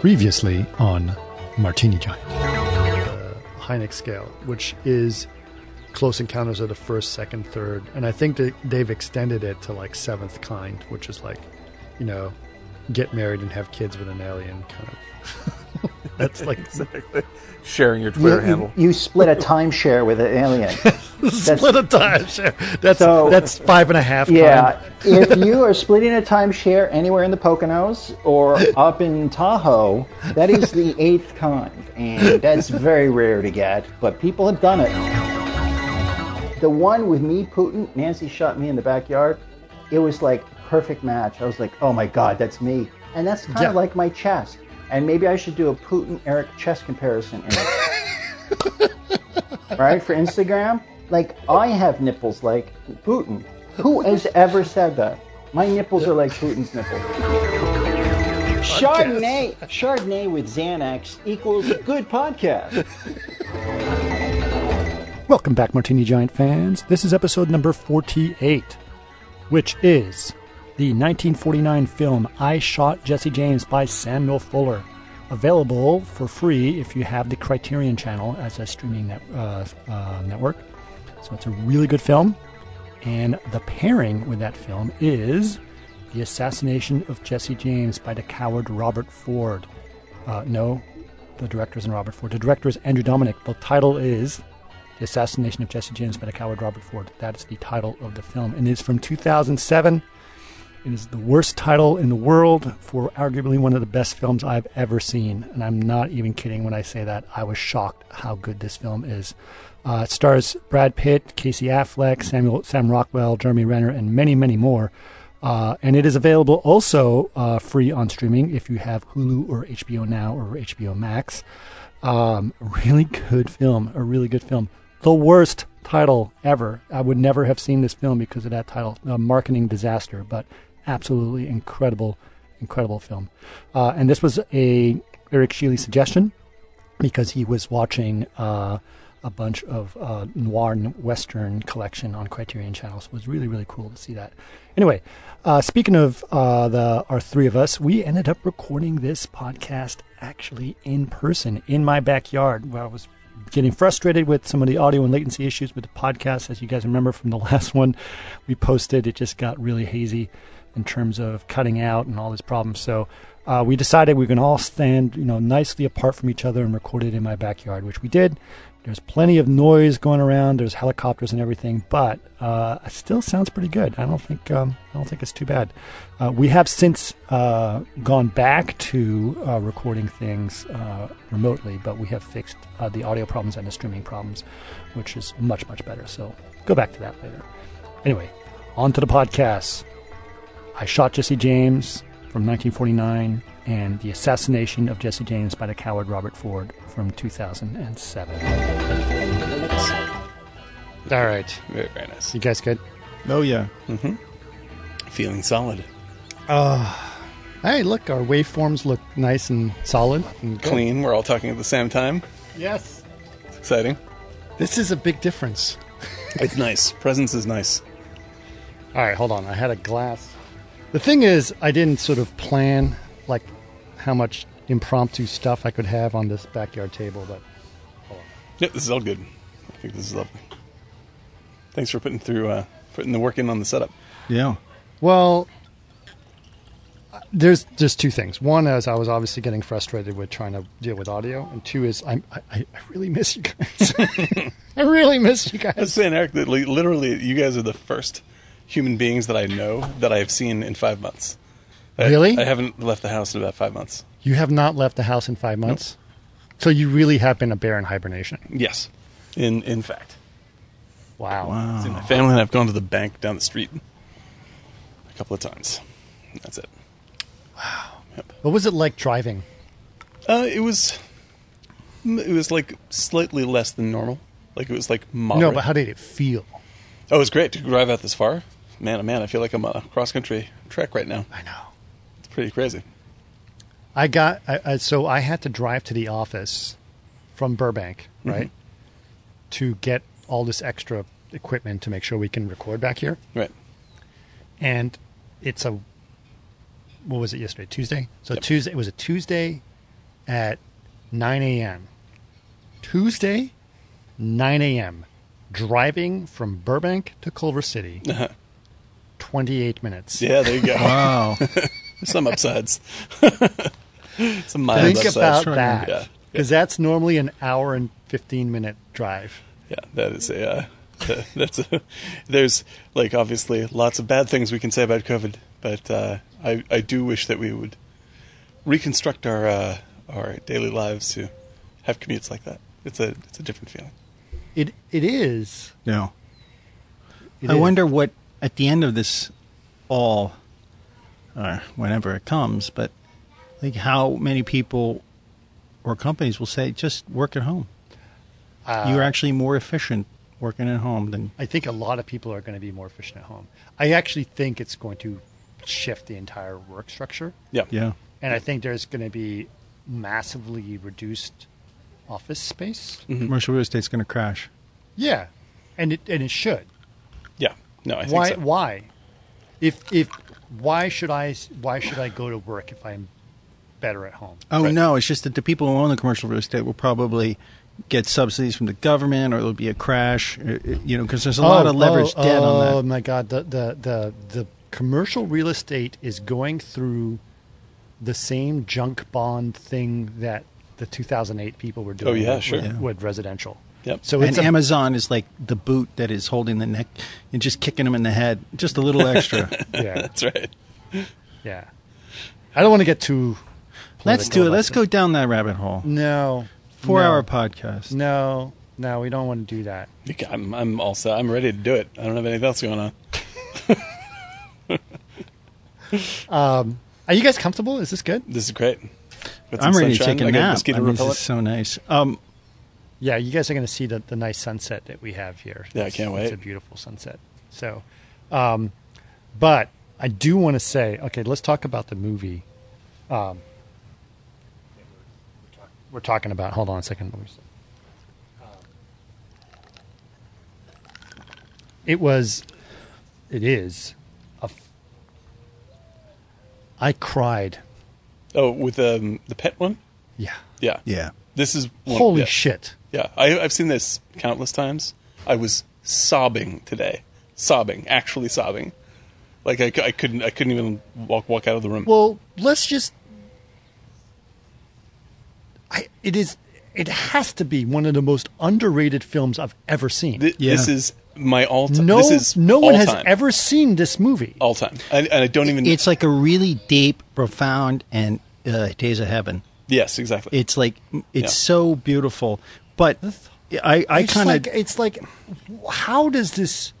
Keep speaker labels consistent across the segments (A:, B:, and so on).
A: Previously on Martini Giant. Hynek Uh, scale, which is Close Encounters of the First, Second, Third, and I think that they've extended it to like Seventh Kind, which is like, you know, get married and have kids with an alien kind of. That's like
B: exactly. Sharing your Twitter handle.
C: You split a timeshare with an alien.
A: split a timeshare. That's
C: So-
A: that's five and a half. kind.
C: Yeah, if you are splitting a timeshare anywhere in the Poconos or up in Tahoe, that is the eighth kind, and that's very rare to get, but people have done it. The one with me, Putin, Nancy shot me in the backyard. It was like perfect match. I was like, oh my god, that's me, and that's kind
A: Yeah.
C: of like my chest. And maybe I should do a Putin Eric chess comparison. Eric right? For Instagram, like I have nipples like Putin. Who has ever said that? My nipples are like Putin's nipples. Chardonnay, Chardonnay with Xanax equals good podcast.
A: Welcome back, Martini Giant fans. This is episode number 48, which is the 1949 film I Shot Jesse James by Samuel Fuller. Available for free if you have the Criterion channel as a streaming net, uh, uh, network. So it's a really good film. And the pairing with that film is The Assassination of Jesse James by the coward Robert Ford. Uh, no, the director isn't Robert Ford. The director is Andrew Dominic. The title is the Assassination of Jesse James by the Coward Robert Ford. That is the title of the film. And it's from 2007. It is the worst title in the world for arguably one of the best films I've ever seen. And I'm not even kidding when I say that. I was shocked how good this film is. Uh, it stars Brad Pitt, Casey Affleck, Samuel, Sam Rockwell, Jeremy Renner, and many, many more. Uh, and it is available also uh, free on streaming if you have Hulu or HBO Now or HBO Max. Um, really good film. A really good film. The worst title ever. I would never have seen this film because of that title. A marketing disaster, but absolutely incredible, incredible film. Uh, and this was a Eric Shealy suggestion because he was watching uh, a bunch of uh, noir and western collection on Criterion channels. It was really really cool to see that. Anyway, uh, speaking of uh, the our three of us, we ended up recording this podcast actually in person in my backyard where I was getting frustrated with some of the audio and latency issues with the podcast. As you guys remember from the last one we posted, it just got really hazy in terms of cutting out and all these problems. So uh, we decided we can all stand, you know, nicely apart from each other and record it in my backyard, which we did. There's plenty of noise going around. There's helicopters and everything, but uh, it still sounds pretty good. I don't think um, I don't think it's too bad. Uh, we have since uh, gone back to uh, recording things uh, remotely, but we have fixed uh, the audio problems and the streaming problems, which is much much better. So go back to that later. Anyway, on to the podcast. I Shot Jesse James from 1949 and The Assassination of Jesse James by the Coward Robert Ford from 2007. All right.
B: Very, very nice.
A: You guys good?
D: Oh yeah.
E: Feeling solid.
A: Hey, look, our waveforms look nice and solid and good.
E: Clean. We're all talking at the same time.
A: Yes.
E: It's exciting.
A: This is a big difference.
E: It's nice. Presence is nice.
A: All right, hold on. I had a glass. The thing is, I didn't sort of plan like how much impromptu stuff I could have on this backyard table, but
E: Yep, this is all good. I think this is lovely. Thanks for putting through uh, putting the work in on the setup.
D: Yeah.
A: Well, there's there's two things. One is I was obviously getting frustrated with trying to deal with audio, and two is I'm, I I I really miss you guys. I really miss you
E: I was
A: guys.
E: saying, Eric, that li- literally you guys are the first human beings that I know that I have seen in five months. I-
A: Really?
E: I haven't left the house in about five months.
A: You have not left the house in five months, so you really have been a bear in hibernation.
E: Yes. In in fact.
A: Wow.
E: I've seen my family and I've gone to the bank down the street a couple of times. That's it.
A: What was it like driving?
E: Uh, it was, mm, it was like slightly less than normal. Like it was like moderate.
A: No, but how did it feel?
E: oh, it was great to drive out this far. Man, oh man, I feel like I'm on a cross country trek right now.
A: I know.
E: It's pretty crazy.
A: I got I, I, so I had to drive to the office from Burbank, right, to get all this extra equipment to make sure we can record back here.
E: Right.
A: and it's a what was it yesterday tuesday so tuesday it was a tuesday at 9 a.m. Tuesday, 9 a.m. Driving from Burbank to Culver City. 28 minutes.
E: Uh-huh. Yeah, there you go.
F: Wow.
E: Some upsides. Some mild
A: Think
E: upsides.
A: about
F: true.
A: that.
E: Yeah.
A: Because that's normally an hour and 15 minute drive.
E: Yeah, that is a. Uh, that- that's a, there's like obviously lots of bad things we can say about COVID, but uh, I I do wish that we would reconstruct our uh, our daily lives to have commutes like that. It's a it's a different feeling.
A: It It is.
F: no.
A: It
F: I
A: is.
F: wonder what at the end of this all, or whenever it comes, but like how many people or companies will say just work at home. You're actually more efficient working at home than
A: I think a lot of people are going to be more efficient at home. I actually think it's going to shift the entire work structure.
E: Yeah,
F: yeah.
A: And I think there's going to be massively reduced office space.
E: Mm-hmm.
F: Commercial real estate's going to crash.
A: Yeah. And it, and it should.
E: yeah. No, I think
A: why
E: so.
A: why if if why should i why should i go to work if i'm better at home
F: Oh
E: Right.
F: no, it's just that the people who own the commercial real estate will probably get subsidies from the government, or there'll be a crash. uh, uh, You know, because there's a lot of leverage
A: oh,
F: debt on
A: oh
F: that.
A: my god the, the the the commercial real estate is going through the same junk bond thing that the 2008 people were doing
E: Oh, yeah,
A: with,
E: sure.
A: with,
E: Yeah.
A: with residential
E: Yep.
A: so
F: and
A: it's a-
F: Amazon is like the boot that is holding the neck and just kicking them in the head, just a little extra.
A: yeah
E: That's right.
A: yeah i don't want to get too
F: Let's
A: political
F: do it.
A: about
F: Let's
A: this.
F: go down that rabbit hole.
A: no
F: Four
A: no,
F: hour podcast.
A: no no we don't want to do that
E: You ca- I'm I'm all set. I'm ready to do it. I don't have anything else going on.
A: are you guys comfortable is this good
E: This is great. Got some
F: I'm ready to
E: sunshine.
F: take a
E: I got
F: nap.
E: mosquito
F: I mean, this
E: repellent.
F: is so nice. Um,
A: Yeah, you guys are going to see the, the nice sunset that we have here.
E: Yeah, I
A: It's-
E: can't
A: It's
E: wait.
A: a beautiful sunset. So, um, but I do want to say, okay, let's talk about the movie. Um, we're talking about. Hold on a second. Um, It was. It is. A f- I cried.
E: Oh, with um, the pet one.
A: Yeah.
E: Yeah.
F: yeah.
E: This is one,
A: Holy
E: Oh, yeah.
A: shit.
E: Yeah, I, I've seen this countless times. I was sobbing today, sobbing, actually sobbing. Like I, cou- I couldn't, I couldn't even walk walk out of the room.
A: Well, let's just. I, it is. It has to be one of the most underrated films I've ever seen.
E: Th-
F: Yeah.
E: This is my all. time
A: no,
E: this is
A: no one
E: all
A: has
E: time.
A: ever seen this movie.
E: all time, and, and I don't even.
F: It's like a really deep, profound, and uh, Days of Heaven.
E: yes, exactly.
F: It's like it's
E: Yeah.
F: so beautiful, but I, I
A: It's
F: kind of
A: like it's like, how does this?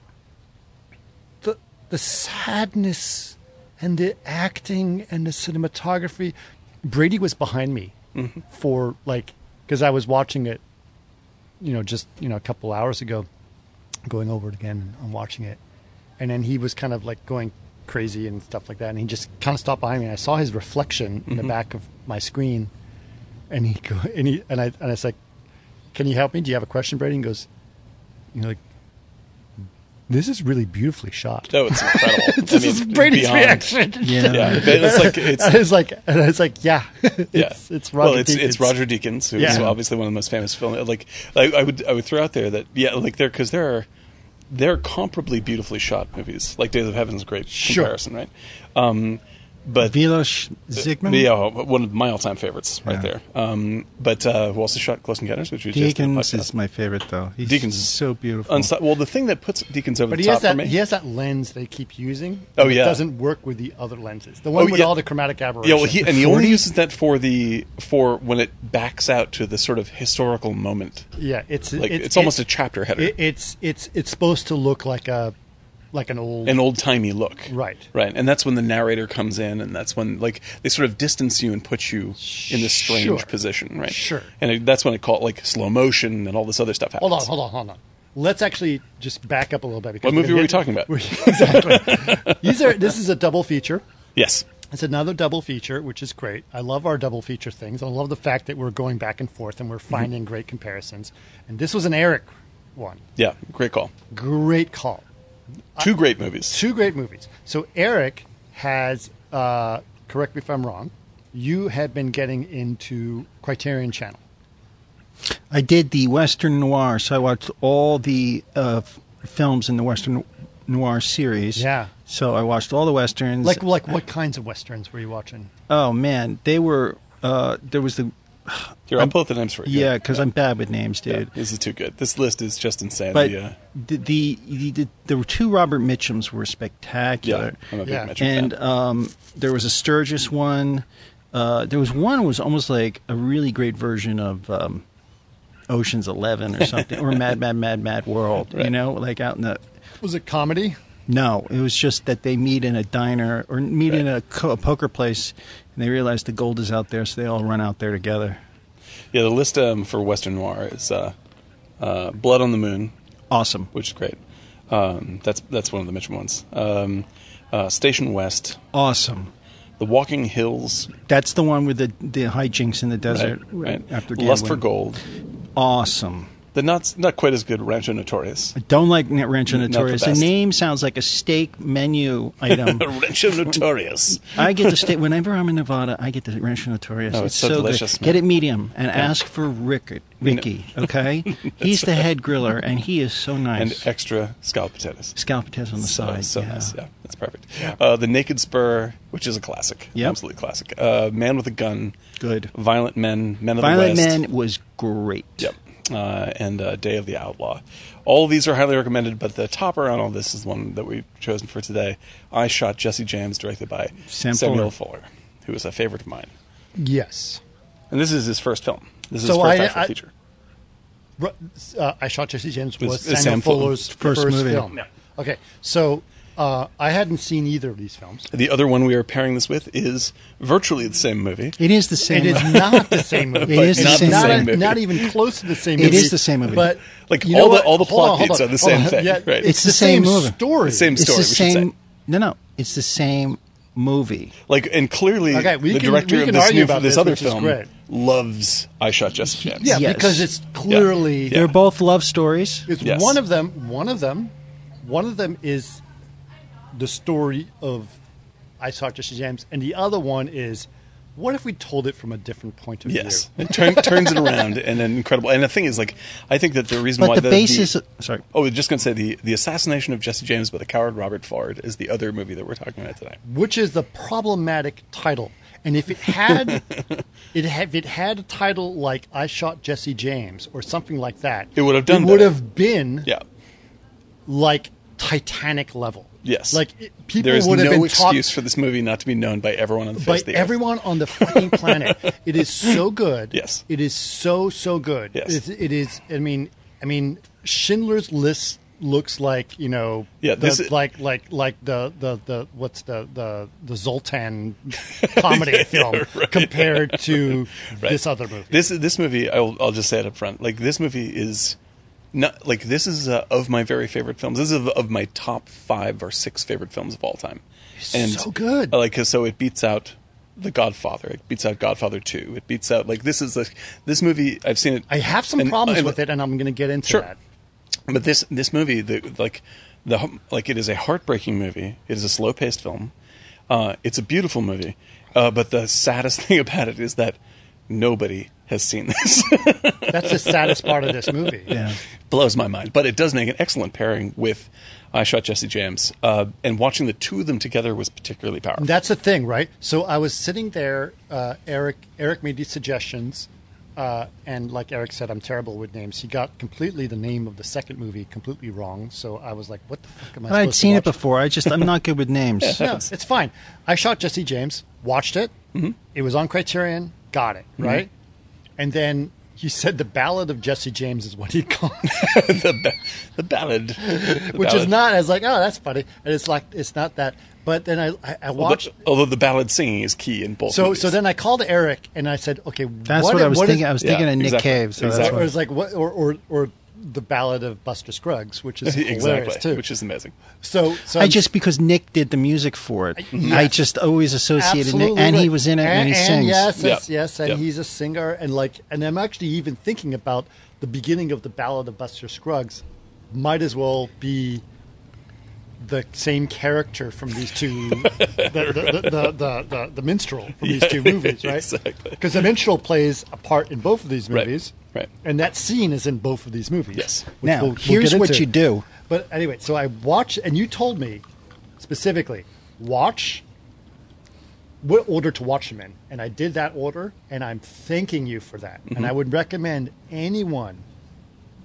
A: The the sadness and the acting and the cinematography. Brady was behind me for like because I was watching it, you know, just you know a couple hours ago, going over it again and watching it, and then he was kind of like going crazy and stuff like that, and he just kind of stopped behind me. and I saw his reflection in the back of my screen, and he go and he and I and I was like, "Can you help me? Do you have a question, Brady?" And he goes, "You know, like this is really beautifully shot."
E: oh, it's incredible.
A: this
E: I mean,
A: is Brady's
E: beyond-
A: reaction.
F: Yeah.
E: Yeah, but it's like it's.
A: and it's like and it's like yeah,
E: Yeah,
A: it's, it's Roger.
E: Well, it's
A: Deakins.
E: it's Roger Deakins, who's
A: Yeah.
E: obviously one of the most famous film. Like, I, I would I would throw out there that yeah, like there because there are there are comparably beautifully shot movies. Like Days of Heaven is a great
A: Sure.
E: comparison, right? Um, but
F: Vilos Zygmunt.
E: yeah, one of my all time favorites right
F: Yeah.
E: there. Um, but uh, who also shot Close Encounters, which we just did on the
F: Deacons
E: podcast.
F: is my favorite though. He's
E: Deakins is
F: so beautiful.
E: Unsto- well, the thing that puts Deakins over
A: But
E: the
A: he has
E: top
A: that
E: for me,
A: he has that lens they keep using.
E: Oh,
A: and
E: yeah.
A: it doesn't work with the other lenses. The one
E: Oh,
A: with
E: yeah.
A: all the chromatic aberration.
E: yeah, well, he and he only uses that for the for when it backs out to the sort of historical moment.
A: yeah, it's
E: Like it's, almost a
A: it-
E: chapter header.
A: it- it's it's it's supposed to look like a like an old
E: an old timey look.
A: Right.
E: Right. And that's when the narrator comes in and that's when like they sort of distance you and put you in this strange
A: Sure.
E: position, right?
A: Sure.
E: And it, that's when it called like slow motion and all this other stuff happens.
A: Hold on, hold on, hold on. Let's actually just back up a little bit. Because
E: What movie
A: we're
E: were we
A: gonna
E: talking about?
A: hit- exactly. These are this is a double feature.
E: Yes.
A: It's another double feature, which is great. I love our double feature things. I love the fact that we're going back and forth and we're
E: Mm-hmm.
A: finding great comparisons. And this was an Eric one.
E: Yeah. Great call.
A: Great call.
E: Two great movies.
A: Two great movies. So Eric has, uh, correct me if I'm wrong, you had been getting into Criterion Channel.
C: I did the Western Noir, so I watched all the uh, f- films in the Western Noir series.
A: Yeah.
C: So I watched all the westerns.
A: Like, like what kinds of westerns were you watching?
C: oh man, they were. Uh, there was the
E: Here, I'll put the names for you.
C: yeah, because I'm bad with names, dude.
E: This is too good. This list is just insane.
C: But
E: yeah.
C: the, the, the the two Robert Mitchums were
E: Yeah.
C: spectacular.
E: I'm a big
A: Yeah.
E: Metro fan.
C: and um, there was a Sturgis one. Uh, there was one that was almost like a really great version of um, Ocean's Eleven or something, or Mad Mad Mad Mad World. You
E: Right.
C: know, like out in the
A: Was it comedy?
C: no, it was just that they meet in a diner or meet in a, co- a poker place, and they realize the gold is out there, so they all run out there together.
E: Yeah, the list um, for Western Noir is uh, uh, Blood on the Moon,
C: Awesome.
E: which is great. Um, that's that's one of the Mitchum ones. Um, uh, Station West,
C: Awesome.
E: The Walking Hills,
C: That's the one with the the hijinks in the
E: right,
C: desert
E: right.
C: after
E: Lust
C: gambling.
E: for Gold.
C: Awesome.
E: The not not quite as good Rancho Notorious.
C: I don't like Na- Rancho
E: Not the
C: Notorious. The,
E: best.
C: name sounds like a steak menu item.
E: Rancho Notorious.
C: I get the steak whenever I'm in Nevada. I get the Rancho Notorious.
E: Oh, it's so
C: good.
E: delicious, man.
C: Get it medium and ask for Rickard, Ricky. Okay, he's the head griller and he is so
E: and
C: nice.
E: extra scallop potatoes.
C: Scallop potatoes on the
E: So-
C: side.
E: So
C: yeah.
E: nice. Yeah, that's perfect. Uh, the Naked Spur, which is a classic.
C: Yep.
E: Absolutely classic. Uh, Man with a Gun.
C: Good.
E: Violent Men, Men of
C: Violent
E: the West.
C: Man was great.
E: Yep. Uh, and uh, Day of the Outlaw. All of these are highly recommended, but the topper on all this is the one that we've chosen for today. I Shot Jesse James, directed by
C: Sam
E: Samuel Fuller. who is a favorite of mine.
A: Yes.
E: And this is his first film. This is
A: So
E: his first
A: I-
E: actual
A: I-
E: feature.
A: Ru- Uh, I shot Jesse James
E: Was-
A: was
E: is
A: Samuel
E: Sam Fuller-
A: Fuller's first,
C: first movie.
A: film.
E: Yeah.
A: Okay, so uh, I hadn't seen either of these films.
E: The other one we are pairing this with is virtually the same movie.
C: It is the same.
A: It is not the same movie.
C: It is the
A: Not
C: same
A: not,
C: movie.
A: not even close to the same
C: It
A: movie.
C: is the same movie.
A: But
E: Like,
A: you
E: all
A: know
E: the-
A: what?
E: all the
A: Hold on,
E: plot
A: hold
E: beats
A: on,
E: are the
A: hold
E: same
A: on.
E: thing,
A: Yeah,
E: right.
A: It's,
C: It's
A: the,
C: the
A: same,
C: same movie.
A: story.
E: The same
C: It's
E: story,
C: the
E: we should
C: same.
E: say.
C: No, no. It's the same movie.
E: Like, and clearly,
A: Okay, we
E: the
A: can-
E: director
A: we
E: of
A: can
E: this
A: argue
E: new,
A: about
E: this
A: this,
E: other
A: which is
E: film
A: great.
E: loves I Shot Jesse James.
A: Yeah,
C: Yes.
A: because it's clearly
E: Yeah.
C: They're both love stories.
A: it's
E: Yes.
A: one of them. One of them. One of them is the story of I shot Jesse James, and the other one is what if we told it from a different point of
E: Yes,
A: view?
E: it turn, turns it around and then incredible. And the thing is, like, I think that the reason
C: But
E: why
C: the basis- sorry.
E: Oh, I was just gonna say the the assassination of Jesse James by the coward Robert Ford is the other movie that we're talking about today.
A: which is the problematic title. And if it had, it had, if it had a title like "I Shot Jesse James" or something like that,
E: It would have done
A: It would
E: better.
A: have been
E: Yeah,
A: like Titanic level.
E: yes.
A: like it, people
E: there is
A: would
E: no
A: have been taught
E: excuse for this movie not to be known by everyone on the face
A: by
E: of the earth.
A: everyone on the fucking planet. It is so good.
E: Yes.
A: it is so so good.
E: Yes.
A: It's- it is. I mean, I mean, Schindler's List looks like you know,
E: Yeah,
A: the,
E: this is-
A: like like like the the the what's the the the Zoltan comedy film compared to this other movie.
E: This this movie, I'll I'll just say it up front. Like this movie is not like this is uh, of my very favorite films. This is of, of my top five or six favorite films of all time.
A: so good.
E: I Like so, it beats out The Godfather. It beats out Godfather Two. It beats out like this is like this movie. I've seen it.
A: I have some
E: and-
A: problems
E: and-
A: with it, and I'm going to get into
E: Sure.
A: that.
E: But this this movie, the like the like it is a heartbreaking movie. It is a slow paced film. Uh, it's a beautiful movie. Uh, but the saddest thing about it is that nobody has seen this.
A: That's the saddest part of this movie.
C: Yeah.
E: blows my mind. But it does make an excellent pairing with I Shot Jesse James. Uh, and watching the two of them together was particularly powerful.
A: That's the thing, right? So I was sitting there. Uh, Eric Eric made these suggestions, uh, and like Eric said, I'm terrible with names. He got completely the name of the second movie completely wrong. So I was like, "What the fuck am I?"
C: But I'd
A: supposed to
C: seen it
A: watch?
C: before. I just I'm not good with names.
A: No, it's fine. I shot Jesse James, watched it.
C: Mm-hmm.
A: It was on Criterion, got it right, and then he said the Ballad of Jesse James is what he called, it,
E: the, ba- the ballad. The
A: which is
E: ballad.
A: not. I was like, "Oh, that's funny," and it's like it's not that. But then I I, I
E: Although,
A: watched.
E: although the ballad singing is key in both
A: So,
E: movies.
A: so then I called Eric and I said, "Okay,
C: That's what, I was
A: what is-
C: thinking. I was
E: Yeah,
C: thinking of Nick
E: exactly.
C: Cave. So
E: Exactly.
A: or
C: that's
A: it's like what, or, or or the Ballad of Buster Scruggs, which is hilarious
E: exactly,
A: too.
E: which is amazing.
A: so, so
C: why. I
A: I'm-
C: just because Nick did the music for it, I just always associated
A: absolutely,
C: Nick, and he
A: right.
C: was in it, and,
A: and
C: he
A: and
C: sings.
A: Yes,
E: Yeah.
A: yes, yes, and
E: Yeah.
A: he's a singer, and like, and I'm actually even thinking about the beginning of the Ballad of Buster Scruggs. Might as well be the same character from these two, the, the, the, the, the, the, the minstrel from these two movies, right?
E: exactly.
A: Because the minstrel plays a part in both of these
E: Right,
A: movies,
E: right.
A: And that scene is in both of these movies.
E: Yes.
A: which
C: Now,
A: we'll- we'll
C: here's
A: get
C: what
A: into.
C: you do.
A: But anyway, so I watched, and you told me specifically, watch what order to watch them in. And I did that order, and I'm thanking you for that. And
C: Mm-hmm.
A: I would recommend anyone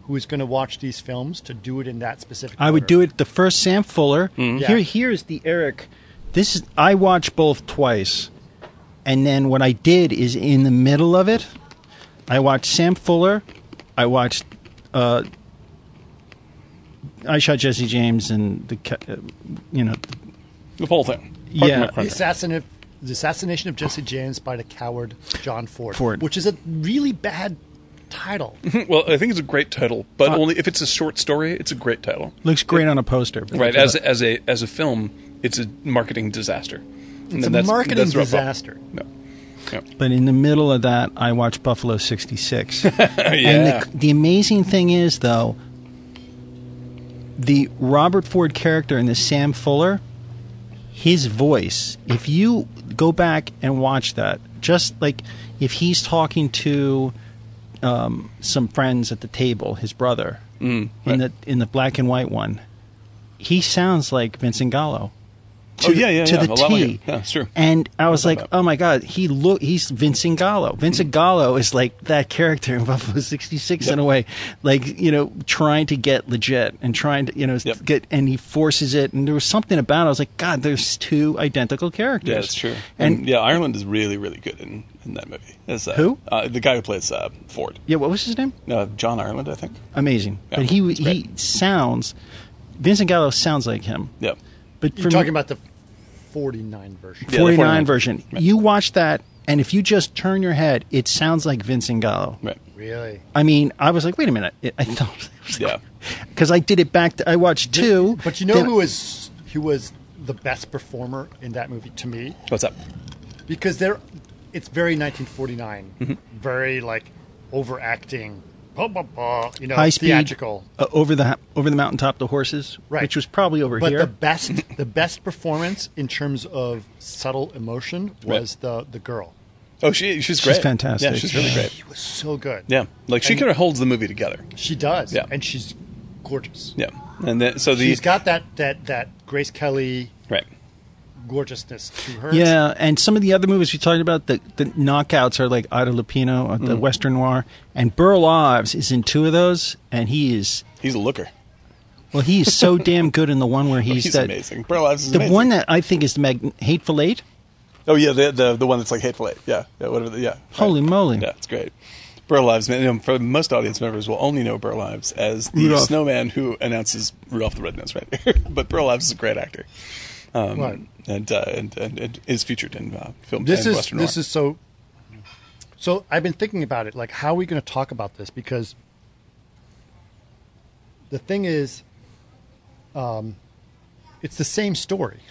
A: who is going to watch these films to do it in that specific
C: I would do it the first Sam Fuller. Here,
A: Yeah.
C: here's the Eric. This is I watched both twice, and then what I did is in the middle of it, I watched Sam Fuller, I watched, uh, I shot Jesse James and the, ca- uh, you know,
E: The whole thing.
C: Yeah.
E: Park my
A: The,
E: crunch.
A: assassin of, the assassination of Jesse James by the coward John Ford,
C: Ford.
A: which is a really bad title.
E: Well, I think it's a great title, but
A: Uh,
E: only if it's a short story, it's a great title.
C: looks great on a poster. but-
E: Right. As as a as a film, it's a marketing disaster. And
A: It's a
E: then that's-
A: marketing
E: that's rough.
A: disaster.
E: No. No.
C: But in the middle of that, I watched Buffalo 66. And
E: Yeah.
C: the, the amazing thing is, though, the Robert Ford character and the Sam Fuller, his voice, if you go back and watch that, just like if he's talking to um, some friends at the table, his brother,
E: Mm,
C: in, the, in the black and white one, he sounds like Vincent Gallo
E: oh yeah, yeah,
C: to
E: yeah.
C: the
E: A lot like
C: T.
E: it. Yeah, it's true.
C: And I was like, oh my god, he look he's Vincent Gallo. Vincent
E: Mm-hmm.
C: Gallo is like that character in Buffalo '66 in a way, like you know, trying to get legit and trying to you know
E: Yep.
C: get, and he forces it. And there was something about. it. I was like, God, there's two identical characters.
E: Yeah, that's true.
C: And,
E: And, yeah, Ireland is really, really good in, in that movie. That's, uh,
C: Who?
E: Uh, the guy who plays uh, Ford.
C: yeah, what was his name?
E: Uh, John Ireland, I think.
C: Amazing.
E: Yeah,
C: but he
E: it's
C: he sounds Vincent Gallo sounds like him.
E: Yeah.
C: But
A: You're
C: for
A: talking
C: me-
A: about the 49 version.
E: Yeah. the
C: 49,
E: 49.
C: version.
E: Right.
C: You watch that, and if you just turn your head, it sounds like Vincent Gallo.
E: Right.
A: Really?
C: I mean, I was like, wait a minute. It, I thought,
E: Yeah.
C: because I did it back. To, I watched two.
A: But you know
C: then-
A: who was who was the best performer in that movie to me?
E: What's up?
A: Because they're it's very 1949,
C: Mm-hmm.
A: very like overacting, blah blah blah, you know,
C: high speed
A: theatrical.
C: uh, over the over the mountaintop, the horses,
A: Right.
C: which was probably over
A: But
C: here.
A: the best the best performance in terms of subtle emotion was the the girl.
E: Oh, she, she's great.
C: fantastic.
E: Yeah, she's really great.
A: She was so good.
E: Yeah. Like, she kind of holds the movie together.
A: She does.
E: Yeah.
A: And she's gorgeous.
E: Yeah. And then, so the.
A: She's got that that that Grace Kelly
E: right.
A: gorgeousness to her.
C: yeah, and some of the other movies we talked about, the, the knockouts are like Ida Lupino, uh, the
E: Mm.
C: Western Noir, and Burl Ives is in two of those, and he is
E: He's a looker.
C: well, he is so damn good in the one where he's,
E: He's,
C: that
E: amazing. Bro, Lives is
C: the
E: amazing.
C: one that I think is the mag- Hateful Eight.
E: Oh, yeah, the, the, the one that's like Hateful Eight. Yeah. Yeah, whatever. The, yeah. Right.
C: Holy moly!
E: Yeah, it's great. Burl Lives, man, you know, for most audience members, will only know Burl Lives as the
C: Rudolph.
E: snowman who announces Rudolph the Red-Nosed Reindeer. but Burl Lives is a great actor, um,
A: Right.
E: and, uh, and, and and is featured in uh, film.
A: this
E: and
A: is
E: Western
A: this
E: noir.
A: is so so i've been thinking about it like how are we going to talk about this because the thing is um, it's the same story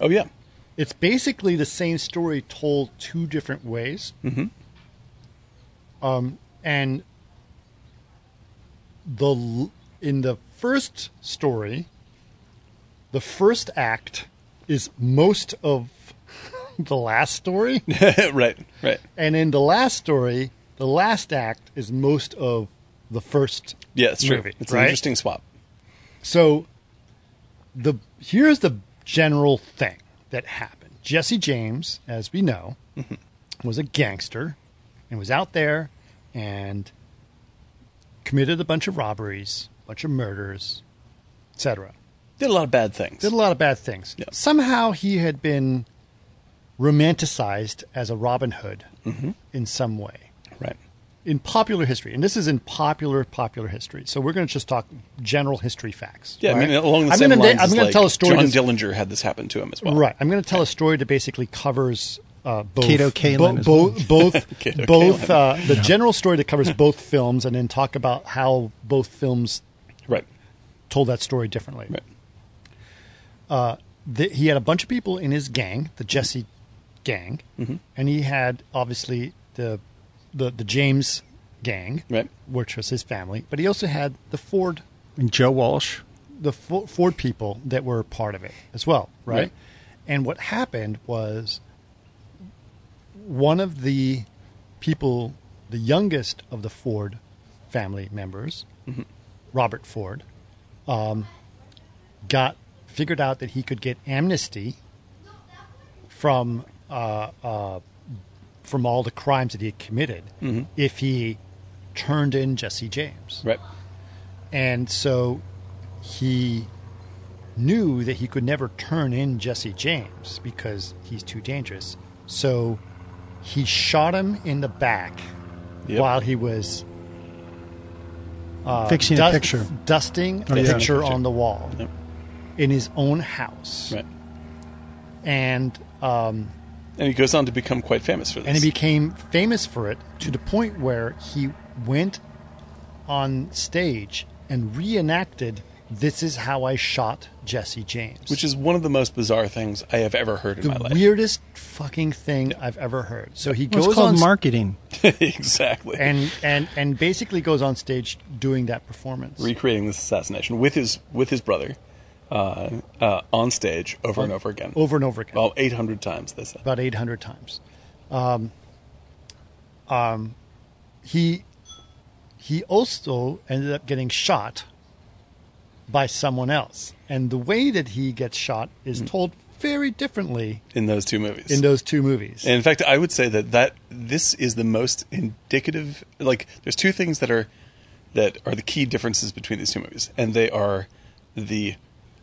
E: oh yeah,
A: it's basically the same story told two different ways mm-hmm. um, and the l- in the first story the first act is most of the last story
E: right, right.
A: and in the last story, the last act is most of the first
E: Yeah, it's true.
A: movie,
E: it's
A: right?
E: an interesting swap.
A: So the here's the general thing that happened. Jesse James, as we know,
E: Mm-hmm.
A: was a gangster and was out there and committed a bunch of robberies, a bunch of murders, etc.
E: Did a lot of bad things.
A: Did a lot of bad things.
E: Yeah.
A: Somehow he had been romanticized as a Robin Hood
E: Mm-hmm.
A: in some way
E: right.
A: in popular history, and this is in popular popular history. So we're going to just talk general history facts.
E: Yeah, I
A: right?
E: mean along the
A: I'm
E: same
A: gonna,
E: lines.
A: I'm
E: as,
A: going
E: like,
A: to tell a story.
E: John
A: that's-
E: Dillinger had this happen to him as well.
A: right, I'm going to tell a story that basically covers uh, both
C: Kato Kalin as
A: bo-
C: well.
A: bo- both
E: Kato
A: both
E: Kalin.
A: uh, the general story that covers both films, and then talk about how both films
E: Right.
A: told that story differently.
E: Right.
A: the, he had a bunch of people in his gang, the Jesse gang, and he had obviously the the, the James gang,
E: Right.
A: which was his family, but he also had the Ford
C: And Joe Walsh,
A: the Fo- Ford people that were part of it as well, right?
E: Right.
A: And what happened was one of the people, the youngest of the Ford family members, Robert Ford, um, got figured out that he could get amnesty from uh, uh, from all the crimes that he had committed if he turned in Jesse James.
E: Right.
A: And so he knew that he could never turn in Jesse James because he's too dangerous. So he shot him in the back
E: Yep.
A: while he was
F: Fixing
A: dust-
F: a picture.
A: dusting a
F: yeah.
A: picture on the wall
E: Yep.
A: in his own house.
E: Right.
A: And um,
E: And he goes on to become quite famous for this.
A: and he became famous for it to the point where he went on stage and reenacted "This is how I shot Jesse James,"
E: which is one of the most bizarre things I have ever heard in my
A: the
E: life.
A: weirdest fucking thing I've ever heard. So he
F: Well,
A: goes
F: it's
A: on
F: called
A: s-
F: marketing.
E: exactly.
A: and and and basically goes on stage doing that performance.
E: recreating this assassination with his with his brother uh, uh, on stage over and over again.
A: over and over again.
E: Well, 800 times, they said.
A: about 800 times. Um, um, he he also ended up getting shot by someone else, and the way that he gets shot
E: Hmm.
A: is told very differently
E: in those two movies.
A: in those two movies.
E: And in fact, I would say that, that this is the most indicative. Like, there's two things that are that are the key differences between these two movies, and they are the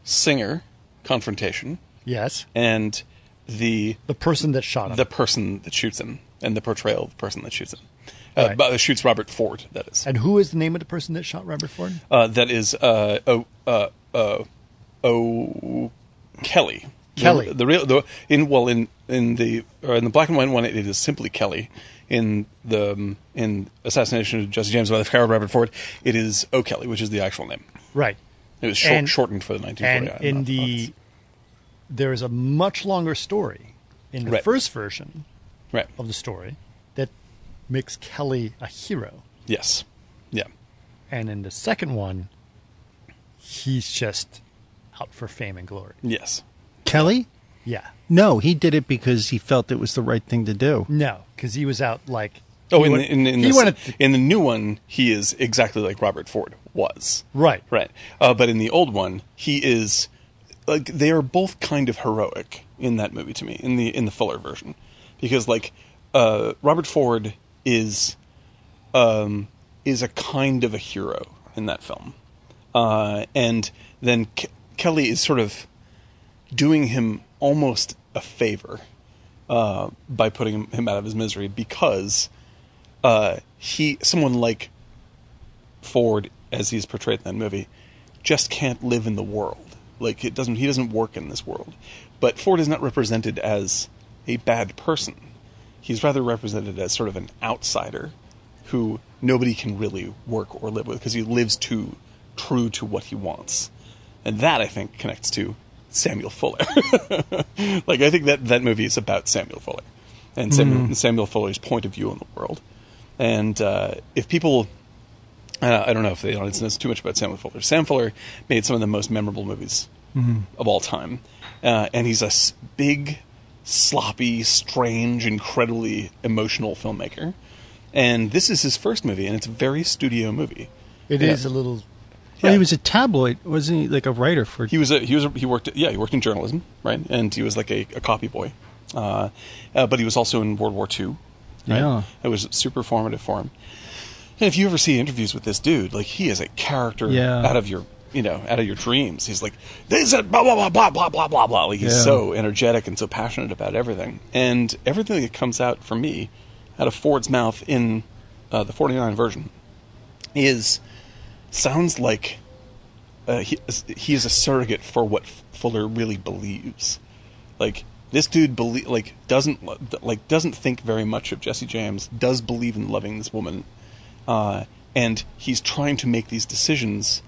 E: singer confrontation
A: yes,
E: and the
A: the person that shot him.
E: the person that shoots him and the portrayal of the person that shoots him. Uh,
A: Right.
E: but- Shoots Robert Ford. That is.
A: and who is the name of the person that shot Robert Ford?
E: Uh, that is uh, oh, uh, uh, oh, Kelly.
A: Kelly.
E: The, the real the, in well in in the or in the black and white one it is simply Kelly. In the um, in assassination of Jesse James by the Harold Robert Ford, it is O'Kelly, which is the actual name.
A: Right.
E: It was short,
A: And-
E: shortened for the
A: And
E: 1940. I
A: in
E: don't know.
A: the there is a much longer story in the
E: Right.
A: first version
E: right,
A: of the story that makes Kelly a hero.
E: yes, yeah,
A: and in the second one, he's just out for fame and glory.
E: yes,
F: Kelly?
A: Yeah,
F: No, he did it because he felt it was the right thing to do.
A: no, because he was out like
E: Oh,
A: he
E: in,
A: went-
E: the, in, in,
A: he
E: this-
A: wanted to-
E: in the new one, he is exactly like Robert Ford was.
A: Right.
E: Right. Uh, but in the old one, he is like they are both kind of heroic in that movie to me in the in the Fuller version, because like uh, Robert Ford is um, is a kind of a hero in that film, uh, and then Ke- Kelly is sort of doing him almost a favor uh, by putting him- him out of his misery because uh, he someone like Ford as he's portrayed in that movie just can't live in the world. Like it doesn't he doesn't work in this world. But Ford is not represented as a bad person. He's rather represented as sort of an outsider who nobody can really work or live with because he lives too true to what he wants. And that I think connects to Samuel Fuller. like I think that that movie is about Samuel Fuller and Samuel, Samuel Fuller's point of view on the world. And uh, if people uh, I don't know if the audience knows too much about Sam Fuller. Sam Fuller made some of the most memorable movies of all time, uh, and he's a s- big, sloppy, strange, incredibly emotional filmmaker. And this is his first movie, and it's a very studio movie.
A: It
E: Yeah.
A: is a little
E: Yeah.
F: Well, he was a tabloid, wasn't he? Like a writer for.
E: He was a, he was a, he worked yeah he worked in journalism right, and he was like a, a copy boy, uh, uh, but he was also in World War II. Right?
F: Yeah.
E: it was super formative for him. And if you ever see interviews with this dude, like he is a character
F: Yeah.
E: out of your you know out of your dreams. He's like this is blah blah blah blah blah blah blah blah. Like he's
F: Yeah.
E: so energetic and so passionate about everything, and everything that comes out for me out of Ford's mouth in uh, the forty nine version is sounds like uh, he, he is a surrogate for what F- Fuller really believes. Like this dude belie- like doesn't lo- like doesn't think very much of Jesse James. Does believe in loving this woman, uh, and he's trying to make these decisions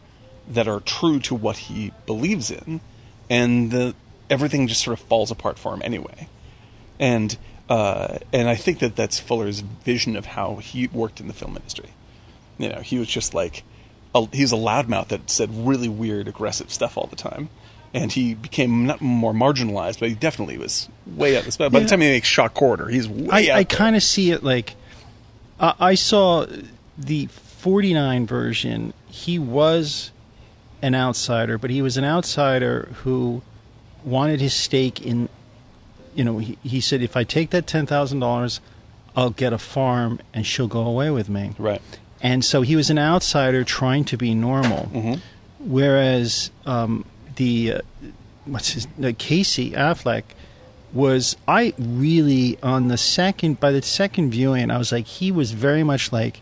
E: that are true to what he believes in, and the everything just sort of falls apart for him anyway and uh, and I think that that's Fuller's vision of how he worked in the film industry. You know, he was just like, a, he's a loudmouth that said really weird, aggressive stuff all the time, and he became not more marginalized, but he definitely was way up. By the time he makes Shock Corridor, he's way
F: I,
E: out.
F: I
E: there.
F: kind of see it like I I saw the 49 version. He was an outsider, but he was an outsider who wanted his stake in. You know, he, he said, if I take that ten thousand dollars, I'll get a farm, and she'll go away with me.
E: right.
F: And so he was an outsider trying to be normal.
E: Mm-hmm.
F: Whereas um, the uh, what's his uh, Casey Affleck was I really on the second by the second viewing I was like he was very much like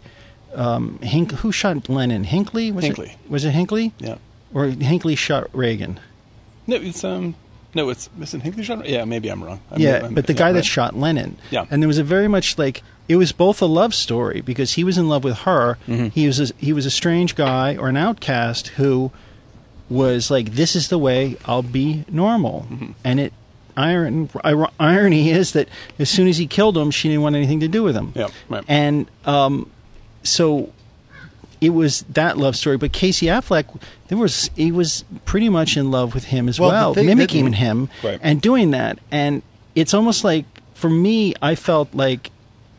F: um, Hink, who shot Lennon Hinckley was
E: Hinckley.
F: it was it Hinckley
E: Yeah.
F: or Hinckley shot Reagan
E: No, it's um, no, it's Missing Hinckley genre. Yeah, maybe I'm wrong. I'm,
F: yeah
E: I'm-
F: but the
E: if
F: guy
E: I'm
F: that
E: right.
F: shot Lennon
E: Yeah.
F: and there was a very much like it was both a love story because he was in love with her he was a, he was a strange guy or an outcast who was like this is the way I'll be normal and it iron, ir- irony is that as soon as he killed him she didn't want anything to do with him
E: Yeah, right.
F: and um so it was that love story, but Casey Affleck, there was he was pretty much in love with him as
A: Well,
F: well,
A: the thing that-
F: mimicking him
E: Right.
F: and doing that. And it's almost like for me, I felt like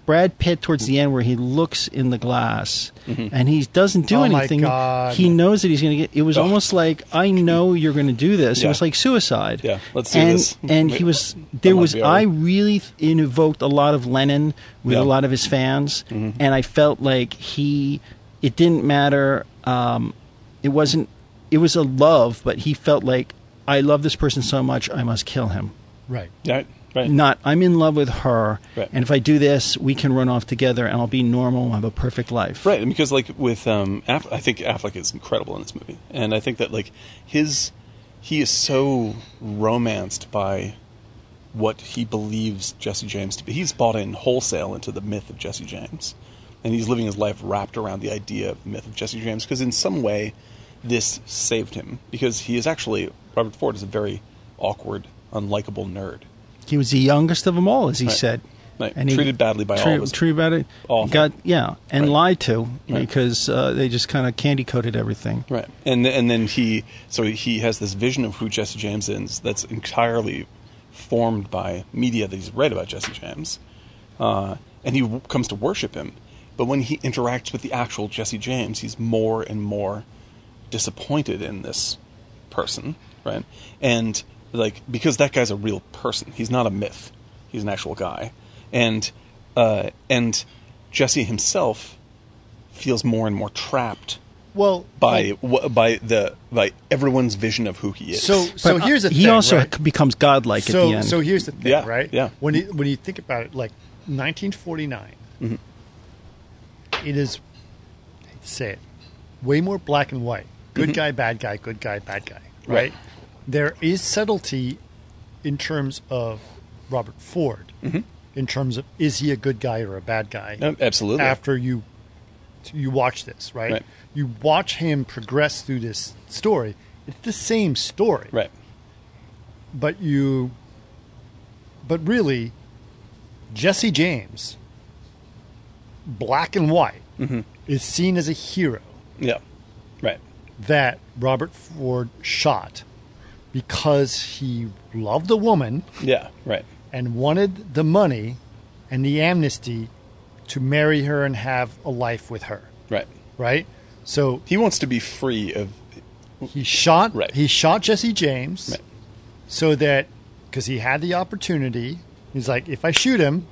F: Brad Pitt towards the end, where he looks in the glass and he doesn't do
A: Oh my
F: anything.
A: God.
F: He knows that he's going to get. It was almost like I know you're going to do this. It
E: Yeah.
F: was like suicide.
E: Yeah, let's do
F: and,
E: this.
F: And he was there
E: might
F: was
E: be
F: I
E: alright.
F: really th- it evoked a lot of Lennon with
E: Yeah.
F: a lot of his fans, and I felt like he it didn't matter. Um, it wasn't. It was a love, but he felt like I love this person so much I must kill him.
A: Right.
E: Right, right.
F: Not I'm in love with her,
E: Right.
F: and if I do this, we can run off together, and I'll be normal. I'll have a perfect life.
E: Right, and because like with um, Aff- I think Affleck is incredible in this movie, and I think that like his he is so romanced by what he believes Jesse James to be. He's bought in wholesale into the myth of Jesse James, and he's living his life wrapped around the idea of the myth of Jesse James because in some way this saved him because he is actually Robert Ford is a very awkward, unlikable nerd.
F: He was the youngest of them all, as he
E: Right.
F: said.
E: Right.
F: he-
E: Treated badly by all
F: tre-
E: of us.
F: Treated badly.
E: Awful.
F: Got yeah, and
E: Right.
F: lied to
E: Right.
F: because uh, they just kind of candy coated everything.
E: Right, and and then he so he has this vision of who Jesse James is that's entirely formed by media that he's read about Jesse James, uh, and he w- comes to worship him. But when he interacts with the actual Jesse James, he's more and more disappointed in this person, right? And like because that guy's a real person, he's not a myth. He's an actual guy, and uh, and Jesse himself feels more and more trapped
A: Well,
E: by wh- by the by everyone's vision of who he is.
A: so so
F: But, uh,
A: here's the
F: he
A: thing,
F: also
A: right?
F: becomes godlike
A: so,
F: at the end.
A: So here's the thing,
E: Yeah,
A: right?
E: yeah.
A: When you, when you think about it, like 1949, it is, I hate to say it, way more black and white. Good guy, bad guy, good guy, bad guy, right?
E: Mm-hmm. Right.
A: There is subtlety in terms of Robert Ford, in terms of is he a good guy or a bad guy?
E: Mm-hmm. No, absolutely.
A: After you you watch this, right?
E: Right.
A: You watch him progress through this story. It's the same story
E: right,
A: but you but really jesse james black and white
E: Mm-hmm.
A: is seen as a hero
E: yeah, right,
A: that robert ford shot because he loved a woman
E: yeah, right,
A: and wanted the money and the amnesty to marry her and have a life with her
E: right.
A: right so
E: He wants to be free of
A: he shot
E: Right.
A: he shot Jesse James
E: Right.
A: so that because he had the opportunity he's like if I shoot him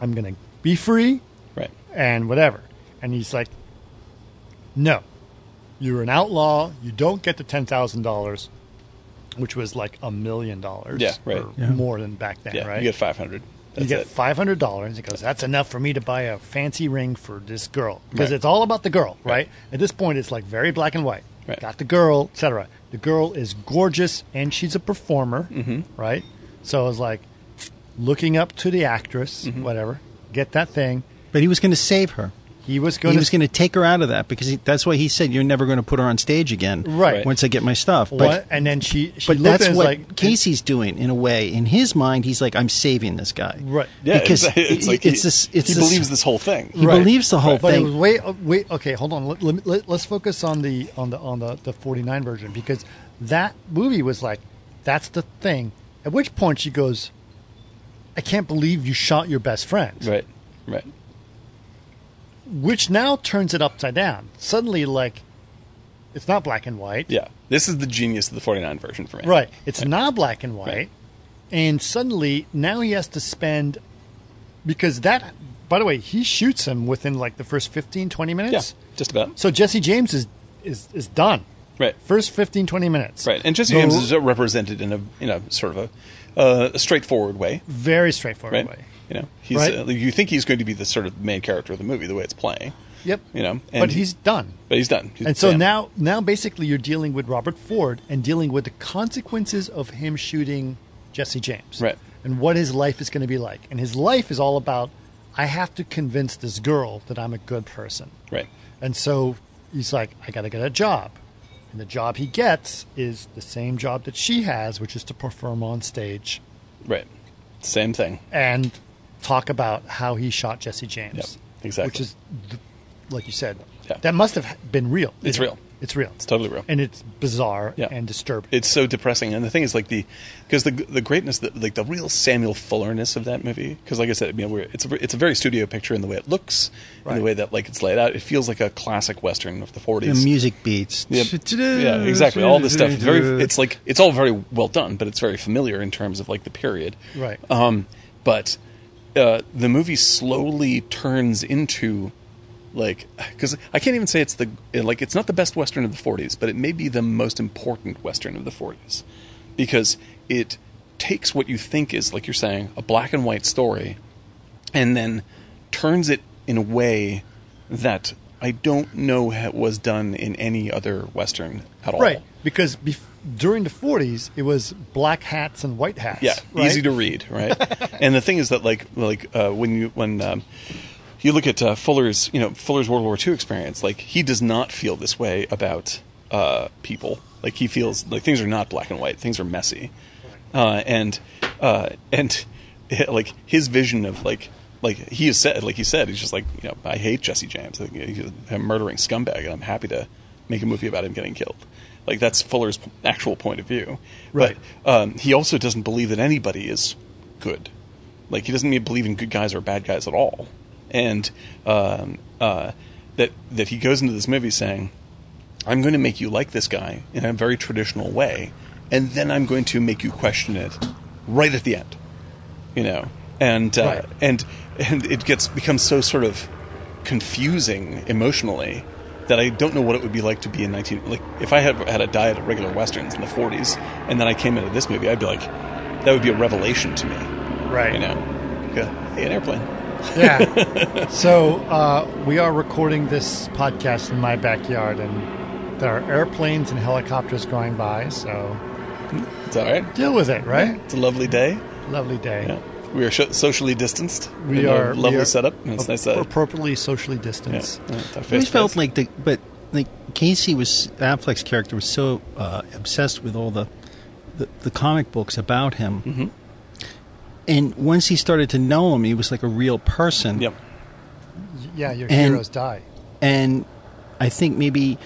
A: I'm gonna be free
E: right,
A: and whatever and he's like no you're an outlaw you don't get the ten thousand dollars which was like a million dollars
E: Yeah, right.
A: or
F: Yeah.
A: more than back then
E: yeah.
A: right
E: You get five hundred.
A: you
E: That's
A: get
E: it.
A: five hundred dollars. He goes, "That's enough for me to buy a fancy ring for this girl because
E: Right.
A: it's all about the girl, right?
E: Right.
A: At this point, it's like very black and white.
E: Right.
A: Got the girl, etc. The girl is gorgeous and she's a performer,
F: Mm-hmm.
A: right? So I was like,
F: Mm-hmm.
A: looking up to the actress, whatever. Get that thing.
F: but he was going to save her.
A: He was going
F: He was
A: to
F: going to take her out of that because he, that's why he said you're never going to put her on stage again.
A: Right.
F: Once I get my stuff.
A: what?
F: But
A: And then she, she
F: but
A: looked
F: that's
A: and was
F: what
A: like
F: Casey's doing in a way. In his mind, he's like, I'm saving this guy.
A: Right.
E: Yeah,
F: Because
E: it's, it's like
F: it's
E: he,
F: this. It's
E: he
F: this,
E: believes this whole thing.
F: He
A: Right.
F: believes the whole
A: But it
F: thing.
A: was way, uh, way okay. Hold on. Let, let, let, let's focus on the on the on the the forty nine version because that movie was like, that's the thing. At which point she goes, "I can't believe you shot your best friend,"
E: Right, right.
A: which now turns it upside down. Suddenly, like, it's not black and white.
E: Yeah, this is the genius of the 49 version for me.
A: Right. It's not black and white.
E: Right.
A: And suddenly now he has to spend because that by the way, he shoots him within like the first 15 20
E: Yeah,
A: minutes.
E: just about.
A: So Jesse James is is is done.
E: Right.
A: First 15 20 minutes.
E: Right, and Jesse
A: The-
E: James is represented in a you know sort of a, uh, a straightforward way,
A: very straightforward
E: right?
A: way.
E: You know, he's
A: Right.
E: uh, you think he's going to be the sort of main character of the movie, the way it's playing.
A: Yep.
E: You know, and
A: but he's done.
E: but he's done. He's
A: And so
E: banned.
A: now now basically you're dealing with Robert Ford and dealing with the consequences of him shooting Jesse James.
E: Right.
A: And what his life is going to be like. And his life is all about I have to convince this girl that I'm a good person.
E: right,
A: And so he's like, I got to get a job. And the job he gets is the same job that she has, which is to perform on stage
E: right, same thing.
A: and talk about how he shot Jesse James.
E: Yep, exactly.
A: Which is, th- like you said,
E: Yeah.
A: that must have been real.
E: It's
A: You know,
E: real.
A: It's real.
E: It's totally real.
A: And it's bizarre
E: Yeah.
A: and disturbing.
E: It's so depressing, and the thing is, like the because the the greatness, the, like the real Samuel Fullerness of that movie. Because, like I said, you know, we're, it's a, it's a very studio picture in the way it looks, in
A: Right.
E: the way that like it's laid out. It feels like a classic western of the
F: the
E: forties.
F: music beats.
E: Yeah, yeah, exactly. All this stuff. is Very, it's like it's all very well done, but it's very familiar in terms of like the period.
A: Right.
E: Um, but uh, the movie slowly turns into like because I can't even say it's the like it's not the best western of the '40s, but it may be the most important western of the '40s because it takes what you think is like you're saying a black and white story and then turns it in a way that I don't know ha- was done in any other Western at all.
A: Right. Because bef- during the 40s, it was black hats and white hats.
E: Yeah,
A: right?
E: easy to read, right? and the thing is that like like uh, when you when um, you look at uh, Fuller's you know Fuller's World War II experience, like he does not feel this way about uh, people. Like he feels like things are not black and white, things are messy, uh, and uh, and like his vision of like. Like he has said, like he said, he's just like you know, I hate Jesse James. I think He's a murdering scumbag, and I'm happy to make a movie about him getting killed. Like that's Fuller's p- actual point of view.
A: Right.
E: But, um, he also doesn't believe that anybody is good. Like he doesn't even believe in good guys or bad guys at all. And um, uh, that that he goes into this movie saying, "I'm going to make you like this guy in a very traditional way, and then I'm going to make you question it right at the end." You know, and uh,
A: Right.
E: and and it gets becomes so sort of confusing emotionally that I don't know what it would be like to be in 19 like if I had had a diet of regular westerns in the 40s and then I came into this movie I'd be like that would be a revelation to me
A: Right.
E: you know yeah, hey, an airplane
A: Yeah. so uh, we are recording this podcast in my backyard, and there are airplanes and helicopters going by. So
E: it's all right
A: deal with it, right?
E: it's a lovely day
A: Lovely day.
E: yeah. we are sho socially distanced
A: We
E: in a
A: are
E: lovely
A: we are
E: setup and it's
A: ap-
E: nice that
A: appropriately socially
E: yeah,
A: distanced.
E: yeah, it's our
F: I always
E: face
F: felt
E: mask.
F: like the but like Casey was Affleck's character was so uh, obsessed with all the, the the comic books about him,
E: Mm-hmm.
F: and once he started to know him, he was like a real person.
E: yep
A: Yeah, your
F: And-
A: heroes die.
F: And I think maybe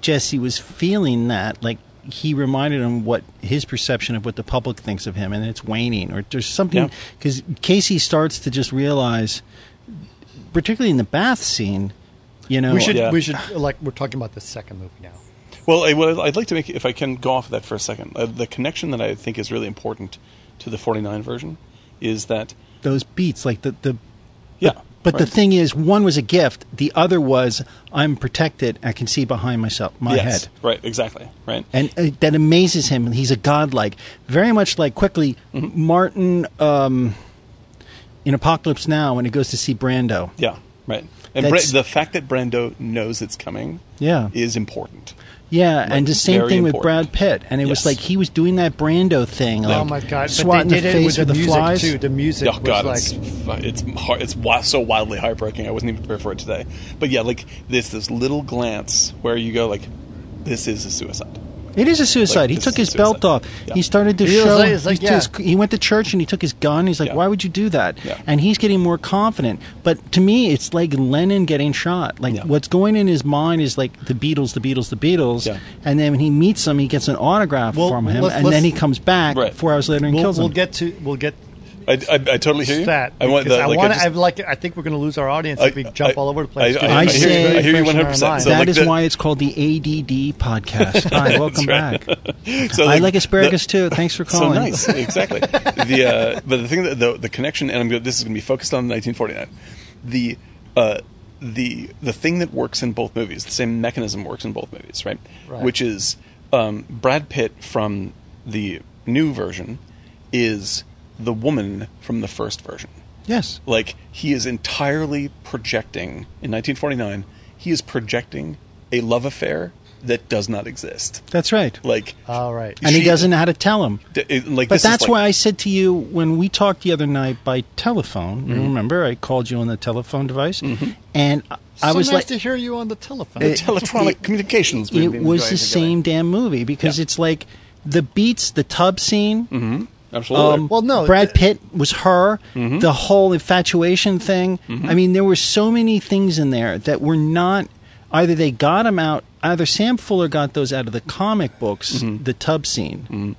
F: Jesse was feeling that like. He reminded him what his perception of what the public thinks of him, and it's waning, or there's something
E: Yeah.
F: because Casey starts to just realize, particularly in the bath scene, you know,
A: We should
E: yeah.
A: we should like we're talking about the second movie now.
E: Well, I, well, I'd like to make, if I can go off of that for a second, uh, the connection that I think is really important to the 49 version is that,
F: those beats, like the the
E: yeah.
F: But the
E: right.
F: thing is, one was a gift. The other was I'm protected. I can see behind myself, my
E: yes,
F: head,
E: Right, exactly, right.
F: and uh, that amazes him. He's a godlike, very much like quickly
E: Mm-hmm.
F: Martin um, in Apocalypse Now when he goes to see Brando.
E: yeah, right. And Bra-
F: That's-
E: the fact that Brando knows it's coming
F: Yeah.
E: is important.
F: Yeah, and the same
E: very
F: thing with
E: important.
F: Brad Pitt, and it was
E: Yes.
F: like he was doing that Brando thing. Like,
A: oh my god!
F: swat
A: but they
F: in the
A: did it
F: face
A: with the,
F: with the
A: music
F: flies.
A: too. The music
E: Oh god,
A: was like
E: it's fu- it's hard, it's wi- so wildly heartbreaking. I wasn't even prepared for it today. But yeah, like this this little glance where you go like, this is a suicide.
F: It is a suicide.
E: Like,
F: he
E: this
F: took
E: is
F: his
E: suicide.
F: belt off.
E: Yeah.
F: He started to
A: He was
F: show.
A: like- it's like,
F: he, took
A: yeah.
F: his- he went to church and he took his gun. He's like,
E: Yeah.
F: "Why would you do that?"
E: Yeah.
F: And he's getting more confident. But to me, it's like Lennon getting shot. Like
E: Yeah.
F: what's going in his mind is like the Beatles, the Beatles, the Beatles.
E: Yeah.
F: And then when he meets them, he gets an autograph
A: Well,
F: from him,
A: let's-
F: and
A: let's-
F: then he comes back
E: Right.
F: four hours later and
A: we'll,
F: kills him.
A: we'll get to we'll get
E: I, I, I totally hear you.
A: that.
E: I want
A: because
E: the,
A: I
E: like,
A: want.
E: I just-
A: I like. I think we're going to lose our audience if we
E: I-
A: jump
E: I-
A: all over the place.
E: I- I-
A: Because
F: I
A: it's
F: say-
A: very
F: I hear
A: fresh in
F: you
A: our
E: 100%,
A: minds.
E: so,
F: That
E: like,
F: is
E: the-
F: why it's called the ADD podcast. Hi, welcome
E: right.
F: back.
E: So,
F: I
E: like,
F: like asparagus
E: the-
F: too. Thanks for
E: So
F: calling.
E: nice, exactly. the uh, but the thing that the, the connection, and I'm go- this is going to be focused on 1949. The uh, the the thing that works in both movies, the same mechanism works in both movies, right?
A: Right.
E: Which is um, Brad Pitt from the new version is the woman from the first version.
F: Yes.
E: Like he is entirely projecting in 1949. He is projecting a love affair that does not exist.
F: That's right.
E: Like
A: All right.
F: and he
E: she-
F: doesn't know how to tell him.
E: D- it- like,
F: But
E: this is
F: that's
E: like-
F: why I said to you when we talked the other night by telephone.
E: Mm-hmm.
F: you Remember, I called you on the telephone device, and I, I
A: so
F: was
A: nice
F: like,
A: to hear you on the telephone.
E: electronic communications.
F: it
B: been
F: was the
B: enjoying
F: same damn movie because
E: Yeah. Mm-hmm.
F: it's like the beats, the tub scene. um,
E: Absolutely.
A: Well, no,
F: Brad
A: the-
F: Pitt was her.
E: Mm-hmm.
F: The whole infatuation thing. I mean, there were so many things in there that were not. Either they got them out. Either Sam Fuller got those out of the comic books,
E: Mm-hmm.
F: the tub scene,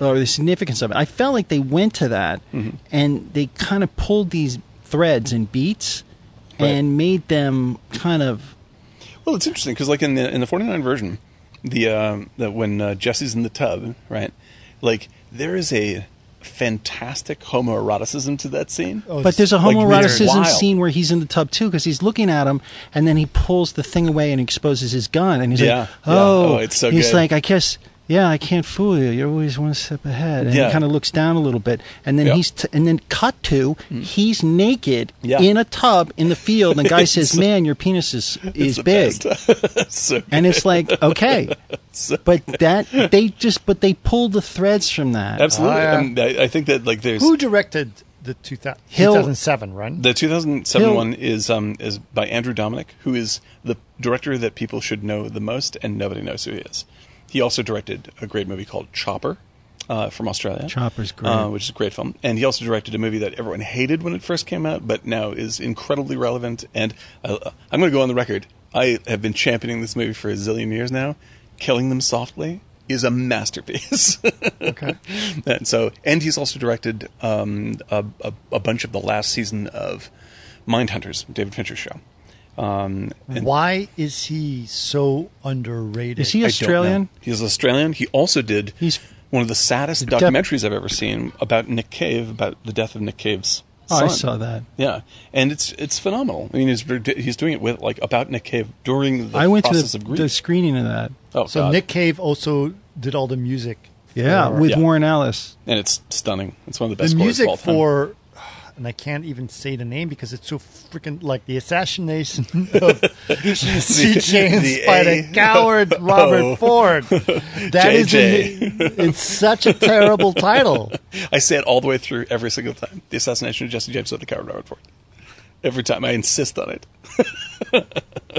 F: or the significance of it. I felt like they went to that
E: Mm-hmm.
F: and they kind of pulled these threads and beats
E: Right.
F: and made them kind of.
E: well, it's interesting because, like in the in the forty nine version, the, um the when uh, Jesse's in the tub, right? Like there is a fantastic homoeroticism to that scene.
A: Oh,
F: But there's a
E: like, weird.
F: homoeroticism
E: Wild.
F: scene where he's in the tub too because he's looking at him and then he pulls the thing away and exposes his gun and he's
E: Yeah, yeah.
F: like, oh,
E: Oh, it's so
F: he's
E: good.
F: like, I guess, yeah, I can't fool you. You're always one step ahead. And
E: Yeah.
F: he kind of looks down a little bit and then
E: Yeah. Mm.
F: he's t- and then cut to he's naked
E: Yeah.
F: in a tub in the field and the guy says, man, your penis is is
E: the
F: big.
E: best. so,
F: and it's like okay but that they just but they pulled the threads from that
E: absolutely.
A: Oh, yeah.
E: And um, I, I think that like there's
A: Who directed the 2000,
F: Hill-
A: 2007 run?
E: the 2007
F: Hill-
E: one is um is by Andrew Dominic, who is the director that people should know the most, and nobody knows who he is. He also directed a great movie called Chopper. Uh, from Australia,
F: Chopper's great.
E: uh, which is a great film, and he also directed a movie that everyone hated when it first came out, but now is incredibly relevant. And I, I'm going to go on the record: I have been championing this movie for a zillion years now. Killing Them Softly is a masterpiece.
A: okay.
E: And so, and he's also directed um, a, a, a bunch of the last season of Mindhunters, David Fincher's show. Um, and
A: Why is he so underrated?
F: Is he a-
E: I don't know.
F: Australian?
E: He's Australian. He also did
F: He's-
E: one of the saddest
F: Dep-
E: documentaries I've ever seen about Nick Cave, about the death of Nick Cave's
F: Oh,
E: son.
F: I saw that.
E: Yeah, and it's it's phenomenal. I mean, he's he's doing it with like about Nick Cave during the
F: i went to
E: process
F: the,
E: of grief.
F: the screening of that
E: oh,
A: so
E: God.
A: Nick Cave also did all the music.
F: yeah
A: for-
F: with
E: Yeah.
F: warren ellis
E: and it's stunning. It's one of the best
A: the
E: scores of
A: music
E: all time.
A: for, and I can't even say the name because it's so freaking like the assassination of C. James
E: the
A: by
E: A-
A: the coward Robert
E: Oh.
A: Ford. That is, a, it's such a terrible title.
E: I say it all the way through every single time. The assassination of Jesse James of the coward Robert Ford. Every time I insist on it.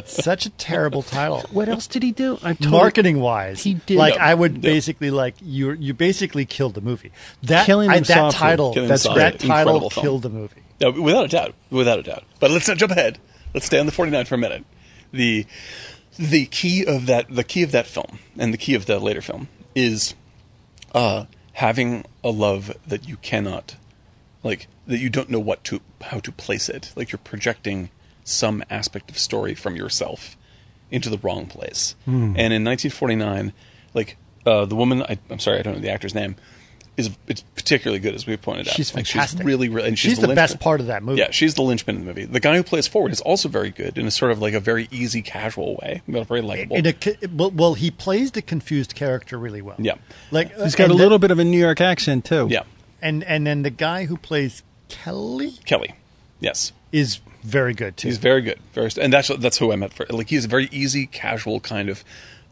A: Such a terrible title.
F: What else did he do? I'm totally-
A: marketing wise,
F: He did.
A: Like
E: Yeah.
A: I would
E: Yeah.
A: basically like you. You basically killed the movie. That
F: Killing
A: I-
F: them
A: that
F: softly.
A: title.
E: Killing them
A: that's
E: softly.
A: that title
E: Incredible film.
A: killed the movie.
E: No, without a doubt. Without a doubt. But let's not jump ahead. Let's stay on the 49 for a minute. The the key of that the key of that film and the key of the later film is uh, having a love that you cannot like that you don't know what to how to place it. Like you're projecting some aspect of story from yourself into the wrong place.
A: Hmm.
E: And in 1949, like uh, the woman, I, I'm sorry, I don't know the actor's name, is it's particularly good as we pointed out.
A: She's
E: Like,
A: fantastic.
E: she's really, really, and she's,
A: She's the best
E: linchpin-
A: part of that movie.
E: Yeah, she's the linchpin in the movie. The guy who plays Forward is also very good in a sort of like a very easy, casual way, but very likable.
A: In a, co- well, well, he plays the confused character really well.
E: Yeah.
A: like uh,
F: He's got
A: and
F: a
A: the-
F: little bit of a New York accent too.
E: yeah,
A: and and then the guy who plays Kelly
E: Kelly. Yes,
A: is very good too.
E: He's very good, very, and that's that's who I met for. Like he's a very easy, casual kind of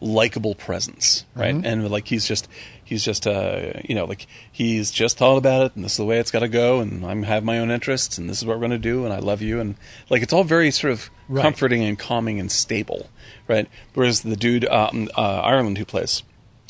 E: likable presence, right?
A: Mm-hmm.
E: And like he's just he's just uh you know like he's just thought about it, and this is the way it's got to go, and I'm have my own interests, and this is what we're going to do, and I love you, and like it's all very sort of
A: Right.
E: comforting and calming and stable, right? Whereas the dude um, uh, Ireland who plays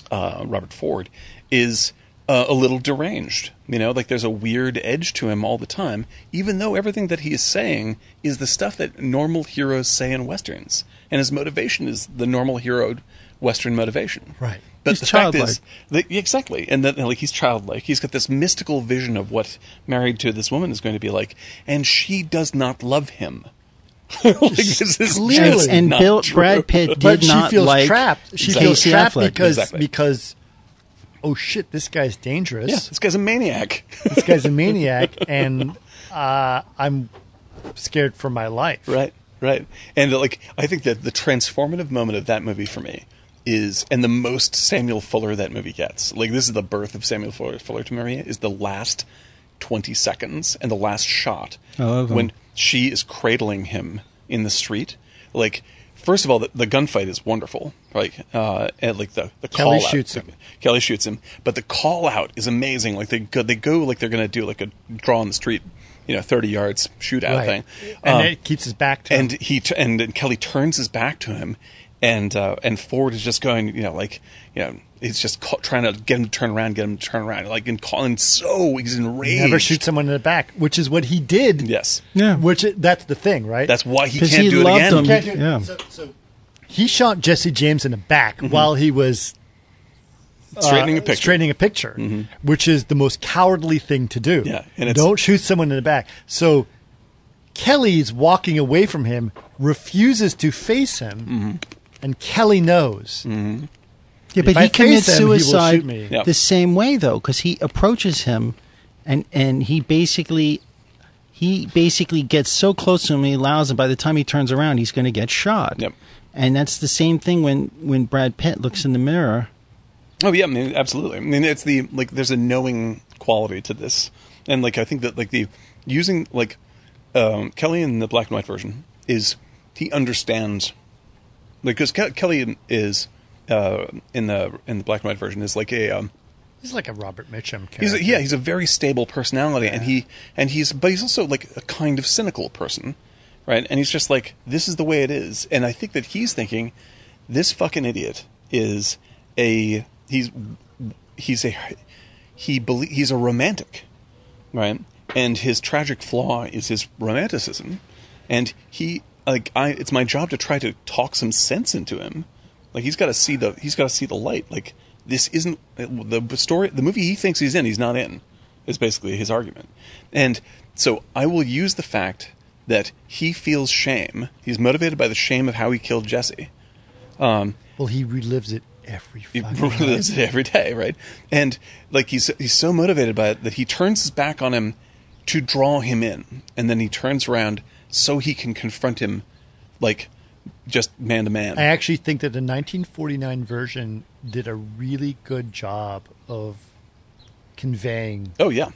E: uh, Robert Ford is uh, a little deranged. You know, like there's a weird edge to him all the time, even though everything that he is saying is the stuff that normal heroes say in westerns, and his motivation is the normal hero western motivation.
A: Right.
E: But
F: He's
E: the fact
F: childlike.
E: is, that, exactly, and that like he's childlike. He's got this mystical vision of what married to this woman is going to be like, and she does not love him. like, this is
A: Clearly.
E: just
F: and
E: not
F: Bill,
E: true.
F: Brad Pitt did
A: but she
F: not
A: feels
F: like
A: trapped. She
F: Casey
A: feels trapped
F: Affleck.
A: because
E: Exactly.
A: because oh shit, this guy's dangerous.
E: Yeah, this guy's a maniac.
A: This guy's a maniac, and uh, I'm scared for my life.
E: Right, right. And like I think that the transformative moment of that movie for me is and the most Samuel Fuller that movie gets. Like this is the birth of Samuel Fuller, Fuller to Maria is the last 20 seconds and the last shot
F: I love him.
E: when she is cradling him in the street. Like first of all the, the gunfight is wonderful. Like uh and like the the
A: Kelly
E: call out-
A: shoots him.
E: Kelly shoots him, but the call out is amazing. Like they go, they go like they're going to do like a draw on the street, you know, 30 yards shootout
A: Right.
E: thing.
A: and
E: Um,
A: it keeps us back to
E: and he t- and, and Kelly turns his back to him, and uh, and Ford is just going, you know, like you know, he's just ca- trying to get him to turn around, get him to turn around, like and calling. So he's enraged.
A: never shoot someone in the back, which is what he did.
E: Yes,
F: Yeah.
A: which it, that's the thing, right?
E: that's why he
F: 'Cause
E: can't
F: he
E: do it
F: loved
E: again.
F: him.
A: Can't do it.
F: Yeah.
A: So, so he shot Jesse James in the back while he was
E: Mm-hmm.
A: uh,
E: Straightening a picture. Mm-hmm.
A: straightening a picture, which is the most cowardly thing to do.
E: Yeah, and it's-
A: don't shoot someone in the back. So Kelly's walking away from him, refuses to face him,
E: Mm-hmm.
A: and Kelly knows.
F: Yeah, but
A: If I
F: he commits
A: face him, he will shoot
F: suicide
A: me.
E: Yeah.
F: the same way though, because he approaches him, and and he basically, he basically gets so close to him, he allows him. By the time he turns around, he's going to get shot.
E: Yep.
F: And that's the same thing when when Brad Pitt looks in the mirror.
E: Oh yeah, I mean, absolutely. I mean, it's the like there's a knowing quality to this, and like I think that like the using like um, Kelly in the black and white version is he understands like because Ke- Kelly is uh, in the in the black and white version is like a um,
A: He's like a Robert Mitchum character.
E: He's a, yeah, he's a very stable personality, and he and he's but he's also like a kind of cynical person, right? And he's just like, this is the way it is, and I think that he's thinking, this fucking idiot is a he's he's a he belie- he's a romantic, right? And his tragic flaw is his romanticism, and he like I it's my job to try to talk some sense into him. Like he's got to see the he's got to see the light. Like this isn't the story. The movie he thinks he's in, he's not in. Is basically his argument, and so I will use the fact that he feels shame. He's motivated by the shame of how he killed Jesse.
A: well, he relives it every.
E: He
A: fucking time.
E: lives it every day, right? And like he's he's so motivated by it that he turns his back on him to draw him in, and then he turns around so he can confront him, like just man to
A: I
E: man.
A: actually think that the 1949 version did a really good job of conveying
E: Oh yeah,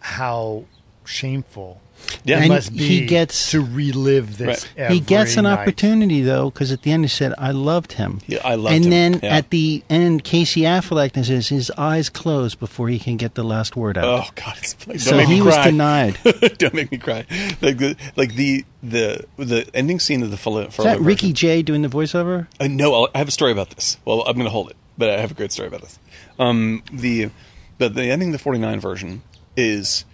A: how shameful
E: Yeah.
A: it
E: And
A: must be
F: he gets-
A: to relive this.
E: Right.
A: Every
F: he gets an
A: night.
F: opportunity though, because at the end he said, "I loved him."
E: Yeah, I loved
F: and
E: him.
F: And then
E: Yeah.
F: at the end, Casey Affleck says his eyes close before he can get the last word out.
E: oh god, it's like, don't
F: so
E: make
F: he
E: me
F: was
E: cry.
F: denied.
E: don't make me cry. Like the like the the the ending scene of the full.
F: Is that Ricky Jay doing the voiceover?
E: Uh, no, I'll, I have a story about this. Well, I'm going to hold it, but I have a great story about this. Um, the but the ending of the 49 version is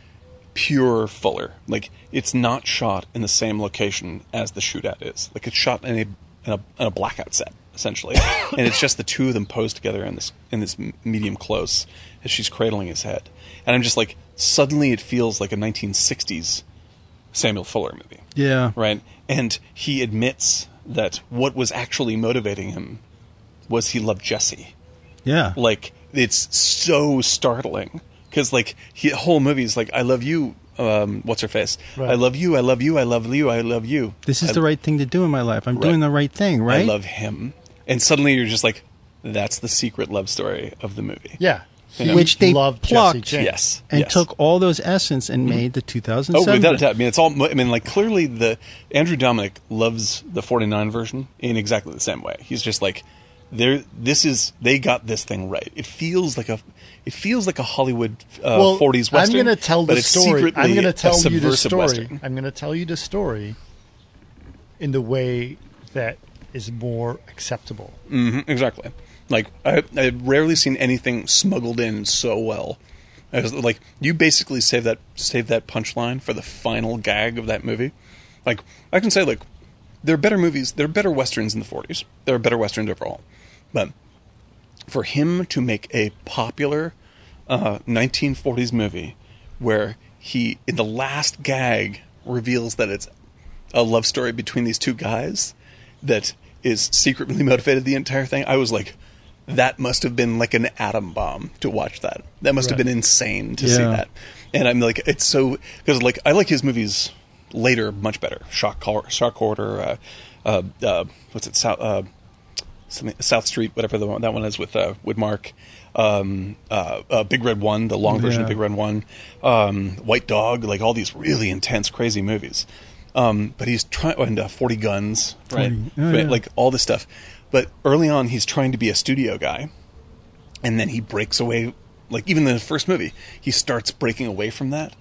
E: pure Fuller. Like it's not shot in the same location as the shootout is. Like it's shot in a in a, in a blackout set essentially, and it's just the two of them posed together in this in this m- medium close as she's cradling his head, and I'm just like suddenly it feels like a 1960s Samuel Fuller movie
F: Yeah.
E: right? And he admits that what was actually motivating him was he loved Jesse.
F: Yeah.
E: Like it's so startling because like he whole movie is like I love you. Um, what's her face? I love you. I love you. I love you. I love you.
F: this is
E: I,
F: the right thing to do in my life. I'm doing the right thing, right?
E: I love him. And suddenly you're just like, that's the secret love story of the movie.
A: Yeah, He
F: Which they
A: loved
F: plucked.
A: Jesse James.
E: Yes.
F: and
E: yes.
F: took all those essence and made the 2007.
E: Oh, without a doubt. I mean, it's all. I mean, like clearly, the Andrew Dominic loves the 49 version in exactly the same way. He's just like, there this is they got this thing right. It feels like a it feels like a Hollywood uh,
A: well,
E: 40s western.
A: I'm going to tell
E: but
A: the
E: it's
A: story.
E: secretly
A: I'm going to
E: a
A: tell you the
E: subversive
A: story.
E: western.
A: I'm going to tell you the story in the way that is more acceptable.
E: hmm exactly. Like I I had rarely seen anything smuggled in so well. I was like you basically save that save that punchline for the final gag of that movie. Like I can say like there are better movies, there are better westerns in the 40s. There are better westerns overall. But for him to make a popular uh, 1940s movie where he, in the last gag, reveals that it's a love story between these two guys that is secretly motivated the entire thing, I was like, that must have been like an atom bomb to watch that. That must have been insane to see
F: Yeah.
E: that. And I'm like, it's so because like I like his movies later much better. Shock, Cor- Shock Order, uh, uh, uh, what's it? South, uh, something- South Street, whatever the one, that one is with uh, with Mark. Um, uh, uh, Big Red One, the long version of
F: Yeah.
E: Big Red One, um, White Dog, like all these really intense, crazy movies. Um, but he's trying and uh, Forty Guns, right?
F: 40, oh,
E: Right,
F: yeah.
E: Like all this stuff. But early on, he's trying to be a studio guy, and then he breaks away. Like even in the first movie, he starts breaking away from that,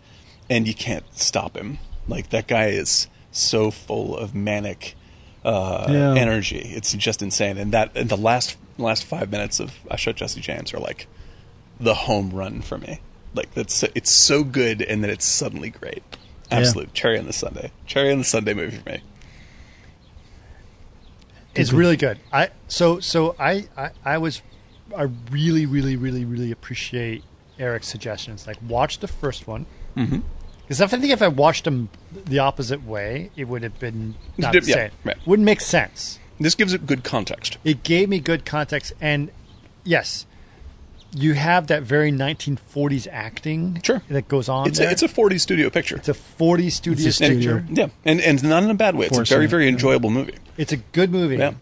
E: and you can't stop him. Like that guy is so full of manic uh,
F: Yeah.
E: energy; it's just insane. And that and the last last five minutes of I Shot Jesse James are like the home run for me. Like that's it's so good, and then it's suddenly great. Absolute cherry on the Sunday, cherry on the Sunday movie for me.
A: It's really good. I so so I, I I was I really really really really appreciate Eric's suggestions. Like watch the first one.
E: Mm-hmm.
A: Because I think if I watched them the opposite way, it would have been not the
E: Yeah,
A: same.
E: right.
A: Wouldn't make sense.
E: This gives it good context.
A: It gave me good context, and yes, you have that very 1940s acting
E: Sure.
A: that goes on.
E: It's
A: there.
E: a, it's a 40 studio picture.
A: It's a 40 studio
F: It's a studio.
A: picture.
E: Yeah, and and not in a bad way. It's a
F: Force
E: very
F: it,
E: very
F: yeah.
E: enjoyable movie.
A: It's a good movie.
E: Yeah.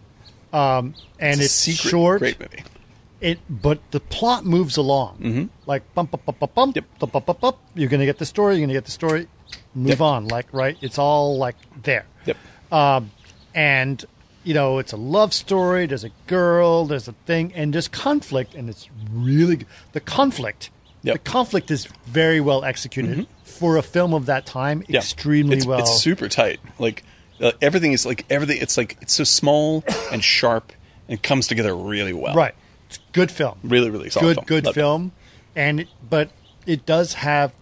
A: Um, and
E: a
A: it's,
E: secret
A: short.
E: great movie.
A: It, but the plot moves along. Mm-hmm. Like bump, bump, bump, bump, bump,
E: Yep.
A: bump, bump, bump, bump. You're gonna get the story. You're gonna get the story. Move
E: Yep.
A: on. Like right. It's all like there.
E: Yep.
A: Um, and you know, it's a love story. There's a girl. There's a thing, and there's conflict, and it's really g- the conflict.
E: Yep. Mm-hmm.
A: The conflict is very well executed for a film of that time.
E: Yeah.
A: Extremely
E: It's-
A: well.
E: It's super tight. Like uh, everything is like everything. It's like it's so small and sharp and comes together really well.
A: Right. It's a good film.
E: Really really
A: good
E: solid. film.
A: good
E: Loved it.
A: film. And it- but it does have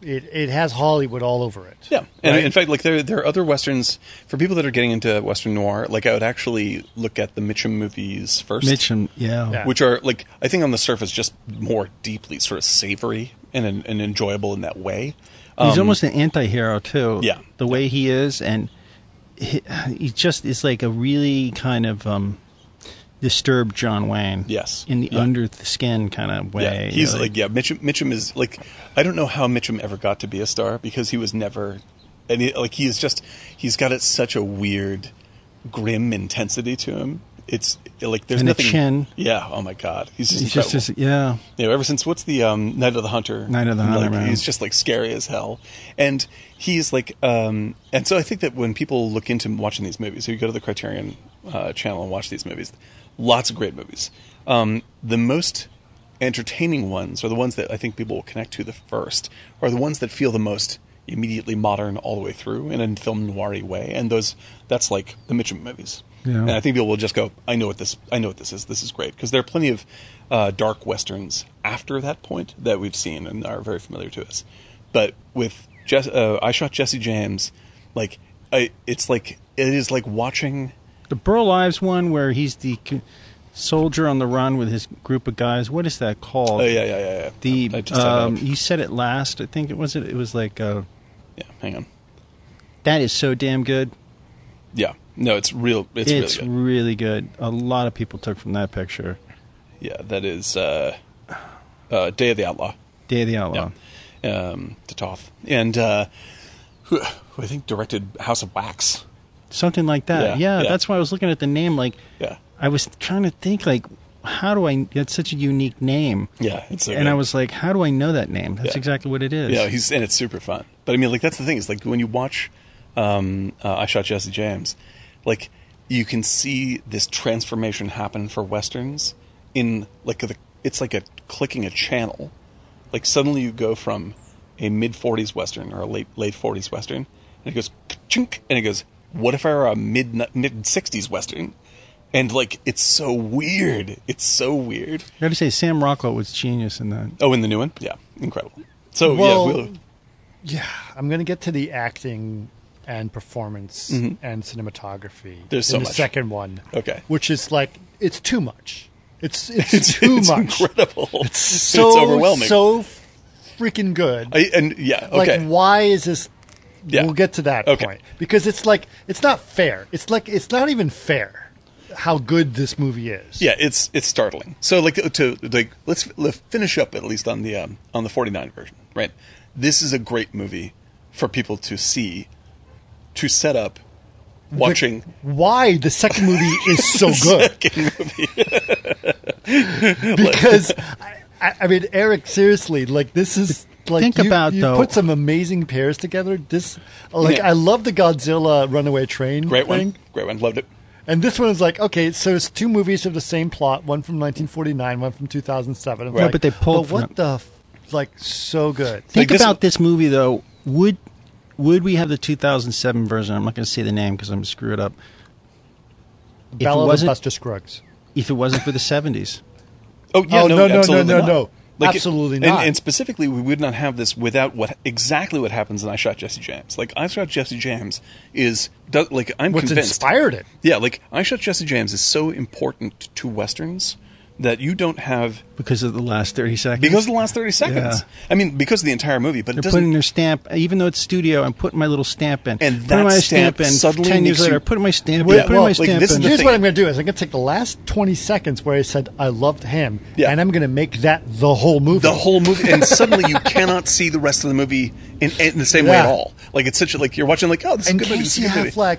A: it it has Hollywood all over it.
E: Yeah, and
A: Right?
E: in fact, like there there are other westerns for people that are getting into western noir. Like I would actually look at the Mitchum movies first.
F: Mitchum, yeah.
A: Yeah.
E: which are like I think on the surface just more deeply sort of savory and and enjoyable in that way.
F: He's almost an anti-hero too.
E: Um, Yeah.
F: the way he is, and he, he just is like a really kind of um, disturbed John Wayne.
E: Yes.
F: in the
E: Yeah.
F: under the skin kind of way.
E: Yeah, he's
F: you know,
E: like yeah. Mitchum, Mitchum is like I don't know how Mitchum ever got to be a star because he was never, and he, like he is just he's got it such a weird, grim intensity to him. It's like there's
F: And a
E: nothing.
F: chin.
E: Yeah. Oh my God. He's just
F: he's just,
E: incredible.
F: just yeah.
E: you know, ever since what's the um, Night of the Hunter?
F: Night of the Hunter,
E: Like,
F: man.
E: He's just like scary as hell, and he's like, um, and so I think that when people look into watching these movies, if you go to the Criterion uh, channel and watch these movies, lots of great movies. Um, the most entertaining ones are the ones that I think people will connect to the first, are the ones that feel the most immediately modern all the way through in a film noiry way, and those that's like the Mitchum movies.
F: Yeah.
E: And I think people will just go, I know what this, I know what this is. This is great because there are plenty of uh, dark westerns after that point that we've seen and are very familiar to us. But with Jess, uh, I shot Jesse James, like I, it's like it is like watching.
F: The Burl Ives one where he's the c- soldier on the run with his group of guys. What is that called?
E: Oh yeah, yeah, yeah. yeah.
F: The
E: I just had that
F: um,
E: up.
F: you said it last. I think it was it. It was like uh,
E: yeah, hang on.
F: that is so damn good.
E: Yeah, no, it's real. It's,
F: It's,
E: really good.
F: really, good. A lot of people took from that picture.
E: yeah, that is uh, uh, Day of the Outlaw.
F: Day of the Outlaw.
E: Yeah. Um, to Toth and uh, who, who I think directed House of Wax.
F: something like that.
E: Yeah,
F: Yeah,
E: yeah.
F: that's why I was looking at the name. Like,
E: Yeah.
F: I was trying to think, like, how do I? That's such a unique name.
E: Yeah, it's so
F: and
E: good.
F: I was like, how do I know that name? That's
E: Yeah.
F: exactly what it is.
E: Yeah, he's and it's super fun. But I mean, like that's the thing is like when you watch, um, uh, I shot Jesse James, like you can see this transformation happen for westerns in like the it's like a clicking a channel like suddenly you go from a mid 40s western or a late late 40s western and it goes chink and it goes what if i were a mid mid 60s western and like it's so weird it's so weird
F: I got to say, Sam Rockwell was genius in that.
E: oh and the new one yeah incredible so
A: Well-
E: yeah we'll,
A: Yeah, I'm going to get to the acting and performance and cinematography
E: Mm-hmm. There's so
A: in the
E: much.
A: second one.
E: Okay.
A: Which is like it's too much. It's it's,
E: it's,
A: too
E: it's
A: much.
E: incredible it's,
A: So
E: overwhelming
A: So freaking good.
E: I, and yeah
A: like
E: okay
A: why is this
E: Yeah.
A: We'll get to that
E: Okay.
A: point because it's like it's not fair. It's like it's not even fair how good this movie is.
E: yeah it's it's startling so like to like let's, let's finish up at least on the um, on the 49 version right this is a great movie for people to see to set up watching
A: Why the second movie is so good?
E: second movie
A: because I, I I mean Eric seriously like this is like
F: Think
A: you,
F: about,
A: you
F: though-
A: put some amazing pairs together this like
E: Yeah.
A: I love the Godzilla runaway train
E: great
A: thing
E: one great one loved it
A: and this one is like okay so it's two movies of the same plot one from 1949 one from 2007 I'm
F: Right,
A: like,
F: but they pulled
A: what
F: from it.
A: the f- like so good
F: Think
E: this-
F: about this movie though. Would would we have the 2007 version? I'm not going to say the name because I'm gonna screw it up. If it
A: Ballad of
F: wasn't,
A: Buster Scruggs
F: if it wasn't for the 70s,
E: oh yeah
A: Oh, no, no, no,
E: absolutely
A: no,
E: not.
A: no.
E: it-
A: Absolutely
E: and,
A: not.
E: and specifically we would not have this without what exactly what happens in i shot jesse james like i shot jesse james is do- like i'm
A: what's
E: convinced
A: inspired it
E: yeah like i shot jesse james is so important to westerns that you don't have
F: because of the last 30 seconds,
E: because of the last 30 seconds.
F: Yeah.
E: I mean, because of the entire movie, but it
F: they're
E: doesn't.
F: putting their stamp. Even though it's studio, I'm putting my little stamp in.
E: And
F: Putting
E: that
F: my
E: stamp
F: in.
E: suddenly
F: Ten years
E: makes you-
F: later, I put my stamp.
E: Yeah,
F: in, putting
E: well,
F: my
E: like,
F: stamp
E: this is
F: in.
E: the
A: Here's
E: thing-
A: what I'm going to do is I'm going to take the last 20 seconds where I said I loved him,
E: Yeah.
A: and I'm going to make that the whole movie.
E: the whole movie, and suddenly you cannot see the rest of the movie in, in the same way at
A: Yeah.
E: all. Like it's such a like you're watching like oh this is a
A: and
E: good movie. This
A: Casey
E: is a good movie.
A: Affleck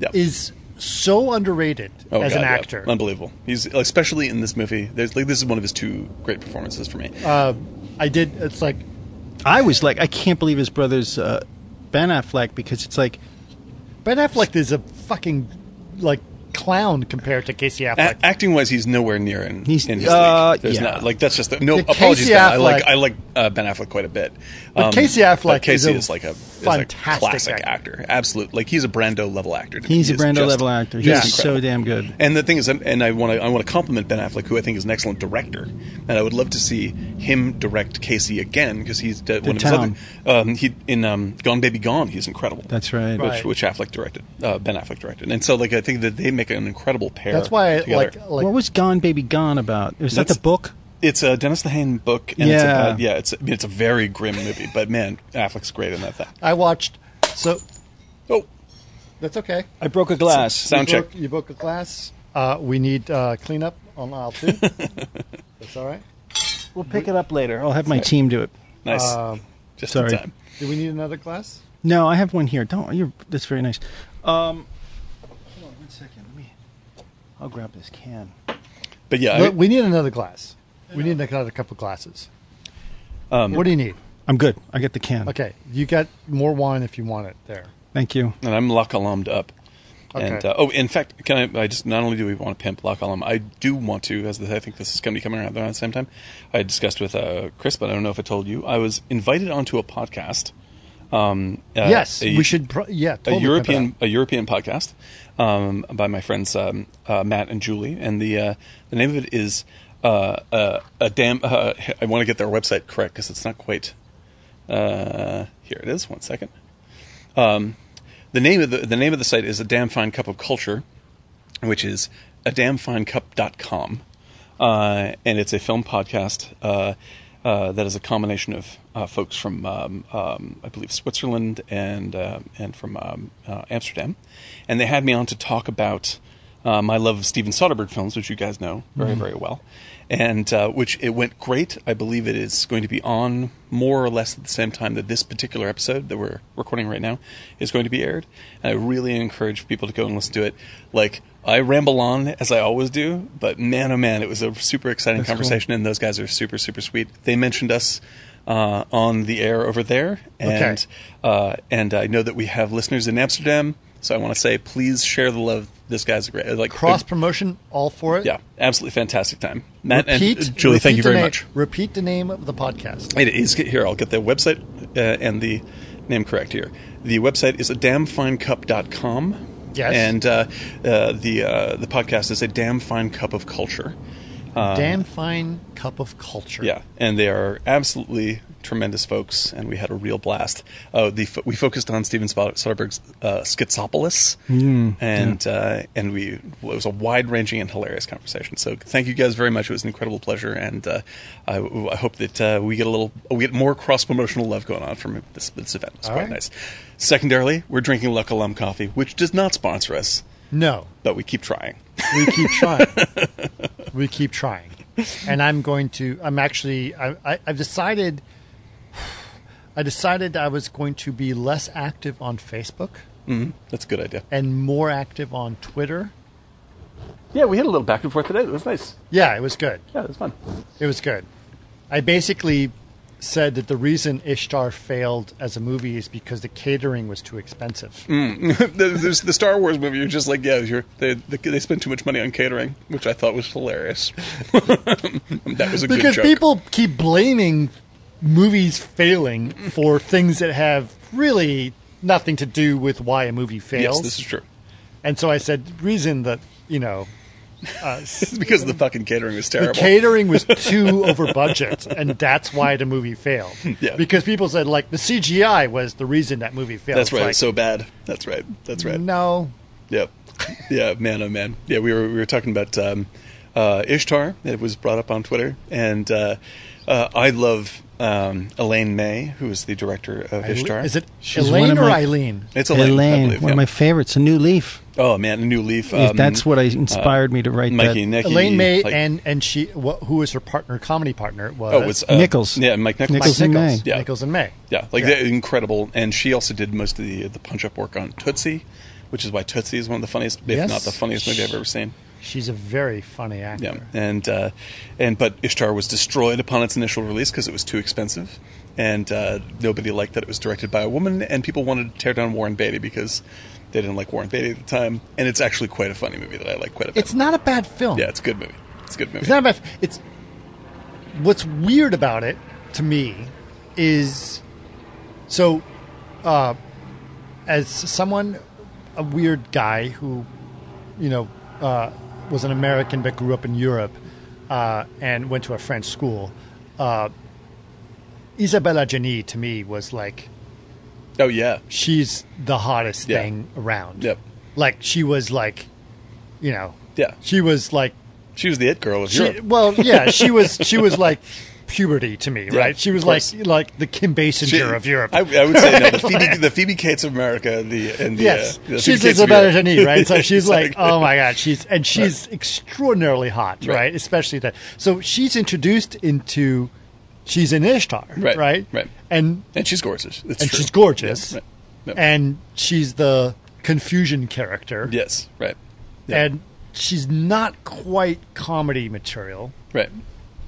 E: Yeah.
A: is so underrated
E: Oh,
A: as
E: God,
A: an
E: yeah.
A: actor.
E: unbelievable. He's especially in this movie. There's like this is one of his two great performances for me.
A: Uh, I did. It's like
F: I was like, I can't believe his brother's uh, Ben Affleck because it's like
A: Ben Affleck is a fucking like clown compared to Casey Affleck.
E: A- acting wise, he's nowhere near in,
F: He's-
E: in his
F: uh,
E: league. There's
F: yeah.
E: not like that's just the, no
A: The
E: apologies.
A: Casey
E: Ben. I like
A: Affleck-
E: I like uh, Ben Affleck quite a bit. Um,
A: But Casey Affleck
E: but Casey
A: is a
E: is, like a is
A: fantastic
E: a classic
A: actor.
E: actor. Absolute. Like he's a Brando level actor. to me.
F: he's
E: He
F: a
E: is
F: Brando
E: just-
F: level actor. He's
E: just
F: so
E: incredible.
F: damn good.
E: And the thing is, and I want to I want to compliment Ben Affleck, who I think is an excellent director, and I would love to see him direct Casey again because he's uh, one of his other.
F: Town.
E: Um, he in um, Gone Baby Gone, he's incredible.
F: That's right.
E: Which,
A: Right.
E: which Affleck directed, uh, Ben Affleck directed, and so like I think that they make an incredible pair.
A: That's why, I,
E: together.
A: like, like
F: what was Gone Baby Gone about? Was that
E: That's-
F: the book?
E: It's a Dennis Lehane book, and it's
F: Yeah.
E: about, yeah, it's I mean, it's a very grim movie, but man, Affleck's great in that thing.
A: I watched. So
E: Oh,
A: that's okay.
F: I broke a glass.
E: sound
A: you
E: check.
A: Broke, you broke a glass. Uh, we need uh, cleanup on aisle two. that's all right.
F: We'll pick it up later. I'll have my team do it.
E: Nice,
A: Um,
E: just
F: sorry.
E: in time.
A: do we need another glass?
F: No, I have one here. Don't you? That's very nice. Um, hold on one second. Let me. I'll grab this can.
E: But yeah,
A: No,
E: I-
A: we need another glass. We need another couple glasses.
E: Um,
A: what do you need?
F: I'm good. I get the can.
A: Okay, you got more wine if you want it there.
F: Thank you.
E: and I'm La Colombe up. And
A: Okay.
E: uh, oh, in fact, can I? I just not only do we want to pimp La Colombe, I do want to. As the, I think this is going to be coming around around the same time. I discussed with uh, Chris, but I don't know if I told you. I was invited onto a podcast. Um, uh,
A: yes,
E: a-
A: we should. Pro- yeah, totally
E: a
A: put that
E: European
A: up.
E: a European podcast um, by my friends um, uh, Matt and Julie, and the uh, the name of it is uh, uh, a damn. Uh, I want to get their website correct because it's not quite. Uh, here it is. One second. Um, the name of the the name of the site is a damn fine cup of culture, which is a damnfinecup.com. Uh, and it's a film podcast uh, uh, that is a combination of uh, folks from, um, um, I believe, Switzerland and uh, and from um, uh, Amsterdam. And they had me on to talk about uh, my love of Steven Soderbergh films, which you guys know very, very well. And uh, which it went great. I believe it is going to be on more or less at the same time that this particular episode that we're recording right now is going to be aired. And I really encourage people to go and listen to it. Like, I ramble on as I always do, but man, oh man, it was a super exciting
F: That's cool.
E: conversation, and those guys are super, super sweet. They mentioned us uh, on the air over there, and
A: Okay.
E: uh, and I know that we have listeners in Amsterdam, So I want to say, please share the love. This guy's a great. Like
A: Cross promotion, all for it.
E: yeah, absolutely fantastic time. Matt
A: Repeat,
E: and uh, Julie, thank
A: repeat
E: you
A: the
E: very
A: name-
E: much.
A: Repeat the name of the podcast.
E: It is here. I'll get the website uh, and the name correct here. The website is a damnfinecup.com.
A: Yes.
E: And uh, uh, the uh, the podcast is a damn fine cup of culture.
A: Damn fine cup of culture.
E: Um, Yeah, and they are absolutely tremendous folks, and we had a real blast. Oh, the fo- we focused on Steven Spod- Soderbergh's uh, Schizopolis,
A: Hmm.
E: and uh, and we it was a wide ranging and hilarious conversation. So thank you guys very much. It was an incredible pleasure, and uh, I, I hope that uh, we get a little we get more cross promotional love going on from this this event. It was
A: All
E: quite
A: right.
E: nice. Secondarily, we're drinking Luckalum coffee, which does not sponsor us,
A: No,
E: but we keep trying.
A: we keep trying. we keep trying, and I'm going to. I'm actually. I, I, I've decided. I decided I was going to be less active on Facebook
E: Hmm, That's a good idea.
A: and more active on Twitter.
B: Yeah, we had a little back and forth today. It was nice.
A: Yeah, it was good.
B: Yeah, it was fun.
A: It was good. I basically said that the reason Ishtar failed as a movie is because the catering was too expensive.
E: Mm, the, there's the Star Wars movie. You're just like, yeah, you're, they, they they spend too much money on catering, which I thought was hilarious. that was a good
A: because
E: joke.
A: people keep blaming movies failing for things that have really nothing to do with why a movie fails.
E: yes, this is true.
A: and so I said, reason that you know
E: It's because the fucking catering was
A: the
E: terrible.
A: catering was too over budget, and that's why the movie failed.
E: Yeah.
A: Because people said like the CGI was the reason that movie failed.
E: That's
A: It's
E: right. it
A: like,
E: was so bad. That's right. That's right.
A: no,
E: Yep. Yeah, man, oh man. Yeah, we were we were talking about um, uh, Ishtar. It was brought up on Twitter, and uh, uh, I love um, Elaine May, who is the director of Ishtar.
A: is it
F: She's one
A: Elaine
F: of
A: or
F: my-
A: Eileen?
E: It's Elaine. I
F: Elaine,
E: believe,
F: one of
E: yeah.
F: my favorites, a new leaf.
E: Oh man, a new leaf. Um,
F: that's what I inspired me to write
E: Mikey,
F: that.
E: Nicky,
A: Elaine May
E: like-
A: and and she wh- who was her partner comedy partner was
E: Oh, it's uh,
F: Nichols.
E: Yeah, Mike Nichols.
F: Nichols
E: Mike
F: and
E: Nichols.
F: May.
E: Yeah,
A: Nichols and May.
E: yeah, like
A: Yeah.
E: they're incredible. And she also did most of the the punch up work on Tootsie, which is why Tootsie is one of the funniest, if
A: Yes.
E: not the funniest movie I've ever seen.
A: She's a very funny actor.
E: Yeah, and uh, and but Ishtar was destroyed upon its initial release because it was too expensive, and uh, nobody liked that it was directed by a woman, and people wanted to tear down Warren Beatty because they didn't like Warren Beatty at the time. And it's actually quite a funny movie that I like quite a bit.
A: It's not a bad film.
E: yeah, it's a good movie. It's a good movie.
A: It's not about. It's what's weird about it to me is so. Uh, as someone, a weird guy who, you know, uh, was an American but grew up in Europe uh, and went to a French school, uh, Isabella Gianni to me was like
E: oh yeah,
A: she's the hottest
E: Yeah.
A: thing around.
E: Yep.
A: Like she was like, you know,
E: yeah.
A: she was like
E: She was the it girl of
A: she,
E: Europe.
A: well, yeah, she was she was like puberty to me,
E: Yeah,
A: right? She was
E: of
A: like
E: course.
A: like the Kim Basinger
E: She-
A: of Europe.
E: I, I would say no, the, Phoebe, the Phoebe Cates of America. The and the,
A: yes,
E: uh, the Phoebe
A: she's
E: Cates of
A: Isabella
E: Europe.
A: Janine, right? So she's like,
E: Exactly.
A: oh my god, she's and she's extraordinarily hot, right.
E: Right.
A: Especially that. So she's introduced into she's in Ishtar,
E: Right,
A: right?
E: right.
A: and
E: and she's gorgeous. It's
A: and
E: true.
A: she's gorgeous,
E: Yeah, right. No.
A: and she's the confusion character,
E: yes, right, Yeah.
A: and she's not quite comedy material,
E: right,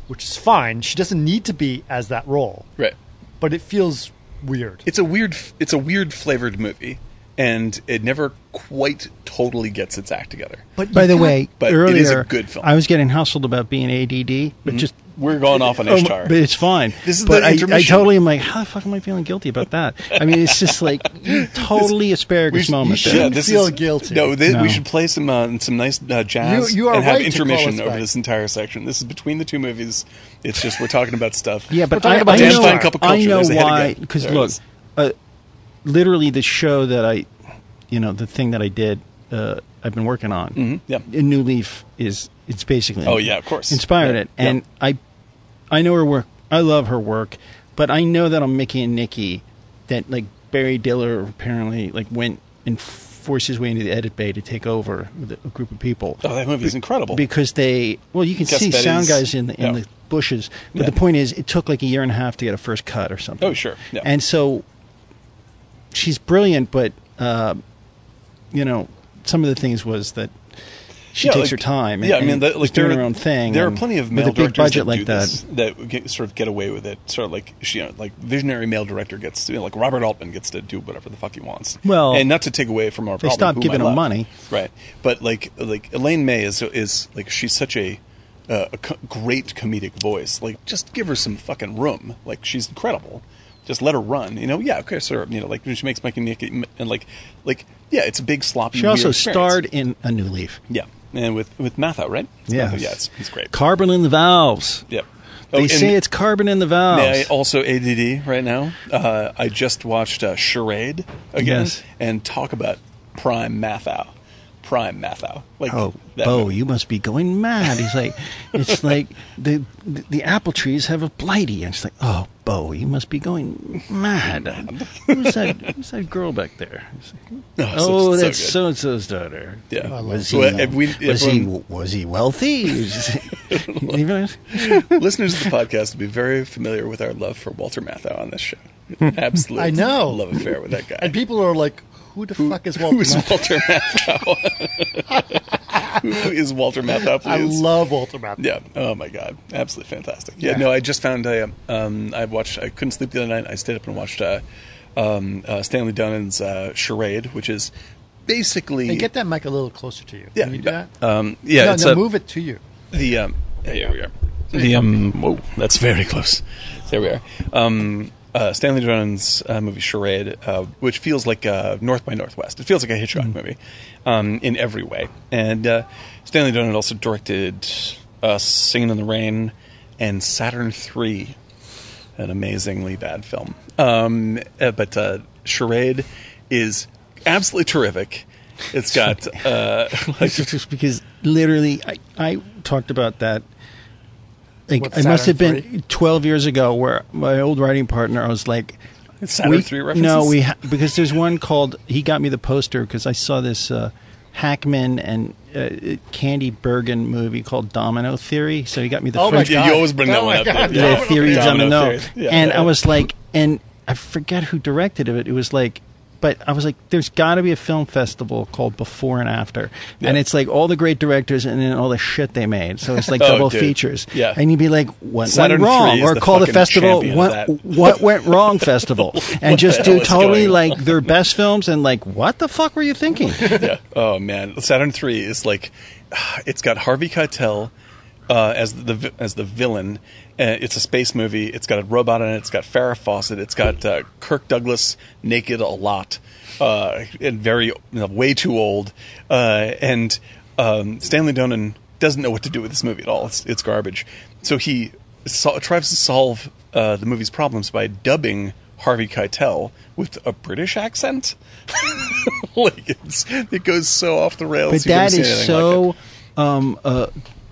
A: which is fine. She doesn't need to be as that role.
E: right.
A: but it feels weird.
E: It's a weird. f- It's a weird flavored movie, and it never quite totally gets its act together.
A: but
F: By
A: you
F: the
A: got-
F: way,
E: But
F: earlier
E: it is a good film. Mm-hmm.
F: I was getting hustled about being ADD, but just
E: We're going off on
F: Oh,
E: Ishtar.
F: but it's fine.
E: This is
F: but
E: the
F: I, I
E: intermission.
F: totally am like, how the fuck am I feeling guilty about that? I mean, it's just like totally asparagus
E: sh-
F: moment.
E: you
F: there.
A: shouldn't feel guilty.
E: No, thi-
F: No.
E: we should play some uh, some nice uh, jazz
A: You- you are
E: and have
A: right to call
E: intermission
A: us
E: over
A: back.
E: this entire section. This is between the two movies. It's just we're talking about stuff.
F: Yeah, but
A: talking
F: I,
A: about
F: I
A: Dan
F: know,
A: Stein
E: Cup of
F: I
E: Culture.
F: know
E: There's a head
F: why.
E: again.
F: Because
E: There it
F: look,
E: is.
F: uh, literally the show that I, you know, the thing that I did, uh, I've been working on.
E: Hmm? yeah.
F: A New Leaf is it's basically.
E: Oh, yeah, of course.
F: Inspired
E: Yeah,
F: it, and I, I know her work. I love her work, but I know that on Mickey and Nikki, that like Barry Diller apparently like went and forced his way into the edit bay to take over with a group of people
E: Oh, that movie is incredible.
F: because they well you can
E: Gus
F: see
E: Betty's-
F: sound guys in the, in
E: yeah.
F: the bushes but the point is it took like a year and a half to get a first cut or something
E: Oh, sure. Yeah.
F: and so she's brilliant but uh, you know some of the things was that she takes her time. And,
E: yeah, I mean,
F: and
E: that, like
F: is doing
E: there-
F: her own thing.
E: There are
F: and
E: plenty of
F: with
E: male
F: a big
E: directors
F: budget
E: that
F: like
E: do
F: that.
E: this, that would get, sort of get away with it. Sort of like you know, like visionary male director gets, you know, like Robert Altman gets to do whatever the fuck he wants.
F: Well,
E: and not to take away from Robert.
F: they
E: Altman,
F: stopped
E: whom
F: giving
E: I love.
F: him money.
E: right? But like, like Elaine May is is like she's such a. Uh, a co- great comedic voice. Like, just give her some fucking room. Like, she's incredible. Just let her run. You know, yeah, okay, sir. You know, like she makes Mike and Nicky, and like, like, yeah, it's a big sloppy.
F: She also
E: weird experience.
F: starred in A New Leaf.
E: Yeah, and with with Matha, right? It's
F: Yeah.
E: Matha, yeah, it's, he's great.
F: Carbon in the valves.
E: yep. Oh,
F: They
E: and
F: say it's carbon in the
E: may I
F: valves.
E: also ADD right now. Uh, I just watched uh, Charade again,
F: Yes.
E: and talk about Prime Matha, Prime Matha. Like
F: Oh,
E: that
F: Bo,
E: movie.
F: you must be going mad. He's like, it's like the the apple trees have a blighty. And it's like, oh, Bo, you must be going mad. who's that? Who's that girl back there? It's like,
E: Oh, so- so
F: oh, that's
E: good.
F: so and so's daughter.
E: Yeah. Oh, I love
F: was
E: it.
F: he?
E: Well, if we-
F: was
E: if
F: he?
E: we-
F: Was he wealthy? Even-
E: Listeners to the podcast will be very familiar with our love for Walter Matthau on this show. Absolutely,
A: I know.
E: love affair with that guy.
A: And people are like, who the fuck is Walter?
E: Who is
A: Matthau?
E: Walter Matthau? Who is Walter Matthau? Please?
A: I love Walter Matthau.
E: Yeah. Oh my God. Absolutely fantastic. Yeah. No, I just found I um I watched I couldn't sleep the other night. I stayed up and watched uh, um uh, Stanley Donen's uh, Charade, which is basically
A: Hey, get that mic a little closer to you.
E: yeah
A: Can you do that?
E: um yeah
A: no,
E: it's
A: no,
E: a,
A: move it to you.
E: the um yeah, here we are the um whoa that's very close there we are um uh, Stanley Donen's uh, movie Charade, uh, which feels like uh, North by Northwest. It feels like a Hitchcock movie um, in every way. And uh, Stanley Donen also directed uh, Singing in the Rain and Saturn Three, an amazingly bad film. Um, uh, but uh, Charade is absolutely terrific. It's got uh, like
F: It's just because literally, I, I talked about that. Like,
A: What,
F: it must have
A: Saturn
F: been 12 years ago where my old writing partner, I was like,
E: Saturn
F: we-
E: Three references.
F: No, we ha- because there's one called, he got me the poster because I saw this uh, Hackman and uh, Candy Bergen movie called Domino Theory. So he got me the
A: Oh my
F: French
E: Yeah,
A: God.
E: you always bring that
A: Oh
E: one
A: my
E: up.
A: God.
E: dude.
F: the theory domino,
E: theory. Yeah,
F: and
E: yeah.
F: I was like, and I forget who directed it. It was like, but I was like, there's got to be a film festival called Before and After,
E: Yeah.
F: and it's like all the great directors and then all the shit they made. So it's like
E: Oh,
F: double
E: dude.
F: features.
E: Yeah.
F: and you'd be like, what
E: Saturn
F: went wrong,
E: III is
F: or
E: the
F: call the
E: fucking
F: festival
E: champion of
F: what
E: that.
F: what went wrong festival, and just
E: the
F: do
E: hell is
F: totally
E: going
F: like their best films and like what the fuck were you thinking?
E: yeah. Oh man, Saturn Three is like, it's got Harvey Keitel uh, as the vi- as the villain. Uh, it's a space movie. It's got a robot in it. It's got Farrah Fawcett. It's got uh, Kirk Douglas naked a lot, uh, and very you know, way too old. Uh, and um, Stanley Donen doesn't know what to do with this movie at all. It's it's garbage. So he so- tries to solve uh, the movie's problems by dubbing Harvey Keitel with a British accent. like it's, it goes so off the rails.
F: But
E: You've never
F: that
E: seen
F: is
E: anything like it.
F: so um, uh,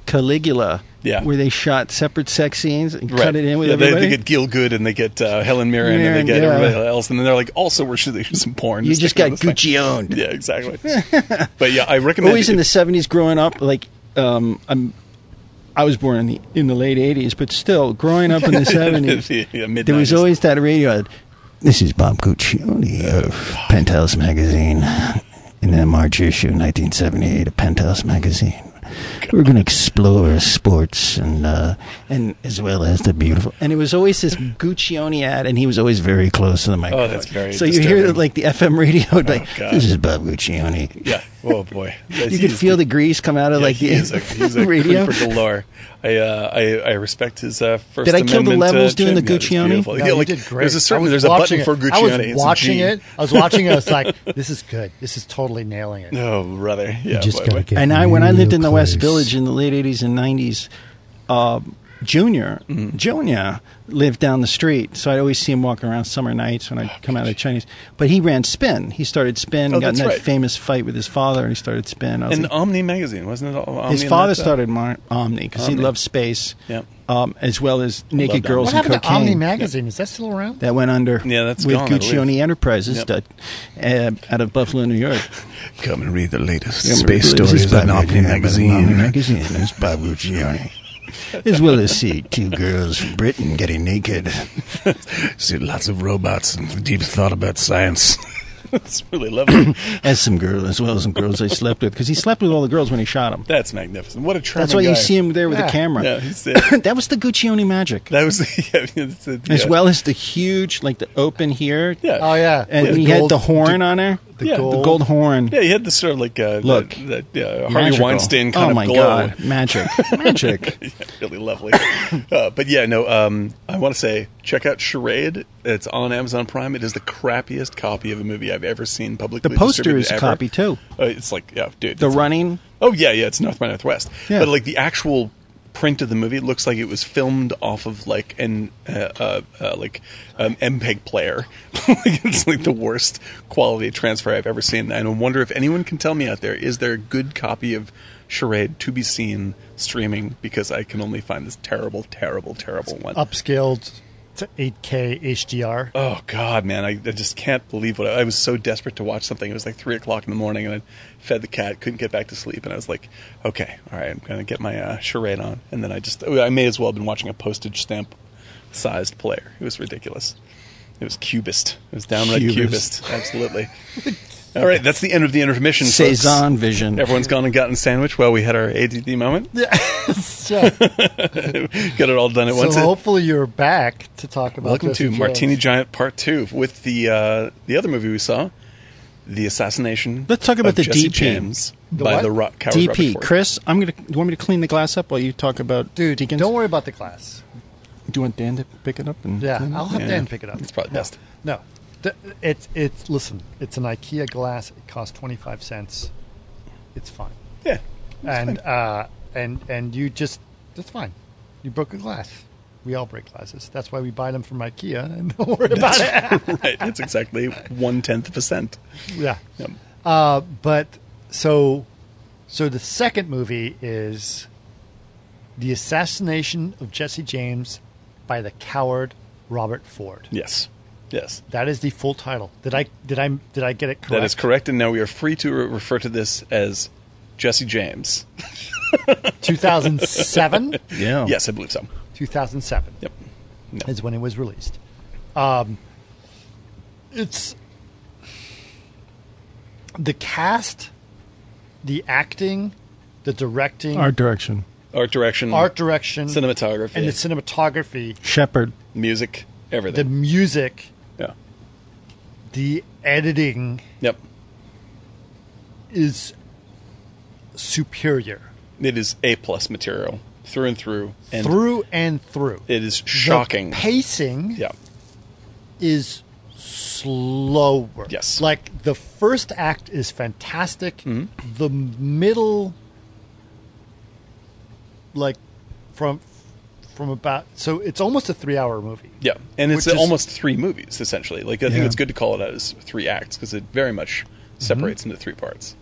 F: Caligula.
E: Yeah.
F: Where they shot separate sex scenes and
E: Right.
F: cut it in with
E: yeah, they,
F: everybody.
E: they get Gil Good and they get uh, Helen Mirren and
F: Mirren,
E: they get
F: yeah.
E: everybody else, and then they're like, also we're shooting some porn.
F: you
E: to
F: just
E: stick
F: got
E: with this thing.
F: Gucci owned.
E: Yeah, exactly. but yeah, I recommend.
F: Always in
E: it.
F: the seventies, growing up, like um, I'm, I was born in the in the late eighties, but still growing up in the seventies,
E: Yeah, yeah, mid-
F: there was
E: 90s.
F: always that radio. ad, This is Bob Guccione of Penthouse Magazine in the March issue, nineteen seventy eight of Penthouse Magazine. We're going to explore sports and uh, and as well as the beautiful. And it was always this Guccione ad, and he was always very close to the microphone.
E: Oh, that's very
F: So you hear
E: disturbing. Oh,
F: like the FM radio, like
E: God.
F: this is Bob Guccione.
E: Yeah. Oh boy.
F: You could feel the grease come out of like the
E: he's a, he's a
F: radio.
E: creeper galore. I, uh, I I respect his uh, first.
F: Did I kill the
E: Amendment,
F: levels
E: uh,
F: doing the
E: champion. It's
F: Guccione?
E: beautiful.
A: No,
E: yeah,
A: you
E: like,
A: did great.
E: There's a
A: I
E: certain
A: was
E: there's a
A: watching
E: button
A: it.
E: for Guccione.
A: I
E: It's a
A: was watching
E: G.
A: it. I was watching it. I was like, this is good. This is totally nailing it.
E: Oh brother. Yeah.
A: just
E: boy,
A: gotta
E: boy.
A: get-
F: and I, when I lived in the West
A: Close.
F: Village in the late '80s and '90s, um Junior,
E: Mm-hmm.
F: Junior lived down the street, so I'd always see him walking around summer nights when I'd come out of the Chinese. But he ran spin. He started spin.
E: Oh,
F: got in
E: that's
F: that
E: right.
F: famous fight with his father, and he started spin. I was
E: And
F: like-
E: Omni magazine wasn't it? all- Omni
F: his
E: and
F: father
E: that, uh,
F: started Mar- Omni because he
E: Omni.
F: loved space,
E: Yep.
F: um, as well as naked
E: loved
F: girls
A: What
F: and
A: happened to
F: cocaine.
A: Omni Magazine? Is that still around?
F: that went under
E: Yeah, that's
F: with
E: gone, I believe.
F: Guccione Enterprises
E: Yep.
F: that, uh, out of Buffalo, New York.
E: Come and read the latest
F: This is Bob Guccione, Omni
E: magazine.
F: Magazine. It's Bob Guccione. As well as see two girls from Britain getting naked.
E: See lots of robots and deep thought about science. It's really lovely.
F: as some girl as well as some girls I slept with because he slept with all the girls when he shot them.
E: That's magnificent. What a charming.
F: That's why you
E: guy.
F: see him there with
A: Yeah.
F: the camera.
E: Yeah, he's, uh,
F: that was the Guccione magic,
E: that was yeah, it's, uh,
F: as
E: yeah.
F: well as the huge like the open here.
E: Yeah.
A: Oh yeah,
F: and
A: With
F: he had
A: gold-
F: the horn on there.
A: The
E: Yeah, the
A: gold.
F: The gold horn.
E: Yeah, he had this sort of like uh,
F: Look.
E: that, that yeah, Harvey
F: Magical.
E: Weinstein kind
F: oh
E: of
F: my
E: glow.
F: god, magic, magic.
E: Yeah, really lovely. uh, but yeah, no, um, I want to say check out Charade. It's on Amazon Prime. It is the crappiest copy of a movie I've ever seen
F: The
E: publicly.
F: poster
E: distributed
F: is a
E: ever.
F: copy too.
E: Uh, it's like yeah, dude.
F: The
E: it's-
F: running.
E: Oh yeah, yeah. It's North by Northwest.
F: Yeah.
E: But like the actual print of the movie, it looks like it was filmed off of like an uh, uh, uh, like an MPEG E player. like it's like the worst quality transfer I've ever seen. And I wonder if anyone can tell me out there is there a good copy of Charade to be seen streaming because I can only find this terrible, terrible, terrible one.
A: upscaled to 8K HDR.
E: Oh God, man! I, I just can't believe what I, I was so desperate to watch something. It was like three o'clock in the morning, and I fed the cat, couldn't get back to sleep, and I was like, "Okay, all right, I'm gonna get my uh, charade on." And then I just—I may as well have been watching a postage stamp-sized player. It was ridiculous. It was cubist. It was downright
F: Cubist.
E: cubist. Absolutely. all right, that's the end of the intermission. folks.
F: Cezanne vision.
E: Everyone's gone and gotten sandwich while we had our ADD moment.
A: So,
E: Got it all done at
A: so
E: once.
A: hopefully you're back to talk about.
E: Welcome
A: Jesse
E: to
A: James.
E: Martini Giant Part Two with the uh, the other movie we saw, the assassination.
F: Let's talk about
E: of
F: the
E: Jesse
F: DP.
E: James
A: The
E: by
A: what?
E: the Rock Coward
F: DP,
E: Rutherford.
F: Chris, I'm gonna. You want me to clean the glass up while you talk about
A: dude.
F: Deacons?
A: Don't worry about the glass.
F: Do you want Dan to pick it up? And
A: Yeah,
F: clean it?
A: I'll have
E: Yeah.
A: Dan pick it up.
E: It's probably
A: No,
E: best.
A: No, Th- it's it's listen. It's an IKEA glass. It costs twenty five cents. It's fine.
E: Yeah,
A: and uh, and and you just that's fine. You broke a glass. We all break glasses. That's why we buy them from IKEA and don't worry about it.
E: right. That's exactly one tenth of a cent.
A: yeah.
E: Yep.
A: Uh, but so so the second movie is the assassination of Jesse James by the coward Robert Ford.
E: Yes, yes,
A: That is the full title. Did I did I did I get it correct?
E: that is correct. And now we are free to re- refer to this as Jesse James.
A: 2007?
F: Yeah.
E: Yes, I believe so.
A: 2007.
E: Yep. No.
A: is when it was released. Um, it's the cast, the acting, the directing,
F: Our direction.
E: Art direction,
A: art direction,
E: cinematography,
A: and the cinematography,
F: Shepherd.
E: music,
A: the
E: everything.
A: music,
E: yeah.
A: the editing
E: Yep.
A: is superior
E: It is A plus material through and through. And
A: through and through.
E: It is shocking.
A: The pacing
E: yeah.
A: is slower.
E: Yes.
A: Like the first act is fantastic.
E: Mm-hmm.
A: The middle like from from about so it's almost a 3-hour movie.
E: Yeah, and it's
A: Which is-
E: almost three movies essentially. Like I think
F: Yeah.
E: it's good to call it out as three acts because it very much separates into three parts.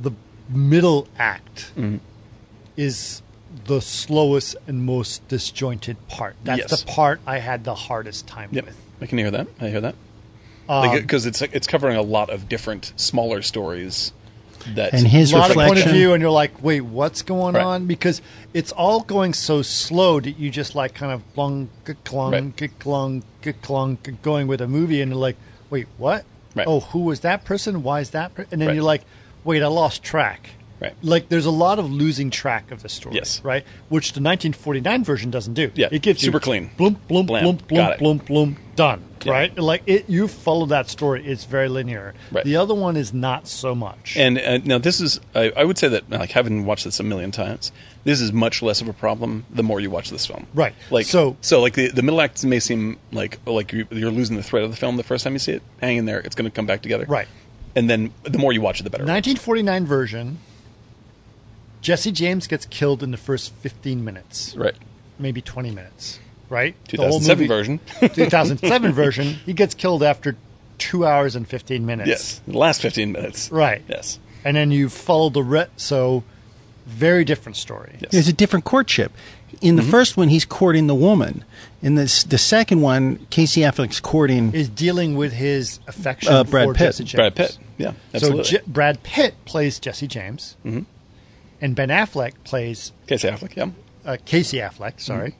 A: The middle act
E: Mm-hmm.
A: is the slowest and most disjointed part. That's
E: Yes.
A: the part I had the hardest time
E: Yep,
A: with.
E: I can hear that. I hear that
A: Um,
E: because it's it's covering a lot of different smaller stories. That
F: And his
A: a lot of point of
F: reflection.
A: view, and you're like, wait, what's going
E: Right.
A: on? Because it's all going so slow that you just like kind of glung, glung,
E: Right.
A: glung, glung, going with a movie, and you're like, wait, what?
E: Right.
A: Oh, who was that person? Why is that? Per-? And then
E: Right.
A: you're like, wait, I lost track.
E: Right.
A: Like, there's a lot of losing track of the story.
E: Yes.
A: Right. Which the 1949 version doesn't do.
E: Yeah,
A: It gives
E: super
A: you
E: clean.
A: Bloom, bloom,
E: Blam.
A: bloom, bloom,
E: Got it.
A: bloom, bloom. Done.
E: Yeah.
A: Right. Like it, you follow that story. It's very linear.
E: Right.
A: The other one is not so much.
E: And uh, now this is, I, I would say that like having watched this a million times, this is much less of a problem the more you watch this film.
A: Right.
E: Like
A: So-
E: so, so like the, the middle act may seem like like you- you're losing the thread of the film the first time you see it. Hang in there, it's going to come back together.
A: Right.
E: And then the more you watch it, the better.
A: 1949 version, Jesse James gets killed in the first 15 minutes,
E: Right.
A: maybe 20 minutes, right? The whole
E: 2007
A: movie-
E: version.
A: 2007 version, he gets killed after two hours and 15 minutes.
E: Yes, the last fifteen minutes.
A: Right.
E: Yes.
A: And then you follow the re- so very different story.
E: Yes. Mm-hmm.
F: There's a different courtship. In the first one, he's courting the woman. In this, the second one, Casey Affleck's courting.
A: Is dealing with his affection
F: Uh, Brad
A: for
F: Pitt.
A: Jesse James.
E: Brad Pitt. Yeah. Absolutely. Mm-hmm.
A: So J- Brad Pitt plays Jesse James, and Ben Affleck plays
E: Casey Affleck. Yeah.
A: uh, Casey Affleck. Sorry.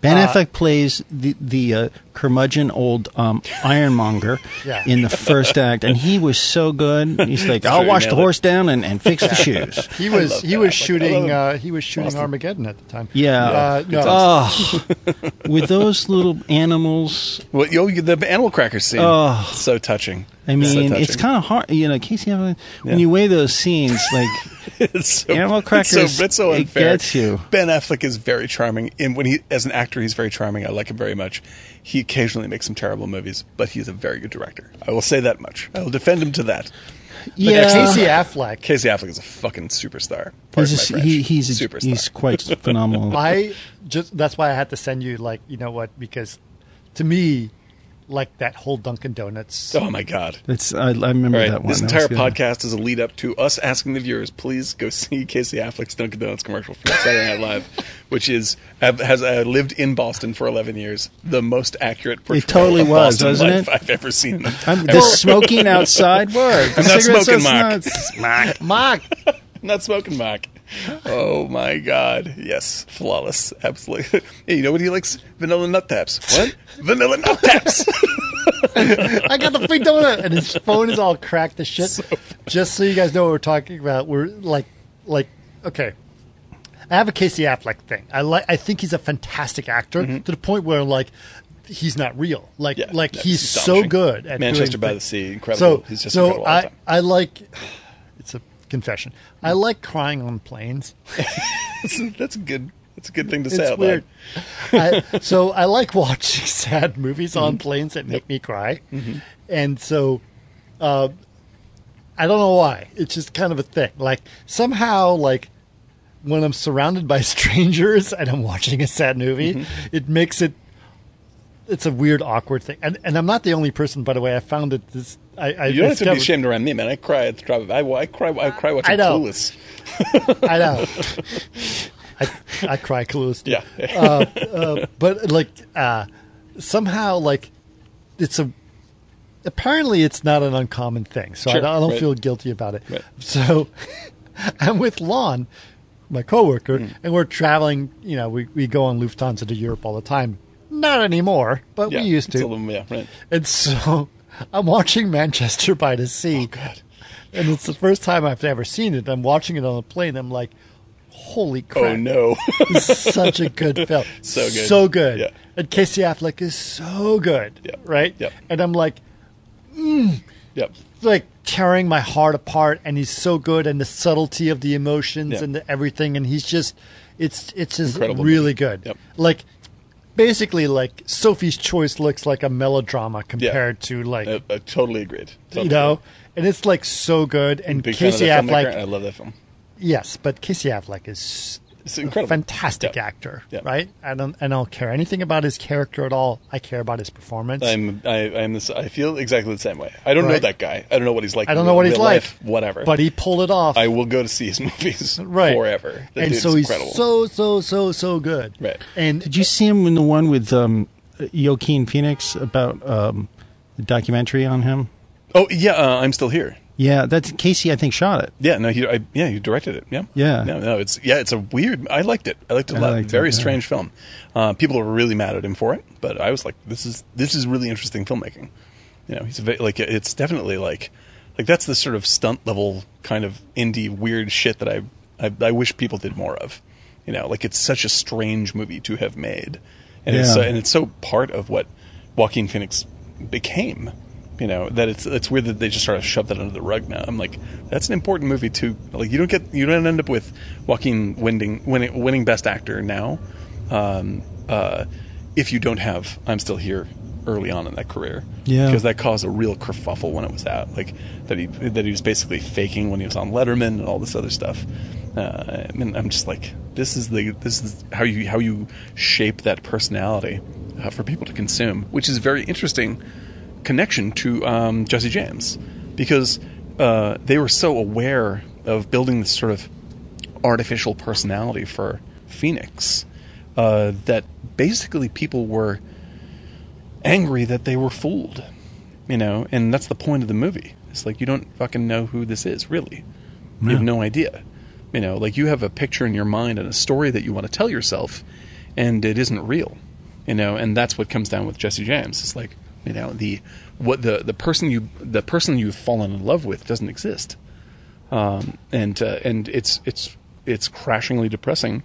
F: Ben Affleck plays the the uh, curmudgeon old um, ironmonger
A: Yeah.
F: in the first act, and he was so good. He's like, I'll
E: Sure,
F: wash
E: nailed
F: the
E: it.
F: horse down and, and fix the shoes.
A: He was he was shooting
E: I
A: uh, he was shooting Armageddon at the time.
F: Yeah.
A: Uh, no.
F: Oh, with those little animals,
E: Well, yo, the animal cracker scene.
F: Oh.
E: so touching.
F: I
E: So
F: mean,
E: touching.
F: it's kind of hard, you know. Casey, Affleck, when
E: Yeah.
F: you weigh those scenes, like
E: it's so,
F: Animal
E: it's so-
F: Crackers,
E: It's so,
F: it
E: unfair.
F: gets you.
E: Ben Affleck is very charming, and when he as an actor, he's very charming. I like him very much. He occasionally makes some terrible movies, but he's a very good director. I will say that much. I will defend him to that.
F: Oh, yeah,
A: Casey Affleck.
E: Casey Affleck is a fucking superstar. Pardon
F: he's,
E: my
F: a, he,
E: French.
F: he's, a,
E: superstar.
F: he's quite phenomenal.
A: I just that's why I had to send you like you know what because to me like that whole Dunkin' Donuts.
E: oh my god.
F: That's I, I remember
E: All right,
F: that one.
E: this
F: That
E: entire
F: was good.
E: podcast is a lead up to us asking the viewers, please go see Casey Affleck's Dunkin' Donuts commercial for Saturday Night Live, which is have- has uh, lived in Boston for 11 years. The most accurate portrayal
F: totally
E: of
F: was,
E: Boston
F: wasn't
E: life
F: it?
E: I've ever seen.
F: I'm, the smoking outside. Word.
E: I'm not smoking, Mark.
F: Mark. Mark.
E: Not smoking, Mark. Oh my God! Yes, flawless, absolutely. Hey, you know what he likes? Vanilla nut taps. What? Vanilla nut taps.
A: I got the free donut, and his phone is all cracked to shit. Just so you guys know what we're talking about, we're like, like, okay. I have a Casey Affleck thing. I like. I think he's a fantastic actor to the point where like he's not real. Like,
E: Mm-hmm. Yeah,
A: like
E: no,
A: he's
E: he's
A: so
E: astonishing.
A: good at
E: Manchester
A: doing
E: by the
A: things.
E: Sea, incredible.
A: So,
E: He's just
A: so
E: incredible all the
A: I,
E: time. Hmm.
A: I like. It's a confession. I like crying on planes.
E: that's, that's a good. That's a good thing to say.
A: It's
E: out loud.
A: weird. I, so I like watching sad movies
E: Mm-hmm.
A: on planes that make me cry, and so uh, I don't know why. It's just kind of a thing. Like somehow, like when I'm surrounded by strangers and I'm watching a sad movie,
E: Mm-hmm.
A: it makes it. It's a weird, awkward thing, and and I'm not the only person, by the way. I found that this. I, I
E: You don't have to be
A: discovered-
E: ashamed around me, man. I cry at the drop of. I, I cry. I cry watching
A: I know.
E: Clueless.
A: I know. I, I cry clueless.
E: Yeah,
A: Uh, but like uh, somehow like it's a apparently it's not an uncommon thing so I
E: Sure,
A: don't, I don't
E: right.
A: feel guilty about it
E: Right.
A: so i'm with lon my coworker
E: Mm.
A: and we're traveling you know we, we go on lufthansa to europe all the time not anymore but
E: yeah.
A: we used
E: It's a
A: to
E: little- yeah, right.
A: and so i'm watching manchester by the
E: Oh,
A: sea and it's the first time i've ever seen it i'm watching it on a plane i'm like holy crap
E: Oh no.
A: is such a good film.
E: So good.
A: So good.
E: Yeah.
A: And Casey Affleck is so good.
E: Yeah.
A: Right?
E: Yeah.
A: And I'm like,
E: yep.
A: like tearing my heart apart and he's so good and the subtlety of the emotions
E: Yeah.
A: and the everything and he's just it's it's just
E: Incredible
A: really
E: movie.
A: good.
E: Yep.
A: Like basically like Sophie's Choice looks like a melodrama compared to like
E: I, I totally agreed. Totally
A: you know and it's like so good and
E: Big
A: Casey
E: fan of that filmmaker,
A: Affleck
E: and I love that film.
A: yes, but Casey Affleck is
E: It's incredible.
A: a fantastic
E: Yeah.
A: actor,
E: Yeah.
A: right? I don't, I don't care anything about his character at all. I care about his performance.
E: I'm. I, I'm. This. I feel exactly the same way. I don't know
A: Right.
E: that guy. I don't know what he's like.
A: I
E: in
A: don't know
E: real-
A: what he's
E: real
A: like,
E: life, whatever.
A: but he pulled it off,
E: I will go to see his movies
A: right?
E: forever. The
A: and
E: dude's
A: so he's
E: incredible.
A: so so so so good,
E: Right.
A: And
F: Did you see him in the one with um, Joaquin Phoenix about um, the documentary on him?
E: oh yeah, uh, I'm still here.
F: Yeah, that's Casey. I think shot it.
E: Yeah, no, he, I, yeah, you directed it. Yeah,
F: Yeah.
E: no, no, it's yeah, it's a weird. I liked it. I liked it a
F: I
E: lot.
F: liked it,
E: Very
F: yeah.
E: strange film. Uh, people were really mad at him for it, but I was like, this is this is really interesting filmmaking. You know, he's a, ve- like it's definitely like like that's the sort of stunt level kind of indie weird shit that I I, I wish people did more of. You know, like it's such a strange movie to have made, and it's
F: Yeah.
E: so, and it's so part of what Joaquin Phoenix became. You know that it's it's weird that they just sort of shove that under the rug now. I'm like, that's an important movie too. Like you don't get you don't end up with Joaquin winning winning, winning Best Actor now, um, uh, if you don't have I'm Still Here early on in that career.
F: Yeah.
E: because that caused a real kerfuffle when it was out. Like that he that he was basically faking when he was on Letterman and all this other stuff. Uh, and I'm just like, this is the this is how you how you shape that personality uh, for people to consume, which is very interesting connection to um, Jesse James because uh, they were so aware of building this sort of artificial personality for Phoenix uh, that basically people were angry that they were fooled, you know, and that's the point of the movie. It's like you don't fucking know who this is, really. You have no idea. You know, like you have a picture in your mind and a story that you want to tell yourself, and it isn't real. you know, and that's what comes down with Jesse James. It's like you know the what the the person you the person you've fallen in love with doesn't exist, um, and uh, and it's it's it's crashingly depressing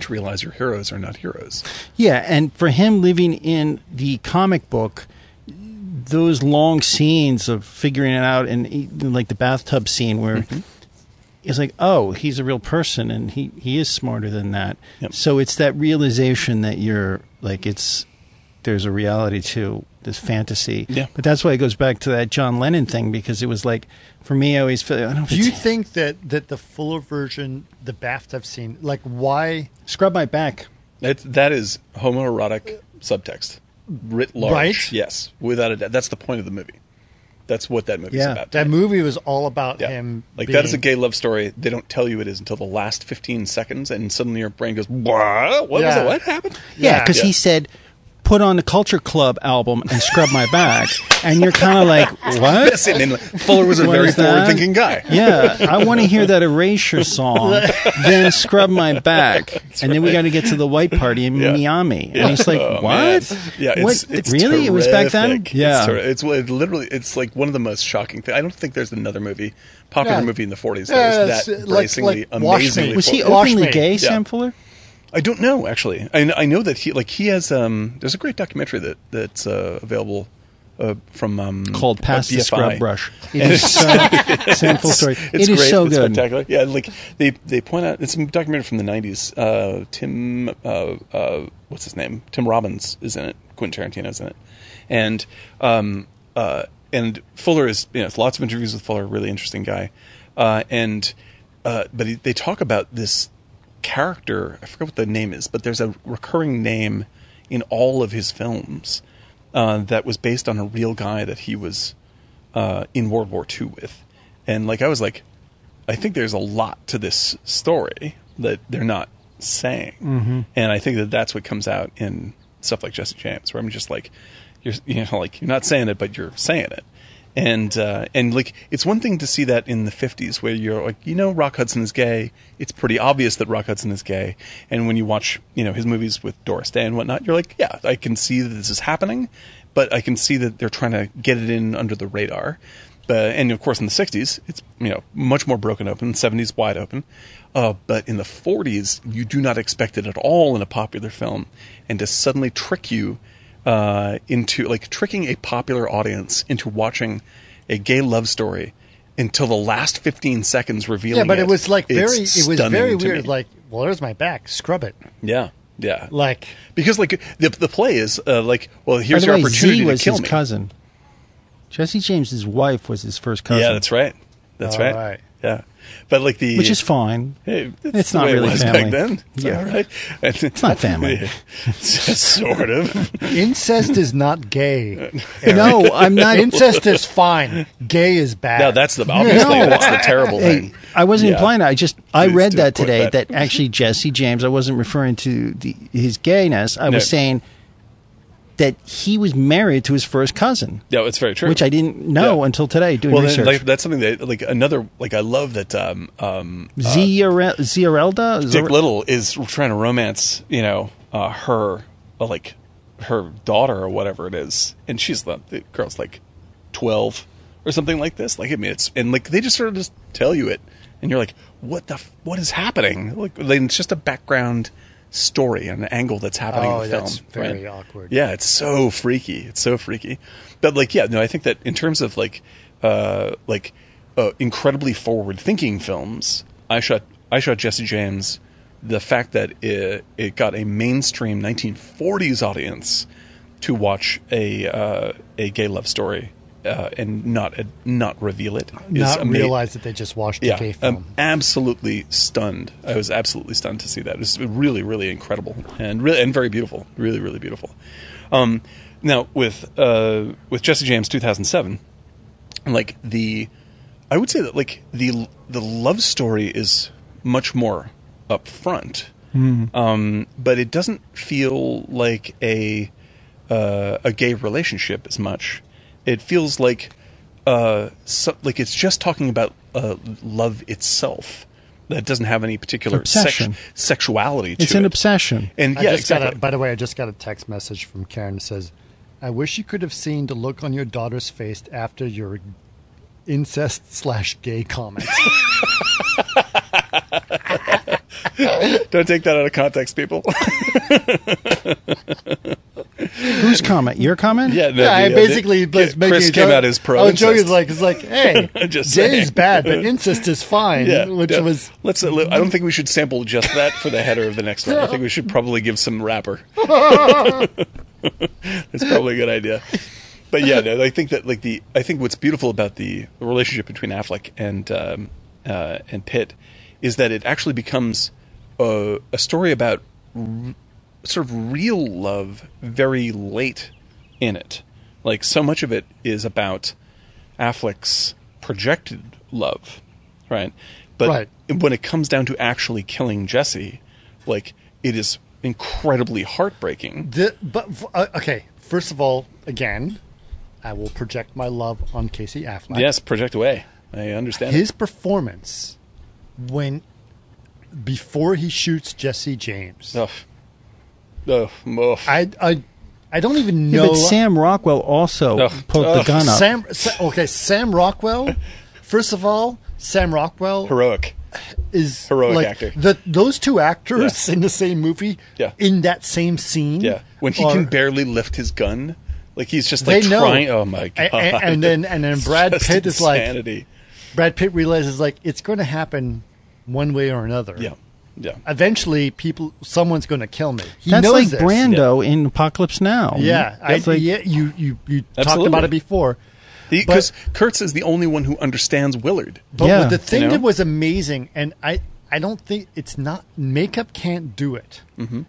E: to realize your heroes are not heroes.
F: Yeah, and for him living in the comic book, those long scenes of figuring it out, and he- like the bathtub scene where
E: Mm-hmm.
F: it's like, oh, he's a real person, and he he is smarter than that.
E: Yep.
F: So it's that realization that you're like it's there's a reality to this fantasy.
E: Yeah.
F: but that's why it goes back to that John Lennon thing because it was like for me, I always feel I don't
A: Do you think that that the fuller version, the bathtub scene, like why?
F: scrub my back.
E: It's, that is homoerotic subtext writ large.
A: Right?
E: Yes, without a doubt. That's the point of the movie. That's what that movie's
F: Yeah,
E: about.
A: That movie was all about
E: Yeah.
A: him.
E: like that is a
A: being-
E: gay love story. They don't tell you it is until the last fifteen seconds, and suddenly your brain goes, "What? What was
A: Yeah.
E: it? What happened?"
F: Yeah,
A: Yeah.
F: because he
E: Yeah.
F: said, "Put on the Culture Club album and scrub my back," and you're kind of like, "What?"
E: That's it. And Fuller was a
F: What
E: very
F: is that?
E: forward-thinking guy.
F: Yeah, I want to hear that Erasure song, then scrub my back, and then we got to get to the white party in
E: Yeah.
F: Miami. And he's like,
E: Oh,
F: "What?
E: man. Yeah, it's,
F: What?
E: it's
F: really? It was back then.
E: terrific.
F: Yeah,
E: it's, terri- it's what- it literally it's like one of the most shocking things. I don't think there's another movie, popular
A: Yeah.
E: movie in the 40s
A: Yeah,
E: that was
A: it's, uh,
E: that
A: like-
E: bracingly,
A: like Watchmen.
E: amazingly.
F: was he
E: forward.
A: Wash
F: openly
A: me.
F: gay,
A: Yeah.
F: Sam Fuller?
E: I don't know actually. I, I know that he like he has um. There's a great documentary that that's uh, available. Uh, from um,
F: Called
E: uh,
F: "Past the
E: BFI.
F: Scrub Brush." It is so, Sam Fuller story.
E: It's
F: it is
E: great.
F: so
E: it's
F: good.
E: spectacular. Yeah, like they they point out it's a documentary from the '90s. Uh, Tim, uh, uh, what's his name? Tim Robbins is in it. Quentin Tarantino's in it, and um, uh, and Fuller is you know lots of interviews with Fuller, really interesting guy, uh, and uh, but he, they talk about this character. I forget what the name is, but there's a recurring name in all of his films uh, that was based on a real guy that he was uh, in World War II with. And like I was like, I think there's a lot to this story that they're not saying, and I think that that's what comes out in stuff like Jesse James, where I'm just like, you're you know like you're not saying it, but you're saying it, and uh, and like it's one thing to see that in the 50s where you're like you know Rock Hudson is gay, it's pretty obvious that Rock Hudson is gay, and when you watch you know his movies with Doris Day and whatnot, you're like yeah I can see that this is happening, but I can see that they're trying to get it in under the radar. But, and of course, in the '60s, it's you know much more broken open. '70s, wide open. Uh, but in the '40s, you do not expect it at all in a popular film, and to suddenly trick you uh, into like tricking a popular audience into watching a gay love story until the last 15 seconds revealing.
A: Yeah, but it
E: it
A: was like very.
E: it's
A: It was
E: stunning
A: very
E: to
A: weird.
E: me.
A: Like, well, there's my back. Scrub it.
E: yeah, yeah,
A: Like,
E: because like the the play is uh, like well
F: By
E: here's
F: the
E: your
F: way,
E: opportunity
F: Z was
E: to kill
F: his
E: me.
F: cousin. Jesse James's wife was his first cousin.
E: Yeah, that's right. That's
A: All
E: right.
A: right.
E: Yeah, but like the
F: Which is fine.
E: Hey, that's
F: It's
E: the
F: not
E: way
F: really
E: it was
F: family.
E: back then. It's
F: Yeah.
E: all right. it's
F: not family.
E: sort of.
A: incest is not gay.
F: No, I'm not.
A: incest is fine. Gay is bad.
E: No, that's the obviously
F: No.
E: that's the terrible
F: Hey,
E: thing.
F: I wasn't
E: Yeah.
F: implying that. I just I
E: Please
F: read
E: do
F: that
E: put
F: today that.
E: that-
F: actually Jesse James. I wasn't referring to the, his gayness. I
E: No.
F: was saying that he was married to his first cousin,
E: No, it's very true.
F: which I didn't know
E: Yeah.
F: until today doing
E: Well, then,
F: research.
E: like, that's something that like another like I love that um um
F: Ziare- Ziarelda,
E: Dick
F: Zor-
E: Little is trying to romance you know uh, her uh, like her daughter or whatever it is, and she's the, the girl's like twelve or something like this. Like I mean, it's and like they just sort of just tell you it, and you're like, what the f- what is happening? Like then it's just a background story and an angle that's happening
A: Oh,
E: in the
A: that's
E: film.
A: very
E: right?
A: awkward.
E: Yeah, it's so freaky. It's so freaky. But like, yeah, no, I think that in terms of like, uh, like, uh, incredibly forward-thinking films, I shot, I shot Jesse James. The fact that it, it got a mainstream 1940s audience to watch a uh, a gay love story uh, and not not reveal it is um,
A: not
E: ama-
A: realize that they just watched a gay film.
E: I'm absolutely stunned. I was absolutely stunned to see that. It was really, really incredible and really and very beautiful. Really, really beautiful. Um, now with uh, with Jesse James 2007, like the, I would say that like the the love story is much more upfront, um, but it doesn't feel like a uh, a gay relationship as much. It feels like uh, so, like it's just talking about uh, love itself that doesn't have any particular
F: Obsession.
E: sex- sexuality to
F: It's an
E: it.
F: obsession.
E: And
A: I
E: yeah,
A: just
E: exactly.
A: got a, by the way, I just got a text message from Karen that says, I wish you could have seen the look on your daughter's face after your incest slash gay comment.
E: Don't take that out of context, people.
F: Whose comment? Your comment?
E: yeah, no,
A: yeah, I
E: the, uh,
A: basically
E: the-
A: was making
E: Chris
A: a
E: came
A: joke.
E: out as pro.
A: I was joking,
E: incest.
A: like it's like, hey,
E: Just
A: gay is
E: saying.
A: bad, but incest is fine,
E: yeah,
A: which
E: yeah.
A: was
E: Let's. uh, I don't think we should sample just that for the header of the next one. I think we should probably give some rapper. That's probably a good idea. But yeah, no, I think that like the I think what's beautiful about the relationship between Affleck and um, uh, and Pitt is that it actually becomes a, a story about r- sort of real love very late in it. Like so much of it is about Affleck's projected love, right? But
A: Right.
E: when it comes down to actually killing Jesse, like it is incredibly heartbreaking.
A: The, but f- uh, okay, first of all, again, I will project my love on Casey Affleck.
E: Yes, project away. I understand.
A: his performance when before he shoots Jesse James.
E: Ugh. Ugh. Ugh.
A: I I I don't even
F: Yeah,
A: know
F: but Sam Rockwell also
E: Ugh.
F: poked the
E: Ugh.
F: gun up.
A: Sam Sa- okay, Sam Rockwell. First of all, Sam Rockwell
E: Heroic.
A: is
E: heroic
A: like,
E: actor.
A: The, those two actors in the same movie,
E: Yeah.
A: in that same scene,
E: Yeah. When he
A: are-
E: can barely lift his gun, like he's just
A: They
E: like
A: know.
E: trying. Oh my god.
A: A- a- and then- and then
E: It's
A: Brad
E: just
A: Pitt is like-
E: insanity.
A: Brad Pitt realizes like it's going to happen one way or another.
E: Yeah. Yeah.
A: eventually people someone's going to kill me. He
F: That's
A: knows
F: like
A: this.
F: Brando in Apocalypse Now.
A: Yeah, I,
F: It's like-
A: yeah, you you you talked
E: Absolutely.
A: about it before. but-
E: Because Kurtz is the only one who understands Willard.
A: But
F: Yeah.
A: the thing
E: You know?
A: that was amazing, and I I don't think it's not makeup can't do it.
E: Mm-hmm.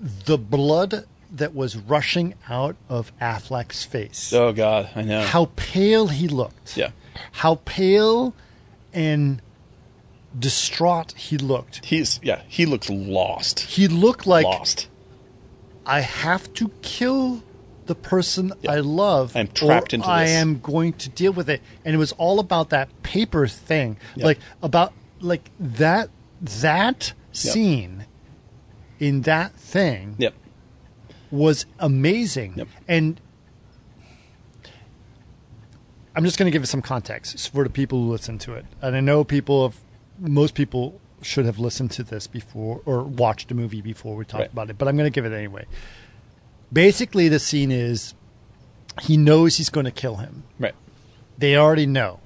A: The blood that was rushing out of Affleck's face,
E: Oh god, I know.
A: how pale he looked.
E: Yeah.
A: how pale and distraught he looked.
E: He's yeah. He looks lost.
A: He looked like
E: lost.
A: I have to kill the person I love.
E: I'm trapped
A: or
E: into
A: I
E: this.
A: am going to deal with it. And it was all about that paper thing,
E: Yeah.
A: like about like that that scene in that thing
E: Yep.
A: was amazing.
E: Yep.
A: And I'm just going to give it some context for the people who listen to it. And I know people have, most people should have listened to this before or watched the movie before we talked
E: Right.
A: about it, but I'm going to give it anyway. Basically, the scene is he knows he's going to kill him.
E: Right.
A: They already know.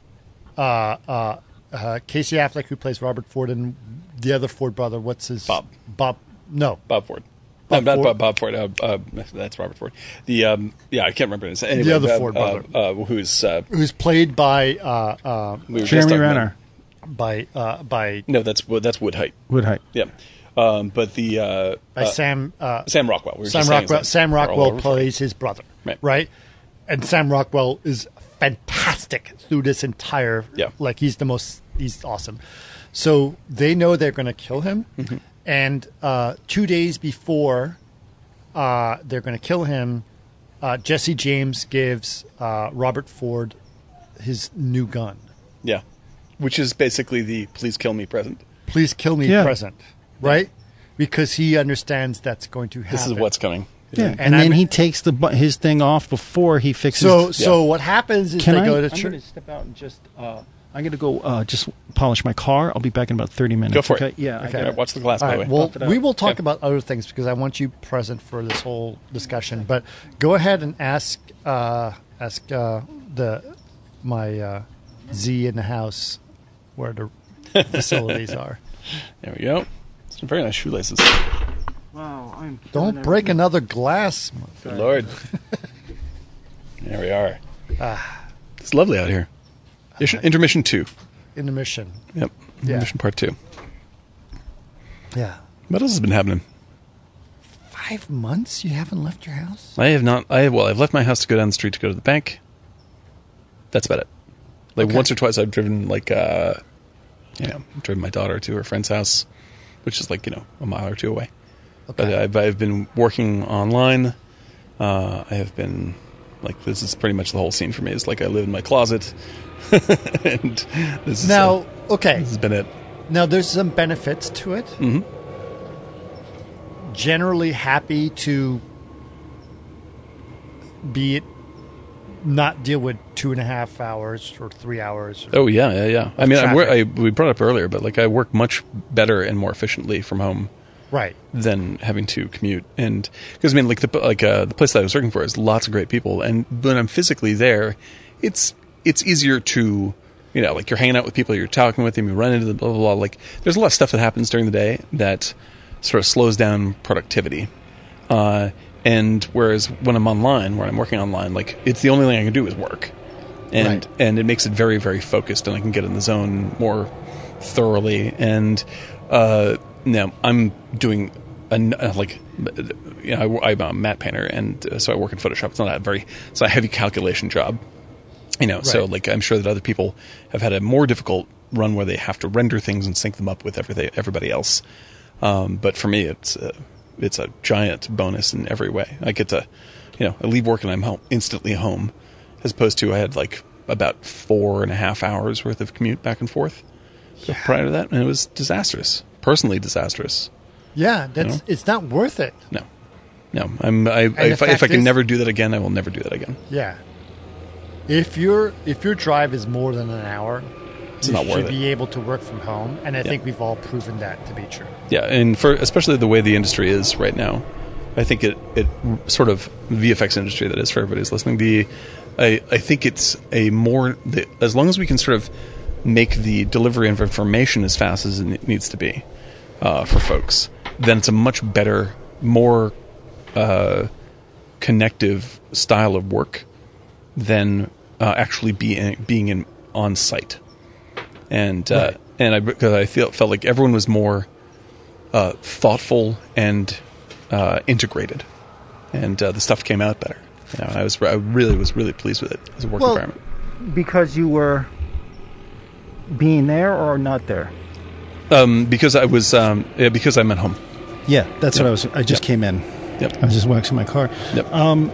A: Uh, uh, uh, Casey Affleck, who plays Robert Ford, and the other Ford brother, what's his
E: Bob.
A: Bob. No,
E: Bob Ford. No, not
A: Ford.
E: Bob, Bob Ford. Uh, uh, that's Robert Ford. The um, yeah, I can't remember his anyway,
A: other
E: uh,
A: Ford brother.
E: uh, uh, who's uh,
A: who's played by uh, uh,
E: we were just
F: Jeremy
E: talking about-
F: Renner,
A: by uh, by
E: No, that's Wo- that's Woodhite.
F: Woodhite.
E: Yeah, um, but the uh,
A: by
E: uh,
A: Sam uh,
E: Sam Rockwell. We were
A: Sam
E: just saying his
A: Rockwell.
E: name.
A: Sam
E: Carl
A: Rockwell
E: Robert.
A: plays his brother,
E: Right.
A: And Sam Rockwell is fantastic through this entire.
E: Yeah.
A: like he's the most. He's awesome. So they know they're going to kill him,
E: Mm-hmm.
A: and uh, two days before uh, they're going to kill him, uh, Jesse James gives uh, Robert Ford his new gun.
E: Yeah, which is basically the please kill me present.
A: Please kill me
F: Yeah.
A: present, right? Because he understands that's going to happen.
E: This is what's coming.
F: Yeah.
A: And
F: And,
A: I'm-
F: then he takes the bu- his thing off before he fixes.
A: So,
F: the-
A: so what happens is
F: Can
A: they
F: I-
A: go to
F: I'm
A: church.
F: gonna step out and just. Uh, I'm gonna go uh, just polish my car. I'll be back in about thirty minutes.
E: Go for
F: okay?
E: it.
F: Yeah. I
E: Okay.
F: gotta-
E: All right, watch the glass.
A: All
E: by the
A: right.
E: way.
A: Well,
F: Pump it up.
A: we will talk about other things because I want you present for this whole discussion. But go ahead and ask uh, ask uh, the my uh, Z in the house where the facilities are.
E: there we go. Some very nice shoelaces.
C: Oh,
A: Don't break another glass.
E: Good lord. there we are. Ah. It's lovely out here. Intermission- Intermission two.
A: Intermission.
E: Yep. Intermission part two.
A: Yeah.
E: What else has been happening?
A: Five months you haven't left your house?
E: I have not. I well, I've left my house to go down the street to go to the bank. That's about it. Like once or twice, I've driven like uh, you know, driven my daughter to her friend's house, which is like you know a mile or two away. But I've, I've been working online. Uh, I have been like this is pretty much the whole scene for me. It's like I live in my closet, and this is uh,
A: Now, okay.
E: this has been it.
A: Now, there's some benefits to it. Mm-hmm. Generally happy to be it, not deal with two and a half hours or three hours.
E: Oh yeah, yeah, yeah. I mean, I, wor- I
A: traffic.
E: we brought up earlier, but like I work much better and more efficiently from home
A: Right.
E: than having to commute. And because I mean, like the like uh, the place that I was working for is lots of great people, and when I'm physically there, it's it's easier to you know like you're hanging out with people, you're talking with them, you run into them, blah blah blah. Like there's a lot of stuff that happens during the day that sort of slows down productivity. Uh, and whereas when I'm online, when I'm working online, like it's the only thing I can do is work, and
A: Right.
E: and it makes it very very focused, and I can get in the zone more thoroughly. And uh, now I'm doing an, uh, like you know I, am a matte painter, and uh, so I work in Photoshop. It's not a very it's not a heavy calculation job, you know. So
A: Right.
E: like I'm sure that other people have had a more difficult run where they have to render things and sync them up with everything everybody else. Um, but for me, it's a, it's a giant bonus in every way. I get to, you know, I leave work and I'm home, instantly home, as opposed to I had like about four and a half hours worth of commute back and forth prior to that, and it was disastrous, personally disastrous.
A: Yeah, that's
E: No.
A: it's not worth it.
E: No, no, I'm I, if,
A: the
E: I, if
A: fact
E: I can
A: is-
E: never do that again, I will never do that again.
A: Yeah. If your if your drive is more than an hour, you
E: not
A: should
E: worth it.
A: be able to work from home, and I think we've all proven that to be true.
E: Yeah, and for especially the way the industry is right now, I think it it sort of VFX industry that is for everybody who's listening. The I I think it's a more the, as long as we can sort of make the delivery of information as fast as it needs to be uh, for folks, then it's a much better, more uh, connective style of work than uh, actually being being in on site. And uh, and I because I feel felt like everyone was more uh, thoughtful and uh, integrated, and uh, the stuff came out better. You know, I was I really was really pleased with it as a work
C: Well-
E: environment.
C: Because you were being there or not there?
E: Um, because I was um, yeah, because I'm at home.
F: Yeah, that's what I was. I just came in. I
E: Yep,
F: was just waxing my car.
E: yep.
F: Um,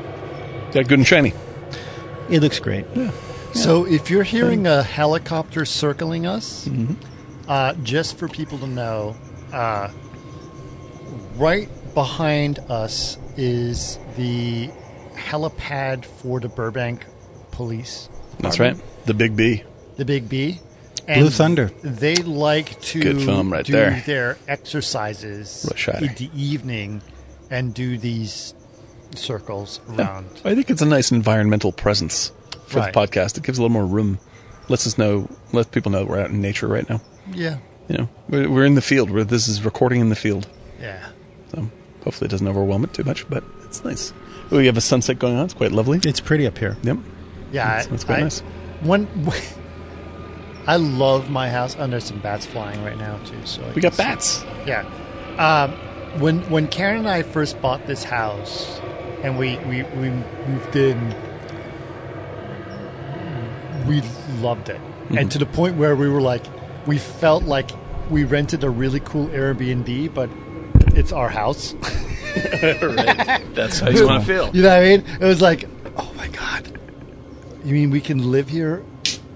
E: yeah, good and shiny.
F: it looks great.
A: So if you're hearing a helicopter circling us,
F: Mm-hmm.
A: uh, just for people to know, uh, right behind us is the helipad for the Burbank police,
E: That's right. The big B.
A: the Big B.
F: Blue Thunder.
A: They like to
E: Good film right
A: do
E: there.
A: their exercises
E: Really shiny.
A: in the evening and do these circles around.
E: I think it's a nice environmental presence for
A: Right.
E: the podcast. It gives a little more room. Lets us know, let people know we're out in nature right now.
A: Yeah.
E: You know, we're, we're in the field. Where this is recording in the field.
A: Yeah.
E: So hopefully it doesn't overwhelm it too much, but it's nice. We have a sunset going on. It's quite lovely.
F: It's pretty up here.
E: Yep.
A: Yeah,
E: That's-
A: I-
E: that's quite
A: I-
E: nice.
A: One, I love my house. Oh, there's some bats flying right now too. So I
E: We got
A: guess-
E: bats.
A: Yeah. Um, when when Karen and I first bought this house, and we we, we moved in, we loved it,
E: Mm-hmm.
A: and to the point where we were like, we felt like we rented a really cool Airbnb, but it's our house.
E: That's how you want to feel.
A: You know what I mean? It was like, oh my god. You mean we can live here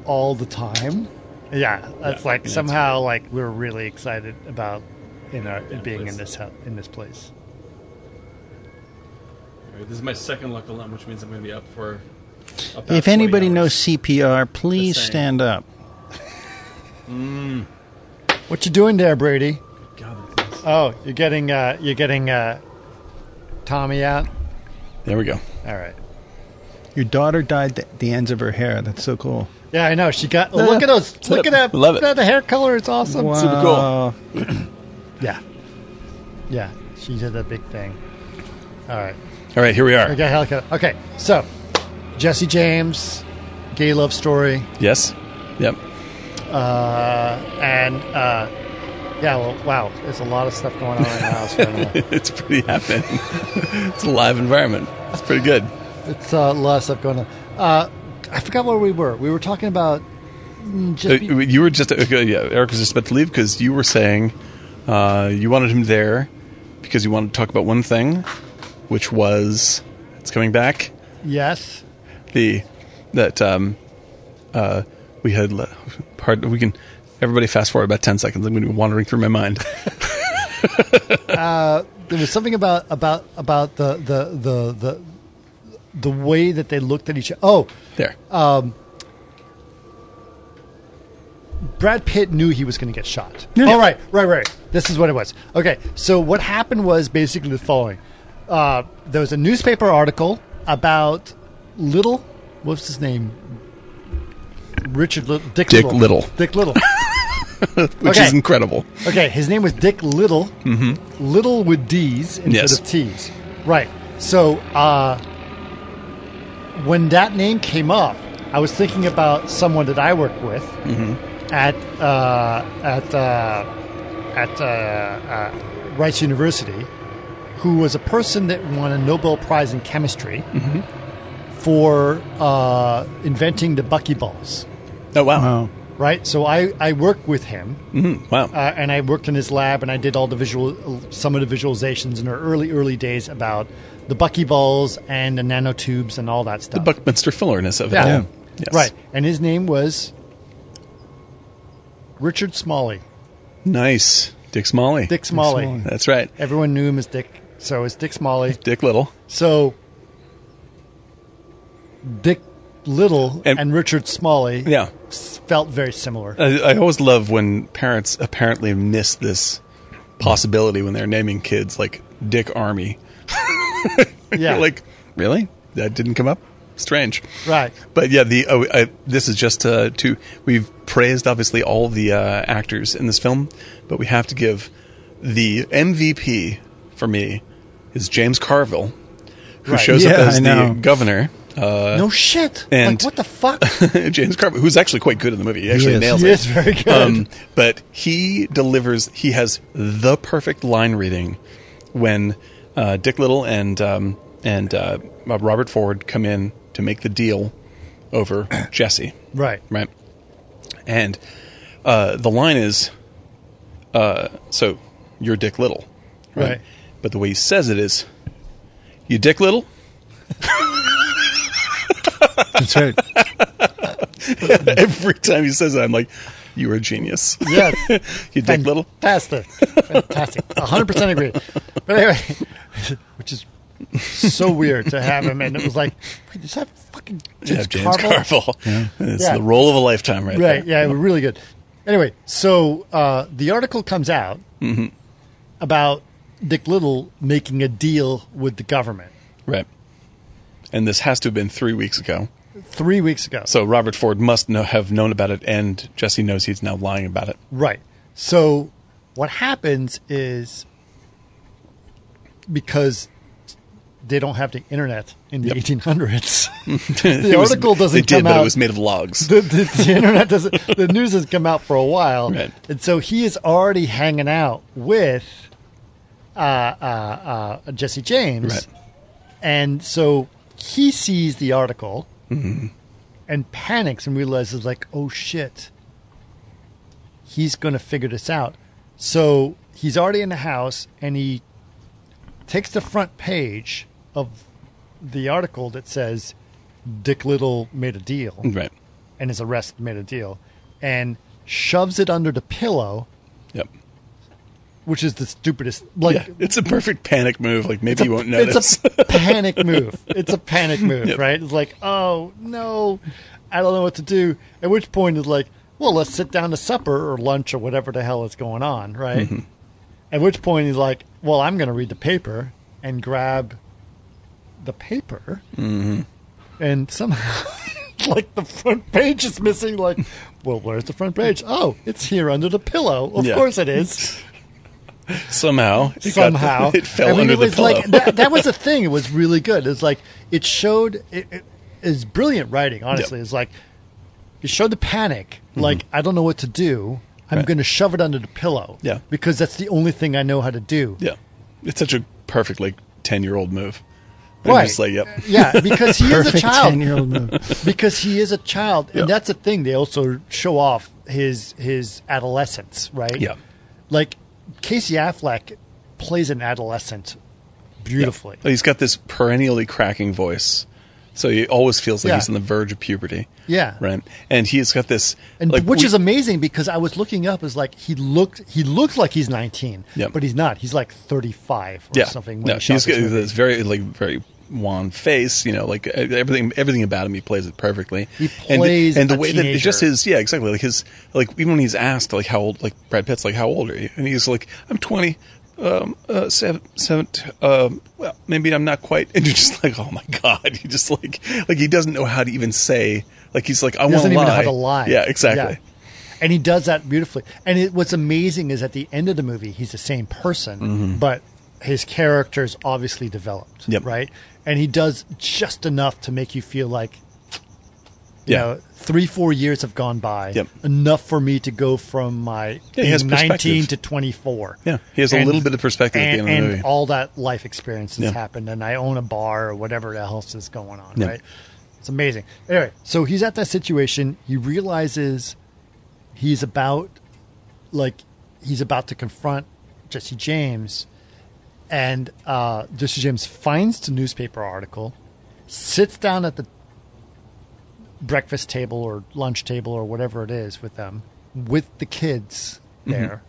A: all the time? Yeah, that's like somehow like we're really excited about in our being in this hou- in this place.
E: This is my second luck alarm, which means I'm going to be up for.
F: if anybody knows CPR, please
E: The same.
F: stand up.
A: What you doing there, Brady? Oh, you're getting uh, you're getting uh, Tommy out.
E: There we go.
A: All right.
F: Your daughter dyed the, the ends of her hair. That's so cool.
A: Yeah, I know. She got look at those. Look at that.
E: Love it.
A: Look at the hair color. It's awesome.
E: Super cool.
F: Wow.
A: Yeah. Yeah. She did that big thing. All right.
E: All right, here we are.
A: I got helicopter. Okay, so Jesse James, gay love story,
E: Yes. Yep.
A: uh, and uh, yeah, well, wow, there's a lot of stuff going on in the house right now.
E: It's pretty happening. it's a live environment. It's pretty good.
A: It's uh, a lot of stuff going on. Uh, I forgot where we were. We were talking about mm,
E: Uh,
A: just be-
E: you were just okay, yeah. Eric was just about to leave because you were saying uh, you wanted him there because you wanted to talk about one thing, which was it's coming back
A: yes,
E: the that um, uh, we had le- pardon we can Everybody, fast forward about ten seconds. I'm going to be wandering through my mind.
A: there was something about about about the the the the the way that they looked at each other. Oh,
E: there.
A: Brad Pitt knew he was going to get shot. All right, right, right. This is what it was. Okay, so what happened was basically the following: uh, there was a newspaper article about Little, what's his name? Richard Little, Dick,
E: Dick
A: Little.
E: Little.
A: Dick Little.
E: Which
A: okay.
E: is incredible.
A: Okay, his name was Dick Little. Mm-hmm. Little with D's instead
E: Yes.
A: of T's. Right. So uh, when that name came up, I was thinking about someone that I work with at uh, at uh, at uh, uh, Rice University, who was a person that won a Nobel Prize in chemistry for uh, inventing the buckyballs.
E: Oh wow!
F: Oh,
A: Right. So I I work with him
E: Wow.
A: uh, and I worked in his lab, and I did all the visual, some of the visualizations in our early, early days about the buckyballs and the nanotubes and all that stuff.
E: Buckminster Fullerness of it.
A: Yeah.
E: all.
A: Yeah.
E: Yes.
A: Right, and his name was Richard Smalley,
E: Nice. Dick Smalley.
A: Dick Smalley.
E: That's right.
A: Everyone knew him as Dick, so it's Dick Smalley.
E: Dick Little.
A: So Dick Little
E: And-
A: and, Richard Smalley,
E: Yeah.
A: s- felt very similar.
E: I, I always love when parents apparently miss this possibility when they're naming kids like Dick Army.
A: yeah,
E: You're like, really? That didn't come up? Strange.
A: right.
E: But yeah, the oh, I, this is just uh, to we've praised obviously all the uh, actors in this film, but we have to give the MVP for me is James Carville, who
A: Right.
E: shows up
F: Yeah,
E: as
F: I know.
E: the governor. Uh,
A: no shit.
E: and-
A: like what the fuck?
E: James Carville, who's actually quite good in the movie, he actually
F: is.
E: nails
A: he
E: it.
A: is very good.
E: Um, but he delivers. He has the perfect line reading when uh, Dick Little and um, and uh, Robert Ford come in to make the deal over Jesse,
A: right.
E: right? And uh, the line is, uh, "So you're Dick Little,
A: Right.
E: But the way he says it is, "You Dick Little."
F: that's right.
E: Every time he says that, I'm like, "You are a genius."
A: Yes.
E: you Dick Little.
A: Fantastic. Fantastic. 100% agree. But anyway, which is so weird to have him. And it was like, wait, is that fucking James,
E: Yeah, James Carville. It's
A: Yeah.
E: the role of a lifetime, right?
A: Right.
E: there.
A: Yeah, it was really good. Anyway, so uh, the article comes out
E: Mm-hmm.
A: about Dick Little making a deal with the government
E: Right. And this has to have been three weeks ago.
A: three weeks ago.
E: So Robert Ford must know, have known about it, and Jesse knows he's now lying about it.
A: Right. So what happens is because they don't have the internet in the 1800s. the
E: It was-
A: article doesn't
E: They did,
A: come
E: but
A: out.
E: it was made of logs.
A: the, the, the internet doesn't. The news has come out for a while,
E: Right.
A: and so he is already hanging out with uh, uh, uh, Jesse James,
E: Right.
A: and so he sees the article
E: Mm-hmm.
A: and panics and realizes, like, oh shit, he's going to figure this out. So he's already in the house, and he takes the front page of the article that says Dick Little made a deal
E: Right.
A: and is arrested made a deal and shoves it under the pillow
E: Yep.
A: which is the stupidest like
E: Yeah. It's a perfect panic move. Like maybe you won't notice.
A: it's a panic move it's a panic move
E: Yep.
A: right it's like oh no i don't know what to do at which point it's like well let's sit down to supper or lunch or whatever the hell is going on right
E: Mm-hmm.
A: at which point he's like well i'm going to read the paper and grab the paper
E: Mm-hmm.
A: and somehow like the front page is missing like well where's the front page oh it's here under the pillow of
E: Yeah.
A: course it is
E: Somehow. it got-
A: somehow
E: it fell
A: I mean,
E: under
A: it was
E: the pillow.
A: like that, that was the thing it was really good it's like it showed it, it is brilliant writing honestly
E: Yep.
A: it's like it showed the panic
E: Mm-hmm.
A: like i don't know what to do i'm going to shove it under the pillow
E: Yeah.
A: because that's the only thing i know how to do
E: yeah. It's such a perfect like ten year old move. And
A: Right.
E: Just like yep.
A: yeah because he is a
F: Perfect
A: child
F: ten-year-old move.
A: because he is a child,
E: Yeah.
A: and that's the thing. They also show off his his adolescence, right?
E: Yeah.
A: Like Casey Affleck plays an adolescent beautifully.
E: Oh, He's got this perennially cracking voice. So he always feels like
A: Yeah.
E: he's on the verge of puberty.
A: Yeah.
E: Right. And he's got this
A: And
E: like,
A: which
E: we-
A: is amazing because I was looking up is like he looked he looked like he's 19,
E: Yep.
A: but he's not. He's like 35 or
E: yeah.
A: something. When
E: No,
A: he shot
E: he's
A: this
E: got
A: movie.
E: this very like very wan face, you know, like e- everything everything about him he plays it perfectly.
A: He
E: And-
A: plays
E: and, the
A: a
E: way that it's just
A: teenager.
E: his yeah, exactly. Like his like even when he's asked like how old like Brad Pitt's like how old are you? And he's like I'm 20 um uh seven, seven t- um well maybe I'm not quite and you're just like oh my god he just like like he doesn't know how to even say like he's like I
A: He
E: want
A: doesn't
E: to
A: even
E: lie
A: know how to lie.
E: yeah exactly
A: Yeah. And he does that beautifully. And it, what's amazing is at the end of the movie, he's the same person, but his character's obviously developed,
E: Mm-hmm. Yep.
A: right? And he does just enough to make you feel like, you
E: Yeah.
A: know, three, four years have gone by.
E: Yep.
A: Enough for me to go from my
E: Yeah, he has
A: being 19
E: perspective.
A: to 24.
E: Yeah, he has a little bit of perspective at the
A: and,
E: end of the
A: and
E: movie.
A: all that life experience has
E: Yeah.
A: happened, and I own a bar or whatever else is going on,
E: Yeah.
A: right? It's amazing. Anyway, so he's at that situation. He realizes he's about, like, he's about to confront Jesse James, and uh, Jesse James finds the newspaper article, sits down at the breakfast table or lunch table or whatever it is with them, with the kids there,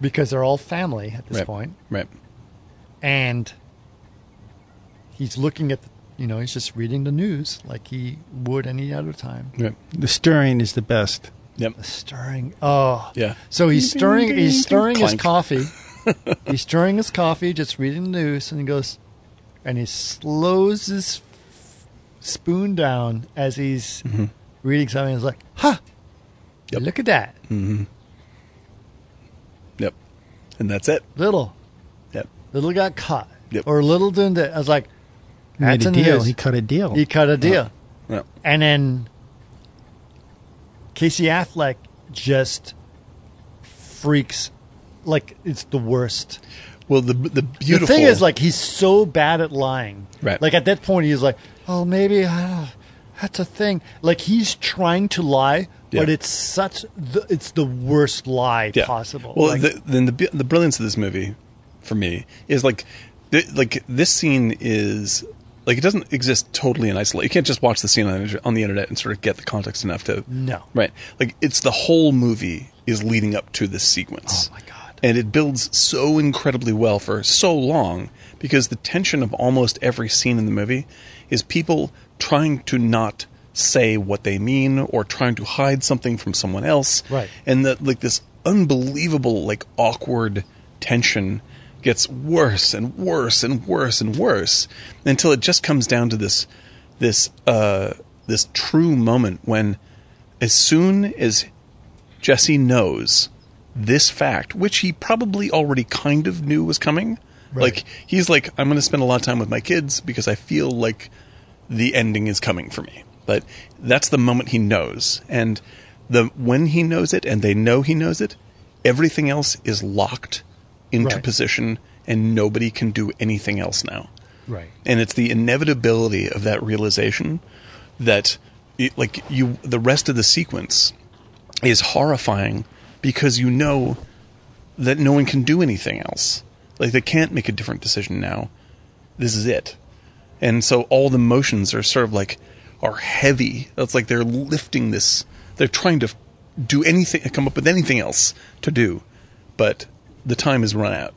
A: because they're all family at this
E: right.
A: point
E: Right.
A: and he's looking at the, you know he's just reading the news like he would any other time
E: Right.
F: The stirring is the best.
E: Yep.
A: stirring oh
E: Yeah.
A: so he's
E: Ding,
A: stirring
E: ding,
A: he's
E: ding,
A: stirring his
E: clank.
A: coffee he's stirring his coffee just reading the news and he goes and he slows his f- spoon down as he's reading something he's like huh
E: Mm-hmm. Yep. Mm.
A: look at that
E: Yep. And that's it.
A: little
E: Yep.
A: little got caught
E: Yep.
A: or little doing that i was like
F: He made
A: that's
F: a
A: in the
F: deal.
A: news.
F: He cut a
E: Oh.
F: deal.
A: he
E: Uh-huh.
A: cut a deal
E: Yep.
A: And then Casey Affleck just freaks like it's the worst.
E: Well, the the beautiful
A: The thing is, like, he's so bad at lying.
E: Right.
A: Like, at that point, he's like, oh, maybe uh, that's a thing. Like, he's trying to lie, but
E: Yeah.
A: it's such, the, it's the worst lie
E: Yeah.
A: possible.
E: Well,
A: Like,
E: the, then the bu- the brilliance of this movie for me is like th- like this scene is like it doesn't exist totally in isolation. You can't just watch the scene on, the inter- on the internet and sort of get the context enough to
A: No.
E: right. Like it's the whole movie is leading up to this sequence.
A: Oh, my God.
E: And it builds so incredibly well for so long because the tension of almost every scene in the movie is people trying to not say what they mean or trying to hide something from someone else
A: Right.
E: and that like this unbelievable like awkward tension gets worse and worse and worse and worse until it just comes down to this this uh this true moment when as soon as Jesse knows this fact which he probably already kind of knew was coming like he's like I'm going to spend a lot of time with my kids because I feel like the ending is coming for me. But that's the moment he knows. And the when he knows it and they know he knows it, everything else is locked into
A: Right.
E: position and nobody can do anything else now.
A: right.
E: And it's the inevitability of that realization that it, like you the rest of the sequence is horrifying because you know that no one can do anything else. Like they can't make a different decision now. This is it. And so all the motions are sort of like are heavy. It's like they're lifting this. They're trying to do anything, come up with anything else to do, but the time is run out,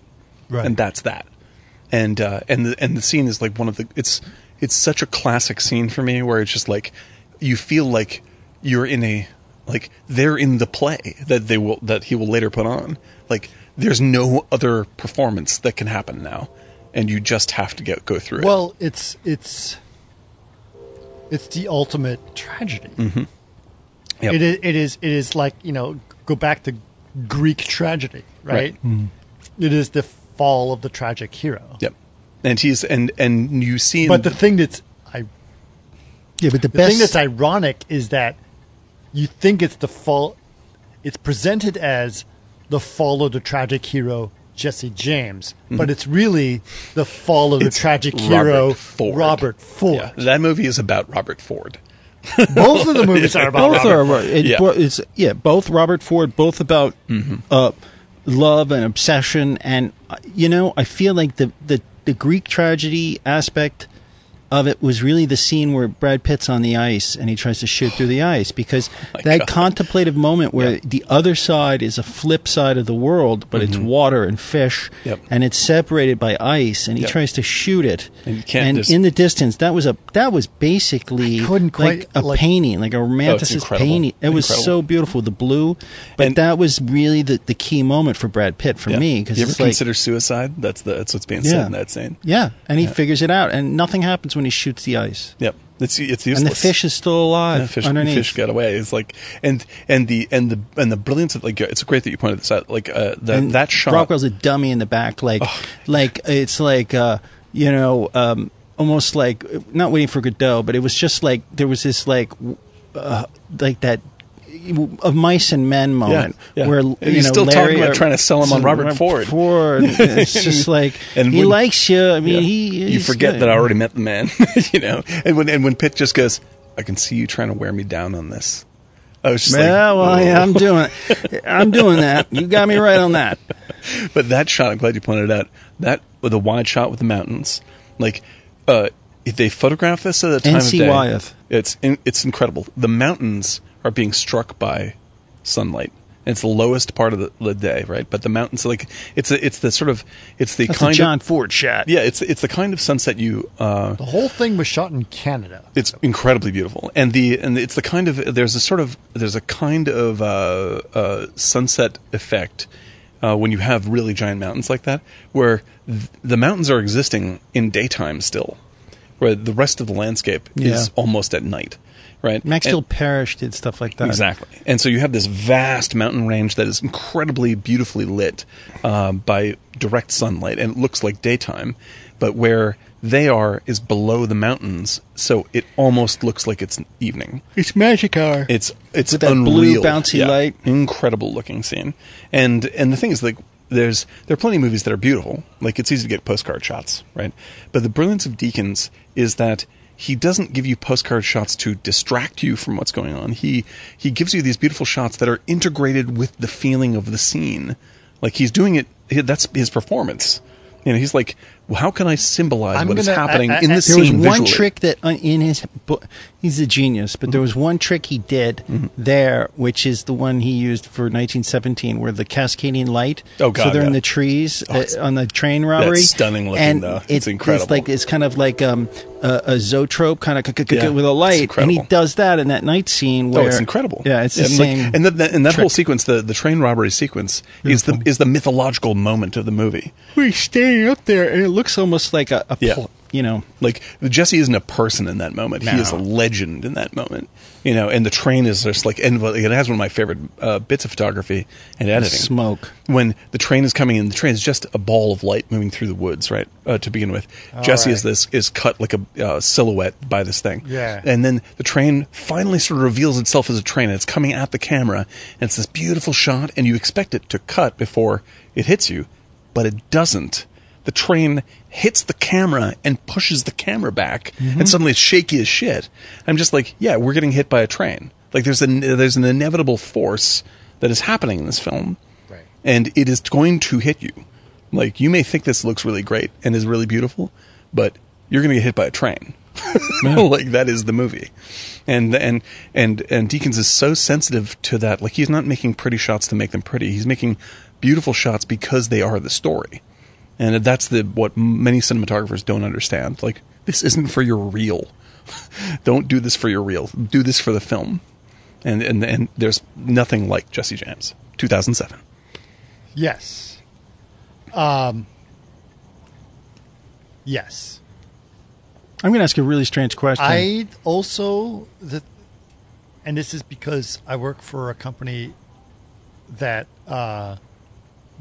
A: Right.
E: and that's that. And uh, and the and the scene is like one of the. It's it's such a classic scene for me where it's just like you feel like you're in a like they're in the play that they will that he will later put on. Like there's no other performance that can happen now, and you just have to get go through it.
A: Well, it's, it's, it's the ultimate tragedy.
E: Mm-hmm. Yep.
A: It is. It is. It is like you know, go back to Greek tragedy, right?
E: Right. Mm-hmm.
A: It is the fall of the tragic hero.
E: Yep. And he's and and you see in
A: But the thing that's I,
F: yeah, but the,
A: the
F: best.
A: thing that's ironic is that you think it's the fall. It's presented as the fall of the tragic hero Jesse James, but it's really the fall of the
E: Hmm. It's
A: tragic
E: Robert
A: hero
E: Ford.
A: Robert Ford.
E: Yeah, that movie is about Robert Ford.
A: Both of the movies are about
F: both
A: Robert
F: are
A: Ford.
F: it,
E: Yeah. Mm-hmm.
F: bo- it's yeah both Robert Ford both about uh, love and obsession and uh, you know I feel like the the the Greek tragedy aspect of it was really the scene where Brad Pitt's on the ice and he tries to shoot through the ice because that
E: Oh God.
F: contemplative moment where the other side is a flip side of the world, but it's water and fish
E: Mm-hmm. Yep.
F: and it's separated by ice and he
E: Yep.
F: tries to shoot it.
E: And you can't just-
F: in the distance, that was a that was basically
A: I couldn't quite,
F: like a
A: like-
F: painting, like a romanticist
E: Oh, incredible.
F: painting. It was
E: Incredible.
F: so beautiful, the blue. But
E: And-
F: that was really the, the key moment for Brad Pitt for
E: Yeah.
F: me because
E: you ever
F: it's like
E: consider suicide? That's the, that's what's being
F: Yeah.
E: said in that scene.
F: yeah, and he figures it out, and nothing happens when he shoots the ice,
E: Yep, it's it's useless.
F: and the fish is still alive
E: Yeah, fish,
F: underneath.
E: fish got away. It's like and and the and the and the brilliance of like it's great that you pointed this out. Like uh, the,
F: and
E: that shot.
F: Rockwell's a dummy in the back, like like it's like uh, you know um, almost like not waiting for Godot, but it was just like there was this like w- uh, like that. Of mice and men moment
E: yeah.
F: where
E: And
F: you
E: he's
F: know,
E: still talking
F: Larry
E: about
F: or-
E: trying to sell him on Robert Ford.
F: Ford. It's just like
E: And
F: he
E: when-
F: likes you. I mean,
E: Yeah.
F: he
E: you
F: he's
E: forget
F: good.
E: that I already met the man, you know. And when and when Pitt just goes, I can see you trying to wear me down on this. I was just
F: Yeah,
E: like,
F: well,
E: "Whoa."
F: yeah, I'm doing it. I'm doing that. You got me right on that.
E: But that shot, I'm glad you pointed it out. That with a wide shot with the mountains, like uh, if they photograph this at a time
F: NC
E: of day,
F: Wyeth.
E: it's in, it's incredible. The mountains are being struck by sunlight. And it's the lowest part of the, the day, right? But the mountains, like it's a, it's the sort of it's the
F: That's a
E: kind
F: John
E: of
F: Ford shot.
E: yeah, it's it's the kind of sunset you uh,
A: The whole thing was shot in Canada.
E: it's incredibly beautiful and the and it's the kind of there's a sort of there's a kind of uh, uh, sunset effect uh, when you have really giant mountains like that where th- the mountains are existing in daytime still where the rest of the landscape is
F: Yeah.
E: almost at night right
F: Maxfield
E: And-
F: Parrish did stuff like that.
E: Exactly. And so you have this vast mountain range that is incredibly beautifully lit um, by direct sunlight, and it looks like daytime, but where they are is below the mountains, so it almost looks like it's evening.
F: It's magic hour.
E: It's it's
F: With that
E: unreal.
F: blue bouncy light.
E: incredible looking scene. And and the thing is, like, there's there are plenty of movies that are beautiful. Like it's easy to get postcard shots, right? But the brilliance of Deacons is that he doesn't give you postcard shots to distract you from what's going on. He he gives you these beautiful shots that are integrated with the feeling of the scene. Like he's doing it. That's his performance. You know, he's like, well, how can I symbolize
A: I'm
E: what is
A: gonna-
E: happening
A: I- I-
E: in
A: I-
E: the scene
F: there was one
E: visually? Mm-hmm.
F: trick that uh, in his book, he's a genius, but there was one trick he did there, which is the one he used for 1917, where the cascading light.
E: Oh, God,
F: So they're in
E: yeah.
F: the trees
E: Oh,
F: uh,
E: it's-
F: on the train robbery.
E: stunning looking,
F: and
E: though.
F: it-
E: It's incredible.
F: like it's kind of like um, a, a zoetrope kind of c- c- c-
E: Yeah,
F: with a
E: it's
F: light, and he
E: incredible.
F: does that in that night scene. Where,
E: oh, it's incredible.
F: Yeah, it's the
E: and like-
F: same.
E: and that, that- and that whole
F: trick.
E: sequence, the, the train robbery sequence, is the is the mythological moment of the movie.
F: we're standing up there, and it looks almost like a, a
E: Yeah.
F: pl- you know.
E: Like Jesse isn't a person in that moment; he is a
F: No.
E: legend in that moment. You know, and the train is just like, and it has one of my favorite uh, bits of photography and editing.
F: smoke.
E: when the train is coming in. The train is just a ball of light moving through the woods, right? Uh, to begin with, Jesse is
A: right.
E: this is cut like a uh, silhouette by this thing.
A: Yeah.
E: and then the train finally sort of reveals itself as a train, and it's coming at the camera, and it's this beautiful shot, and you expect it to cut before it hits you, but it doesn't. The train hits the camera and pushes the camera back,
A: Mm-hmm.
E: and suddenly it's shaky as shit. I'm just like, yeah, we're getting hit by a train. Like there's an there's an inevitable force that is happening in this film,
A: Right.
E: and it is going to hit you. Like you may think this looks really great and is really beautiful, but you're going to get hit by a train. like that is the movie, and and and and Deacons is so sensitive to that. Like he's not making pretty shots to make them pretty. He's making beautiful shots because they are the story, and that's the what m- many cinematographers don't understand. Like this isn't for your reel. don't do this for your reel. Do this for the film, and and and there's nothing like Jesse James, 2007.
A: Yes. Um. Yes.
F: I'm going to ask a really strange question.
A: I also the, and this is because I work for a company that uh,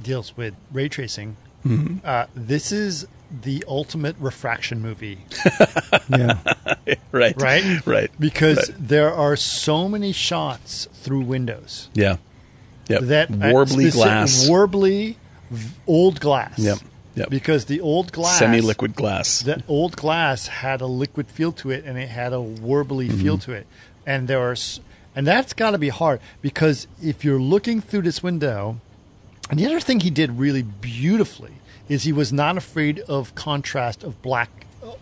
A: deals with ray tracing.
E: Mm-hmm.
A: Uh, this is the ultimate refraction movie,
F: yeah.
E: Right.
A: right?
E: Right.
A: Because
E: Right.
A: there are so many shots through windows
E: Yeah. Yep.
A: that
E: warbly
A: speci-
E: glass,
A: warbly v- old glass.
E: Yep, yep.
A: Because the old glass
E: semi-liquid glass.
A: that old glass had a liquid feel to it and it had a warbly
F: Mm-hmm.
A: feel to it and there are s- and that's got to be hard because if you're looking through this window and the other thing he did really beautifully is he was not afraid of contrast of black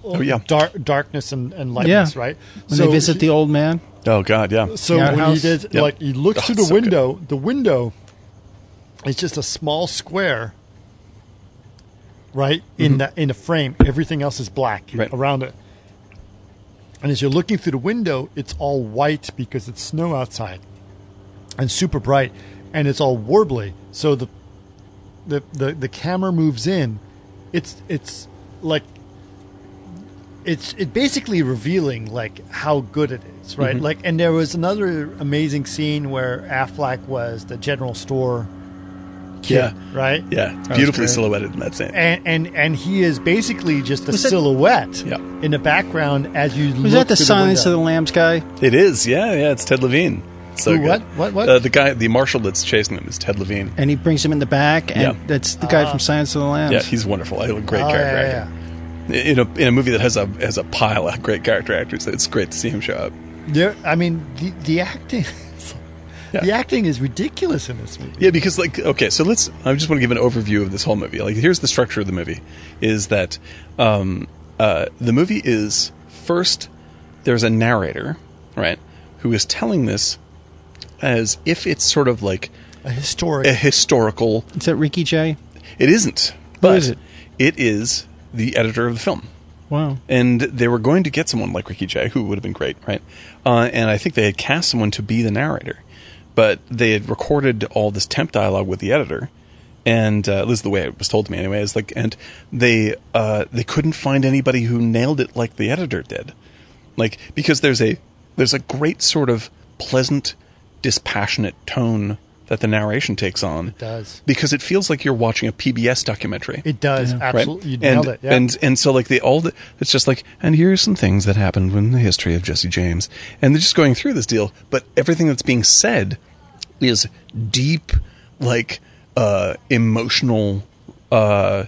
E: Oh, yeah.
A: dar- darkness and, and lightness,
F: Yeah.
A: right?
F: When they visit the old man,
E: Oh God, yeah.
A: So
F: Yeah,
A: when
F: house.
A: he did,
E: Yep.
A: like, he looked
E: Oh,
A: through the
E: so good.
A: window. The window is just a small square, right in the in the frame. Everything else is black
E: Right.
A: around it. And as you're looking through the window, it's all white because it's snow outside, and super bright, and it's all warbly. So the the the, the camera moves in. It's it's like it's it basically revealing like how good it is, right?
E: Mm-hmm.
A: Like, and there was another amazing scene where Affleck was the general store kid,
E: Yeah.
A: right?
E: Yeah, beautifully
F: great.
E: silhouetted in that scene.
A: And, and and he is basically just a
F: that-
A: silhouette
E: Yeah.
A: in the background as you look
F: was that the
A: through
F: Silence of
A: window.
F: the Lambs guy?
E: It is, yeah, yeah. It's Ted Levine. So
A: Who,
E: good.
A: what? What, what?
E: Uh, the guy, the marshal that's chasing them is Ted Levine.
F: And he brings him in the back, and
E: Yeah.
F: that's the
E: Ah.
F: guy from Silence of the Lambs.
E: Yeah, he's wonderful. A great
A: Oh,
E: character
A: yeah,
E: actor. In a in a movie that has a has a pile of great character actors, it's great to see him show up.
A: There, I mean, the, the acting, the
E: Yeah.
A: acting is ridiculous in this movie.
E: Yeah, because like okay, so let's. I just want to give an overview of this whole movie. Like, here's the structure of the movie: is that um, uh, the movie is first there's a narrator, right, who is telling this as if it's sort of like
A: A historic,
E: a historical.
F: Is that Ricky Jay?
E: It isn't, but
F: is it?
E: it is the editor of the film.
F: Wow.
E: and they were going to get someone like Ricky Jay, who would have been great, right? Uh, and I think they had cast someone to be the narrator, but they had recorded all this temp dialogue with the editor, and uh, this is the way it was told to me anyway. Is like, and they uh, they couldn't find anybody who nailed it like the editor did, like because there's a there's a great sort of pleasant, dispassionate tone that the narration takes on. It
A: does.
E: because it feels like you're watching a PBS documentary
A: it does
E: right?
A: absolutely. You nailed
E: and,
A: it. Yeah.
E: And and so like the all the it's just like and here are some things that happened in the history of Jesse James, and they're just going through this deal, but everything that's being said is deep, like uh, emotional uh,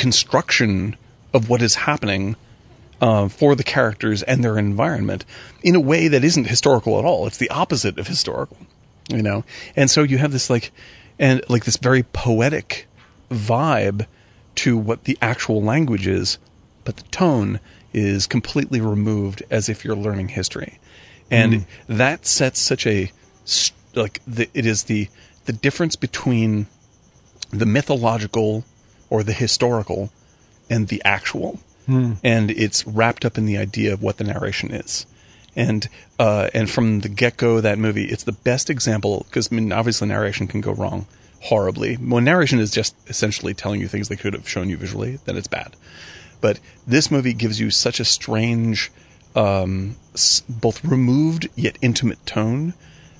E: deconstruction of what is happening. Uh, for the characters and their environment in a way that isn't historical at all. It's the opposite of historical, you know? And so you have this like, and like this very poetic vibe to what the actual language is, but the tone is completely removed as if you're learning history. And that sets such a s- like the, it is the the difference between the mythological or the historical and the actual. And it's wrapped up in the idea of what the narration is. And uh, and from the get go of that movie, it's the best example because I mean, obviously narration can go wrong horribly. When narration is just essentially telling you things they could have shown you visually, then it's bad. But this movie gives you such a strange, um, s- both removed yet intimate tone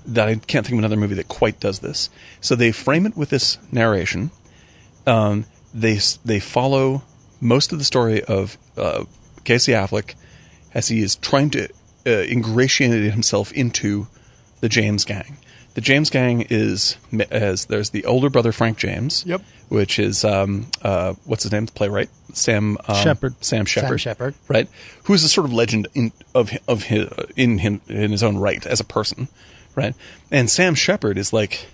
E: that I can't think of another movie that quite does this. So they frame it with this narration, um, they they follow most of the story of uh, Casey Affleck as he is trying to uh, ingratiate himself into the James gang. The James gang is as there's the older brother Frank James,
A: Yep.
E: which is um, uh, what's his name, the playwright Sam um,
F: Shepard.
E: Sam Shepard,
A: Shepard.
E: right? Who is a sort of legend in of hi- of his, in him in his own right as a person, right? And Sam Shepard is like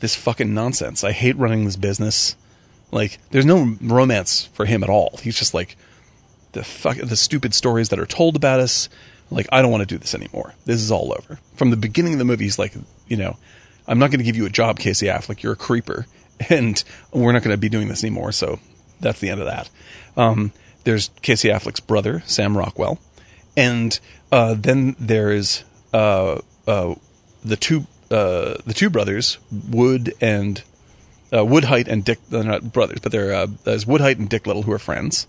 E: this fucking nonsense. I hate running this business. Like, there's no romance for him at all. He's just like the fuck, the stupid stories that are told about us. Like, I don't want to do this anymore. This is all over. From the beginning of the movie, he's like, you know, I'm not going to give you a job, Casey Affleck. You're a creeper, and we're not going to be doing this anymore. So that's the end of that. Um, there's Casey Affleck's brother, Sam Rockwell, and uh, then there is uh, uh, the two uh, the two brothers, Wood and uh, Woodhite and Dick. They're not brothers, but they're uh, there's Woodhite and Dick Little who are friends.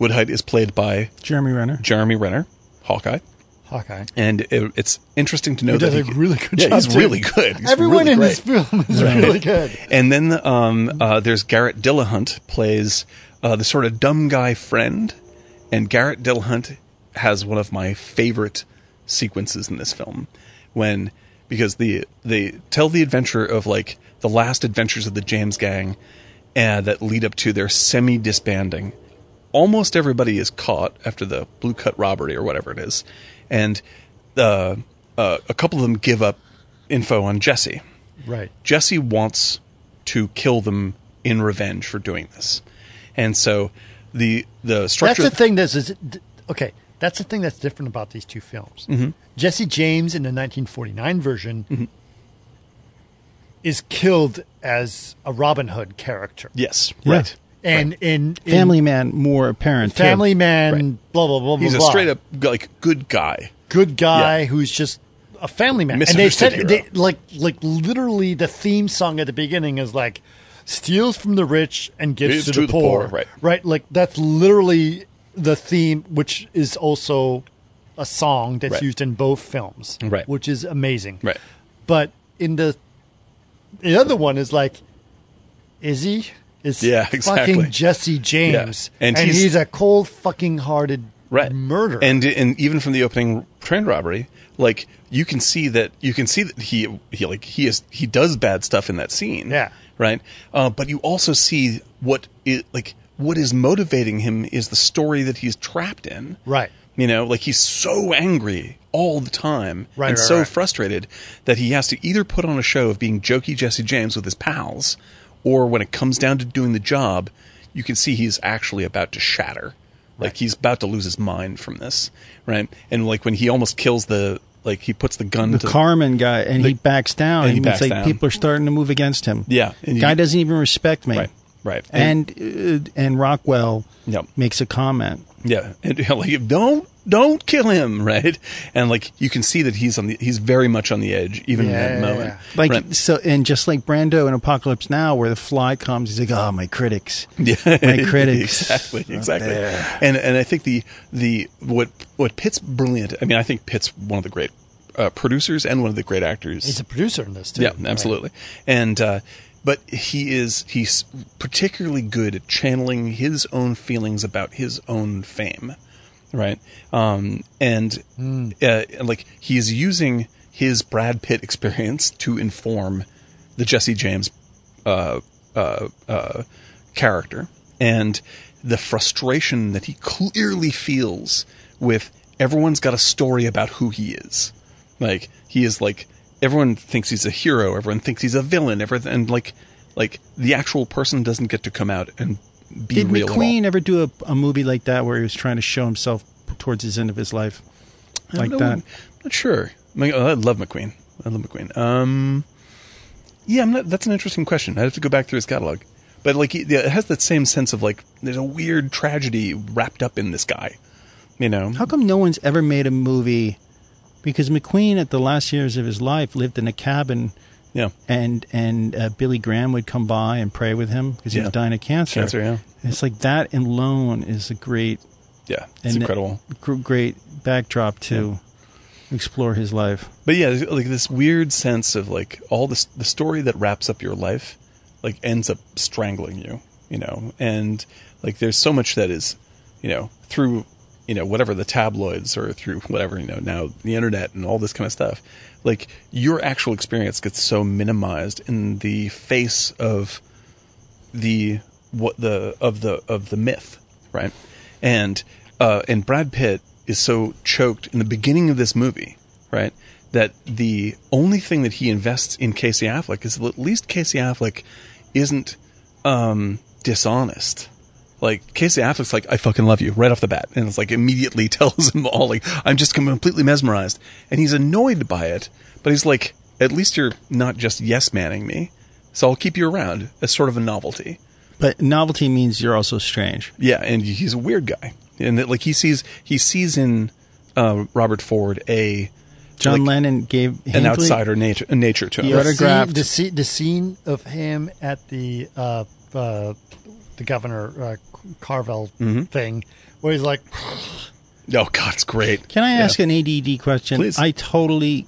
E: Woodhite is played by
F: Jeremy Renner.
E: Jeremy Renner, Hawkeye,
A: Hawkeye.
E: and it, it's interesting to know
A: He
E: that
A: does a
E: he,
A: really good
E: yeah,
A: job.
E: He's
A: too.
E: really good. He's
A: Everyone
E: really
A: in
E: great.
A: this film is really good.
E: And then um, uh, there's Garrett Dillahunt plays uh, the sort of dumb guy friend, and Garrett Dillahunt has one of my favorite sequences in this film when because the they tell the adventure of like the last adventures of the James Gang uh, that lead up to their semi disbanding. Almost everybody is caught after the Blue Cut robbery or whatever it is, and uh, uh, a couple of them give up info on Jesse.
A: Right.
E: Jesse wants to kill them in revenge for doing this. And so the the
A: That's
E: structure.
A: the thing that's is it- okay. That's the thing that's different about these two films.
E: Mm-hmm.
A: Jesse James in the 1949 version is killed as a Robin Hood character,
E: yes,
F: Yeah.
E: right.
A: and in, in
F: Family Man, more apparent. too.
A: Family Man, blah blah blah.
E: He's
A: blah,
E: a
A: blah.
E: straight up like good guy.
A: good guy who's just a family man. And they
E: Misunderstood
A: said they,
E: hero.
A: like like literally the theme song at the beginning is like steals from the rich and gives
E: Gives
A: to, the, poor.
E: right.
A: Right. Like that's literally the theme, which is also a song that's
E: Right.
A: used in both films.
E: Right.
A: Which is amazing.
E: Right.
A: But in the the other one is like is he? Is
E: Yeah, exactly.
A: fucking Jesse James.
E: And
A: And,
E: he's-
A: he's, a cold fucking hearted
E: right
A: murderer.
E: and and even from the opening train robbery like you can see that you can see that he he like he is he does bad stuff in that scene
A: Yeah.
E: right uh, but you also see what is like what is motivating him is the story that he's trapped in
A: Right.
E: you know like he's so angry all the time
A: Right,
E: and
A: right,
E: so
A: right.
E: frustrated that he has to either put on a show of being jokey jesse james with his pals or when it comes down to doing the job you can see he's actually about to shatter like he's about to lose his mind from this right and like when he almost kills the like he puts the gun to
F: the Carmen guy, and he backs down.
E: and he
F: it's
E: backs
F: like
E: down.
F: people are starting to move against him.
E: Yeah, and you-
F: guy doesn't even respect me.
E: Right, right.
F: And and, uh, and Rockwell
E: Yep.
F: makes a comment.
E: Yeah, and you know, like don't don't kill him, right? And like you can see that he's on the he's very much on the edge, even
A: Yeah,
E: in that
A: yeah,
E: moment.
A: yeah.
F: Like
E: Right.
F: so, and just like Brando in Apocalypse Now, where the fly comes, he's like, "Oh, my critics,
E: yeah,
F: my critics."
E: exactly,
F: Up
E: exactly.
F: there.
E: And and I think the the what what Pitt's brilliant. I mean, I think Pitt's one of the great uh, producers and one of the great actors.
A: He's a producer in this too.
E: Yeah, absolutely. And uh, but he is he's particularly good at channeling his own feelings about his own fame, right? Um, and
F: Hmm.
E: uh, and, like he is using his Brad Pitt experience to inform the Jesse James uh, uh, uh, character and the frustration that he clearly feels with everyone's got a story about who he is. Like he is like everyone thinks he's a hero, everyone thinks he's a villain, everything and like like the actual person doesn't get to come out and be
F: Did
E: real. at all.
F: McQueen ever do a, a movie like that where he was trying to show himself towards his end of his life, like
E: No,
F: that?
E: I'm not sure. My- oh, I love McQueen. I love McQueen. Um, yeah, I'm not, that's an interesting question. I have to go back through his catalog, but like, he- yeah, it has that same sense of like, there's a weird tragedy wrapped up in this guy. You know,
F: How come no one's ever made a movie? Because McQueen, at the last years of his life, lived in a cabin,
E: yeah,
F: and and uh, Billy Graham would come by and pray with him because he
E: Yeah.
F: was dying of cancer.
E: Cancer, yeah.
F: And it's like that in alone is a great,
E: yeah, it's
F: and
E: incredible.
F: gr- great backdrop to explore his life.
E: But yeah, there's, like this weird sense of like all this the story that wraps up your life, like ends up strangling you, you know. And like there's so much that is, you know, through you know whatever the tabloids or through whatever you know now the internet and all this kind of stuff. Like your actual experience gets so minimized in the face of the what the of the of the myth, right? And uh, and Brad Pitt is so choked in the beginning of this movie, right? That the only thing that he invests in Casey Affleck is at least Casey Affleck isn't um, dishonest. Like Casey Affleck's like, I fucking love you right off the bat, and it's like immediately tells him all like, I'm just completely mesmerized, and he's annoyed by it, but he's like, at least you're not just yes manning me, so I'll keep you around as sort of a novelty.
F: But novelty means you're also strange.
E: Yeah, and he's a weird guy, and that, like he sees he sees in uh, Robert Ford a
F: John
E: like,
F: Lennon gave
E: an
F: Hinckley-
E: outsider nature nature to him.
F: Yeah. autographed-
A: The scene, the scene of him at the uh, uh, the governor uh, Carvel
E: Mm-hmm.
A: thing, where he's like,
E: Oh God, it's great.
F: Can I
E: Yeah.
F: ask an ADD question?
E: Please.
F: I totally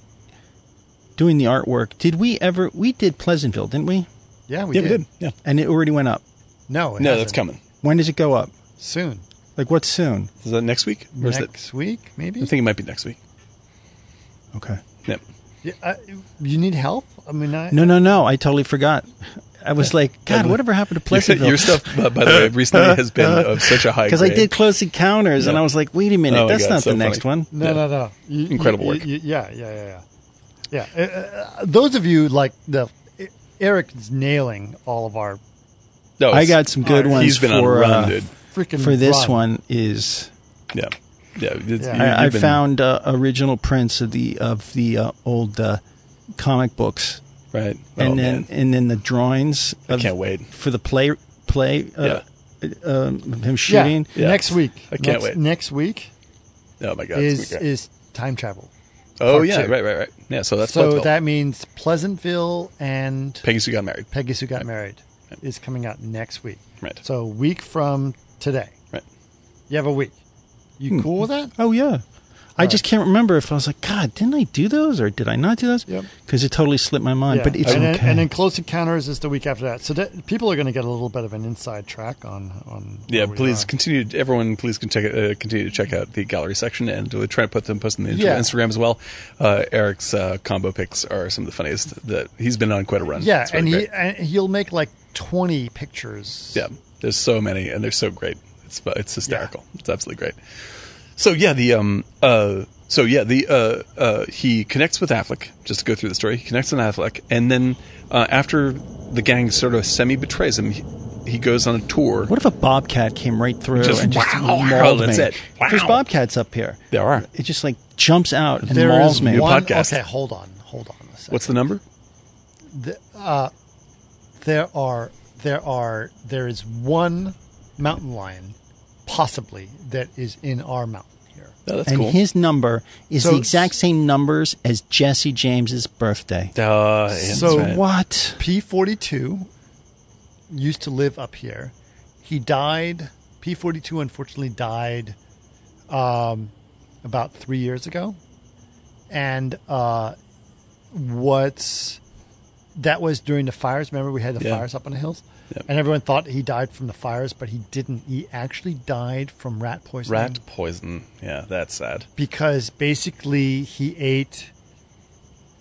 F: doing the artwork. Did we ever? We did Pleasantville, didn't we?
A: "Yeah, we,
E: Yeah, we
A: did.
E: did. Yeah,
F: And it already went up.
A: No, it
E: no,
A: hasn't.
E: that's coming.
F: When does it go up?
A: soon.
F: Like what's soon?
E: Is that next week? Or is
A: Next week, maybe.
E: that? I think it might be next week.
F: Okay.
E: Yep.
A: yeah, I, you need help. I mean, I,
F: No, no, no. I totally forgot. I was like, God, whatever happened to Pleasantville?
E: Your stuff, by, by the way, recently has been of such a high.
F: Because I
E: grade.
F: did Close Encounters, and
E: Yeah.
F: I was like, wait a minute,
E: Oh my
F: that's
E: God,
F: not
E: so
F: the next
E: funny.
F: one.
A: No,
E: Yeah.
A: no, no. You-
E: Incredible
A: you-
E: work.
A: you- yeah, yeah, yeah, yeah. Yeah. Uh, uh, those of you like the E, Eric's nailing all of our
E: No,
F: I
E: it's-
F: got some good
A: Alright.
F: ones
E: Oh, He's been
F: for
E: on a run,
F: uh,
E: dude.
A: freaking
F: for this
A: run.
F: one is
E: Yeah. Yeah. it's-
A: Yeah.
E: you-
F: I, I
E: you've been-
F: found uh, original prints of the of the uh, old uh, comic books,
E: Right.
F: and
E: oh,
F: then
E: man.
F: and then the drawings.
E: I
F: of-
E: can't wait.
F: for the play play. Uh, um, him
A: Yeah,
F: shooting.
E: Yeah.
A: next week.
E: I can't
A: next,
E: wait.
A: Next week
E: Oh, my God. it's
A: is
E: gonna be great.
A: is time travel.
E: oh,
A: part
E: yeah.
A: two.
E: Right, right, right. Yeah. So that's
A: so
E: Pleasantville.
A: that means Pleasantville and
E: Peggy's Who Got Married.
A: Peggy Sue Got Married is coming out next week.
E: Right.
A: So a week from today,
E: Right.
A: you have a week.
E: Hmm.
A: You cool with that?
F: Oh yeah. I just can't remember if I was like, God, didn't I do those or did I not do those?
A: Yep.
F: Because it totally slipped my mind.
A: Yeah.
F: But it's
A: and
F: okay.
A: Then, and then Close Encounters is the week after that. So that, people are going to get a little bit of an inside track on on.
E: Yeah,
A: where we
E: please
A: are.
E: continue. Everyone, please can check, uh, continue to check out the gallery section, and we're trying to put them post on the inter-
A: Yeah.
E: Instagram as well. Uh, Eric's uh, combo picks are some of the funniest. That he's been on quite a run.
A: Yeah,
E: It's really
A: and he
E: great.
A: and he'll make like twenty pictures.
E: Yeah, there's so many, and they're so great. It's it's hysterical. It's absolutely great. So yeah, the um uh so yeah the uh uh he connects with Affleck just to go through the story. He connects with Affleck, and then uh, after the gang sort of semi betrays him, he, he goes on a tour.
F: what if a bobcat came right through
E: Just
F: and just
E: wow,
F: mauled
E: that's
F: me?
E: it. Wow.
F: There's bobcats up here.
E: There are.
F: It just like jumps out and
A: there
F: mauls
A: is
F: me.
A: one.
E: podcast.
A: Okay, hold on, hold on. A second.
E: What's the number?
A: there are there are there is one mountain lion, possibly that is in our mountain here.
E: Oh, that's
F: and
E: cool.
F: his number is
A: So
F: the
A: it's-
F: exact same numbers as Jesse James's birthday.
E: Uh, yeah, that's
A: So
E: right.
F: What?
A: P forty two used to live up here. He died. P forty two unfortunately died um, about three years ago, and uh, what's that was during the fires. Remember, we had the
E: Yeah.
A: fires up on the hills,
E: Yep.
A: and everyone thought he died from the fires, but he didn't. He actually died from rat poisoning.
E: Rat poison. Yeah, that's sad.
A: because basically he ate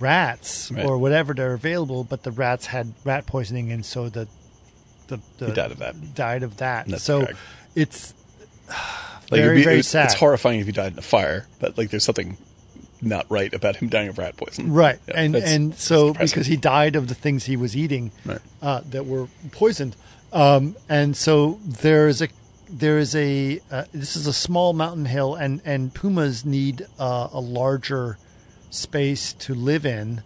A: rats
E: Right.
A: or whatever they're available, but the rats had rat poisoning, and so the the, the
E: He died of that.
A: died of that.
E: That's
A: so
E: correct.
A: it's
E: Like,
A: Very,
E: it'd be-
A: very
E: it's,
A: sad.
E: It's horrifying if he died in a fire, but like there's something not right about him dying of rat poison.
A: right,
E: Yeah,
A: and
E: that's-
A: and so
E: depressing.
A: because he died of the things he was eating
E: Right.
A: uh, that were poisoned, um, and so there's a there is a uh, this is a small mountain hill, and and pumas need uh, a larger space to live in.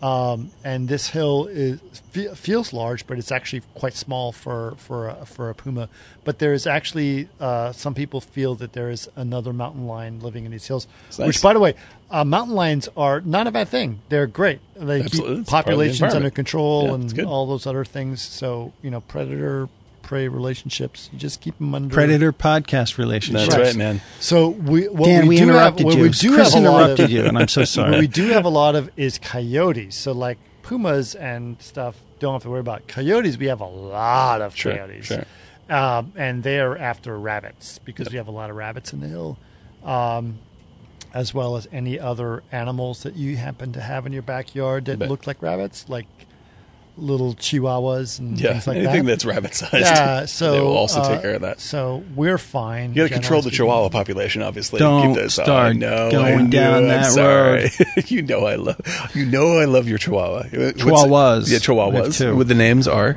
A: um, and this hill is fe- feels large, but it's actually quite small for for a, for a puma. But there is actually uh, some people feel that there is another mountain lion living in these hills.
E: nice.
A: Which, by the way, uh, mountain lions are not a bad thing. They're great. They
E: Absolutely.
A: keep
E: It's part of the
A: populations under
E: environment.
A: control
E: Yeah, it's
A: and
E: good.
A: all those other things. So you know, predator prey relationships. You just keep them under
F: Predator podcast relationship.
E: That's right, man.
A: So we what
F: Dan,
A: we,
F: we,
A: do
F: interrupted
A: have, what
F: you.
A: We do
F: Chris
A: have a lot of-
F: interrupted you, and I'm so
A: what
F: sorry.
A: we do have a lot of is coyotes. So like pumas and stuff don't have to worry about coyotes. We have a lot of
E: Sure,
A: coyotes,
E: sure.
A: Um, and they are after rabbits because we have a lot of rabbits in the hill, um, as well as any other animals that you happen to have in your backyard that
E: bet.
A: look like rabbits, like little chihuahuas and
E: Yeah,
A: things like
E: anything
A: that.
E: that's rabbit sized.
A: yeah, so
E: they will also
A: uh,
E: take care of that.
A: So we're fine.
E: You got to
A: generally
E: control the
A: speaking.
E: Chihuahua population, obviously.
F: Don't
E: Keep those, oh, I
F: start
E: know,
F: going
E: I knew,
F: down
E: I'm
F: that
E: sorry. you know I love. You know I love your Chihuahua. What's-
F: Chihuahuas.
E: Yeah,
F: I have two.
E: Chihuahuas. With the names are.